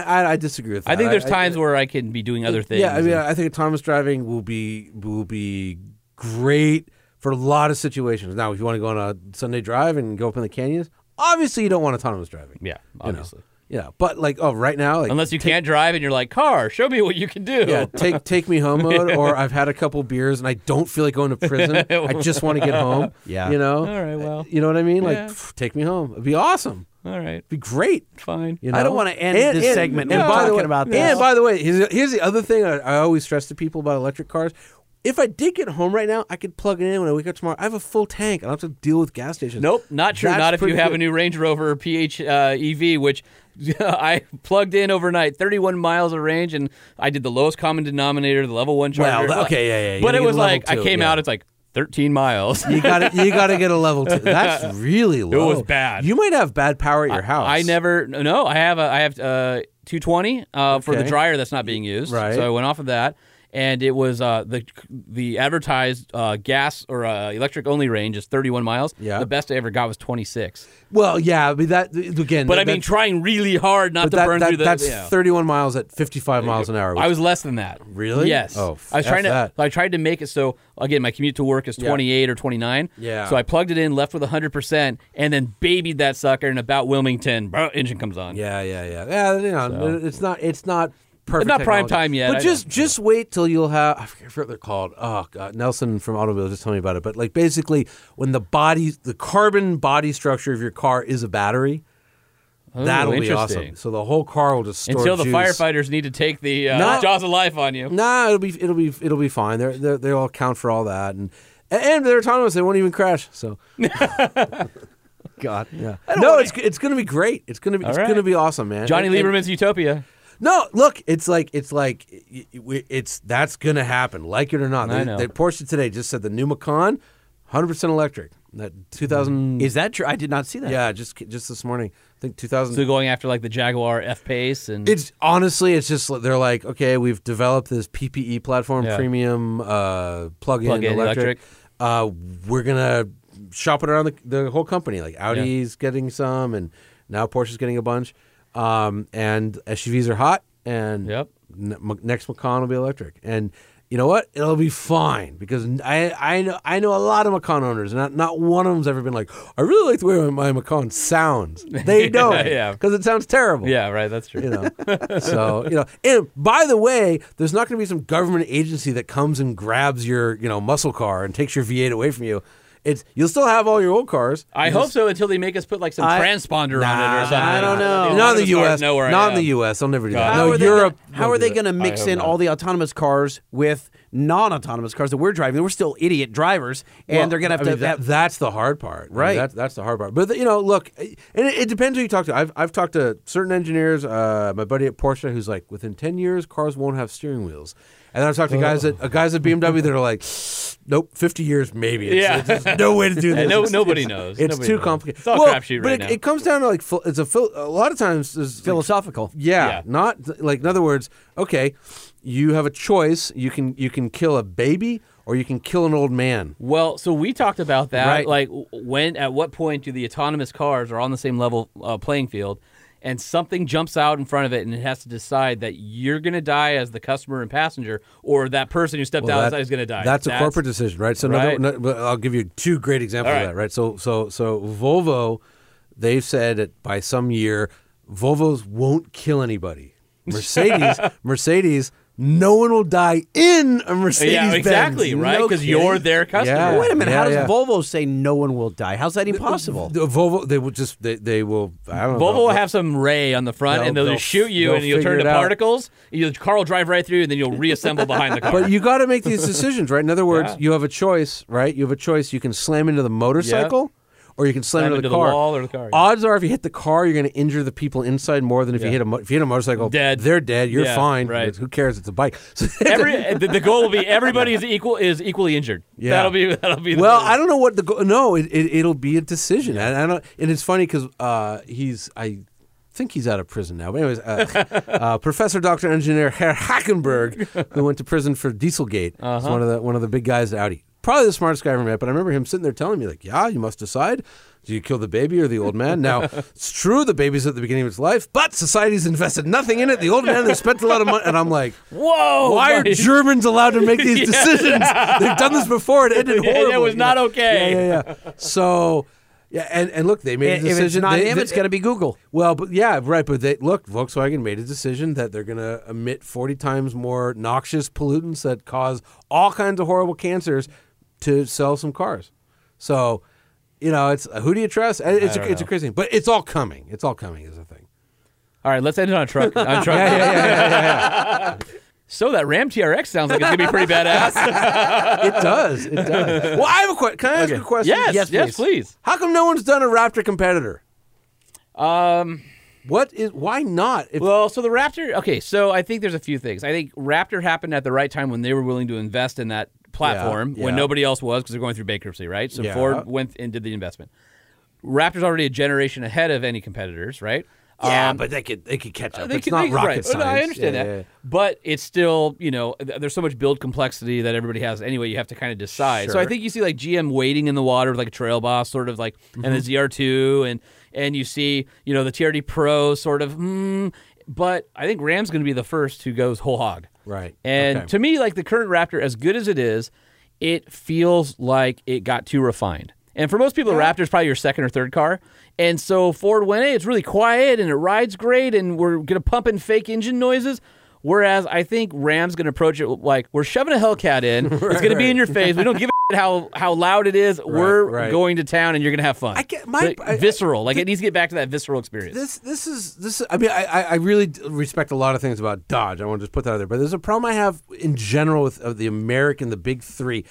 Speaker 5: I, I disagree with that.
Speaker 1: I think there's
Speaker 5: I-
Speaker 1: times where I can be doing other things.
Speaker 5: Yeah, I mean,
Speaker 1: and-
Speaker 5: I think autonomous driving will be will be great for a lot of situations. Now, if you want to go on a Sunday drive and go up in the canyons, obviously you don't want autonomous driving.
Speaker 1: Yeah,
Speaker 5: You know.
Speaker 1: obviously.
Speaker 5: Yeah, but like, oh, right now, like,
Speaker 1: unless you can't drive and you're like, car, show me what you can do.
Speaker 5: yeah, take take me home mode, or I've had a couple beers and I don't feel like going to prison. I just want to get home.
Speaker 2: Yeah.
Speaker 5: you know.
Speaker 1: All right, well,
Speaker 5: you know what I mean. Like,
Speaker 1: yeah.
Speaker 5: pff, take me home. It'd be awesome.
Speaker 1: All right,
Speaker 5: It'd be great.
Speaker 1: fine.
Speaker 5: You
Speaker 2: I don't
Speaker 5: know?
Speaker 2: wanna end this segment with
Speaker 5: by the
Speaker 2: talking
Speaker 5: way-
Speaker 2: about this.
Speaker 5: And by the way, here's, here's the other thing I, I always stress to people about electric cars. If I did get home right now, I could plug it in when I wake up tomorrow. I have a full tank. I don't have to deal with gas stations.
Speaker 1: Nope, not true.
Speaker 5: That's
Speaker 1: not if you
Speaker 5: pretty
Speaker 1: have
Speaker 5: good.
Speaker 1: a new Range Rover PH uh, EV, which I plugged in overnight, 31 miles of range, and I did the lowest common denominator, the level one
Speaker 5: Well,
Speaker 1: charger.
Speaker 5: that- okay, yeah, yeah, you
Speaker 1: But
Speaker 5: gotta
Speaker 1: it
Speaker 5: get
Speaker 1: was
Speaker 5: a level
Speaker 1: like I
Speaker 5: two,
Speaker 1: came
Speaker 5: yeah.
Speaker 1: out, it's like 13 miles.
Speaker 5: You got to you got to get a level two. That's really low.
Speaker 1: was bad.
Speaker 5: You might have bad power at your house.
Speaker 1: I never. No, I have a. I have uh, 220 uh, for the
Speaker 5: Okay.
Speaker 1: dryer that's not being used.
Speaker 5: Right.
Speaker 1: So I went off of that, and it was uh, the the advertised uh, gas or uh, electric only range is 31 miles.
Speaker 5: Yeah.
Speaker 1: The best I ever got was 26.
Speaker 5: Well, yeah, but that again.
Speaker 1: But
Speaker 5: that-
Speaker 1: I mean,
Speaker 5: that-
Speaker 1: trying really hard not
Speaker 5: but
Speaker 1: to
Speaker 5: that-
Speaker 1: burn
Speaker 5: that-
Speaker 1: through the.
Speaker 5: that's
Speaker 1: yeah.
Speaker 5: 31 miles at 55 miles an hour.
Speaker 1: I was less than that.
Speaker 5: Really?
Speaker 1: Yes.
Speaker 5: Oh,
Speaker 1: I was
Speaker 5: F
Speaker 1: trying to.
Speaker 5: that.
Speaker 1: I tried to make it so again. My commute to work is twenty eight or twenty nine.
Speaker 5: Yeah.
Speaker 1: So I plugged it in, left with hundred percent, and then babied that sucker. And about Wilmington, bro, engine comes on.
Speaker 5: Yeah, yeah, yeah. Yeah, you know, it's not it's not perfect.
Speaker 1: not prime
Speaker 5: technology.
Speaker 1: time yet,
Speaker 5: But
Speaker 1: I
Speaker 5: just
Speaker 1: know.
Speaker 5: just wait till you'll have I forget what they're called. Oh god, Nelson from Automobile just tell me about it. But like basically when the body the carbon body structure of your car is a battery, that'll be awesome.
Speaker 1: interesting.
Speaker 5: So the whole car will just store
Speaker 1: Until the
Speaker 5: juice.
Speaker 1: firefighters need to take the uh,
Speaker 5: No.
Speaker 1: jaws of life on you.
Speaker 5: Nah, it'll be it'll be it'll be fine. They're, they're they'll all count for all that and and they're autonomous. They won't even crash. So
Speaker 2: God, yeah.
Speaker 5: no, it's it's gonna be great. It's gonna be it's
Speaker 1: right.
Speaker 5: gonna be awesome, man.
Speaker 1: Johnny
Speaker 5: And- and-
Speaker 1: Lieberman's Utopia.
Speaker 5: No, look, it's like it's like y- y- we- it's that's gonna happen, like it or not.
Speaker 1: I
Speaker 5: They,
Speaker 1: know.
Speaker 5: they- Porsche today just said the new Macan, 100 percent electric. That
Speaker 1: Mm.
Speaker 5: 2000,
Speaker 2: Is that true? I did not see that.
Speaker 5: yeah, just just this morning. I think
Speaker 1: So
Speaker 5: 2000.
Speaker 1: going after like the Jaguar F Pace and
Speaker 5: It's honestly, it's just like- they're like, okay, we've developed this PPE platform,
Speaker 1: Yeah.
Speaker 5: premium uh, plug-in,
Speaker 1: Plug-in electric.
Speaker 5: electric. Uh, we're gonna shop it around the, the whole company. Like Audi's getting some, and now Porsche's getting a bunch. Um, and SUVs are hot, and
Speaker 1: Yep.
Speaker 5: ne- m- next Macan will be electric, and you know what? It'll be fine because n- I I know I know a lot of Macan owners, and not, not one of them's ever been like, I really like the way my Macan sounds. They don't,
Speaker 1: Yeah.
Speaker 5: because it sounds terrible.
Speaker 1: yeah, right. That's true.
Speaker 5: You know, so you know, and by the way, there's not going to be some government agency that comes and grabs your you know muscle car and takes your V8 away from you. It's you'll still have all your old cars.
Speaker 1: I
Speaker 5: You
Speaker 1: hope
Speaker 5: just-
Speaker 1: so until they make us put like some
Speaker 2: I-
Speaker 1: transponder on it or something.
Speaker 2: I don't
Speaker 1: The
Speaker 2: know.
Speaker 5: Not in the
Speaker 1: autonomous cars
Speaker 5: U.S.
Speaker 1: know where I
Speaker 5: Not in
Speaker 1: am.
Speaker 5: the U.S. They'll never do that.
Speaker 2: How
Speaker 5: No,
Speaker 2: are they
Speaker 5: Europe.
Speaker 2: Gonna, how
Speaker 5: will
Speaker 2: are they
Speaker 5: do it.
Speaker 2: going to mix
Speaker 1: hope
Speaker 2: in
Speaker 1: not.
Speaker 2: all the autonomous cars with non-autonomous cars that we're driving? We're still idiot drivers, and
Speaker 5: Well,
Speaker 2: they're going to
Speaker 5: I
Speaker 2: have to.
Speaker 5: mean, that-
Speaker 2: have-
Speaker 5: that's the hard part, I mean,
Speaker 2: Right.
Speaker 5: that's that's the hard part. But you know, look, and it, it depends who you talk to. I've I've talked to certain engineers. Uh, my buddy at Porsche, who's like, within ten years, cars won't have steering wheels. And then I've talked to
Speaker 1: Oh.
Speaker 5: guys at uh, guys at BMW that are like, nope, fifty years maybe. It's,
Speaker 1: Yeah.
Speaker 5: it's- there's no way to do this.
Speaker 1: no-
Speaker 5: It's-
Speaker 1: nobody
Speaker 5: it's-
Speaker 1: knows.
Speaker 5: It's
Speaker 1: Nobody
Speaker 5: too
Speaker 1: knows.
Speaker 5: complicated.
Speaker 1: It's all
Speaker 5: well,
Speaker 1: crapshoot
Speaker 5: but
Speaker 1: right
Speaker 5: it,
Speaker 1: now.
Speaker 5: it comes down to like phil- it's a phil- a lot of times there's like,
Speaker 2: philosophical.
Speaker 5: yeah,
Speaker 1: Yeah.
Speaker 5: not like in other words, okay, you have a choice. You can you can kill a baby or you can kill an old man.
Speaker 1: Well, so we talked about that.
Speaker 5: Right.
Speaker 1: Like, w- when, at what point do the autonomous cars are on the same level uh, playing field, and something jumps out in front of it, and it has to decide that you're going to die as the customer and passenger, or that person who stepped
Speaker 5: Well,
Speaker 1: out
Speaker 5: that-
Speaker 1: outside is going to die.
Speaker 5: That's a corporate decision, right? So another-
Speaker 1: Right.
Speaker 5: no- but I'll give you two great examples
Speaker 1: All
Speaker 5: of
Speaker 1: right.
Speaker 5: that, right? So so so Volvo, they've said that by some year, Volvos won't kill anybody. Mercedes, Mercedes, no one will die in a Mercedes.
Speaker 1: Yeah, exactly, right?
Speaker 5: No
Speaker 1: Because
Speaker 5: kidding.
Speaker 1: you're their customer.
Speaker 5: Yeah.
Speaker 2: Wait a minute.
Speaker 5: Yeah,
Speaker 2: how does
Speaker 5: yeah.
Speaker 2: Volvo say no one will die? How's that impossible?
Speaker 5: The Volvo, they will just they, they will. I don't know.
Speaker 1: Volvo will
Speaker 5: they'll-
Speaker 1: have some ray on the front,
Speaker 5: They'll-
Speaker 1: and they'll,
Speaker 5: they'll
Speaker 1: just shoot you,
Speaker 5: f-
Speaker 1: and you'll
Speaker 5: they'll
Speaker 1: turn to
Speaker 5: figure it out.
Speaker 1: particles. Your car will drive right through, and then you'll reassemble behind the car.
Speaker 5: But you got to make these decisions, right? In other words, you have a choice, right? You have a choice. You can slam into the motorcycle, or you can slam, into, the, car.
Speaker 1: wall or the car, yeah.
Speaker 5: Odds are, if you hit the car, you're going to injure the people inside more than if you
Speaker 1: Yeah.
Speaker 5: hit a mo- if you hit a motorcycle.
Speaker 1: Dead.
Speaker 5: They're dead. You're
Speaker 1: Yeah,
Speaker 5: fine.
Speaker 1: right.
Speaker 5: Who cares? It's a bike. So-
Speaker 1: Every, the, the goal will be everybody is equal is equally injured.
Speaker 5: Yeah.
Speaker 1: That'll be that'll be. The
Speaker 5: well,
Speaker 1: goal.
Speaker 5: I don't know what the go- no. It, it it'll be a decision. And I don't. And it's funny because uh, he's I think he's out of prison now. But anyways, uh, uh, Professor Doctor Engineer Herr Hackenberg, who went to prison for Dieselgate,
Speaker 1: Uh-huh.
Speaker 5: is one of the one of the big guys at Audi. Probably the smartest guy I ever met. But I remember him sitting there telling me like, "Yeah, you must decide." Do you kill the baby or the old man? Now, it's true the baby's at the beginning of its life, but society's invested nothing in it. The old man has spent a lot of money, and I'm like,
Speaker 1: Whoa!
Speaker 5: why are
Speaker 1: buddy.
Speaker 5: Germans allowed to make these decisions? They've done this before. It ended
Speaker 1: And it
Speaker 5: horribly.
Speaker 1: was not okay.
Speaker 5: Yeah, yeah, yeah. So, yeah, and, and look, they made a
Speaker 2: if
Speaker 5: decision.
Speaker 2: it's not
Speaker 5: they-
Speaker 2: him,
Speaker 5: they-
Speaker 2: it's going to be Google.
Speaker 5: well, but yeah, right. But they look, Volkswagen made a decision that they're going to emit 40 times more noxious pollutants that cause all kinds of horrible cancers to sell some cars. So, you know, it's who do you trust? And It's a, it's a crazy thing, but it's all coming. It's all coming is a thing.
Speaker 1: All right, let's end it on a truck. On a truck. So that Ram TRX sounds like it's gonna be pretty badass.
Speaker 5: It does. It does. well, I have a question. Can I ask a question?
Speaker 1: Yes, Yes, yes, please. please.
Speaker 5: How come no one's done a Raptor competitor? Um, what is why not? If,
Speaker 1: well, so the Raptor. Okay, so I think there's a few things. I think Raptor happened at the right time when they were willing to invest in that platform when
Speaker 5: yeah.
Speaker 1: nobody else was because they're going through bankruptcy, right? So
Speaker 5: Yeah.
Speaker 1: Ford went and did the investment. Raptor's already a generation ahead of any competitors, right?
Speaker 5: yeah,
Speaker 1: Um,
Speaker 5: but they could they could catch up.
Speaker 1: They
Speaker 5: it's
Speaker 1: can-
Speaker 5: not
Speaker 1: they-
Speaker 5: rocket
Speaker 1: right. Oh,
Speaker 2: Oh,
Speaker 5: science.
Speaker 1: No, I understand
Speaker 5: Yeah,
Speaker 1: that,
Speaker 5: yeah, yeah.
Speaker 1: but it's still you know th- there's so much build complexity that everybody has anyway. You have to kind of decide. So I
Speaker 5: Sure.
Speaker 1: think you see like GM waiting in the water with like a trail boss, sort of like,
Speaker 5: Mm-hmm.
Speaker 1: and the ZR2, and and you see you know the TRD Pro sort of. Mm, but I think Ram's going to be the first who goes whole hog.
Speaker 5: Right.
Speaker 1: And
Speaker 5: Okay.
Speaker 1: to me, like the current Raptor, as good as it is, it feels like it got too refined. And for most people, the Raptor is probably your second or third car. And so Ford went, hey, it's really quiet and it rides great, and we're going to pump in fake engine noises. Whereas I think Ram's going to approach it like we're shoving a Hellcat in. it's going to be in your face. We don't give a shit how how loud it is. we're
Speaker 5: right.
Speaker 1: going to town, and you're going to have fun. I
Speaker 5: get- my- I-
Speaker 1: visceral. Like it needs to get back to that visceral experience.
Speaker 5: This this is this. I mean, I I I really d- respect a lot of things about Dodge. I want to just put that out there. But there's a problem I have in general with of the American, the big three.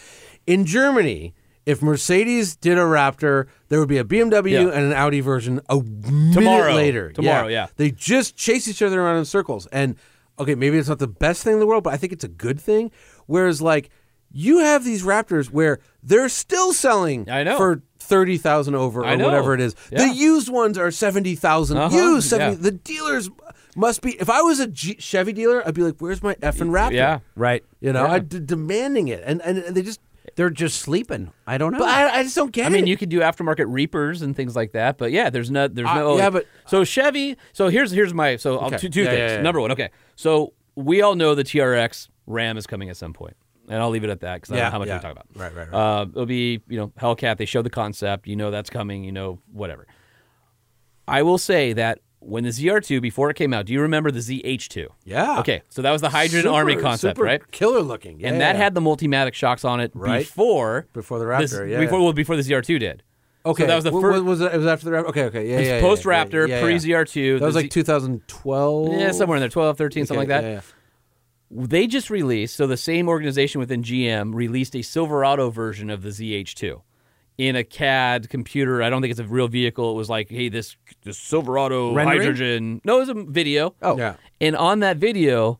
Speaker 5: In Germany, if Mercedes did a Raptor, there would be a BMW
Speaker 1: Yeah.
Speaker 5: and an Audi version a minute
Speaker 1: Tomorrow.
Speaker 5: later.
Speaker 1: Tomorrow, yeah.
Speaker 5: They just chase each other around in circles. And okay, maybe it's not the best thing in the world, but I think it's a good thing. Whereas like. You have these Raptors where they're still selling
Speaker 1: I know.
Speaker 5: for thirty thousand over
Speaker 1: I
Speaker 5: or
Speaker 1: know.
Speaker 5: whatever it is.
Speaker 1: Yeah.
Speaker 5: The used ones are seventy thousand
Speaker 1: Uh-huh,
Speaker 5: used. 70,
Speaker 1: yeah.
Speaker 5: The dealers must be. If I was a G- Chevy dealer, I'd be like, "Where's my effing Raptor?"
Speaker 1: Yeah.
Speaker 2: Right.
Speaker 5: You know,
Speaker 1: Yeah.
Speaker 5: I'd d- demanding it, and, and and they just.
Speaker 2: They're just sleeping. I don't know.
Speaker 5: But I, I just don't get
Speaker 1: I mean,
Speaker 5: it.
Speaker 1: you could do aftermarket reapers and things like that, but yeah, there's no, there's no.
Speaker 5: Uh, yeah, but-
Speaker 1: so Chevy. So here's here's my so I'll
Speaker 5: Okay.
Speaker 1: two, two
Speaker 5: Yeah,
Speaker 1: things.
Speaker 5: yeah, yeah.
Speaker 1: Number one, okay. So we all know the TRX Ram is coming at some point, and I'll leave it at that because I don't
Speaker 5: Yeah,
Speaker 1: know how much
Speaker 5: yeah.
Speaker 1: we talk about.
Speaker 5: Right, right,
Speaker 1: right. Uh, it'll be you know Hellcat. They show the concept. You know that's coming. You know whatever. I will say that when the ZR2 before it came out, do you remember the ZH2?
Speaker 5: Yeah.
Speaker 1: Okay, so that was the hydrogen army
Speaker 5: Super-
Speaker 1: concept,
Speaker 5: super
Speaker 1: right?
Speaker 5: Killer looking, yeah,
Speaker 1: and that
Speaker 5: yeah.
Speaker 1: had the multimatic shocks on it
Speaker 5: Right.
Speaker 1: before
Speaker 5: Before the
Speaker 1: this-
Speaker 5: Raptor, yeah.
Speaker 1: before well before the ZR2 did.
Speaker 5: okay.
Speaker 1: so that was the
Speaker 5: Wha-
Speaker 1: first.
Speaker 5: what was it? It was after the Raptor. Okay, okay, yeah,
Speaker 1: It's
Speaker 5: yeah, yeah,
Speaker 1: post Raptor,
Speaker 5: yeah, yeah,
Speaker 1: pre
Speaker 5: yeah.
Speaker 1: ZR2.
Speaker 5: That was
Speaker 1: the
Speaker 5: like
Speaker 1: Z-
Speaker 5: 2012.
Speaker 1: yeah, somewhere in there, 12, 13, something like that.
Speaker 5: Yeah, yeah.
Speaker 1: They just released, so the same organization within GM released a Silverado version of the ZH2 in a CAD computer. I don't think it's a real vehicle. It was like, hey, this this Silverado
Speaker 2: Rendering?
Speaker 1: hydrogen. No, it was a video.
Speaker 2: Oh.
Speaker 5: Yeah.
Speaker 1: And on that video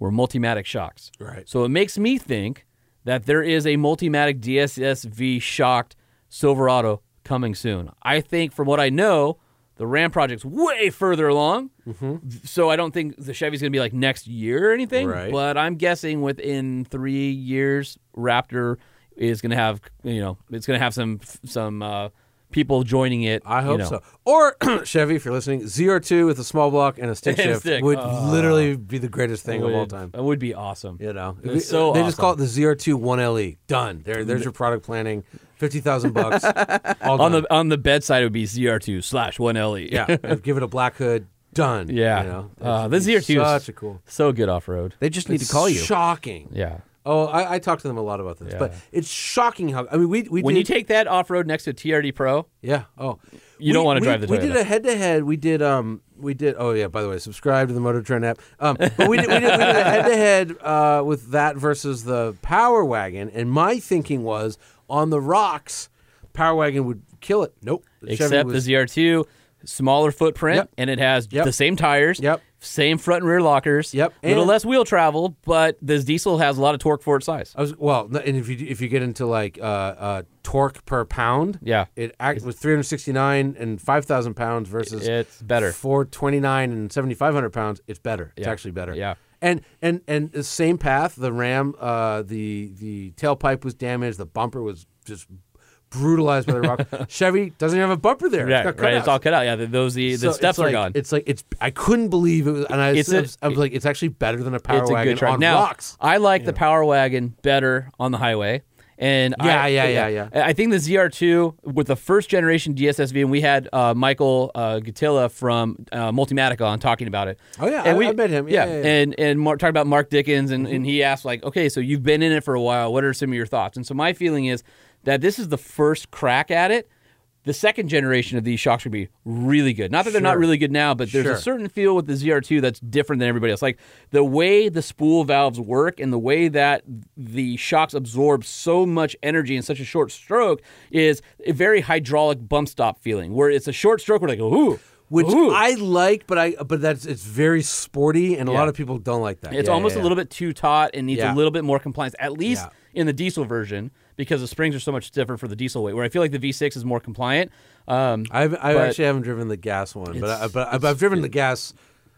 Speaker 1: were multimatic shocks.
Speaker 5: Right.
Speaker 1: So it makes me think that there is a multimatic DSSV shocked Silverado coming soon. I think, from what I know, the The Ram project's way further along,
Speaker 5: Mm-hmm.
Speaker 1: so I don't think the Chevy's going to be like next year or anything.
Speaker 5: Right.
Speaker 1: But I'm guessing within three years, Raptor is going to have you know it's going to have some some uh, people joining it.
Speaker 5: I
Speaker 1: you
Speaker 5: hope
Speaker 1: know.
Speaker 5: so. Or Chevy, if you're listening, ZR2 with a small block and a stick
Speaker 1: And a
Speaker 5: shift
Speaker 1: stick.
Speaker 5: would
Speaker 1: Oh.
Speaker 5: literally be the greatest thing of all
Speaker 1: Would-
Speaker 5: time.
Speaker 1: That would be awesome.
Speaker 5: You know,
Speaker 1: It's so
Speaker 5: they just call it
Speaker 1: awesome.
Speaker 5: the ZR2 1LE. E. Done. There, there's your product planning. Fifty thousand bucks. All
Speaker 1: on
Speaker 5: done.
Speaker 1: the on the bedside it would be ZR2 slash one LE.
Speaker 5: yeah, and give it a black hood. Done.
Speaker 1: yeah.
Speaker 5: you know,
Speaker 1: uh, the
Speaker 5: It's
Speaker 1: ZR2 is
Speaker 5: such a cool.
Speaker 1: so good off road.
Speaker 2: They just need to call you.
Speaker 5: Shocking.
Speaker 1: Yeah.
Speaker 5: Oh, I, I talked to them a lot about this, but
Speaker 1: Yeah.
Speaker 5: it's shocking how. I mean, we we
Speaker 1: When
Speaker 5: did,
Speaker 1: you take that off road next to a TRD Pro,
Speaker 5: Yeah. Oh,
Speaker 1: You don't wanna
Speaker 5: we-
Speaker 1: drive the
Speaker 5: We did
Speaker 1: Toyota.
Speaker 5: a head to head. We did. Um. We did. Oh yeah. By the way, subscribe to the Motor Trend app. Um. But we did. We did, we did a head to head with that versus the Power Wagon, and my thinking was on the rocks, Power Wagon would kill it. Nope. The Chevy
Speaker 1: except
Speaker 5: was-
Speaker 1: the ZR2 smaller footprint
Speaker 5: Yep.
Speaker 1: and it has
Speaker 5: Yep.
Speaker 1: the same tires,
Speaker 5: Yep.
Speaker 1: same front and rear lockers,
Speaker 5: Yep.
Speaker 1: a little
Speaker 5: And-
Speaker 1: less wheel travel, but this diesel has a lot of torque for its size.
Speaker 5: I was well, no, and if you if you get into like uh, uh, torque per pound,
Speaker 1: Yeah.
Speaker 5: it act was three hundred sixty nine and five thousand pounds versus
Speaker 1: It's better.
Speaker 5: four twenty nine and seventy five hundred pounds. It's better. It's
Speaker 1: Yeah.
Speaker 5: actually better.
Speaker 1: Yeah.
Speaker 5: And and and the same path. The Ram, uh, the the tailpipe was damaged. The bumper was just brutalized by the rock. Chevy doesn't even have a bumper there.
Speaker 1: Yeah,
Speaker 5: it's got
Speaker 1: right. It's
Speaker 5: cutouts.
Speaker 1: all cut out. Yeah, the, those the,
Speaker 5: So
Speaker 1: the
Speaker 5: it's
Speaker 1: steps are
Speaker 5: like-
Speaker 1: gone.
Speaker 5: It's like it's. I couldn't believe it was, and I,
Speaker 1: It's
Speaker 5: was,
Speaker 1: a-
Speaker 5: I was, I was like, it's actually better than a power
Speaker 1: it's a
Speaker 5: wagon
Speaker 1: good truck.
Speaker 5: on
Speaker 1: now,
Speaker 5: rocks.
Speaker 1: I like the Power Wagon better on the highway. And
Speaker 5: Yeah,
Speaker 1: I,
Speaker 5: yeah, yeah, yeah.
Speaker 1: I think the ZR2 with the first generation DSSV, and we had uh, Michael uh, Gatilla from uh, Multimatica on talking about it.
Speaker 5: Oh, yeah,
Speaker 1: and
Speaker 5: I- I met him. Yeah, yeah, yeah.
Speaker 1: and and Mark talked about Mark Dickens, and, and he asked like, okay, so you've been in it for a while. What are some of your thoughts? And so my feeling is that this is the first crack at it. The second generation of these shocks would be really good. Not that they're not
Speaker 5: Sure.
Speaker 1: really good now, but there's
Speaker 5: Sure.
Speaker 1: a certain feel with the ZR2 that's different than everybody else. Like the way the spool valves work and the way that the shocks absorb so much energy in such a short stroke is a very hydraulic bump stop feeling, where it's a short stroke where like ooh,
Speaker 5: which
Speaker 1: ooh.
Speaker 5: I like, but I but that's it's very sporty, and a lot of people don't like that.
Speaker 1: It's
Speaker 5: Yeah,
Speaker 1: almost
Speaker 5: yeah,
Speaker 1: a little bit too taut and needs a
Speaker 5: Yeah.
Speaker 1: little bit more compliance, at least
Speaker 5: Yeah.
Speaker 1: in the diesel version, because the springs are so much stiffer for the diesel weight. Where I feel like the V6 is more compliant. Um,
Speaker 5: yeah. I've, I
Speaker 1: but-
Speaker 5: actually haven't driven the gas one, but I,
Speaker 1: It's-
Speaker 5: but I, but I've driven the gas.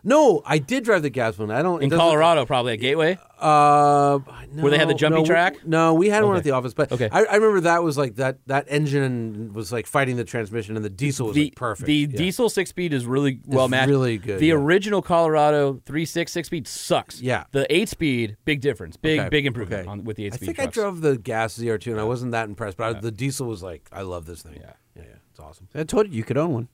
Speaker 5: No, I did drive the gas one. I don't it
Speaker 1: in
Speaker 5: doesn't-
Speaker 1: Colorado, probably at Gateway.
Speaker 5: Uh, no,
Speaker 1: Where they had the jumpy
Speaker 5: no, we-
Speaker 1: track?
Speaker 5: No, we had one
Speaker 1: Okay.
Speaker 5: at the office, but
Speaker 1: Okay.
Speaker 5: I, I remember that was like that that engine was like fighting the transmission, and the diesel was
Speaker 1: the
Speaker 5: like perfect.
Speaker 1: The
Speaker 5: Yeah.
Speaker 1: diesel six speed is really well matched.
Speaker 5: really good,
Speaker 1: The
Speaker 5: yeah.
Speaker 1: original Colorado three six six speed sucks.
Speaker 5: Yeah.
Speaker 1: The eight speed, big difference, big
Speaker 5: Okay,
Speaker 1: big improvement
Speaker 5: okay.
Speaker 1: on, with the eight
Speaker 5: I
Speaker 1: speed.
Speaker 5: think I
Speaker 1: trucks.
Speaker 5: drove the gas ZR2, and I wasn't that impressed, but I, the diesel was like, I love this thing. Yeah, yeah, yeah it's awesome.
Speaker 2: I told you you could own one.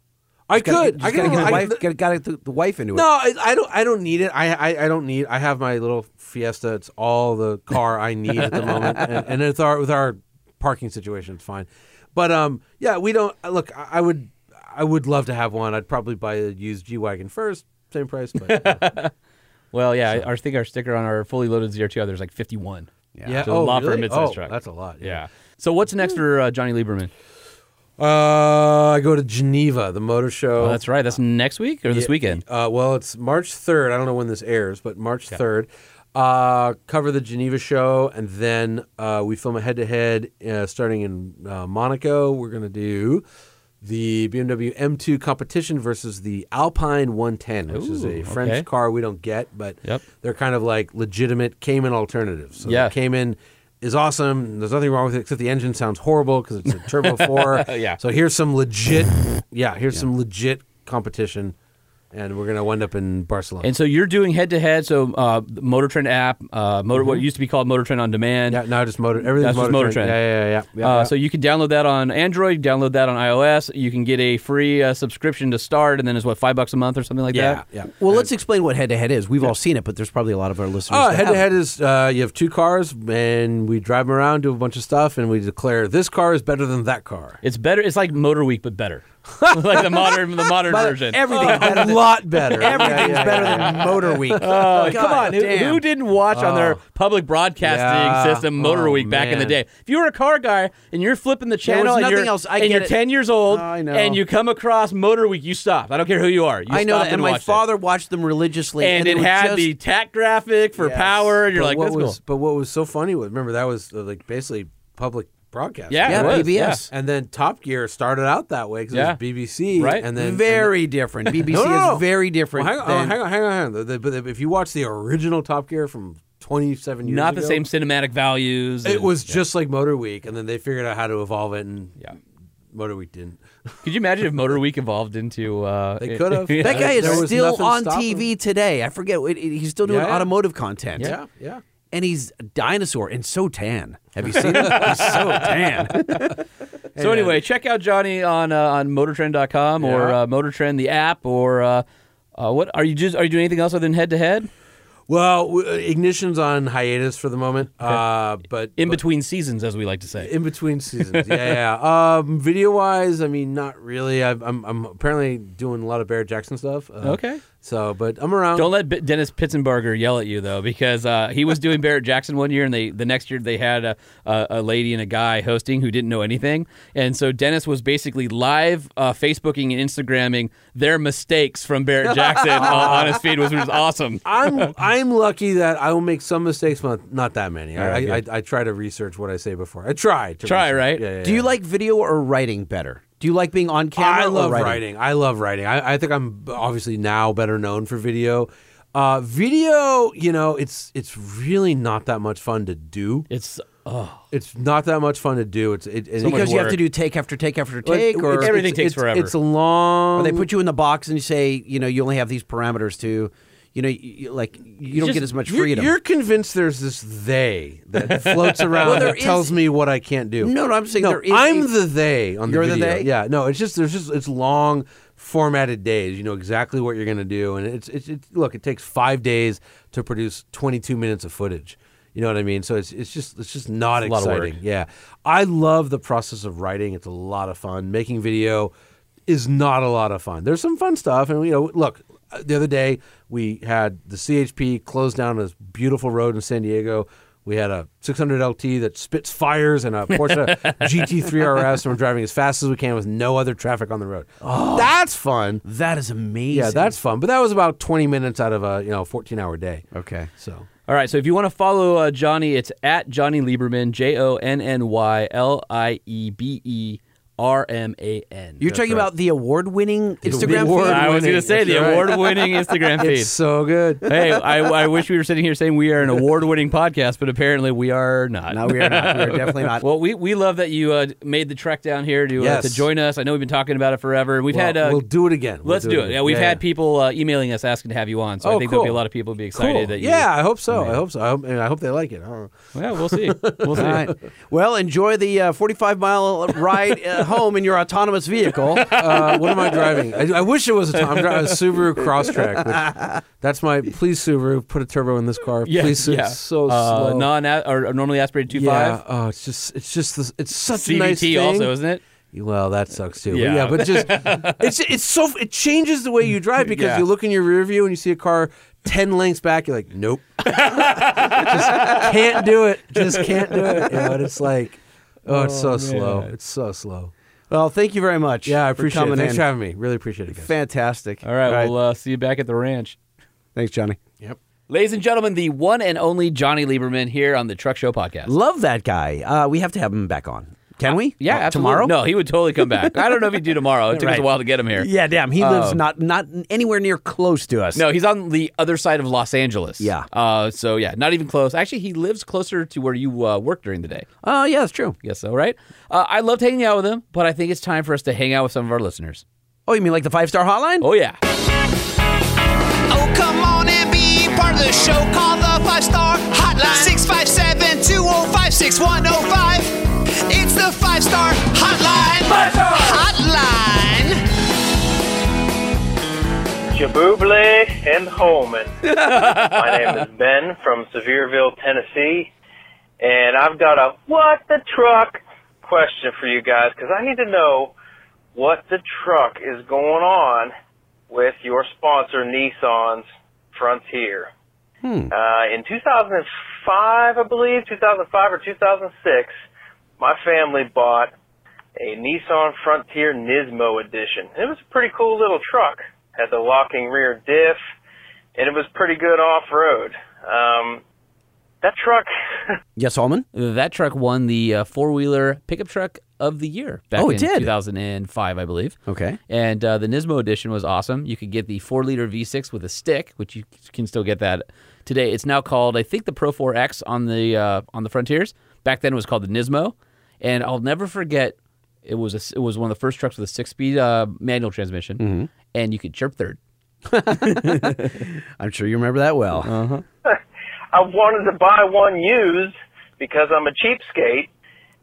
Speaker 5: I
Speaker 2: Gotta-
Speaker 5: could.
Speaker 2: Just
Speaker 5: I
Speaker 2: gotta
Speaker 5: could.
Speaker 2: get the
Speaker 5: I-
Speaker 2: wife, gotta, gotta get the, the wife into it.
Speaker 5: No, I, I don't. I don't need it. I, I I don't need. I have my little Fiesta. It's all the car I need at the moment, and, and it's our with our parking situation, it's fine. But um, yeah, we don't look. I, I would I would love to have one. I'd probably buy a used G wagon first, same price. But,
Speaker 1: Well, yeah, I, I think our sticker on our fully loaded ZR2 out there is like fifty one.
Speaker 5: yeah,
Speaker 1: So a lot for a midsize
Speaker 5: oh,
Speaker 1: truck.
Speaker 5: That's a lot.
Speaker 1: Yeah. So what's next for uh, Johnny Lieberman?
Speaker 5: Uh, I go to Geneva, the motor show.
Speaker 1: Oh, that's right. That's next week or this weekend.
Speaker 5: Uh, well, it's March 3rd. I don't know when this airs, but March 3rd. Uh, cover the Geneva show, and then uh, we film a head to head starting in uh, Monaco. We're going to do the BMW M2 competition versus the Alpine 110, which is
Speaker 1: Ooh,
Speaker 5: a French
Speaker 1: okay.
Speaker 5: car we don't get, but
Speaker 1: Yep.
Speaker 5: they're kind of like legitimate Cayman alternatives. So
Speaker 1: Yeah.
Speaker 5: the Cayman is awesome. There's nothing wrong with it except the engine sounds horrible because it's a turbo four.
Speaker 1: Yeah.
Speaker 5: So here's some legit. Yeah, here's some legit competition, and we're gonna wind up in Barcelona.
Speaker 1: And so you're doing head to head. So uh, the Motor Trend app, uh, Motor what used to be called Motor Trend on Demand.
Speaker 5: yeah, now just motor. Everything's
Speaker 1: That's just motor trend.
Speaker 5: Yeah, yeah, yeah. yeah,
Speaker 1: uh,
Speaker 5: yeah.
Speaker 1: So you can download that on Android, download that on iOS. You can get a free uh, subscription to start, and then it's what five bucks a month or something like
Speaker 5: yeah,
Speaker 1: that.
Speaker 5: yeah.
Speaker 2: Well, let's explain what head to head is. We've all seen it, but there's probably a lot of our listeners.
Speaker 5: Oh,
Speaker 2: that
Speaker 5: head to
Speaker 2: haven't.
Speaker 5: head is uh, you have two cars, and we drive them around, do a bunch of stuff, and we declare this car is better than that car.
Speaker 1: It's better. It's like Motor Week, but better. like the modern, the modern
Speaker 2: But
Speaker 1: version.
Speaker 2: Uh, Everything's
Speaker 5: a
Speaker 2: better.
Speaker 5: lot better. Yeah,
Speaker 2: Everything's
Speaker 5: yeah,
Speaker 2: better
Speaker 5: yeah,
Speaker 2: than Motor Week.
Speaker 1: Oh, come on, who, who didn't watch on their public broadcasting
Speaker 5: Yeah.
Speaker 1: system Motor
Speaker 5: Oh,
Speaker 1: Week back in the
Speaker 5: man.
Speaker 1: day? If you were a car guy and you're flipping the
Speaker 2: was
Speaker 1: channel and
Speaker 2: nothing
Speaker 1: you're,
Speaker 2: else. I
Speaker 1: and
Speaker 2: get
Speaker 1: you're
Speaker 2: it.
Speaker 1: 10 years old
Speaker 2: I know.
Speaker 1: and you come across Motor Week, you stop. I don't care who you are. You
Speaker 2: I know
Speaker 1: stopped
Speaker 2: that. And my
Speaker 1: watched it.
Speaker 2: father watched them religiously,
Speaker 1: And, it
Speaker 2: they were
Speaker 1: had
Speaker 2: just-
Speaker 1: the tack graphic for power, and you're
Speaker 5: But
Speaker 1: like,
Speaker 5: what
Speaker 1: that's
Speaker 5: was,
Speaker 1: cool.
Speaker 5: But what was so funny was remember that was uh, like basically public broadcast.
Speaker 1: Yeah,
Speaker 2: Yeah,
Speaker 1: it was,
Speaker 2: PBS.
Speaker 5: And then Top Gear started out that way because
Speaker 1: Yeah.
Speaker 5: it was BBC,
Speaker 1: Right.
Speaker 5: And then
Speaker 2: very different. BBC
Speaker 5: No, no, no.
Speaker 2: is very different.
Speaker 5: Well, hang, on,
Speaker 2: than-
Speaker 5: hang on, hang on, hang on. The- the- but if you watch the original Top Gear from 27 years
Speaker 1: Not
Speaker 5: ago,
Speaker 1: the same cinematic values.
Speaker 5: It
Speaker 1: and-
Speaker 5: was just like Motor Week, and then they figured out how to evolve it, and
Speaker 1: Yeah.
Speaker 5: Motor Week didn't.
Speaker 1: Could you imagine if Motor Week evolved into? Uh,
Speaker 5: They
Speaker 1: it-
Speaker 5: could've.
Speaker 1: Yeah.
Speaker 2: That guy
Speaker 5: There
Speaker 2: is
Speaker 5: was
Speaker 2: still
Speaker 5: nothing
Speaker 2: on
Speaker 5: stopping
Speaker 2: TV today. I forget. it- it- He's still doing
Speaker 5: Yeah, yeah.
Speaker 2: automotive content.
Speaker 5: Yeah, yeah.
Speaker 2: And he's a dinosaur and so tan. Have you seen him? he's so tan.
Speaker 1: So anyway, check out Johnny on uh, on MotorTrend.com or
Speaker 5: Yeah.
Speaker 1: uh, MotorTrend the app or uh, uh, what are you just are you doing anything else other than head to head
Speaker 5: Well, w- uh, ignition's on hiatus for the moment, uh, but
Speaker 1: in
Speaker 5: but-
Speaker 1: between seasons, as we like to say?
Speaker 5: in between seasons. yeah, yeah. Um, video wise, I mean, not really. I've, I'm I'm apparently doing a lot of Barrett Jackson stuff. Uh,
Speaker 1: Okay.
Speaker 5: So, but I'm around.
Speaker 1: Don't let B- Dennis Pitzenberger yell at you though, because uh, he was doing Barrett Jackson one year, and they the next year they had a, a, a lady and a guy hosting who didn't know anything, and so Dennis was basically live uh, Facebooking and Instagramming their mistakes from Barrett Jackson on, on his feed, which was awesome.
Speaker 5: I'm I'm lucky that I will make some mistakes, but not that many. I,
Speaker 1: right,
Speaker 5: I, I try to research what I say before. I try. To
Speaker 1: Try,
Speaker 5: research.
Speaker 1: right?
Speaker 5: Yeah, yeah,
Speaker 2: Do you
Speaker 5: yeah.
Speaker 2: like video or writing better? Do you like being on camera?
Speaker 5: I
Speaker 2: or
Speaker 5: love writing.
Speaker 2: writing?
Speaker 5: I love writing. I, I think I'm obviously now better known for video. Uh, video, you know, it's it's really not that much fun to do.
Speaker 1: It's oh,
Speaker 5: It's not that much fun to do. It's it, it-
Speaker 2: Because you have
Speaker 1: work.
Speaker 2: to do take after take after
Speaker 5: But
Speaker 2: take, or
Speaker 5: it's-
Speaker 1: Everything takes
Speaker 5: it's,
Speaker 1: forever.
Speaker 5: It's long.
Speaker 2: or
Speaker 1: Um,
Speaker 2: they put you in the box and you say, you know, you only have these parameters to, you know, you, you- like you don't
Speaker 1: just-
Speaker 2: get as much
Speaker 5: You're-
Speaker 2: freedom.
Speaker 5: You're, convinced there's this they that floats around
Speaker 2: Well, there
Speaker 5: that tells
Speaker 2: is-
Speaker 5: me what I can't do.
Speaker 2: No, no, I'm saying there is
Speaker 5: I'm
Speaker 2: a-
Speaker 5: the they on the
Speaker 2: You're the
Speaker 5: video.
Speaker 2: they?
Speaker 5: Yeah, no, it's just there's just it's long formatted days. You know exactly what you're gonna do, and it's it's, it's look. It takes five days to produce 22 minutes of footage. You know what I mean? So it's it's just it's just not
Speaker 1: lot of work.
Speaker 5: exciting. Yeah, I love the process of writing. It's a lot of fun. Making video is not a lot of fun. There's some fun stuff, and you know, look. uh, The other day we had the CHP close down this beautiful road in San Diego. We had a 600 LT that spits fires and a Porsche GT3 RS, and we're driving as fast as we can with no other traffic on the road.
Speaker 1: Oh.
Speaker 5: that's fun.
Speaker 2: that is amazing.
Speaker 5: Yeah, that's fun. But that was about 20 minutes out of a you know 14 hour day.
Speaker 2: okay.
Speaker 5: So
Speaker 1: All right, so if you want to follow uh, Johnny, it's at Johnny Lieberman, J O N N Y L I E B E R M A N.
Speaker 2: You're talking about the award-winning Instagram
Speaker 5: award-
Speaker 2: feed?
Speaker 1: I was going to
Speaker 5: winning,
Speaker 1: say the
Speaker 5: that's right.
Speaker 1: award winning Instagram feed.
Speaker 5: it's so good.
Speaker 1: hey, I, I wish we were sitting here saying we are an award winning podcast, but apparently we are not.
Speaker 2: No, we are not. We are definitely not.
Speaker 1: Well, we, we love that you uh, made the trek down here to, uh,
Speaker 5: Yes.
Speaker 1: to join us. I know we've been talking about it forever. We've
Speaker 5: Well,
Speaker 1: had. Uh,
Speaker 5: we'll do it again. We'll
Speaker 1: Let's do it. Yeah, we've
Speaker 5: Yeah,
Speaker 1: had
Speaker 5: yeah.
Speaker 1: people uh, emailing us asking to have you on, so I
Speaker 5: Oh,
Speaker 1: think there'll be a
Speaker 5: cool.
Speaker 1: lot of people be excited
Speaker 5: Cool.
Speaker 1: that you.
Speaker 5: yeah, I hope so. I hope so. I hope, and I hope they like it. I don't know.
Speaker 1: yeah, we'll see. We'll see.
Speaker 2: All right. Well, enjoy the uh, 45 mile ride uh, home in your autonomous vehicle.
Speaker 5: Uh, what am I driving? I, I wish it was a, Tom, I'm driving a Subaru Crosstrek. Which, that's my please Subaru. Put a turbo in this car.
Speaker 1: Yeah,
Speaker 5: please, Subaru.
Speaker 1: yeah.
Speaker 5: It's so
Speaker 1: uh,
Speaker 5: slow.
Speaker 1: non or, or normally aspirated two
Speaker 5: yeah.
Speaker 1: five.
Speaker 5: Oh, it's just it's just this, it's such
Speaker 1: CVT
Speaker 5: a nice thing.
Speaker 1: also, isn't it?
Speaker 5: Well, that sucks too.
Speaker 1: Yeah.
Speaker 5: Yeah, but, yeah, but just it's it's so it changes the way you drive because
Speaker 1: Yeah.
Speaker 5: you look in your rear view and you see a car ten lengths back. You're like, nope, just can't do it. Just can't do it. You know, and it's like, oh, it's so slow. It's so slow.
Speaker 2: Well, thank you very much.
Speaker 5: Yeah, I
Speaker 2: for
Speaker 5: appreciate it.
Speaker 2: coming
Speaker 5: Thanks
Speaker 2: in.
Speaker 5: for having me. Really appreciate it, guys.
Speaker 2: Fantastic.
Speaker 1: All right, we'll uh, see you back at the ranch.
Speaker 2: Thanks, Johnny.
Speaker 1: Ladies and gentlemen, the one and only Johnny Lieberman here on the Truck Show podcast.
Speaker 2: Love that guy. Uh, we have to have him back on. Can we?
Speaker 1: Yeah,
Speaker 2: Uh,
Speaker 1: absolutely.
Speaker 2: tomorrow.
Speaker 1: No, he would totally come back. I don't know if he'd do tomorrow. It took us a
Speaker 2: Right.
Speaker 1: while to get him here.
Speaker 2: Yeah, damn. He lives not not anywhere near close to us.
Speaker 1: No, he's on the other side of Los Angeles.
Speaker 2: Yeah.
Speaker 1: Uh, so yeah, not even close. Actually, he lives closer to where you uh, work during the day.
Speaker 2: Oh, yeah, that's true.
Speaker 1: I guess so, right? Uh, I loved hanging out with him, but I think it's time for us to hang out with some of our listeners.
Speaker 2: Oh, you mean like the five star hotline?
Speaker 1: Oh yeah.
Speaker 3: Oh, come on and be part of the show. Call the five star hotline 657 205 6105. It's the five star hotline. Five star hotline.
Speaker 7: Jabuble and Holman. My name is Ben from Sevierville, Tennessee, and I've got a what the truck question for you guys because I need to know what the truck is going on with your sponsor Nissan's Frontier. Uh, in 2005, I believe, 2005 or 2006, my family bought a Nissan Frontier Nismo edition. It was a pretty cool little truck. Had the locking rear diff, and it was pretty good off road. Um, That truck,
Speaker 2: Yes, Alman.
Speaker 1: That truck won the uh, four wheeler pickup truck of the year back
Speaker 2: Oh,
Speaker 1: in
Speaker 2: it did?
Speaker 1: 2005, I believe.
Speaker 2: Okay.
Speaker 1: And uh, the Nismo edition was awesome. You could get the four liter V6 with a stick, which you can still get that today. It's now called, I think, the Pro 4X on the uh, on the Frontiers. Back then, it was called the Nismo. And I'll never forget. It was a, it was one of the first trucks with a six speed uh, manual transmission,
Speaker 2: Mm-hmm.
Speaker 1: and you could chirp third.
Speaker 2: I'm sure you remember that well.
Speaker 7: I wanted to buy one used because I'm a cheapskate.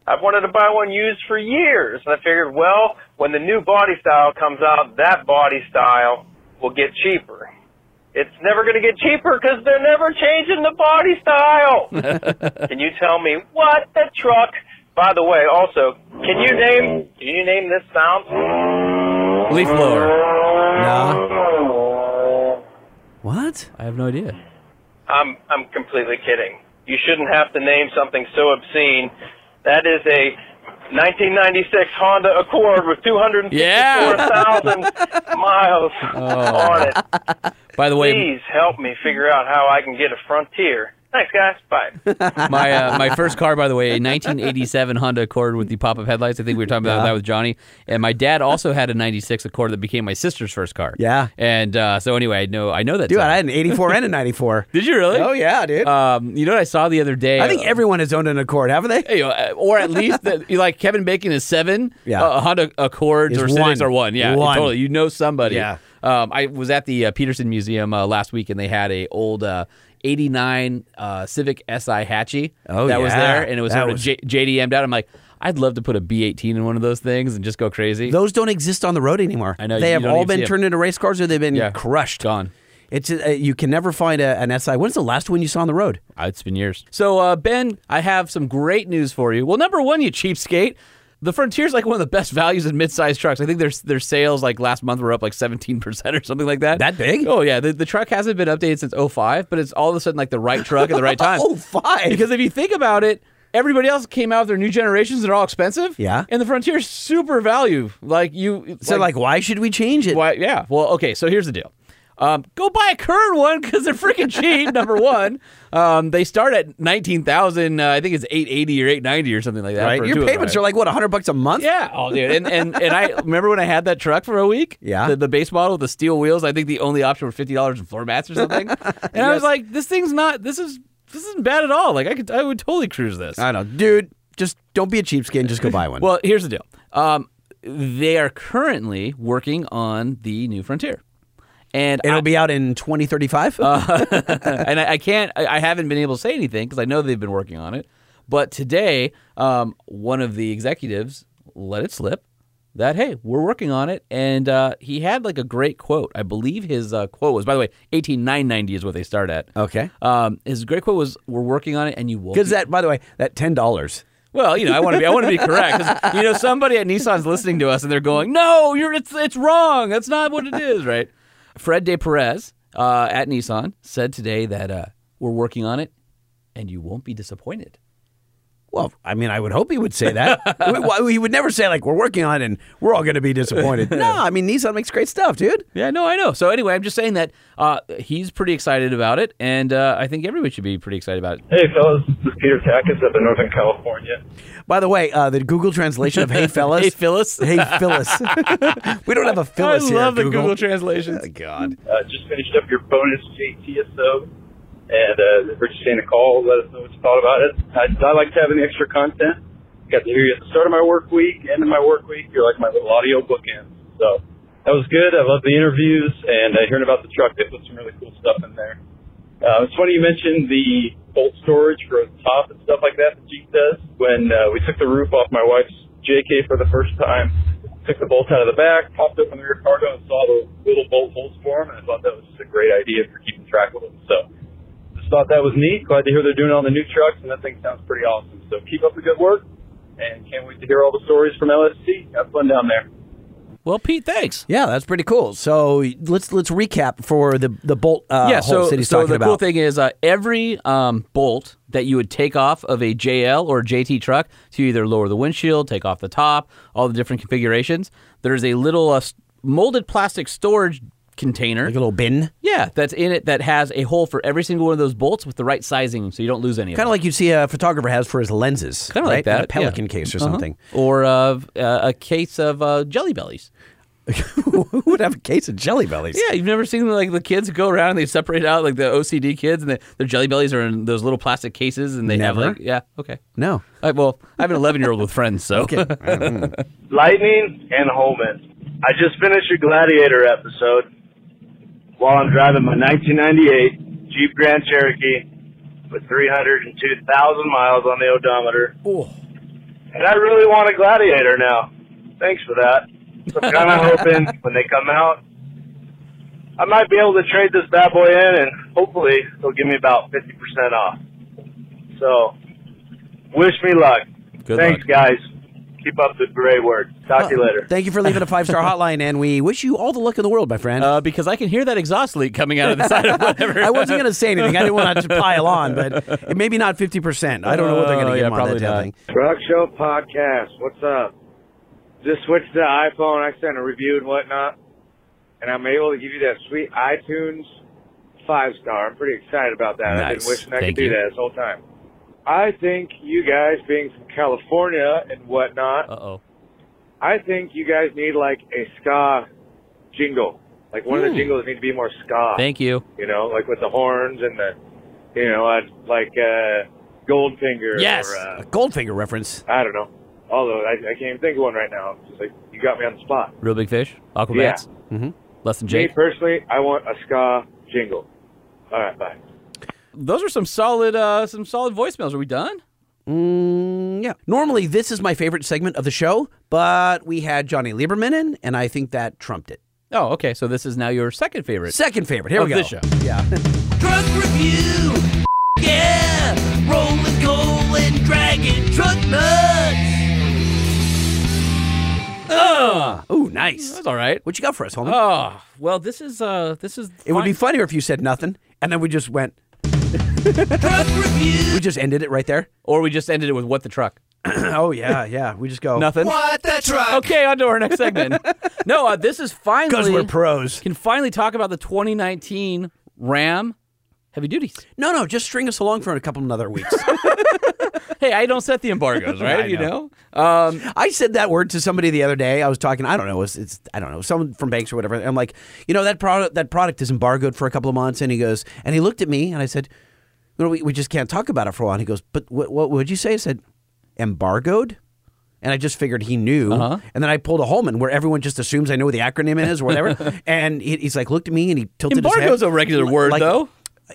Speaker 7: I've wanted to buy one used for years, and I figured, well, when the new body style comes out, that body style will get cheaper. It's never going to get cheaper because they're never changing the body style. can you tell me what the truck? By the way, also, can you name? Can you name this sound?
Speaker 1: Leaf blower.
Speaker 2: What?
Speaker 1: I have no idea.
Speaker 7: I'm I'm completely kidding. You shouldn't have to name something so obscene. That is a 1996 Honda Accord with 254,000 miles on it.
Speaker 1: By the way,
Speaker 7: Please help me figure out how I can get a Frontier. Thanks, guys. Bye.
Speaker 1: my uh, my first car, by the way, a 1987 Honda Accord with the pop-up headlights. I think we were talking about that with Johnny. And my dad also had a '96 Accord that became my sister's first car.
Speaker 2: Yeah.
Speaker 1: And uh, so anyway, I know I know that.
Speaker 2: Dude,
Speaker 1: song.
Speaker 2: I had an 84 and a 94.
Speaker 1: did you really?
Speaker 2: Oh, yeah, dude.
Speaker 1: Um, you know what I saw the other day? Uh,
Speaker 2: I think everyone has owned an Accord, haven't they?
Speaker 1: Hey, uh, or at least that you like Kevin Bacon is seven.
Speaker 2: Yeah.
Speaker 1: uh, Honda Accords
Speaker 2: Is
Speaker 1: or Civics
Speaker 2: one.
Speaker 1: are one. Yeah,
Speaker 2: One.
Speaker 1: totally. You know somebody.
Speaker 2: Yeah.
Speaker 1: Um, I was at the uh, Peterson Museum uh, last week, and they had a old. Uh, 89 uh, Civic SI Hatchie.
Speaker 2: Oh,
Speaker 1: That was
Speaker 2: yeah.
Speaker 1: there, and it was
Speaker 2: That
Speaker 1: sort of
Speaker 2: was-
Speaker 1: J- JDM'd out. I'm like, I'd love to put a B18 in one of those things and just go crazy.
Speaker 2: Those don't exist on the road anymore.
Speaker 1: I know,
Speaker 2: They
Speaker 1: you
Speaker 2: have
Speaker 1: don't
Speaker 2: all
Speaker 1: even see
Speaker 2: been
Speaker 1: 'em.
Speaker 2: turned into race cars or they've been
Speaker 1: Yeah.
Speaker 2: crushed.
Speaker 1: Gone.
Speaker 2: It's uh, you can never find a, an SI. When's the last one you saw on the road?
Speaker 1: Uh, It's been years. So, uh, Ben, I have some great news for you. Well, number one, you cheapskate. The Frontier's like one of the best values in mid-sized trucks. I think their their sales like last month were up like 17% or something like that.
Speaker 2: That big?
Speaker 1: Oh, yeah. The, the truck hasn't been updated since 05, but it's all of a sudden like the right truck at the right time.
Speaker 2: Oh, five.
Speaker 1: Because if you think about it, everybody else came out with their new generations that are all expensive.
Speaker 2: Yeah.
Speaker 1: And the Frontier's super value. Like you
Speaker 2: so like, why should we change it?
Speaker 1: why? Yeah. Well, okay. So here's the deal. Um, go buy a current one because they're freaking cheap. number one, um, they start at nineteen thousand. Uh, I think it's eight eighty or eight ninety or something like that.
Speaker 2: Right?
Speaker 1: for
Speaker 2: Your payments are like what, hundred bucks a month?
Speaker 1: yeah. Oh, dude. And and and I remember when I had that truck for a week.
Speaker 2: Yeah.
Speaker 1: The, the base model with the steel wheels. I think the only option were fifty dollars in floor mats or something. and I was like, this thing's not. This is this isn't bad at all. Like I could I would totally cruise this.
Speaker 2: I know, dude. Just don't be a cheapskate. and Just go buy one.
Speaker 1: Well, here's the deal. Um, they are currently working on the new frontier. And
Speaker 2: it'll
Speaker 1: I- Uh,
Speaker 2: be out in twenty thirty five.
Speaker 1: and I, I can't, I, I haven't been able to say anything because I know they've been working on it. But today, um, one of the executives let it slip that hey, we're working on it, and uh, he had like a great quote. I believe his uh, quote was, by the way, eighteen nine ninety is what they start at.
Speaker 2: okay.
Speaker 1: Um, his great quote was, "We're working on it, and you will."
Speaker 2: Because
Speaker 1: be-
Speaker 2: that, by the way, that ten dollars.
Speaker 1: well, you know, I want to be, I want to be correct. 'Cause, You know, somebody at Nissan's listening to us and they're going, "No, you're it's it's wrong. That's not what it is." Right? Fred De Perez uh, at Nissan said today that uh, we're working on it, and you won't be disappointed.
Speaker 2: Well, I mean, I would hope he would say that. We- why- he would never say like we're working on it and we're all going to be disappointed. no, I mean Nissan makes great stuff, dude.
Speaker 1: Yeah, no, I know. So anyway, I'm just saying that uh, he's pretty excited about it, and uh, I think everybody should be pretty excited about it.
Speaker 7: Hey, fellas. This is Peter Takis up in Northern California.
Speaker 2: By the way, uh, the Google translation of "Hey fellas,"
Speaker 1: Hey, Phyllis.
Speaker 2: Hey, Phyllis. we don't have a Phyllis
Speaker 1: I
Speaker 2: here.
Speaker 1: love the
Speaker 2: at
Speaker 1: Google Oh,
Speaker 2: Google.
Speaker 1: translations.
Speaker 2: God.
Speaker 8: uh, just finished up your bonus JTSO, and uh, we're just saying a call. Let us know what you thought about it. I, I like having extra content. Got to hear you at the start of my work week, end of my work week. You're like my little audio bookends. So that was good. I love the interviews and uh, hearing about the truck. They put some really cool stuff in there. Uh, it's funny you mentioned the bolt storage for the top and stuff like that that Jeep does. When uh, we took the roof off my wife's JK for the first time, took the bolt out of the back, popped open the rear cargo, and saw the little bolt holes for 'em, and I thought that was just a great idea for keeping track of them. So just thought that was neat. Glad to hear they're doing it on the new trucks, and that thing sounds pretty awesome. So keep up the good work, and can't wait to hear all the stories from LSC. Have fun down there.
Speaker 1: Well, Pete, thanks.
Speaker 2: Yeah, that's pretty cool. So let's let's recap for the the bolt uh,
Speaker 1: yeah,
Speaker 2: holes
Speaker 1: so,
Speaker 2: that he's
Speaker 1: so
Speaker 2: talking
Speaker 1: the
Speaker 2: about.
Speaker 1: cool thing is uh, every um, bolt that you would take off of a JL or JT truck to either lower the windshield, take off the top, all the different configurations, there's a little uh, s- molded plastic storage container.
Speaker 2: Like a little bin.
Speaker 1: yeah, that's in it that has a hole for every single one of those bolts with the right sizing so you don't lose any
Speaker 2: Kind of like you'd see a photographer has for his lenses.
Speaker 1: Kind of
Speaker 2: right?
Speaker 1: like that.
Speaker 2: A pelican
Speaker 1: yeah.
Speaker 2: case or
Speaker 1: Uh-huh.
Speaker 2: something.
Speaker 1: Or uh, uh, a case of uh, Jelly Bellies.
Speaker 2: Who would have a case of jelly bellies?
Speaker 1: Yeah, you've never seen like the kids go around and they separate out like the OCD kids and they, their Jelly Bellies are in those little plastic cases and they
Speaker 2: Never.
Speaker 1: have like yeah okay.
Speaker 2: No.
Speaker 1: All right, well, I have an 11 year old with friends, so
Speaker 8: Lightning and Holman. I just finished your Gladiator episode while I'm driving my 1998 Jeep Grand Cherokee with 302,000 miles on the odometer. And I really want a Gladiator now. Thanks for that. So I'm kind of hoping when they come out, I might be able to trade this bad boy in and hopefully they'll give me about 50% off. So, wish me luck.
Speaker 5: Good
Speaker 8: Thanks,
Speaker 5: luck.
Speaker 8: guys. Keep up the great work. Talk to you later.
Speaker 2: Thank you for leaving a five star hotline, and we wish you all the luck in the world, my friend.
Speaker 1: uh, because I can hear that exhaust leak coming out of the side of whatever.
Speaker 2: I wasn't going to say anything. I didn't want to pile on, but maybe not 50%. I don't know what they're going
Speaker 1: Oh,
Speaker 2: to give
Speaker 1: yeah,
Speaker 2: him on that
Speaker 1: probably
Speaker 2: damn
Speaker 1: not.
Speaker 2: thing.
Speaker 8: Truck Show Podcast. What's up? Just switched to iPhone. I sent a review and whatnot, and I'm able to give you that sweet iTunes five star. I'm pretty excited about that. I've
Speaker 1: Nice.
Speaker 8: been wishing I
Speaker 1: Thank
Speaker 8: could
Speaker 1: you.
Speaker 8: do that this whole time. I think you guys, being from California and whatnot,
Speaker 1: Uh oh.
Speaker 8: I think you guys need like a ska jingle. Like one of the jingles need to be more ska.
Speaker 1: Hmm. Thank you.
Speaker 8: you know, like with the horns and the, you know, I'd like uh, Goldfinger.
Speaker 1: Yes.
Speaker 8: Or, uh,
Speaker 2: A Goldfinger reference.
Speaker 8: I don't know. Although I, I can't even think of one right now. It's just like you got me on the spot.
Speaker 1: Real big fish. Aquabats.
Speaker 2: Mhm.
Speaker 1: Less than
Speaker 8: Me
Speaker 1: Jake.
Speaker 8: personally, I want a ska jingle. All right, bye.
Speaker 1: Those are some solid, uh, some solid voicemails. Are we done?
Speaker 2: Mm, yeah. Normally, this is my favorite segment of the show, but we had Johnny Lieberman in, and I think that trumped it.
Speaker 1: Oh, okay. So this is now your second favorite.
Speaker 2: Second favorite. Here
Speaker 1: Of
Speaker 2: we go.
Speaker 1: this show.
Speaker 2: Yeah.
Speaker 3: Truck review. Yeah. Rolling coal and dragon truck nuts.
Speaker 2: Ah. Ooh, nice.
Speaker 1: That's all right.
Speaker 2: What you got for us, homie?
Speaker 1: Oh well, this is uh, this is.
Speaker 2: it would be
Speaker 1: fine.
Speaker 2: funnier if you said nothing, and then we just went.
Speaker 3: Truck review.
Speaker 2: We just ended it right there.
Speaker 1: or we just ended it with what the truck.
Speaker 2: oh yeah, yeah. We just go.
Speaker 1: Nothing.
Speaker 6: What the truck?
Speaker 1: Okay, on to our next segment. no, uh, this is finally
Speaker 2: Because we're pros.
Speaker 1: can finally talk about the 2019 Ram heavy duties.
Speaker 2: No, no. Just string us along for a couple another weeks.
Speaker 1: Hey, I don't set the embargoes, right? You know. Um,
Speaker 2: I said that word to somebody the other day. I was talking. I don't know. It's, it's I don't know. Someone from banks or whatever. I'm like, you know, that product that product is embargoed for a couple of months. And he goes, and he looked at me, and I said, you know, we, we just can't talk about it for a while. And he goes, but what what would you say? I said, embargoed. And I just figured he knew.
Speaker 1: Uh-huh.
Speaker 2: And then I pulled a Holman where everyone just assumes I know what the acronym is or whatever. and he, he's like, looked at me and he tilted his head.
Speaker 1: embargo's a regular
Speaker 2: Like-
Speaker 1: word,
Speaker 2: like-
Speaker 1: though.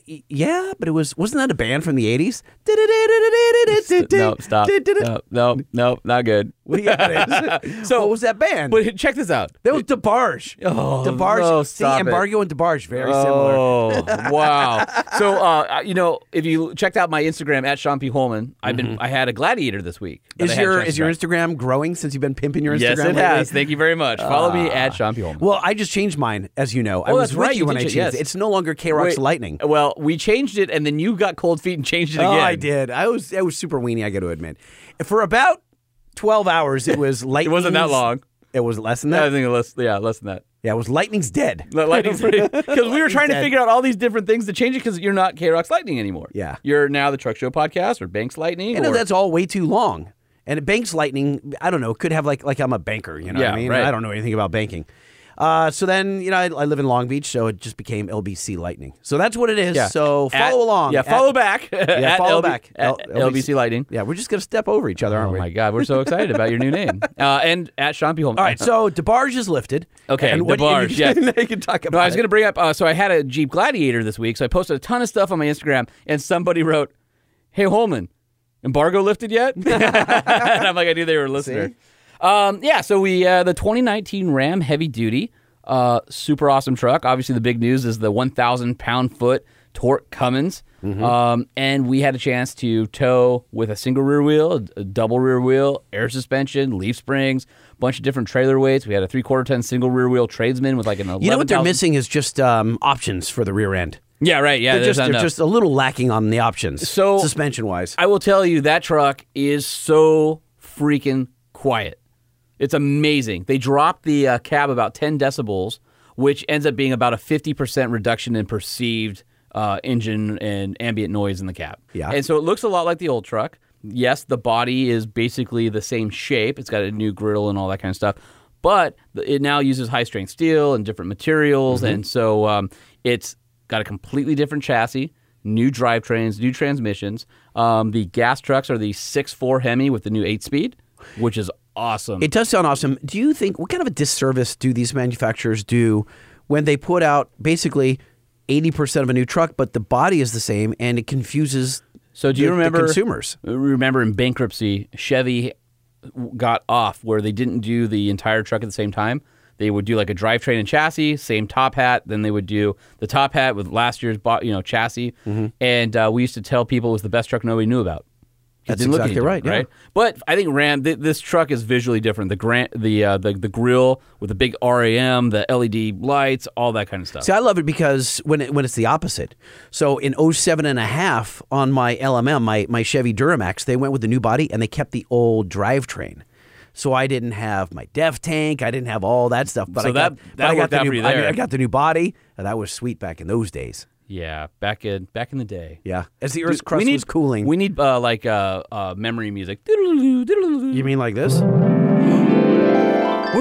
Speaker 2: Yeah, but it was, wasn't that a band from the 80s?
Speaker 1: no, stop. No, no, no, not good.
Speaker 2: What do you got it is?
Speaker 1: So-
Speaker 2: what was that band?
Speaker 1: But check this out.
Speaker 2: that was DeBarge.
Speaker 1: Oh,
Speaker 2: DeBarge.
Speaker 1: no,
Speaker 2: See,
Speaker 1: stop it.
Speaker 2: Embargo and DeBarge, very similar.
Speaker 1: Oh wow! So uh, you know, if you checked out my Instagram at Sean P Holman, I've been I had a gladiator this week. that I
Speaker 2: Is
Speaker 1: had
Speaker 2: your
Speaker 1: chance
Speaker 2: is
Speaker 1: to try.
Speaker 2: your Instagram growing since you've been pimping your Instagram?
Speaker 1: Yes, it
Speaker 2: lately?
Speaker 1: has. Thank you very much. Follow me at Sean P Holman.
Speaker 2: Well, I just changed mine, as you know. I
Speaker 1: Oh,
Speaker 2: was
Speaker 1: that's
Speaker 2: with
Speaker 1: right,
Speaker 2: you
Speaker 1: you
Speaker 2: when
Speaker 1: did
Speaker 2: I
Speaker 1: cha-
Speaker 2: changed
Speaker 1: yes.
Speaker 2: it. It's no longer K Rock's
Speaker 1: Wait,
Speaker 2: Lightning.
Speaker 1: Well, we changed it, and then you got cold feet and changed it
Speaker 2: Oh,
Speaker 1: again.
Speaker 2: I did. I was I was super weenie. I got to admit. For about twelve hours, it was
Speaker 1: It
Speaker 2: lightning.
Speaker 1: wasn't that long.
Speaker 2: It was less than
Speaker 1: I
Speaker 2: that.
Speaker 1: think less. Yeah, less than that.
Speaker 2: Yeah, it was Lightning's dead.
Speaker 1: The lightning's because we were trying to
Speaker 2: dead.
Speaker 1: figure out all these different things to change it because you're not K Rock's Lightning anymore.
Speaker 2: Yeah.
Speaker 1: you're now the Truck Show Podcast or Banks Lightning.
Speaker 2: I know
Speaker 1: or-
Speaker 2: that's all way too long. And it banks lightning, I don't know, could have like like I'm a banker, you know what I
Speaker 1: Yeah,
Speaker 2: mean?
Speaker 1: right.
Speaker 2: I don't know anything about banking. Uh, so then, you know, I, I live in Long Beach, so it just became LBC Lightning. So that's what it is.
Speaker 1: Yeah.
Speaker 2: So
Speaker 1: At-
Speaker 2: follow along.
Speaker 1: Yeah,
Speaker 2: At-
Speaker 1: follow back.
Speaker 2: Yeah,
Speaker 1: at
Speaker 2: follow
Speaker 1: LB
Speaker 2: back.
Speaker 1: At
Speaker 2: L-
Speaker 1: LBC Lightning.
Speaker 2: Yeah, we're just gonna step over each other, aren't
Speaker 1: Oh
Speaker 2: we?
Speaker 1: my God, we're so excited about your new name. Uh, and at Sean P. Holman.
Speaker 2: All right, so DeBarge is lifted.
Speaker 1: Okay,
Speaker 2: and what, and you,
Speaker 1: DeBarge, yes.
Speaker 2: now you can talk about
Speaker 1: No, I was
Speaker 2: it.
Speaker 1: going to bring up. Uh, so I had a Jeep Gladiator this week. So I posted a ton of stuff on my Instagram, and somebody wrote, "Hey Holman, embargo lifted yet?" and I'm like, I knew they were a listener. Um, yeah. So we uh, the 2019 Ram heavy duty, uh, super awesome truck. Obviously, the big news is the 1,000 pound foot torque Cummins.
Speaker 2: Mm-hmm.
Speaker 1: Um, and we had a chance to tow with a single rear wheel, a, a double rear wheel, air suspension, leaf springs, bunch of different trailer weights. We had a three quarter ton single rear wheel tradesman with like an 11,
Speaker 2: You know what they're missing is just um, options for the rear end.
Speaker 1: yeah, right. Yeah,
Speaker 2: They're
Speaker 1: there's
Speaker 2: just
Speaker 1: not
Speaker 2: they're
Speaker 1: enough.
Speaker 2: just a little lacking on the options.
Speaker 1: So-
Speaker 2: suspension wise.
Speaker 1: I will tell you that truck is so freaking quiet. It's amazing. They dropped the uh, cab about 10 decibels which ends up being about a 50% reduction in perceived uh, engine and ambient noise in the cab.
Speaker 2: Yeah.
Speaker 1: And so it looks a lot like the old truck. Yes, the body is basically the same shape. It's got a new grill and all that kind of stuff, but th- it now uses high strength steel and different materials. And so um, it's got a completely different chassis, new drivetrains, new transmissions. Um, the gas trucks are the 6.4 Hemi with the new 8 speed, which is awesome.
Speaker 2: It does sound awesome. Do you think what kind of a disservice do these manufacturers do when they put out basically 80% of a new truck, but the body is the same and it confuses
Speaker 1: So do you
Speaker 2: the- the
Speaker 1: remember
Speaker 2: consumers?
Speaker 1: Remember in bankruptcy, Chevy w- got off where they didn't do the entire truck at the same time. They would do like a drivetrain and chassis, same top hat. Then they would do the top hat with last year's bo- you know chassis.
Speaker 2: Mm-hmm.
Speaker 1: And uh, we used to tell people it was the best truck nobody knew about. It
Speaker 2: That's
Speaker 1: didn't look any
Speaker 2: exactly right,
Speaker 1: different,
Speaker 2: yeah.
Speaker 1: Right. But I think Ram th- this truck is visually different. The grant the uh, the the grill with the big RAM, the LED lights, all that kind of stuff.
Speaker 2: See, I love it because when it, when it's the opposite. So in 07 and a half on my LMM, my, my Chevy Duramax, they went with the new body and they kept the old drivetrain. So I didn't have my def tank, I didn't have all that stuff. But
Speaker 1: So
Speaker 2: I
Speaker 1: that-
Speaker 2: got, but
Speaker 1: that
Speaker 2: I got
Speaker 1: worked
Speaker 2: the
Speaker 1: out
Speaker 2: new,
Speaker 1: for you
Speaker 2: I-
Speaker 1: there.
Speaker 2: I got the new body, and that was sweet back in those days.
Speaker 1: yeah, back in back in the day.
Speaker 2: Yeah, as the
Speaker 1: Dude,
Speaker 2: Earth's crust
Speaker 1: we need,
Speaker 2: was cooling.
Speaker 1: We need uh, like uh, uh, memory music. Diddle-doo, diddle-doo.
Speaker 2: you mean like this?
Speaker 1: Where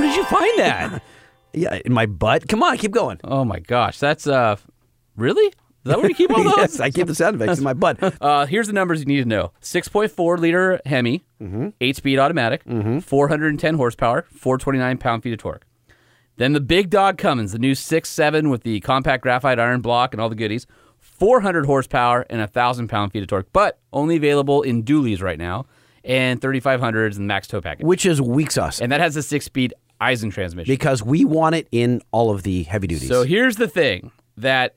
Speaker 1: did you find that?
Speaker 2: Yeah, in my butt. Come on, keep going.
Speaker 1: oh my gosh, that's uh, really? Is that where you keep all those?
Speaker 2: yes, I keep the sound effects in my butt.
Speaker 1: Uh, here's the numbers you need to know 6.4 liter Hemi,
Speaker 2: Mm-hmm.
Speaker 1: 8 speed automatic, 410 horsepower, 429 pound feet of torque. Then the big dog Cummins, the new 6.7 with the compact graphite iron block and all the goodies, 400 horsepower and 1,000 pound feet of torque, but only available in dualies right now, and 3,500s and max tow package.
Speaker 2: Which is weak sauce
Speaker 1: And that has a six speed Eisen transmission.
Speaker 2: because we want it in all of the heavy duties.
Speaker 1: So here's the thing that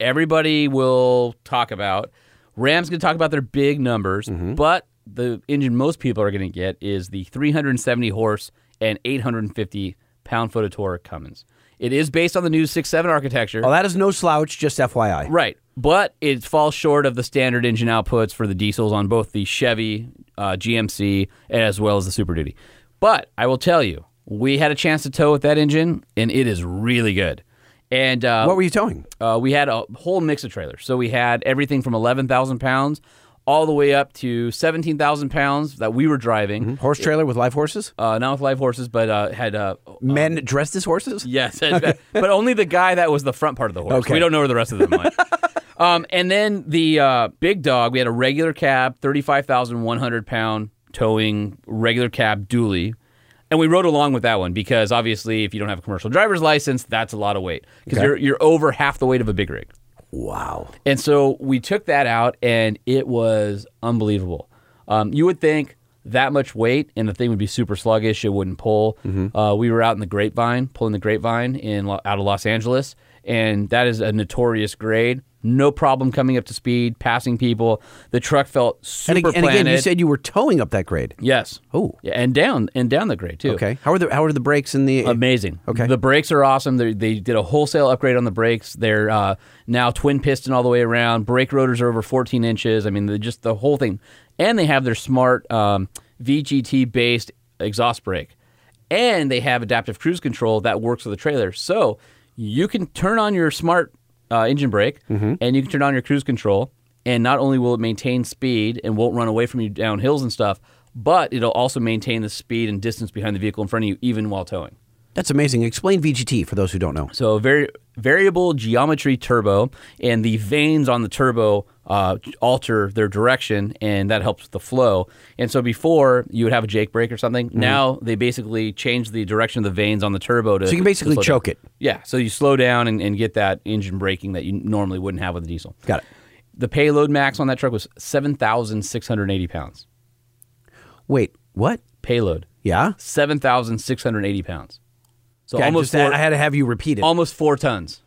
Speaker 1: everybody will talk about. Ram's going to talk about their big numbers, but the engine most people are going to get is the 370 horse and 850 pound foot of torque Cummins. It is based on the new 6.7 architecture.
Speaker 2: well, that is no slouch. Just FYI.
Speaker 1: Right. But it falls short of the standard engine outputs for the diesels on both the Chevy, uh, GMC, as well as the Super Duty. But I will tell you, we had a chance to tow with that engine, and it is really good. And uh,
Speaker 2: What were you towing?
Speaker 1: uh, we had a whole mix of trailers. So we had everything from 11,000 pounds all the way up to 17,000 pounds that we were driving.
Speaker 2: Horse trailer with live horses?
Speaker 1: Uh, not with live horses, but uh, had uh,
Speaker 2: Men dressed as horses?
Speaker 1: Yes, but only the guy that was the front part of the horse.
Speaker 2: Okay.
Speaker 1: We don't know where the rest of them went. um, and then the uh, big dog, we had a regular cab, thirty-five thousand one hundred pound towing regular cab dually, and we rode along with that one because obviously, if you don't have a commercial driver's license, that's a lot of weight because you're you're over half the weight of a big rig.
Speaker 2: Wow.
Speaker 1: And so we took that out, and it was unbelievable. Um, you would think that much weight, and the thing would be super sluggish; it wouldn't pull.
Speaker 2: Mm-hmm.
Speaker 1: Uh, we were out in the Grapevine, pulling the Grapevine in Lo- out of Los Angeles, and that is a notorious grade. No problem coming up to speed, passing people. The truck felt
Speaker 2: And,
Speaker 1: super
Speaker 2: ag- and again, you
Speaker 1: planted.
Speaker 2: said you were towing up that grade.
Speaker 1: yes.
Speaker 2: Oh.
Speaker 1: Yeah, and down and down the grade too.
Speaker 2: Okay. How are the how are the brakes in the?
Speaker 1: Amazing.
Speaker 2: Okay.
Speaker 1: The brakes are awesome. They they did a wholesale upgrade on the brakes. They're uh, now twin piston all the way around. Brake rotors are over 14 inches. I mean, they just the whole thing. And they have their smart um, VGT based exhaust brake. And they have adaptive cruise control that works with the trailer. So you can turn on your smart uh, engine brake and you can turn on your cruise control. And not only will it maintain speed and won't run away from you down hills and stuff, but it'll also maintain the speed and distance behind the vehicle in front of you, even while towing.
Speaker 2: That's amazing. Explain VGT for those who don't know.
Speaker 1: So very variable geometry turbo, and the vanes on the turbo uh, alter their direction, and that helps with the flow. And so before you would have a Jake brake or something.
Speaker 2: Mm-hmm.
Speaker 1: Now they basically change the direction of the vanes on the turbo to.
Speaker 2: So you can basically choke it.
Speaker 1: Yeah, so you slow down and, and get that engine braking that you normally wouldn't have with a diesel.
Speaker 2: Got it.
Speaker 1: The payload max on that truck was seven thousand six hundred eighty pounds.
Speaker 2: Wait, what?
Speaker 1: Payload
Speaker 2: Yeah.
Speaker 1: seven thousand six hundred eighty pounds. So
Speaker 2: Okay, I
Speaker 1: almost
Speaker 2: just-
Speaker 1: four,
Speaker 2: I had to have you repeat it.
Speaker 1: almost four tons.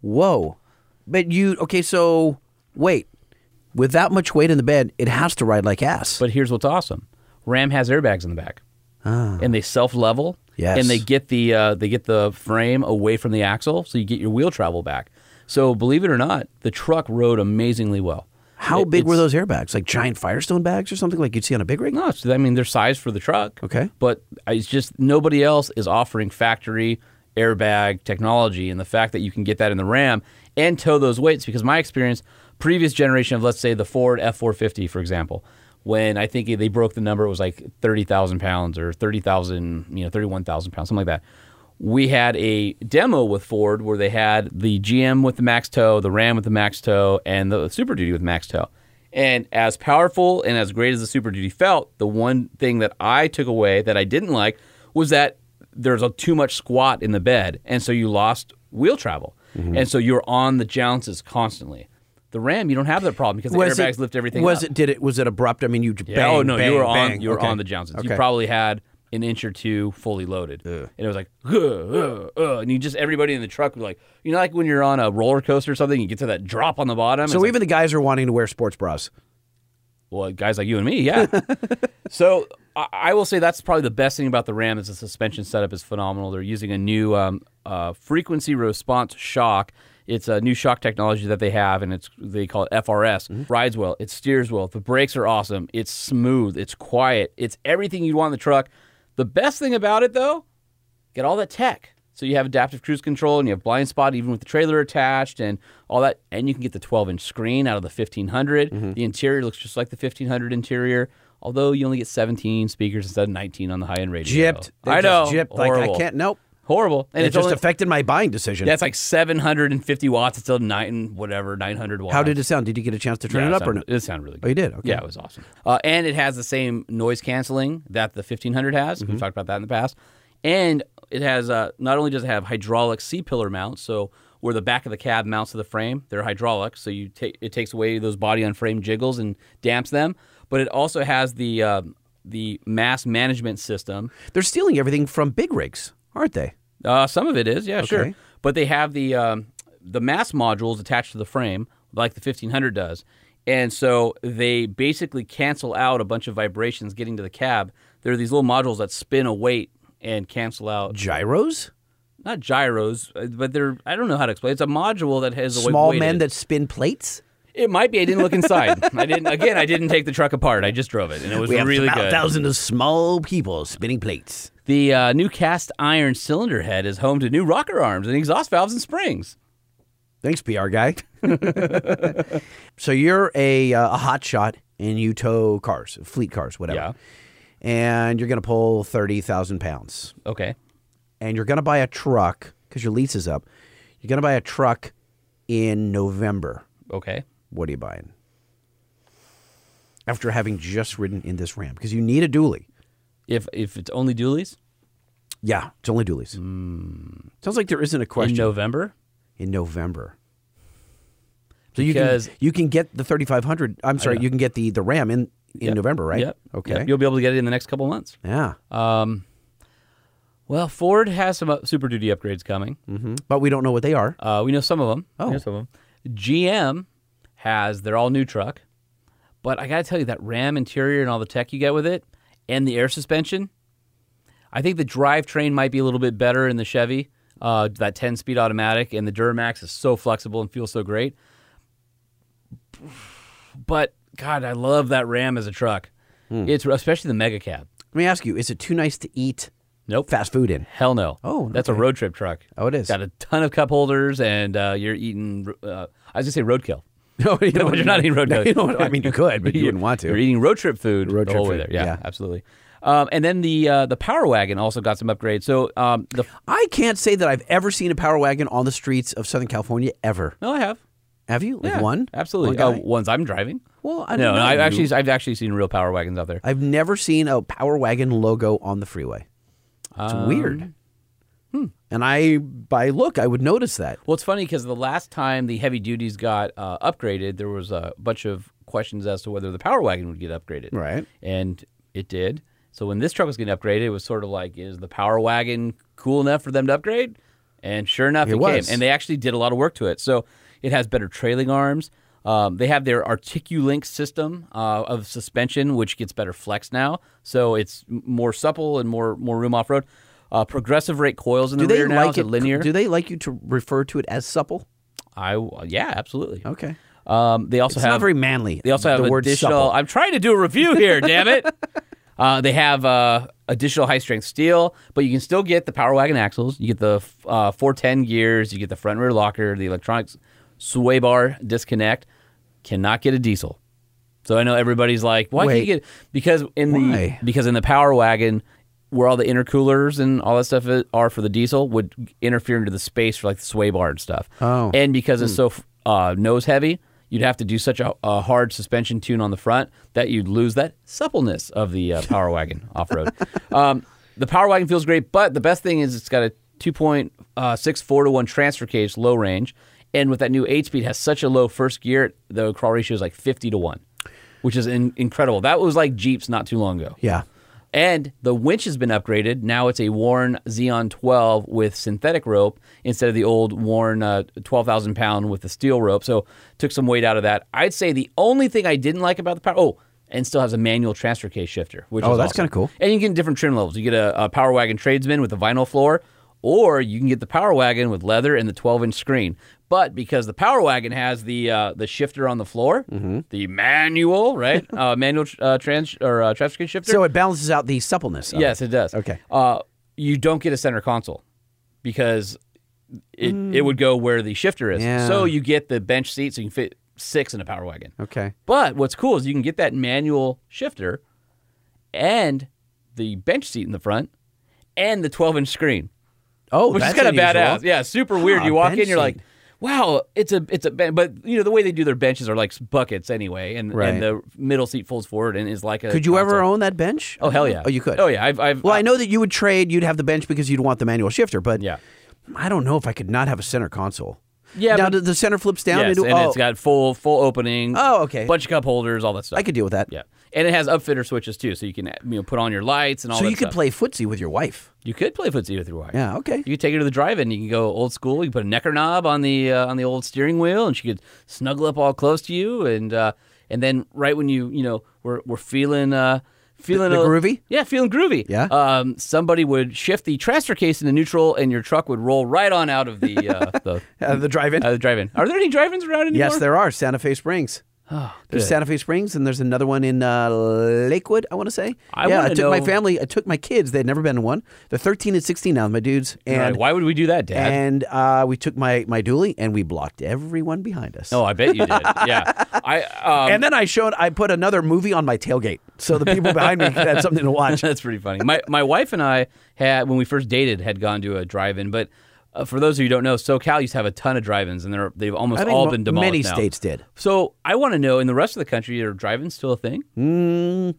Speaker 2: Whoa. But you okay? So wait, with that much weight in the bed, it has to ride like ass.
Speaker 1: But here's what's awesome: Ram has airbags in the back, and they self-level.
Speaker 2: Ah. Yes.
Speaker 1: and they get the uh, they get the frame away from the axle, so you get your wheel travel back. So believe it or not, the truck rode amazingly well.
Speaker 2: How
Speaker 1: It-
Speaker 2: big were
Speaker 1: it's-
Speaker 2: those airbags? Like giant Firestone bags or something like you'd see on a big rig?
Speaker 1: No, it's, I mean they're sized for the truck.
Speaker 2: Okay.
Speaker 1: but it's just nobody else is offering factory airbag technology and the fact that you can get that in the Ram and tow those weights. Because my experience, previous generation of let's say the Ford F450, for example, when I think they broke the number, it was like thirty thousand pounds or thirty thousand, you know, thirty-one thousand pounds, something like that. We had a demo with Ford where they had the GM with the max tow, the Ram with the max tow, and the Super Duty with max tow. And as powerful and as great as the Super Duty felt, the one thing that I took away that I didn't like was that there's a too much squat in the bed, and so you lost wheel travel,
Speaker 2: Mm-hmm.
Speaker 1: and so you're on the jounces constantly. The Ram, you don't have that problem because the airbags lift everything.
Speaker 2: Was
Speaker 1: up.
Speaker 2: it? Did it? Was it abrupt? I mean, you
Speaker 1: Yeah.
Speaker 2: bang,
Speaker 1: oh no,
Speaker 2: bang,
Speaker 1: you were on
Speaker 2: bang.
Speaker 1: you were
Speaker 2: Okay.
Speaker 1: on the Johnsons. You
Speaker 2: Okay.
Speaker 1: probably had an inch or two fully loaded, and it was like, "Ugh, ugh, ugh," and you just everybody in the truck was like, you know, like when you're on a roller coaster or something, you get to that drop on the bottom.
Speaker 2: So
Speaker 1: it's like,
Speaker 2: even the guys are wanting to wear sports bras.
Speaker 1: well, guys like you and me, yeah. so I, I will say that's probably the best thing about the Ram is the suspension setup is phenomenal. They're using a new um, uh, frequency response shock. It's a new shock technology that they have, and it's they call it FRS. Rides well, it steers well. The brakes are awesome. It's smooth. It's quiet. It's everything you'd want in the truck. The best thing about it, though, get all that tech. So you have adaptive cruise control and you have blind spot even with the trailer attached and all that. And you can get the 12 inch screen out of the 1500.
Speaker 2: Mm-hmm.
Speaker 1: The interior looks just like the 1500 interior, although you only get 17 speakers instead of 19 on the high end radio.
Speaker 2: Gypped. They
Speaker 1: I know.
Speaker 2: Just gypped. Like
Speaker 1: Horrible.
Speaker 2: I can't. Nope.
Speaker 1: Horrible. And
Speaker 2: it
Speaker 1: it's
Speaker 2: just
Speaker 1: only,
Speaker 2: affected my buying decision.
Speaker 1: that's like 750 watts instead of nine, whatever, 900 watts.
Speaker 2: How did it sound? Did you get a chance to turn
Speaker 1: Yeah,
Speaker 2: it up or no?
Speaker 1: sounded- It sounded really good.
Speaker 2: Oh, you did? Okay.
Speaker 1: Yeah, it was awesome. Uh, and it has the same noise canceling that the 1500 has.
Speaker 2: Mm-hmm.
Speaker 1: We've talked about that in the past. And it has, uh, not only does it have hydraulic C pillar mounts, so where the back of the cab mounts to the frame, they're hydraulic. So you take it takes away those body on frame jiggles and damps them. But it also has the, um the mass management system.
Speaker 2: They're stealing everything from big rigs, aren't they?
Speaker 1: Uh, some of it is, yeah, sure.
Speaker 2: Okay.
Speaker 1: But they have the um, the mass modules attached to the frame, like the 1500 does, and so they basically cancel out a bunch of vibrations getting to the cab. There are these little modules that spin a weight and cancel out
Speaker 2: Gyros?
Speaker 1: not gyros, uh, but they're I don't know how to explain. It's a module that has a weight
Speaker 2: Small
Speaker 1: weighted.
Speaker 2: men that spin plates?
Speaker 1: it might be. I didn't look inside. I didn't again. I didn't take the truck apart. I just drove it, and it was
Speaker 2: We have
Speaker 1: really
Speaker 2: about
Speaker 1: good.
Speaker 2: thousands of small people spinning plates.
Speaker 1: The uh, new cast iron cylinder head is home to new rocker arms and exhaust valves and springs.
Speaker 2: Thanks, PR guy. so you're a, uh, a hot shot and you tow cars, fleet cars, whatever.
Speaker 1: Yeah.
Speaker 2: And you're going to pull 30,000 pounds.
Speaker 1: Okay.
Speaker 2: And you're going to buy a truck because your lease is up. You're going to buy a truck in November.
Speaker 1: Okay.
Speaker 2: What are you buying? After having just ridden in this Ram, because you need a dually.
Speaker 1: If if it's only dualies
Speaker 2: Yeah, it's only dualies. Sounds like there isn't a
Speaker 1: in
Speaker 2: question.
Speaker 1: November,
Speaker 2: in November. So you can
Speaker 1: Because-
Speaker 2: you can get the 3500. I'm sorry, you can get the the RAM in in
Speaker 1: Yep.
Speaker 2: November, right?
Speaker 1: Yep.
Speaker 2: Okay.
Speaker 1: Yep. You'll Uh, be able to get it in the next couple months.
Speaker 2: Yeah.
Speaker 1: Well, Ford has some uh, Super Duty upgrades coming.
Speaker 2: Mm-hmm. But we don't know what they are.
Speaker 1: Uh, we know some of them. Oh, some of them. GM has their all new truck, but I got to tell you that Ram interior and all the tech you get with it, and the air suspension. I think the drivetrain might be a little bit better in the Chevy. Uh, that 10 speed automatic and the Duramax is so flexible and feels so great. But God, I love that Ram as a truck. It's especially the mega cab.
Speaker 2: Let me ask you, is it too nice to eat
Speaker 1: Nope.
Speaker 2: fast food in?
Speaker 1: Hell no.
Speaker 2: Oh,
Speaker 1: that's a road trip truck.
Speaker 2: Oh, it is.
Speaker 1: Got a ton of cup holders, and uh, you're eating. Uh, I was gonna say roadkill.
Speaker 2: No, you
Speaker 1: But you're not eating roadkill.
Speaker 2: you know what- I mean, you could, but you wouldn't want to.
Speaker 1: You're eating road trip food.
Speaker 2: Road
Speaker 1: the
Speaker 2: trip
Speaker 1: whole way
Speaker 2: food,
Speaker 1: there. Yeah,
Speaker 2: yeah.
Speaker 1: absolutely. Um, and then the uh, the Power Wagon also got some upgrades. So um, the
Speaker 2: I can't say that I've ever seen a power wagon on the streets of Southern California ever.
Speaker 1: no, I have
Speaker 2: Have you? Like
Speaker 1: Yeah,
Speaker 2: one?
Speaker 1: absolutely.
Speaker 2: One
Speaker 1: Uh,
Speaker 2: guy?
Speaker 1: ones I'm driving.
Speaker 2: well, I don't
Speaker 1: No,
Speaker 2: know.
Speaker 1: no, I've
Speaker 2: you.
Speaker 1: actually I've actually seen real Power Wagons out there.
Speaker 2: I've never seen a Power Wagon logo on the freeway. It's weird.
Speaker 1: Um, hmm.
Speaker 2: And I, by look, I would notice that.
Speaker 1: Well, it's funny because the last time the heavy duties got uh, upgraded, there was a bunch of questions as to whether the Power Wagon would get upgraded.
Speaker 2: Right.
Speaker 1: And it did. So when this truck was getting upgraded, it was sort of like, is the Power Wagon cool enough for them to upgrade? And sure enough, it,
Speaker 2: It was.
Speaker 1: came. And they actually did a lot of work to it. So it has better trailing arms. Um, they have their Articulink system uh, of suspension, which gets better flex now. So it's m- more supple and more more room off road. Uh, progressive rate coils in
Speaker 2: Do
Speaker 1: the
Speaker 2: they
Speaker 1: rear now
Speaker 2: like
Speaker 1: is it linear.
Speaker 2: Do they like you to refer to it as supple?
Speaker 1: I yeah, absolutely.
Speaker 2: Okay,
Speaker 1: Um, they also
Speaker 2: it's
Speaker 1: have
Speaker 2: not very manly.
Speaker 1: they also have
Speaker 2: the word
Speaker 1: additional.
Speaker 2: supple.
Speaker 1: I'm trying to do a review here, damn it. Uh, they have uh, additional high strength steel, but you can still get the power wagon axles. You get the uh, 410 gears, you get the front rear locker, the electronics sway bar disconnect. Cannot get a diesel. So I know everybody's like, why can't
Speaker 2: Wait.
Speaker 1: you get because in
Speaker 2: Why?
Speaker 1: the because in the power wagon where all the intercoolers and all that stuff i- are for the diesel would interfere into the space for like the sway bar and stuff.
Speaker 2: Oh.
Speaker 1: And because it's so uh, nose heavy, you'd have to do such a, a hard suspension tune on the front that you'd lose that suppleness of the uh, power wagon off road. Um, the power wagon feels great, but the best thing is it's got a 2.64 to 1 transfer case, low range. And with that new 8 speed, has such a low first gear, the crawl ratio is like 50 to 1, which is in- incredible. That was like Jeeps not too long ago.
Speaker 2: Yeah.
Speaker 1: And the winch has been upgraded. Now it's a Warren Xeon 12 with synthetic rope instead of the old Warren uh, 12,000 pound with the steel rope. So took some weight out of that. I'd say the only thing I didn't like about the power, oh, and still has a manual transfer case shifter, which
Speaker 2: Oh,
Speaker 1: is
Speaker 2: that's
Speaker 1: awesome.
Speaker 2: kinda cool.
Speaker 1: And you can get different trim levels. You get a, a Power Wagon Tradesman with a vinyl floor, or you can get the Power Wagon with leather and the 12 inch screen. But because the Power Wagon has the uh, the shifter on the floor,
Speaker 2: Mm-hmm.
Speaker 1: the manual, right, uh, manual uh, trans or uh, transfer case shifter.
Speaker 2: So it balances out the suppleness. of it.
Speaker 1: Yes, it does.
Speaker 2: Oh. Okay.
Speaker 1: Uh, you don't get a center console because it, it would go where the shifter is.
Speaker 2: Yeah.
Speaker 1: So you get the bench seat so you can fit six in a power wagon.
Speaker 2: Okay.
Speaker 1: But what's cool is you can get that manual shifter and the bench seat in the front and the 12 inch screen,
Speaker 2: Oh,
Speaker 1: which
Speaker 2: that's
Speaker 1: is kind of
Speaker 2: unusual.
Speaker 1: badass. Yeah, super weird.
Speaker 2: Huh,
Speaker 1: you walk in,
Speaker 2: bench
Speaker 1: you're like,
Speaker 2: seat.
Speaker 1: wow, it's a, it's a, ben-. but you know, the way they do their benches are like buckets anyway. And,
Speaker 2: Right.
Speaker 1: and the middle seat folds forward and is like a.
Speaker 2: Could you ever
Speaker 1: console.
Speaker 2: own that bench?
Speaker 1: Oh, hell yeah.
Speaker 2: Oh, you could.
Speaker 1: Oh, yeah. I've, I've,
Speaker 2: Well, I know that you would trade. You'd have the bench because you'd want the manual shifter, but
Speaker 1: Yeah.
Speaker 2: I don't know if I could not have a center console.
Speaker 1: Yeah,
Speaker 2: Now
Speaker 1: but-
Speaker 2: does the center flips down.
Speaker 1: Yes,
Speaker 2: into,
Speaker 1: and
Speaker 2: oh,
Speaker 1: it's got full full opening.
Speaker 2: Oh, okay.
Speaker 1: Bunch of cup holders, all that stuff.
Speaker 2: I could deal with that.
Speaker 1: yeah, and it has upfitter switches too, so you can you know put on your lights and all.
Speaker 2: So
Speaker 1: that
Speaker 2: you could
Speaker 1: stuff.
Speaker 2: play footsie with your wife.
Speaker 1: You could play footsie with your wife.
Speaker 2: Yeah. Okay.
Speaker 1: You could take her to the drive-in. You can go old school. You can put a necker knob on the uh, on the old steering wheel, and she could snuggle up all close to you. And uh, and then right when you you know we're we're feeling uh, feeling
Speaker 2: the
Speaker 1: a-
Speaker 2: groovy?
Speaker 1: yeah, feeling groovy.
Speaker 2: Yeah.
Speaker 1: Um, somebody would shift the transfer case into neutral, and your truck would roll right on out of the uh, the
Speaker 2: Uh, the drive-in.
Speaker 1: uh, the drive-in. Are there any drive-ins around anymore? Oh,
Speaker 2: yes, there are Santa Fe Springs. There's
Speaker 1: good.
Speaker 2: Santa Fe Springs, and there's another one in uh, Lakewood. I want to say.
Speaker 1: I
Speaker 2: yeah, I
Speaker 1: wanna
Speaker 2: took my
Speaker 1: know-
Speaker 2: family. I took my kids. They'd never been to one. They're 13 and 16 now. My dudes
Speaker 1: All right,
Speaker 2: and
Speaker 1: why would we do that, Dad?
Speaker 2: and uh, we took my my dually and we blocked everyone behind us.
Speaker 1: Oh, I bet you did. Yeah, I. Um,
Speaker 2: and then I showed I put another movie on my tailgate so the people behind me had something to watch.
Speaker 1: that's pretty funny. My my wife and I had when we first dated had gone to a drive-in, but uh, for those of you who don't know, SoCal used to have a ton of drive-ins, and they're they've almost
Speaker 2: I think
Speaker 1: all
Speaker 2: mo-
Speaker 1: been demolished.
Speaker 2: many
Speaker 1: now.
Speaker 2: states did.
Speaker 1: So I want to know in the rest of the country, are drive-ins still a thing?
Speaker 2: Hmm.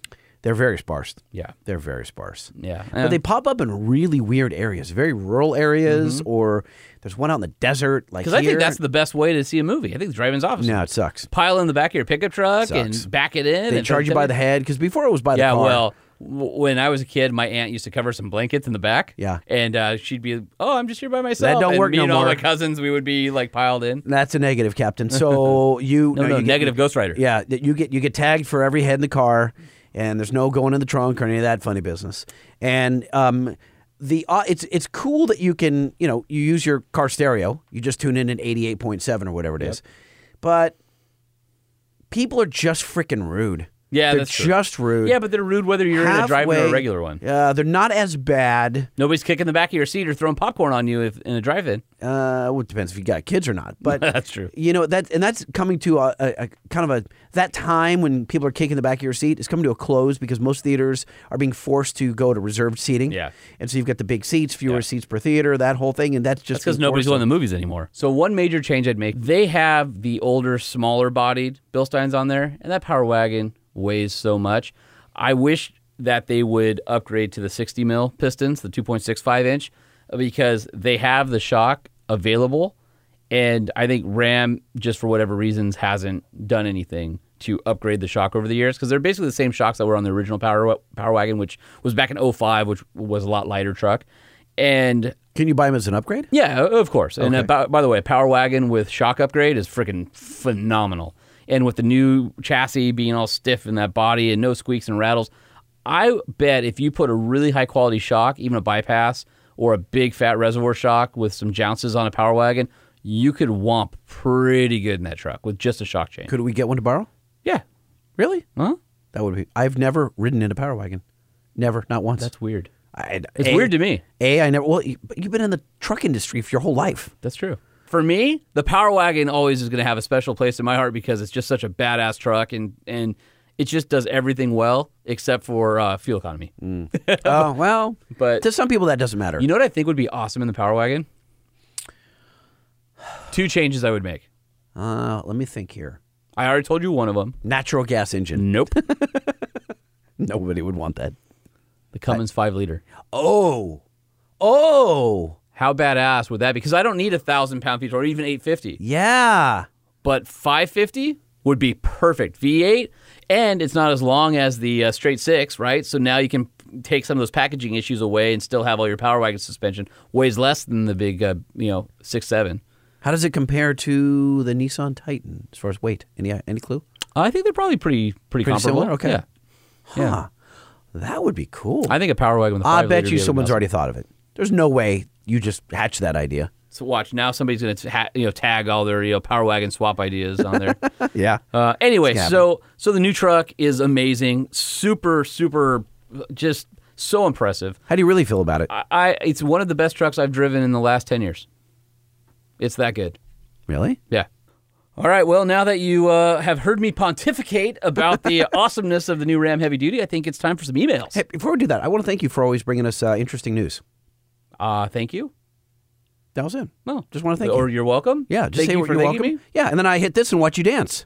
Speaker 2: They're very sparse.
Speaker 1: Yeah,
Speaker 2: They're very sparse.
Speaker 1: yeah.
Speaker 2: But they pop up in really weird areas, very rural areas, or there's one out in the desert. Like
Speaker 1: Mm-hmm. because I
Speaker 2: here.
Speaker 1: think that's the best way to see a movie. I think the drive-in's awesome.
Speaker 2: no, it sucks.
Speaker 1: Pile in the back of your pickup truck
Speaker 2: Sucks.
Speaker 1: and back it in.
Speaker 2: They
Speaker 1: and
Speaker 2: charge you by the head because before it was by the
Speaker 1: yeah,
Speaker 2: car.
Speaker 1: well, w- when I was a kid, my aunt used to cover some blankets in the back.
Speaker 2: Yeah.
Speaker 1: and uh, she'd be, "Oh, I'm just here by myself."
Speaker 2: don't
Speaker 1: and
Speaker 2: work
Speaker 1: me
Speaker 2: no
Speaker 1: and all
Speaker 2: more.
Speaker 1: my cousins, we would be like piled in.
Speaker 2: that's a negative, Captain. So you
Speaker 1: No, no,
Speaker 2: you get-
Speaker 1: negative Ghost Rider.
Speaker 2: Yeah, that you get you get tagged for every head in the car, and there's no going in the trunk or any of that funny business. And um, the uh, it's it's cool that you can you know you use your car stereo. You just tune in at eighty eight point seven or whatever it is, but people are just freaking rude.
Speaker 1: Yeah,
Speaker 2: they're
Speaker 1: that's true.
Speaker 2: just rude.
Speaker 1: Yeah, but they're rude whether you're in a drive-in or a
Speaker 2: Halfway-
Speaker 1: regular one.
Speaker 2: Uh, they're not as bad.
Speaker 1: Nobody's kicking the back of your seat or throwing popcorn on you if, in a drive-in.
Speaker 2: Uh, well, it depends if you got kids or not. But
Speaker 1: That's true.
Speaker 2: You know that, and that's coming to a, a, a kind of a that time when people are kicking the back of your seat is coming to a close because most theaters are being forced to go to reserved seating.
Speaker 1: Yeah.
Speaker 2: and so you've got the big seats, fewer seats per theater, that whole thing, and that's just
Speaker 1: That's because nobody's going to the movies
Speaker 2: enforced.
Speaker 1: anymore. So one major change I'd make: they have the older, smaller-bodied Bill Steins on there, and that Power Wagon weighs so much. I wish that they would upgrade to the 60 mil pistons, the 2.65 inch, because they have the shock available, and I think Ram, just for whatever reasons, hasn't done anything to upgrade the shock over the years because they're basically the same shocks that were on the original Power Wa- Power Wagon, which was back in 05, which was a lot lighter truck, and
Speaker 2: Can you buy them as an upgrade?
Speaker 1: yeah, o- of course. And uh, by, by the way, Power Wagon with shock upgrade is freaking phenomenal. And with the new chassis being all stiff in that body and no squeaks and rattles, I bet if you put a really high quality shock, even a bypass or a big fat reservoir shock with some jounces on a Power Wagon, you could womp pretty good in that truck with just a shock chain.
Speaker 2: Could we get one to borrow?
Speaker 1: yeah.
Speaker 2: Really?
Speaker 1: Huh?
Speaker 2: That would be. I've never ridden in a power wagon. Never, not once.
Speaker 1: That's weird.
Speaker 2: I,
Speaker 1: It's weird to me.
Speaker 2: A, I never. Well, you, but you've been in the truck industry for your whole life.
Speaker 1: That's true. For me, the Power Wagon always is going to have a special place in my heart because it's just such a badass truck and and it just does everything well except for uh, fuel economy.
Speaker 2: oh well,
Speaker 1: But-
Speaker 2: to some people that doesn't matter.
Speaker 1: You know what I think would be awesome in the Power Wagon? Two changes I would make.
Speaker 2: uh, let me think here.
Speaker 1: I already told you one of them.
Speaker 2: Natural gas engine.
Speaker 1: Nope.
Speaker 2: Nobody would want that.
Speaker 1: the Cummins five liter.
Speaker 2: Oh, oh,
Speaker 1: How badass would that be? Because I don't need a thousand pound feature or even eight fifty.
Speaker 2: yeah.
Speaker 1: but 550 would be perfect. V8, and it's not as long as the uh, straight six, right? So now you can take some of those packaging issues away and still have all your power wagon suspension. Weighs less than the big, uh, you know, six seven.
Speaker 2: How does it compare to the Nissan Titan as far as weight? Any any clue?
Speaker 1: I think they're probably pretty pretty,
Speaker 2: Pretty
Speaker 1: comparable.
Speaker 2: similar? Okay.
Speaker 1: Yeah.
Speaker 2: Huh. That would be cool.
Speaker 1: I think a power wagon. With a
Speaker 2: I
Speaker 1: five
Speaker 2: bet
Speaker 1: liter
Speaker 2: you
Speaker 1: would be
Speaker 2: someone's
Speaker 1: awesome.
Speaker 2: already thought of it. There's no way you just hatched that idea.
Speaker 1: So watch now. Somebody's gonna ta- you know tag all their you know power wagon swap ideas on there.
Speaker 2: Yeah.
Speaker 1: Uh, anyway,
Speaker 2: It's
Speaker 1: so so the new truck is amazing. Super super, just so impressive.
Speaker 2: How do you really feel about it?
Speaker 1: I- I it's one of the best trucks I've driven in the last 10 years. It's that good.
Speaker 2: really?
Speaker 1: Yeah. All right, well, now that you uh, have heard me pontificate about the awesomeness of the new Ram Heavy Duty, I think it's time for some emails.
Speaker 2: Hey, before we do that, I want to thank you for always bringing us uh, interesting news.
Speaker 1: Uh, thank you.
Speaker 2: That was it.
Speaker 1: Well,
Speaker 2: Just wanna thank
Speaker 1: Oh. or
Speaker 2: you.
Speaker 1: are welcome.
Speaker 2: Yeah, just
Speaker 1: thank
Speaker 2: say
Speaker 1: you
Speaker 2: what
Speaker 1: for
Speaker 2: you're
Speaker 1: thanking
Speaker 2: welcome.
Speaker 1: me.
Speaker 2: Yeah, and then I hit this and watch you dance.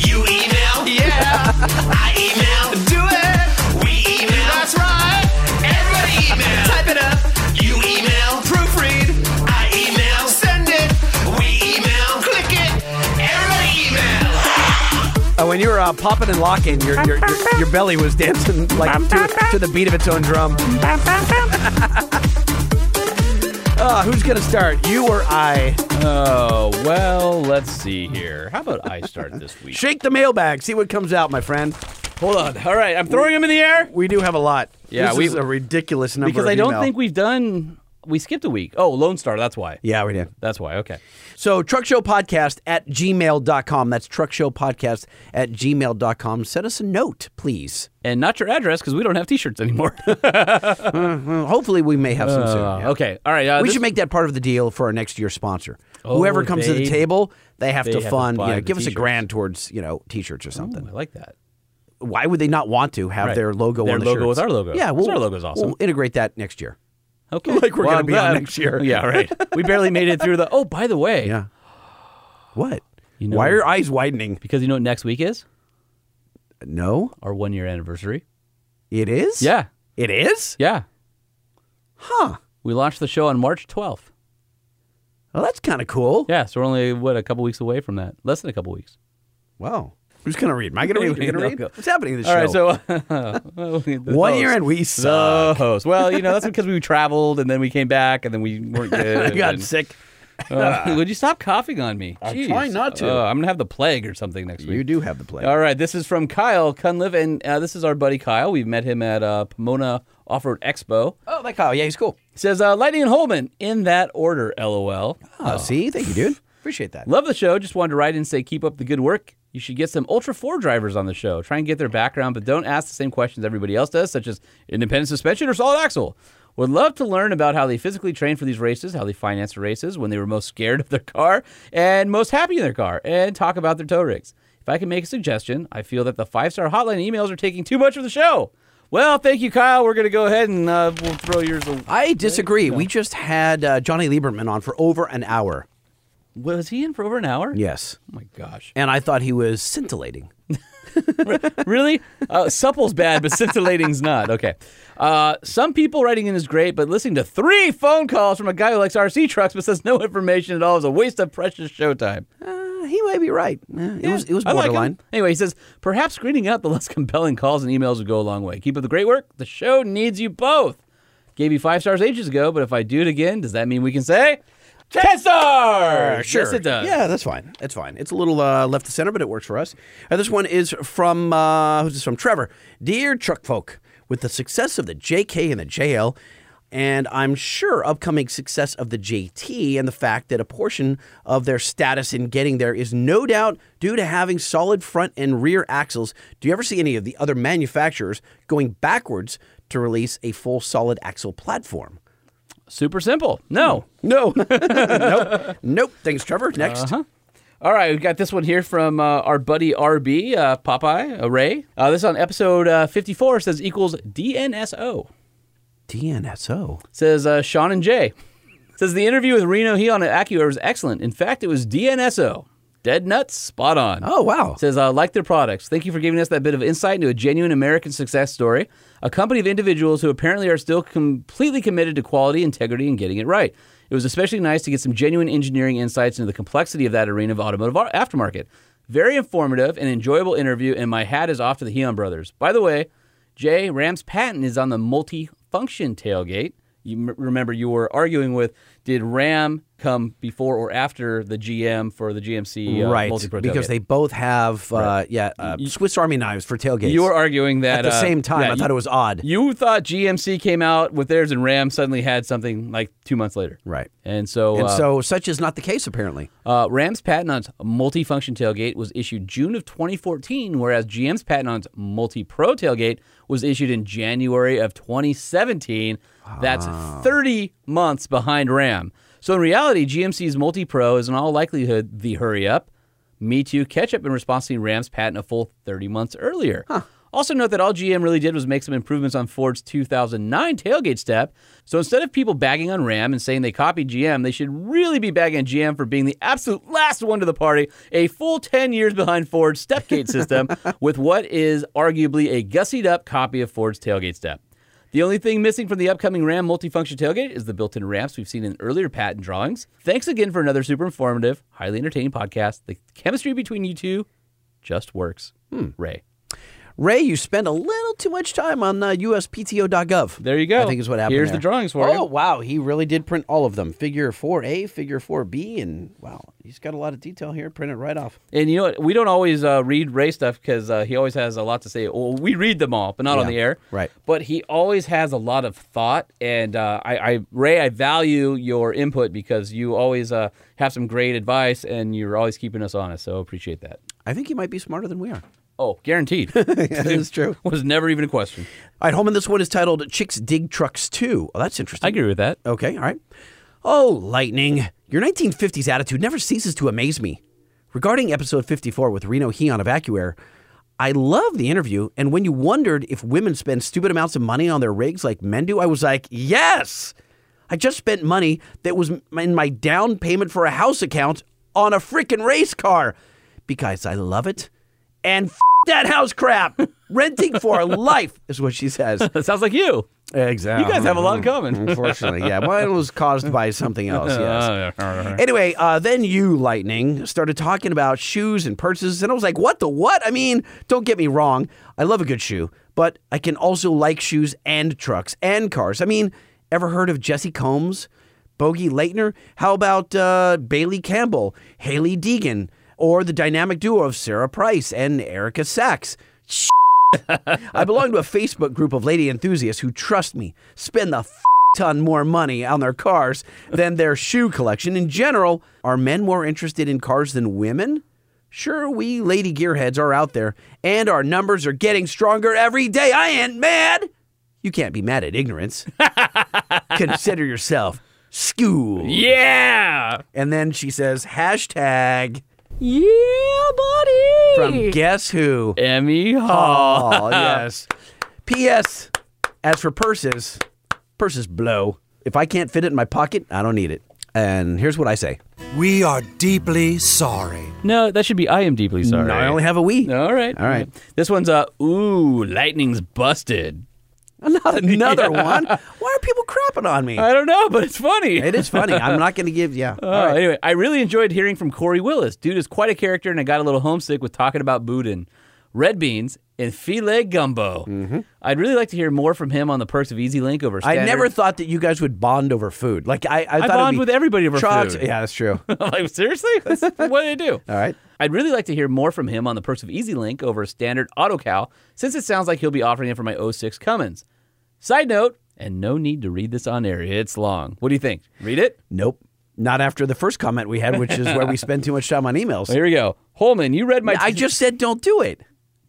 Speaker 3: You email? Yeah. I email. Do it. We email. That's right. Everybody email. Type it up. You email. Proofread. I email. Send it. We email. Click it. Everybody email.
Speaker 2: Oh, when you were uh, popping and locking, your your, your your belly was dancing like to, to the beat of its own drum. Uh, who's gonna start? You or I?
Speaker 1: Oh, well, let's see here. How about I start this week?
Speaker 2: Shake the mailbag. See what comes out, my friend.
Speaker 1: Hold on. All right, I'm throwing them in the air
Speaker 2: We do have a lot.
Speaker 1: Yeah,
Speaker 2: this
Speaker 1: we-
Speaker 2: is a ridiculous number.
Speaker 1: because
Speaker 2: of
Speaker 1: I don't
Speaker 2: email.
Speaker 1: think we've done. We skipped a week. Oh, Lone Star. That's why.
Speaker 2: Yeah, we did.
Speaker 1: That's why. Okay.
Speaker 2: So truckshowpodcast at gmail.com. That's truckshowpodcast at gmail.com. Send us a note, please.
Speaker 1: And not your address because we don't have T-shirts anymore.
Speaker 2: Well, hopefully we may have some soon. yeah.
Speaker 1: Okay. All right. Uh,
Speaker 2: We
Speaker 1: this- Oh,
Speaker 2: should make that part of the deal for our next year's sponsor. Whoever comes to the
Speaker 1: they-
Speaker 2: table, they have
Speaker 1: they
Speaker 2: to
Speaker 1: have to
Speaker 2: fund, you
Speaker 1: buy
Speaker 2: know,
Speaker 1: the
Speaker 2: give us a
Speaker 1: t-shirts.
Speaker 2: grand towards, you know, t-shirts or something.
Speaker 1: Ooh, I like that.
Speaker 2: Why would they not want to have
Speaker 1: Right.
Speaker 2: their logo
Speaker 1: Their
Speaker 2: on the
Speaker 1: logo
Speaker 2: shirts?
Speaker 1: with our logo.
Speaker 2: Yeah,
Speaker 1: 'Cause
Speaker 2: we'll,
Speaker 1: our logo's awesome.
Speaker 2: We'll integrate that next year.
Speaker 1: Okay. Like
Speaker 2: we're gonna be on next year.
Speaker 1: Yeah, right. We barely made it through the Oh, by the way.
Speaker 2: Yeah. What?
Speaker 1: know-
Speaker 2: Why are your eyes widening?
Speaker 1: Because you know what next week is?
Speaker 2: No,
Speaker 1: Our one year anniversary.
Speaker 2: it is.
Speaker 1: Yeah.
Speaker 2: it is.
Speaker 1: Yeah.
Speaker 2: Huh.
Speaker 1: We launched the show on March twelfth.
Speaker 2: Well, that's kind of cool.
Speaker 1: Yeah, so we're only what, a couple weeks away from that. Less than a couple weeks.
Speaker 2: Wow. Who's gonna read? Am I gonna read? You gonna
Speaker 1: No,
Speaker 2: read?
Speaker 1: go.
Speaker 2: What's happening in this
Speaker 1: All
Speaker 2: show?
Speaker 1: right, so oh,
Speaker 2: one year and we suck.
Speaker 1: the host. Well, you know, that's because we traveled and then we came back and then we weren't good.
Speaker 2: I got
Speaker 1: and-
Speaker 2: sick.
Speaker 1: Uh, would you stop coughing on me?
Speaker 2: I'm
Speaker 1: Jeez.
Speaker 2: trying not to.
Speaker 1: Uh, I'm gonna have the plague or something next week.
Speaker 2: You do have the play.
Speaker 1: All right, this is from Kyle Cunliffe, and uh, this is our buddy Kyle. We met him at uh, Pomona Off Road Expo.
Speaker 2: Oh, that Kyle. Yeah, he's cool.
Speaker 1: He says, uh, Lightning and Holman, in that order, lol.
Speaker 2: Oh, see, thank you, dude. Appreciate that.
Speaker 1: Love the show. Just wanted to write in and say, keep up the good work. You should get some Ultra 4 drivers on the show. Try and get their background, but don't ask the same questions everybody else does, such as independent suspension or solid axle. Would love to learn about how they physically train for these races, how they finance the races, when they were most scared of their car and most happy in their car, and talk about their tow rigs. If I can make a suggestion, I feel that the five star hotline emails are taking too much of the show. Well, thank you, Kyle. We're going to go ahead and uh, we'll throw yours. a-
Speaker 2: I disagree. We just had uh, Johnny Lieberman on for over an hour.
Speaker 1: Was he in for over an hour?
Speaker 2: Yes.
Speaker 1: Oh my gosh.
Speaker 2: And I thought he was scintillating.
Speaker 1: really? Uh, supple's bad, but scintillating's not. Okay. Uh, some people writing in is great, but listening to three phone calls from a guy who likes RC trucks but says no information at all is a waste of precious showtime.
Speaker 2: Uh, he might be right. Yeah, It was it was
Speaker 1: I like him.
Speaker 2: borderline.
Speaker 1: anyway, he says perhaps screening out the less compelling calls and emails would go a long way. Keep up the great work. The show needs you both. Gave you five stars ages ago, but if I do it again, does that mean we can say ten stars? Yes, it does.
Speaker 2: Yeah, that's fine. That's fine. It's a little uh, left to center, but it works for us. Uh, this one is from uh, who's this from? Trevor. Dear truck folk, with the success of the JK and the JL, and I'm sure upcoming success of the JT and the fact that a portion of their status in getting there is no doubt due to having solid front and rear axles. Do you ever see any of the other manufacturers going backwards to release a full solid axle platform?
Speaker 1: Super simple. No. Uh-huh.
Speaker 2: No. nope. Nope. Thanks, Trevor. Next.
Speaker 1: All right, we've got this one here from uh, our buddy RB, uh, Popeye, uh, Ray. Uh, this is on episode uh, 54 says equals DNSO.
Speaker 2: DNSO.
Speaker 1: Says uh, Sean and Jay. Says the interview with Reno Heon at AccuWare was excellent. In fact, it was DNSO. Dead nuts, spot on.
Speaker 2: Oh, wow.
Speaker 1: Says, I like their products. Thank you for giving us that bit of insight into a genuine American success story, a company of individuals who apparently are still completely committed to quality, integrity, and getting it right. It was especially nice to get some genuine engineering insights into the complexity of that arena of automotive ar- aftermarket. Very informative and enjoyable interview, and my hat is off to the Heon brothers. By the way, Jay, Ram's patent is on the multi-function tailgate. You m- remember you were arguing with did Ram come before or after the GM for the GMC uh,
Speaker 2: right.
Speaker 1: multi-pro
Speaker 2: Because
Speaker 1: tailgate?
Speaker 2: they both have, uh, yeah, uh, Swiss Army knives for tailgates.
Speaker 1: You were arguing that
Speaker 2: At the
Speaker 1: uh,
Speaker 2: same time,
Speaker 1: yeah,
Speaker 2: I thought it was odd.
Speaker 1: You thought GMC came out with theirs, and Ram suddenly had something like two months later.
Speaker 2: Right.
Speaker 1: And so,
Speaker 2: and
Speaker 1: uh,
Speaker 2: so, such is not the case, apparently.
Speaker 1: uh, Ram's patent on its multi-function tailgate was issued June of 2014, whereas GM's patent on its multi-pro tailgate was issued in January of 2017. That's
Speaker 2: Ah.
Speaker 1: 30 months behind Ram. So in reality, GMC's multi-pro is in all likelihood the hurry up, me too catch-up in response to Ram's patent a full 30 months earlier. Also note that all GM really did was make some improvements on Ford's 2009 tailgate step. So instead of people bagging on Ram and saying they copied GM, they should really be bagging on GM for being the absolute last one to the party, a full 10 years behind Ford's stepgate system with what is arguably a gussied up copy of Ford's tailgate step. The only thing missing from the upcoming Ram multifunction tailgate is the built-in ramps we've seen in earlier patent drawings. Thanks again for another super informative, highly entertaining podcast. The chemistry between you two just works.
Speaker 2: Hmm.
Speaker 1: Ray.
Speaker 2: Ray, you spend a little too much time on uh, USPTO.gov.
Speaker 1: There you go.
Speaker 2: I think is what happened.
Speaker 1: Here's
Speaker 2: there.
Speaker 1: the drawings for you.
Speaker 2: Oh wow, he really did print all of them. Figure four A, figure four B, and wow, he's got a lot of detail here. Printed right off.
Speaker 1: And you know what? We don't always uh, read Ray stuff because uh, he always has a lot to say. Well, we read them all, but not on
Speaker 2: Yeah,
Speaker 1: the air.
Speaker 2: right.
Speaker 1: But he always has a lot of thought. And uh, I, I, Ray, I value your input because you always uh, have some great advice and you're always keeping us honest. So appreciate that.
Speaker 2: I think he might be smarter than we are.
Speaker 1: Oh, guaranteed. that
Speaker 2: that is true.
Speaker 1: Was never even a question.
Speaker 2: All right, Holman, this one is titled Chicks Dig Trucks 2. Oh, that's interesting.
Speaker 1: I agree with that.
Speaker 2: Okay, all right. Oh, Lightning, your 1950s attitude never ceases to amaze me. Regarding episode 54 with Reno Heon of AccuAir, I love the interview, and when you wondered if women spend stupid amounts of money on their rigs like men do, I was like, yes! I just spent money that was m- in my down payment for a house account on a freaking race car because I love it. And f- that house crap! Renting for life is what she says.
Speaker 1: That sounds like you.
Speaker 2: Exactly.
Speaker 1: You guys have a lot in
Speaker 2: Oh.
Speaker 1: common.
Speaker 2: Unfortunately, yeah. Mine was caused by something else, yes. Anyway, uh, then you, Lightning, started talking about shoes and purses, and I was like, what the what? I mean, don't get me wrong. I love a good shoe, but I can also like shoes and trucks and cars. I mean, ever heard of Jesse Combs? Bogey Leitner? How about uh, Bailey Campbell, Haley Deegan, or the dynamic duo of Sarah Price and Erica Sachs? I belong to a Facebook group of lady enthusiasts who trust me, spend the f- ton more money on their cars than their shoe collection. In general, are men more interested in cars than women? Sure, we lady gearheads are out there, and our numbers are getting stronger every day. I ain't mad. You can't be mad at ignorance. Consider yourself school.
Speaker 1: Yeah.
Speaker 2: And then she says, hashtag
Speaker 1: Yeah, buddy.
Speaker 2: from guess who?
Speaker 1: Emmy Hall.
Speaker 2: Oh, yes. P.S. As for purses, purses blow. If I can't fit it in my pocket, I don't need it. And here's what I say.
Speaker 6: We are deeply sorry.
Speaker 1: No, that should be I am deeply sorry.
Speaker 2: I only have a we.
Speaker 1: All right.
Speaker 2: All right.
Speaker 1: This one's uh ooh, lightning's busted.
Speaker 2: Not another one. Why are people crapping on me?
Speaker 1: I don't know, but it's funny.
Speaker 2: it is funny. I'm not going to give, yeah.
Speaker 1: Oh, Anyway, I really enjoyed hearing from Corey Willis. Dude is quite a character, and I got a little homesick with talking about Budin, red beans, and filet gumbo. I'd really like to hear more from him on the perks of Easy Link over
Speaker 2: Mm-hmm. I
Speaker 1: standard.
Speaker 2: never thought that you guys would bond over food. Like, I, I, thought it'd
Speaker 1: bond
Speaker 2: be
Speaker 1: with everybody over
Speaker 2: trucks-
Speaker 1: food.
Speaker 2: Yeah, that's true. All
Speaker 1: like seriously, That's what do they do?
Speaker 2: right.
Speaker 1: I'd really like to hear more from him on the perks of Easy Link over a standard AutoCal, since it sounds like he'll be offering it for my 06 Cummins. oh Side note, and no need to read this on air. It's long. What do you think? Read it?
Speaker 2: Nope. Not after the first comment we had, which is where we spend too much time on emails.
Speaker 1: Here we go. Holman, you read my.
Speaker 2: I just said don't do it.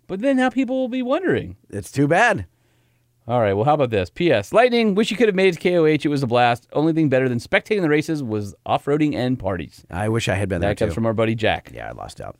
Speaker 1: But then now people will be wondering.
Speaker 2: It's too bad.
Speaker 1: All right. Well, how about this? P.S. Lightning. Wish you could have made it to KOH. It was a blast. Only thing better than spectating the races was off-roading and parties.
Speaker 2: I wish I had been there
Speaker 1: That comes
Speaker 2: too.
Speaker 1: from our buddy Jack.
Speaker 2: Yeah, I lost out.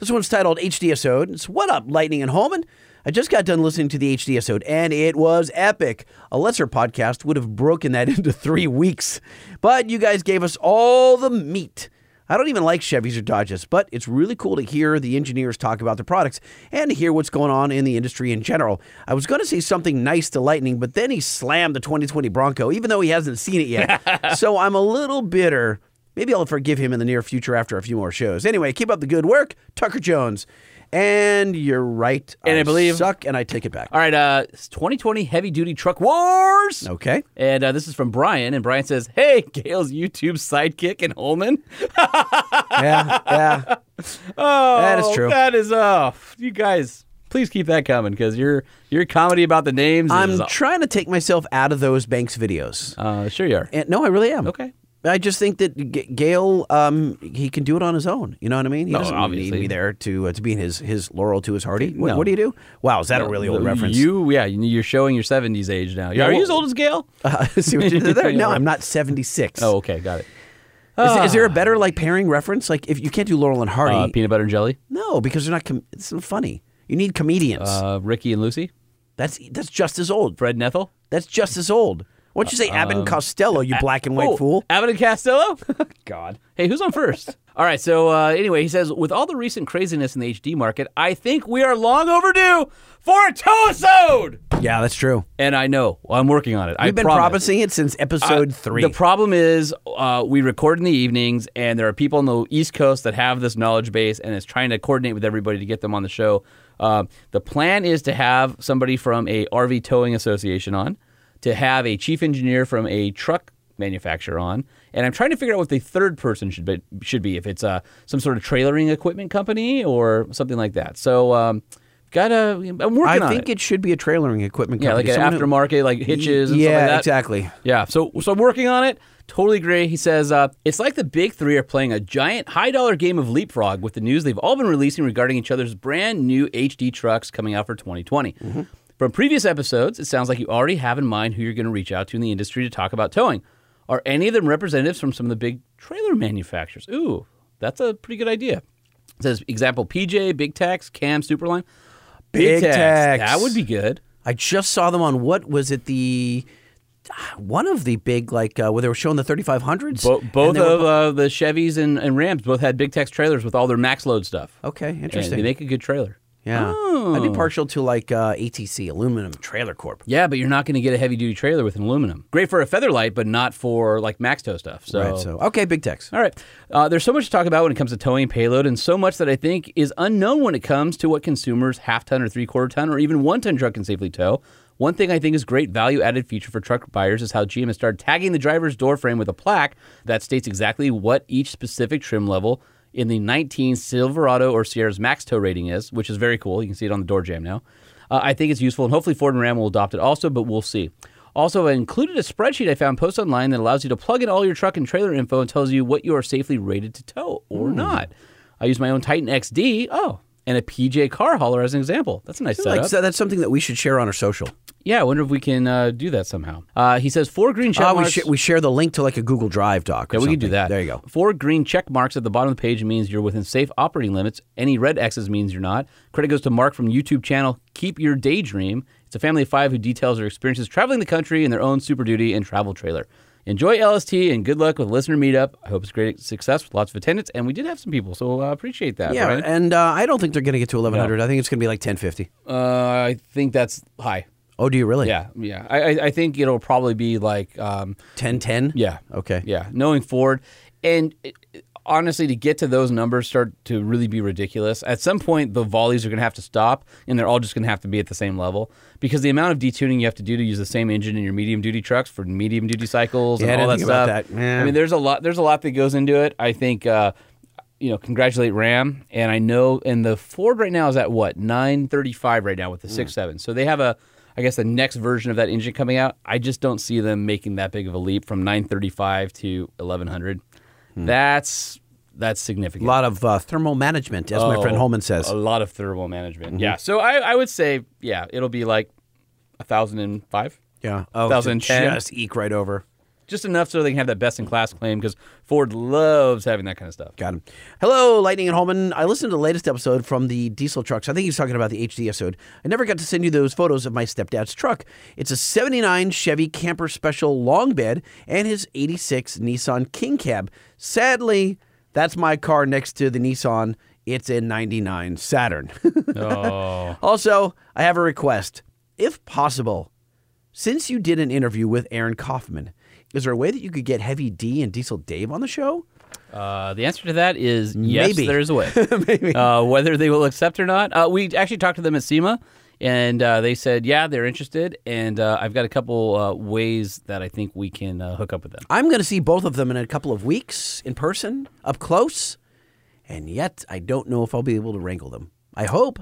Speaker 2: This one's titled HDSO. It's What Up, Lightning and Holman? I just got done listening to the HDSO, and it was epic. A lesser podcast would have broken that into three weeks, but you guys gave us all the meat. I don't even like Chevys or Dodges, but it's really cool to hear the engineers talk about the products and to hear what's going on in the industry in general. I was going to say something nice to Lightning, but then he slammed the 2020 Bronco, even though he hasn't seen it yet. so I'm a little bitter Maybe I'll forgive him in the near future after a few more shows. Anyway, keep up the good work, Tucker Jones. And you're right.
Speaker 1: And I believe-
Speaker 2: suck, and I take it back.
Speaker 1: All right. Uh, it's 2020 heavy duty truck wars.
Speaker 2: Okay.
Speaker 1: And uh, this is from Brian, and Brian says, "Hey, Gail's YouTube sidekick and Holman.
Speaker 2: Yeah, yeah.
Speaker 1: Oh,
Speaker 2: That is true.
Speaker 1: That is off. You guys, please keep that coming because your your comedy about the names. is
Speaker 2: I'm
Speaker 1: off.
Speaker 2: trying to take myself out of those Banks videos.
Speaker 1: uh, sure you are.
Speaker 2: And no, I really am.
Speaker 1: Okay.
Speaker 2: I just think that G- Gail, um, he can do it on his own. You know what I mean? He
Speaker 1: No,
Speaker 2: doesn't
Speaker 1: obviously.
Speaker 2: need me there to uh, to be in his his laurel to his hardy. What,
Speaker 1: No.
Speaker 2: what do you do? Wow, is that a really old
Speaker 1: The-
Speaker 2: reference?
Speaker 1: You, yeah, you- you're showing your 70s age now.
Speaker 2: Yeah,
Speaker 1: are you
Speaker 2: well-
Speaker 1: as old as Gail?
Speaker 2: Uh, see what you did there?
Speaker 1: Yeah,
Speaker 2: No,
Speaker 1: right.
Speaker 2: I'm not 76.
Speaker 1: Oh, okay, got it.
Speaker 2: Is, is there a better like pairing reference? Like if you can't do Laurel and Hardy,
Speaker 1: Ah. Uh, peanut butter and jelly.
Speaker 2: No, because they're not. Com- it's not funny. You need comedians.
Speaker 1: Uh, Ricky and Lucy.
Speaker 2: that's that's just as old.
Speaker 1: Fred Nethel.
Speaker 2: That's just as old. Why don't you say Abbott and Costello, you black and white
Speaker 1: um, Oh,
Speaker 2: fool?
Speaker 1: Abbott and Costello? God. Hey, who's on first? all right, so uh, anyway, he says With all the recent craziness in the HD market, I think we are long overdue for a toasode!
Speaker 2: Yeah, that's true.
Speaker 1: And I know, I'm working on it.
Speaker 2: We've
Speaker 1: I've
Speaker 2: been promising it since episode
Speaker 1: Uh,
Speaker 2: three.
Speaker 1: The problem is uh, we record in the evenings, and there are people on the East Coast that have this knowledge base, and it's trying to coordinate with everybody to get them on the show. Um, the plan is to have somebody from a RV towing association on, to have a chief engineer from a truck manufacturer on, and I'm trying to figure out what the third person should be. Should be if it's uh, some sort of trailering equipment company or something like that. So. Um, Gotta, I'm working
Speaker 2: I
Speaker 1: on
Speaker 2: think it. should be a trailering equipment
Speaker 1: yeah,
Speaker 2: company.
Speaker 1: like an
Speaker 2: Someone who-
Speaker 1: aftermarket, like hitches and
Speaker 2: yeah,
Speaker 1: stuff like that.
Speaker 2: exactly.
Speaker 1: Yeah, so so I'm working on it. Totally agree. He says uh, it's like the big three are playing a giant high dollar game of leapfrog with the news they've all been releasing regarding each other's brand new HD trucks coming out for 2020.
Speaker 2: Mm-hmm.
Speaker 1: From previous episodes, it sounds like you already have in mind who you're going to reach out to in the industry to talk about towing. Are any of them representatives from some of the big trailer manufacturers? Ooh, that's a pretty good idea. It says example PJ, Big Tax, Cam, Superline.
Speaker 2: Big Tex.
Speaker 1: That would be good.
Speaker 2: I just saw them on what was it the one of the big like uh, where they were showing the 3500s.
Speaker 1: Bo-
Speaker 2: and
Speaker 1: both
Speaker 2: they were-
Speaker 1: of uh, the Chevys and, and Rams both had big text trailers with all their max load stuff.
Speaker 2: okay,
Speaker 1: And
Speaker 2: Oh, interesting.
Speaker 1: they Oh. make a good trailer.
Speaker 2: yeah, I'd be partial to like uh, ATC Aluminum Trailer Corp.
Speaker 1: Yeah, but you're not going to get a heavy duty trailer with an aluminum. Great for a featherlight, but not for like max tow stuff. So,
Speaker 2: Right. So okay, big techs.
Speaker 1: all right. Uh, there's so much to talk about when it comes to towing and payload, and so much that I think is unknown when it comes to what consumers half ton or three quarter ton or even one ton truck can safely tow. One thing I think is great value added feature for truck buyers is how GM has started tagging the driver's door frame with a plaque that states exactly what each specific trim level in the 19 Silverado or Sierra's max tow rating is, which is very cool. You can see it on the door jam now. Uh, I think it's useful, and hopefully Ford and Ram will adopt it also, but we'll see. Also, I included a spreadsheet I found posted online that allows you to plug in all your truck and trailer info and tells you what you are safely rated to tow
Speaker 2: Hmm.
Speaker 1: or not. I use my own Titan XD. Oh, and a PJ car hauler as an example. That's a nice setup.
Speaker 2: Like, so that's something that we should share on our social.
Speaker 1: yeah, I wonder if we can uh, do that somehow. Uh, he says four green check
Speaker 2: Uh, we,
Speaker 1: marks.
Speaker 2: sh- we share the link to like a Google Drive doc. Or
Speaker 1: yeah, we can do
Speaker 2: something.
Speaker 1: that.
Speaker 2: There you go.
Speaker 1: Four green check marks at the bottom of the page means you're within safe operating limits. Any red X's means you're not. Credit goes to Mark from YouTube channel Keep Your Daydream. It's a family of five who details their experiences traveling the country in their own Super Duty and travel trailer. Enjoy LST and good luck with listener meetup. I hope it's great success with lots of attendance. And we did have some people, so uh, appreciate that.
Speaker 2: Yeah,
Speaker 1: Brian.
Speaker 2: and uh, I don't think they're going to get to 1100. I think it's going to be like 1050.
Speaker 1: Uh, I think that's high.
Speaker 2: Oh, do you really?
Speaker 1: Yeah, yeah. I, I, I think it'll probably be like um,
Speaker 2: 1010?
Speaker 1: Yeah.
Speaker 2: Okay.
Speaker 1: Yeah. Knowing Ford. And it- it- honestly, to get to those numbers start to really be ridiculous. At some point, the volleys are going to have to stop and they're all just going to have to be at the same level because the amount of detuning you have to do to use the same engine in your medium duty trucks for medium duty cycles
Speaker 2: Yeah, I
Speaker 1: and all that
Speaker 2: didn't think about
Speaker 1: stuff.
Speaker 2: that. Yeah.
Speaker 1: I mean, there's a lot, there's a lot that goes into it. I think, uh, you know, congratulate Ram,
Speaker 2: Hmm.
Speaker 1: and I know, and the Ford right now is at what nine thirty five right now with the six seven. So they have a, I I guess the next version of that engine coming out, I just don't see them making that big of a leap from 935 to 1100. That's that's
Speaker 2: A
Speaker 1: significant.
Speaker 2: Hmm. lot of uh, thermal management, as my
Speaker 1: Oh,
Speaker 2: friend Holman says. Mm-hmm.
Speaker 1: A lot of thermal management. Yeah. So I, I would say, yeah, it'll be like 1,005.
Speaker 2: yeah, oh,
Speaker 1: 1010.
Speaker 2: to just eke right over.
Speaker 1: Just enough so they can have that best in class claim because Ford loves having that kind of stuff.
Speaker 2: Got him. Hello, Lightning and Holman. I listened to the latest episode from the diesel trucks. I think he's talking about the HD episode. I never got to send you those photos of my stepdad's truck. It's a 79 Chevy Camper Special long bed and his 86 Nissan King Cab. Sadly, that's my car next to the Nissan. It's a 99 Saturn.
Speaker 1: Oh.
Speaker 2: Also, I have a request. If possible, since you did an interview with Aaron Kaufman, is there a way that you could get Heavy D and Diesel Dave on the show?
Speaker 1: Uh, the answer to that is yes,
Speaker 2: Maybe.
Speaker 1: there is a way. Maybe. Uh, whether they will accept or not, uh, we actually talked to them at SEMA, and uh, they said, yeah, they're interested, and uh, I've got a couple uh, ways that I think we can uh, hook up with them.
Speaker 2: I'm going to see both of them in a couple of weeks in person, up close, and yet I don't know if I'll be able to wrangle them. I hope.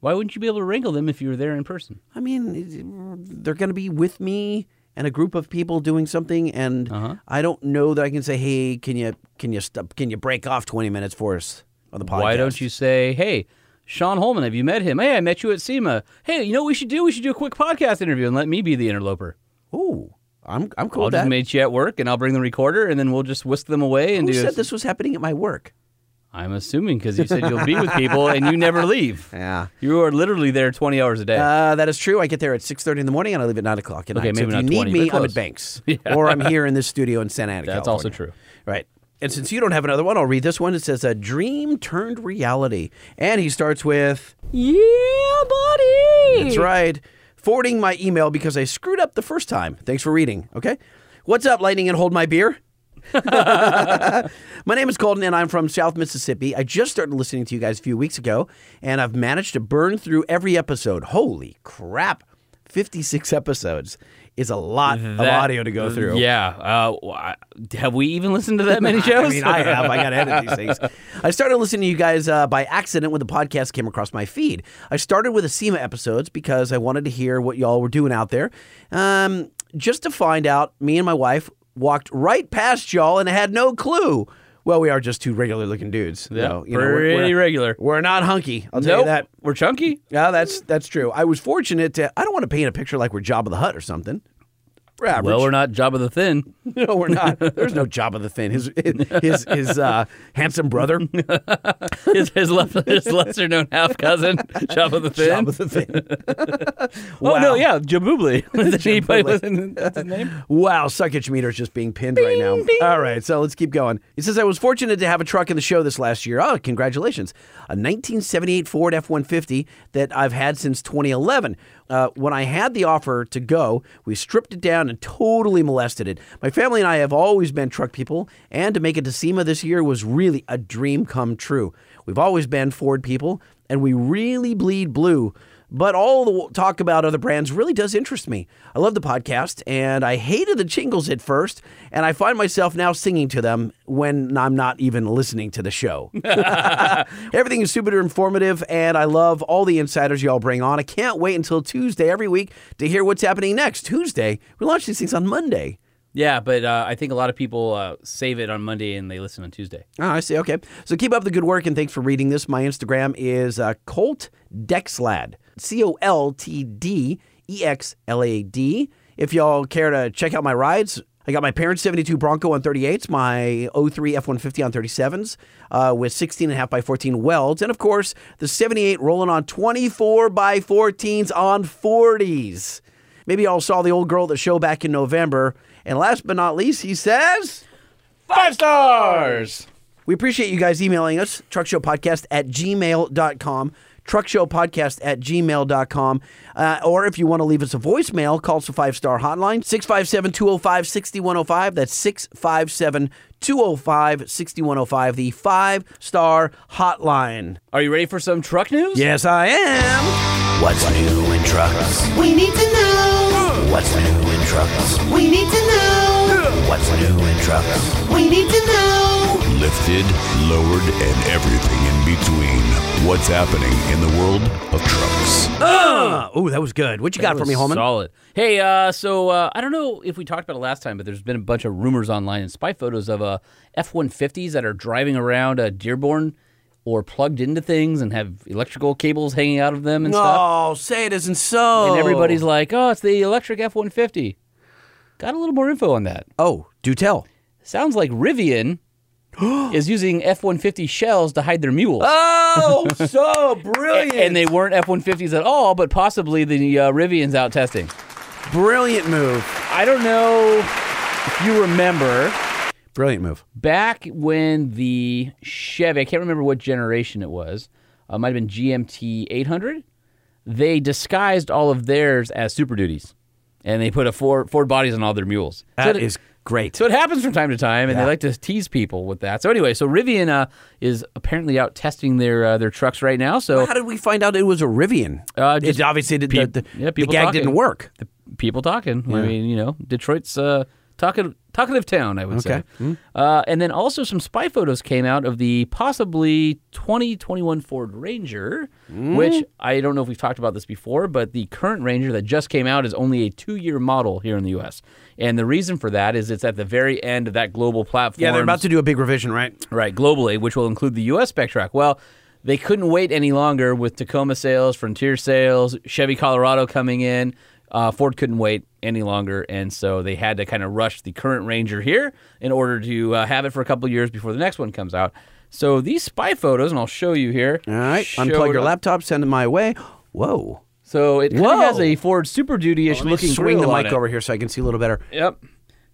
Speaker 1: Why wouldn't you be able to wrangle them if you were there in person?
Speaker 2: I mean, they're going to be with me and a group of people doing something, and
Speaker 1: Uh-huh.
Speaker 2: I don't know that I can say, "Hey, can you can you stop, can you break off 20 minutes for us on the podcast?"
Speaker 1: Why don't you say, hey, Sean Holman, have you met him? Hey, I met you at SEMA. Hey, you know what we should do? We should do a quick podcast interview and let me be the interloper.
Speaker 2: Ooh, I'm I'm cool
Speaker 1: I'll
Speaker 2: with that.
Speaker 1: just meet you at work and I'll bring the recorder and then we'll just whisk them away and
Speaker 2: Who
Speaker 1: do
Speaker 2: said this was happening at my work?
Speaker 1: I'm assuming because you said you'll be with people and you never leave.
Speaker 2: Yeah.
Speaker 1: You are literally there 20 hours a day.
Speaker 2: Uh, that is true. I get there at 6.30 in the morning and I leave at 9 o'clock at
Speaker 1: Okay,
Speaker 2: night. So
Speaker 1: maybe
Speaker 2: if you
Speaker 1: not
Speaker 2: need
Speaker 1: 20,
Speaker 2: me,
Speaker 1: but
Speaker 2: I'm at
Speaker 1: close.
Speaker 2: Banks. Or I'm here in this studio in Santa Ana,
Speaker 1: That's
Speaker 2: California.
Speaker 1: also true.
Speaker 2: Right. And since you don't have another one, I'll read this one. It says, A Dream Turned Reality. And he starts with... That's right. Forwarding my email because I screwed up the first time. Thanks for reading. Okay. What's up, Lightning and Hold My Beer? My name is Colton, and I'm from South Mississippi. I just started listening to you guys a few weeks ago, and I've managed to burn through every episode. Holy crap! 56 episodes is a lot of
Speaker 1: That-
Speaker 2: audio to go through.
Speaker 1: Yeah. Uh, wh- I- have we even listened to that many shows?
Speaker 2: I mean, I have. I got to edit these things. I started listening to you guys uh, by accident when the podcast came across my feed. I started with the SEMA episodes because I wanted to hear what y'all were doing out there. Um, just to find out, me and my wife walked right past y'all and had no clue. Well, we are just two regular looking dudes.
Speaker 1: Yeah,
Speaker 2: though,
Speaker 1: pretty regular.
Speaker 2: We're not hunky. I'll tell
Speaker 1: nope.
Speaker 2: you that.
Speaker 1: We're chunky.
Speaker 2: Yeah, that's that's true. I was fortunate to. I don't want to paint a picture like we're Job of the Hut or something. We're average.
Speaker 1: Well, we're not Job of the Thin.
Speaker 2: No, we're not. There's no Job of the Thin. His his his uh, handsome brother,
Speaker 1: His, his, lef- his lesser known half cousin, Job of the Thin.
Speaker 2: Job of the Thin.
Speaker 1: Oh,
Speaker 2: Wow.
Speaker 1: no. Yeah. Jabubli. Did anybody listen to his name?
Speaker 2: Wow, suckage meter is just being pinned right now. All right, so let's keep going. It says I was fortunate to have a truck in the show this last year. Oh, congratulations! A 1978 Ford F-150 that I've had since 2011. Uh, when I had the offer to go, we stripped it down and totally molested it. My family and I have always been truck people, and to make it to SEMA this year was really a dream come true. We've always been Ford people, and we really bleed blue. But all the w- talk about other brands really does interest me. I love the podcast, and I hated the jingles at first, and I find myself now singing to them when I'm not even listening to the show. Everything is super informative, and I love all the insiders y'all bring on. I can't wait until Tuesday every week to hear what's happening next. Tuesday, we launch these things on Monday.
Speaker 1: Yeah, but uh, I think a lot of people uh, save it on Monday and they listen on Tuesday.
Speaker 2: Oh, I see. Okay. So keep up the good work and thanks for reading this. My Instagram is uh, Colt Dexlad, C O L T D E X L A D. If y'all care to check out my rides, I got my parents' 72 Bronco on 38s, my 03 F 150 on 37s uh, with 16 and a half by 14 welds, and of course the 78 rolling on 24 by 14s on 40s. Maybe y'all saw the old girl at the show back in November. And last but not least, he says.
Speaker 1: Five stars.
Speaker 2: We appreciate you guys emailing us, truckshowpodcast at gmail.com, truckshowpodcast at gmail.com. Uh, or if you want to leave us a voicemail, call us the five star hotline, 657 205 6105. That's 657 205 6105, the oh five star hotline.
Speaker 1: Are you ready for some truck news?
Speaker 2: Yes, I am. What's new in trucks?
Speaker 9: We need to know.
Speaker 2: What's new in trucks?
Speaker 9: We need to know.
Speaker 2: What's new in trucks?
Speaker 9: We need to know.
Speaker 4: Lifted, lowered, and everything in between. What's happening in the world of trucks?
Speaker 2: Oh, that was good. What you got for me, Holman?
Speaker 1: Solid. Hey, uh, so uh, I don't know if we talked about it last time, but there's been a bunch of rumors online and spy photos of uh, F-150s that are driving around uh, Dearborn or plugged into things and have electrical cables hanging out of them and stuff.
Speaker 2: Oh, say it isn't so.
Speaker 1: And everybody's like, "Oh, it's the electric F-150." Got a little more info on that.
Speaker 2: Oh, do tell.
Speaker 1: Sounds like Rivian is using F-150 shells to hide their mules.
Speaker 2: Oh, so brilliant.
Speaker 1: and they weren't F-150s at all, but possibly the uh, Rivian's out testing.
Speaker 2: brilliant move.
Speaker 1: I don't know if you remember
Speaker 2: Brilliant move.
Speaker 1: back when the Chevy, I can't remember what generation it was, uh, might have been GMT 800. They disguised all of theirs as Super Duties, and they put a Ford, Ford bodies on all their mules. So
Speaker 2: That
Speaker 1: it-
Speaker 2: is great.
Speaker 1: So it happens from time to time, and they like to tease people with that. So anyway, so Rivian uh, is apparently out testing their uh, their trucks right now. So
Speaker 2: How did we find out it was a Rivian?
Speaker 1: Uh, just
Speaker 2: it obviously did,
Speaker 1: peop-
Speaker 2: the, the,
Speaker 1: yeah,
Speaker 2: the
Speaker 1: people
Speaker 2: gag
Speaker 1: talking.
Speaker 2: didn't work.
Speaker 1: people talking. I mean, you know, Detroit's uh, talkative, talkative town, I would say.
Speaker 2: Okay. Hmm.
Speaker 1: Uh, and then also some spy photos came out of the possibly 2021 Ford Ranger,
Speaker 2: Hmm.
Speaker 1: which I don't know if we've talked about this before, but the current Ranger that just came out is only a two year model here in the U.S. And the reason for that is it's at the very end of that global platform.
Speaker 2: Yeah, they're about to do a big revision, right?
Speaker 1: Right, globally, which will include the U.S. spec track. Well, they couldn't wait any longer with Tacoma sales, Frontier sales, Chevy Colorado coming in. Uh, Ford couldn't wait any longer, and so they had to kind of rush the current Ranger here in order to uh, have it for a couple years before the next one comes out. So these spy photos, and I'll show you here.
Speaker 2: All right. Unplug
Speaker 1: showed
Speaker 2: your
Speaker 1: up-
Speaker 2: laptop, send it my way. Whoa.
Speaker 1: So it kind of
Speaker 2: Whoa.
Speaker 1: has a Ford Super Duty-ish
Speaker 2: Let me
Speaker 1: looking
Speaker 2: swing the
Speaker 1: grill on
Speaker 2: mic
Speaker 1: it.
Speaker 2: over here so I can see a little better.
Speaker 1: Yep.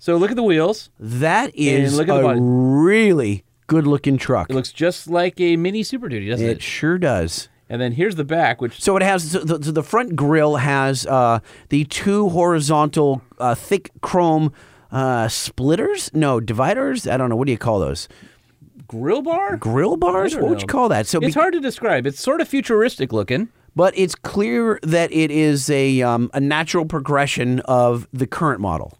Speaker 1: So look at the wheels.
Speaker 2: That is
Speaker 1: look at the
Speaker 2: a
Speaker 1: body.
Speaker 2: really good looking truck.
Speaker 1: It looks just like a mini Super Duty, doesn't
Speaker 2: It
Speaker 1: it?
Speaker 2: sure does.
Speaker 1: And then here's the back, which
Speaker 2: So it has so the, so the front grille has uh, the two horizontal uh, thick chrome uh, splitters. No dividers. I don't know. What do you call those?
Speaker 1: grill bar?
Speaker 2: Grill bars.
Speaker 1: I
Speaker 2: What
Speaker 1: don't
Speaker 2: would you
Speaker 1: know.
Speaker 2: call that? So
Speaker 1: it's
Speaker 2: be-
Speaker 1: hard to describe. It's sort of futuristic looking.
Speaker 2: but it's clear that it is a um, a natural progression of the current model,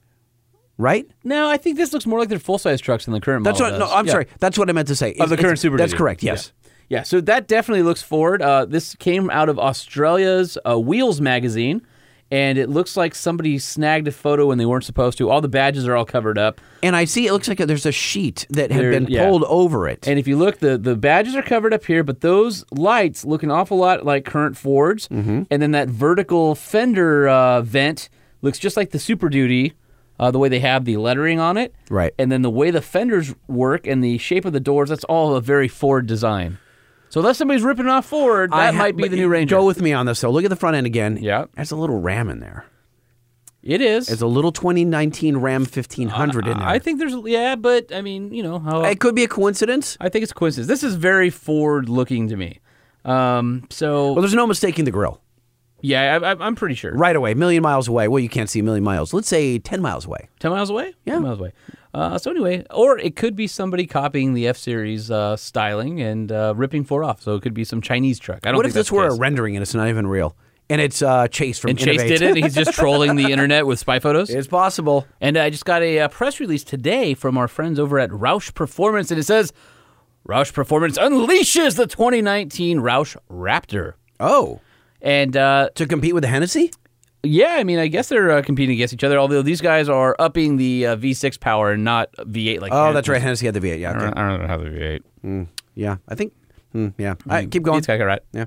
Speaker 2: right?
Speaker 1: No, I think this looks more like their full size trucks than the current
Speaker 2: That's what.
Speaker 1: model.
Speaker 2: No,
Speaker 1: does.
Speaker 2: I'm
Speaker 1: Yeah.
Speaker 2: sorry. That's what I meant to say. It's-
Speaker 1: Of the
Speaker 2: it's-
Speaker 1: current Super
Speaker 2: That's
Speaker 1: Duty.
Speaker 2: correct. Yes.
Speaker 1: Yeah, so that definitely looks forward. Uh, this came out of Australia's uh, Wheels magazine, and it looks like somebody snagged a photo when they weren't supposed to. All the badges are all covered up.
Speaker 2: And I see it looks like there's a sheet that had
Speaker 1: There-
Speaker 2: been
Speaker 1: yeah.
Speaker 2: pulled over it.
Speaker 1: And if you look, the, the badges are covered up here, but those lights look an awful lot like current Fords.
Speaker 2: Mm-hmm.
Speaker 1: And then that vertical fender uh, vent looks just like the Super Duty, uh, the way they have the lettering on it.
Speaker 2: Right.
Speaker 1: And then the way the fenders work and the shape of the doors, that's all a very Ford design. So unless somebody's ripping off Ford,
Speaker 2: I
Speaker 1: that
Speaker 2: ha-
Speaker 1: might be
Speaker 2: but
Speaker 1: the new Ranger.
Speaker 2: Go with me on this though. Look at the front end again.
Speaker 1: Yeah.
Speaker 2: There's a little RAM in there.
Speaker 1: it is.
Speaker 2: There's a little 2019 Ram 1500 in there.
Speaker 1: Uh, I think there's, yeah, but I mean, you know, how
Speaker 2: it could be a coincidence.
Speaker 1: I think it's coincidence. This is very Ford looking to me. Um, so
Speaker 2: Well, there's no mistaking the grill.
Speaker 1: yeah, I, I, I'm pretty sure.
Speaker 2: Right away, a million miles away. Well, you can't see a million miles. Let's say 10 miles away.
Speaker 1: 10 miles away? Yeah. 10 miles away. Uh, so, anyway, or it could be somebody copying the F Series uh, styling and uh, ripping Ford off. So, it could be some Chinese truck. I don't
Speaker 2: What
Speaker 1: think
Speaker 2: if this
Speaker 1: that's
Speaker 2: were
Speaker 1: the
Speaker 2: a
Speaker 1: case.
Speaker 2: rendering and it's not even real? And it's uh, Chase from
Speaker 1: And Chase
Speaker 2: Innovate.
Speaker 1: did it. and He's just trolling the internet with spy photos.
Speaker 2: It's possible.
Speaker 1: And I just got a uh, press release today from our friends over at Roush Performance, and it says Roush Performance unleashes the 2019 Roush Raptor.
Speaker 2: Oh,
Speaker 1: And uh,
Speaker 2: to compete with the Hennessy?
Speaker 1: yeah, I mean, I guess they're uh, competing against each other, although these guys are upping the uh, V6 power and not V8 like
Speaker 2: Oh, that's right. Hennessy had the V8. Yeah, okay.
Speaker 1: I don't know how the V8.
Speaker 2: yeah. I think. Hmm, yeah. All right, keep going.
Speaker 1: It's kind of rad.
Speaker 2: Yeah.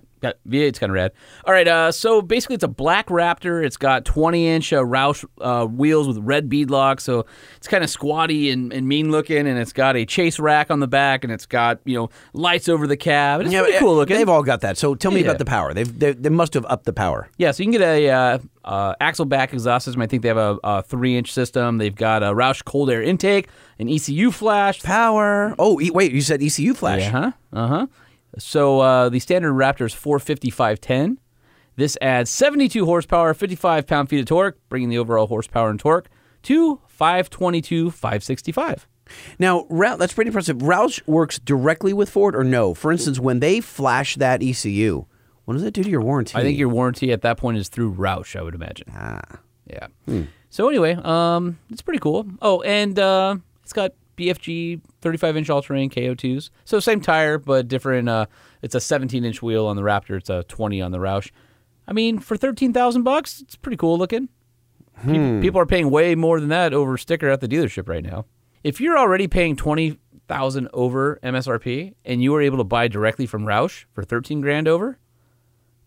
Speaker 1: V8's kind of rad. All right. Uh, so basically, it's a black Raptor. It's got 20 inch uh, Roush uh, wheels with red beadlock. So it's kind of squatty and, and mean looking. And it's got a chase rack on the back. And it's got, you know, lights over the cab. And it's
Speaker 2: Yeah,
Speaker 1: pretty
Speaker 2: but,
Speaker 1: cool
Speaker 2: uh,
Speaker 1: looking.
Speaker 2: They've all got that. So tell me
Speaker 1: Yeah.
Speaker 2: about the power. They've, they they must have upped the power.
Speaker 1: Yeah, so you can get a uh, uh, axle back exhaust system. I think they have a, a three inch system. They've got a Roush cold air intake, an ECU flash,
Speaker 2: Power. Oh, e- wait. You said ECU flash.
Speaker 1: Uh huh. Uh huh. So uh, the standard Raptor is 455.10. This adds 72 horsepower, 55 pound feet of torque, bringing the overall horsepower and torque to 522, 565.
Speaker 2: Now, Rou- that's pretty impressive. Roush works directly with Ford, or no? For instance, when they flash that ECU, what does that do to your warranty?
Speaker 1: I think your warranty at that point is through Roush, I would imagine.
Speaker 2: Hmm.
Speaker 1: Ah. Yeah. So anyway, um, it's pretty cool. Oh, and uh, it's got BFG 35 inch all terrain KO2s. So same tire, but different. Uh, it's a 17 inch wheel on the Raptor. It's a 20 on the Roush. I mean, for 13,000 bucks, it's pretty cool looking. Peop-
Speaker 2: Hmm.
Speaker 1: People are paying way more than that over sticker at the dealership right now. If you're already paying 20,000 over MSRP and you are able to buy directly from Roush for 13 grand over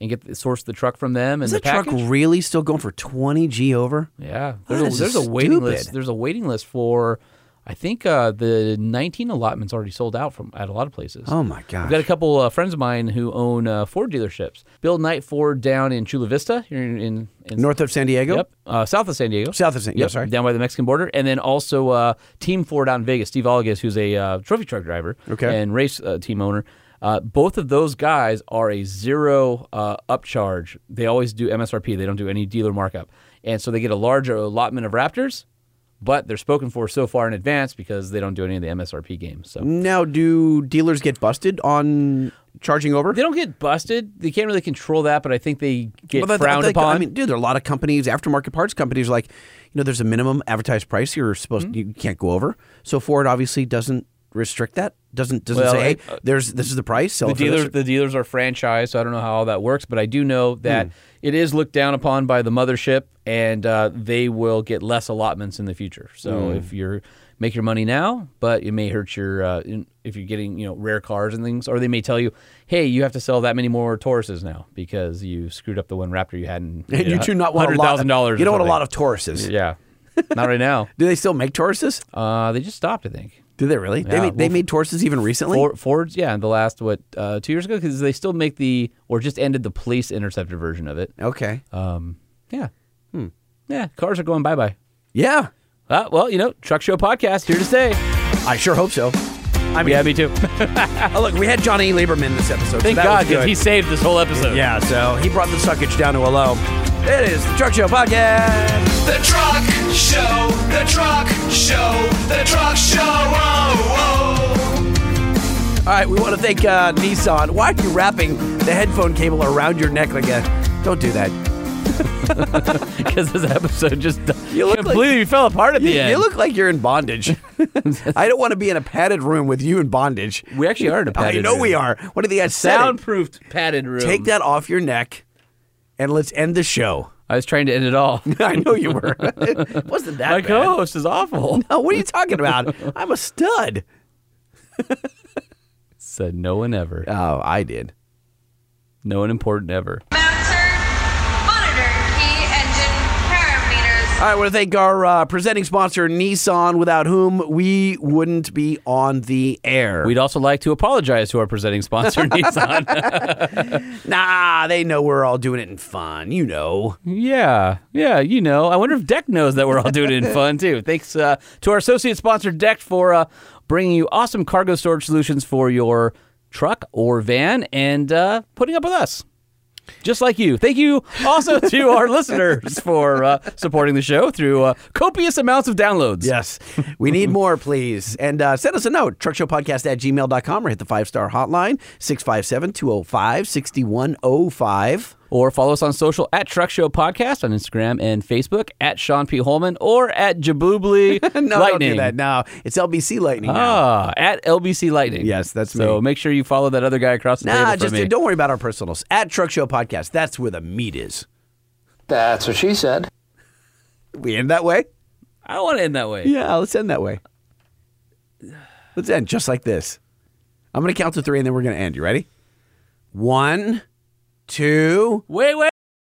Speaker 1: and get the, source the truck from them and
Speaker 2: Is
Speaker 1: the
Speaker 2: that truck
Speaker 1: package-
Speaker 2: really still going for 20 G over?
Speaker 1: yeah,
Speaker 2: That
Speaker 1: there's a,
Speaker 2: is
Speaker 1: there's a waiting
Speaker 2: stupid.
Speaker 1: list. There's a waiting list for, I think uh, the 19 allotments already sold out from at a lot of places.
Speaker 2: Oh my
Speaker 1: I've
Speaker 2: gosh.
Speaker 1: got a couple uh, friends of mine who own uh, Ford dealerships. Bill Knight Ford down in Chula Vista, here in, in, in
Speaker 2: North of San Diego?
Speaker 1: Yep, uh, south of San Diego.
Speaker 2: South of San- yeah,
Speaker 1: Yep,
Speaker 2: sorry.
Speaker 1: down by the Mexican border, and then also uh, Team Ford out in Vegas. Steve Oligas, who's a uh, trophy truck driver,
Speaker 2: Okay.
Speaker 1: and race uh, team owner. Uh, both of those guys are a zero uh, upcharge. They always do MSRP. They don't do any dealer markup, and so they get a larger allotment of Raptors, but they're spoken for so far in advance because they don't do any of the MSRP games. So
Speaker 2: Now, do dealers get busted on charging over?
Speaker 1: They don't get busted. They can't really control that, but I think they get
Speaker 2: Well, that-
Speaker 1: frowned
Speaker 2: that-
Speaker 1: upon.
Speaker 2: I mean, dude, there are a lot of companies, aftermarket parts companies, are like, you know, there's a minimum advertised price you're supposed
Speaker 1: Mm-hmm.
Speaker 2: you can't go over. So Ford obviously doesn't restrict that. Doesn't doesn't
Speaker 1: Well,
Speaker 2: say, hey,
Speaker 1: I- uh,
Speaker 2: there's this is the price. Sell
Speaker 1: the
Speaker 2: it for this.
Speaker 1: dealers, the dealers are franchised, so I don't know how all that works, but I do know
Speaker 2: Hmm.
Speaker 1: that it is looked down upon by the mothership, and uh, they will get less allotments in the future. So
Speaker 2: Hmm.
Speaker 1: if you're make your money now, but it may hurt your uh, in- if you're getting you know rare cars and things, or they may tell you, hey, you have to sell that many more Tauruses now because you screwed up the one Raptor you had, and
Speaker 2: And you do not want a
Speaker 1: hundred
Speaker 2: lot.
Speaker 1: thousand dollars.
Speaker 2: You don't want a lot of Tauruses.
Speaker 1: yeah, not right now.
Speaker 2: Do they still make Tauruses?
Speaker 1: Uh, they just stopped, I think.
Speaker 2: Do they really? they,
Speaker 1: Yeah,
Speaker 2: made, they
Speaker 1: well,
Speaker 2: made Tauruses even recently.
Speaker 1: Ford, Ford's, yeah, the last what uh, two years ago because they still make the or just ended the police interceptor version of it.
Speaker 2: okay.
Speaker 1: Um, yeah, yeah, cars are going bye bye.
Speaker 2: yeah,
Speaker 1: Uh, well, you know, truck show podcast here to stay.
Speaker 2: I sure hope so.
Speaker 1: I mean, yeah, me too.
Speaker 2: Oh, look, we had Johnny Lieberman this episode.
Speaker 1: Thank
Speaker 2: so that was
Speaker 1: God because
Speaker 2: good.
Speaker 1: he saved this whole episode.
Speaker 2: yeah. So he brought the suckage down to a low. It is the Truck Show podcast.
Speaker 3: The truck show, the truck show, the truck show. Oh, oh.
Speaker 2: All right, we want to thank uh, Nissan. Why are you wrapping the headphone cable around your neck like a? Don't do that.
Speaker 1: because this episode just
Speaker 2: You look like-
Speaker 1: completely fell apart at
Speaker 2: You,
Speaker 1: the end.
Speaker 2: you look like you're in bondage. I don't want to be in a padded room with you in bondage.
Speaker 1: we actually are in a padded
Speaker 2: I know
Speaker 1: room.
Speaker 2: we are. What are the odds?
Speaker 1: soundproofed padded room.
Speaker 2: Take that off your neck, and let's end the show.
Speaker 1: I was trying to end it all.
Speaker 2: I know you were. it wasn't that
Speaker 1: My
Speaker 2: bad.
Speaker 1: co-host is awful.
Speaker 2: No, what are you talking about? I'm a stud.
Speaker 1: Said no one ever.
Speaker 2: Oh, I did.
Speaker 1: No one important ever.
Speaker 9: Bouncer, monitor key engine parameters.
Speaker 2: All right, I want to thank our uh, presenting sponsor, Nissan, without whom we wouldn't be on the air.
Speaker 1: We'd also like to apologize to our presenting sponsor, Nissan.
Speaker 2: nah, they know we're all doing it in fun. You know.
Speaker 1: yeah, yeah, you know. I wonder if Deck knows that we're all doing it in fun, too. Thanks uh, to our associate sponsor, Deck, for uh, bringing you awesome cargo storage solutions for your truck or van and uh, putting up with us. Just like you. Thank you also to our listeners for uh, supporting the show through uh, copious amounts of downloads.
Speaker 2: Yes. We need more, please. And uh, send us a note, truckshowpodcast at gmail.com or hit the five star hotline, 657 205 6105.
Speaker 1: Or follow us on social at Truck Show Podcast on Instagram and Facebook at Sean P. Holman or at Jaboobly
Speaker 2: No, don't
Speaker 1: Lightning.
Speaker 2: do that. No, it's LBC Lightning. now.
Speaker 1: Ah, at LBC Lightning.
Speaker 2: Yes, that's
Speaker 1: so.
Speaker 2: me.
Speaker 1: Make sure you follow that other guy across the
Speaker 2: Nah,
Speaker 1: table from
Speaker 2: just
Speaker 1: me.
Speaker 2: don't worry about our personals. At Truck Show Podcast, that's where the meat is.
Speaker 3: That's what she said.
Speaker 2: We end that way?
Speaker 1: I don't want to end that way.
Speaker 2: Yeah, let's end that way. Let's end just like this. I'm going to count to three and then we're going to end. You ready? One, two.
Speaker 1: Wait, wait.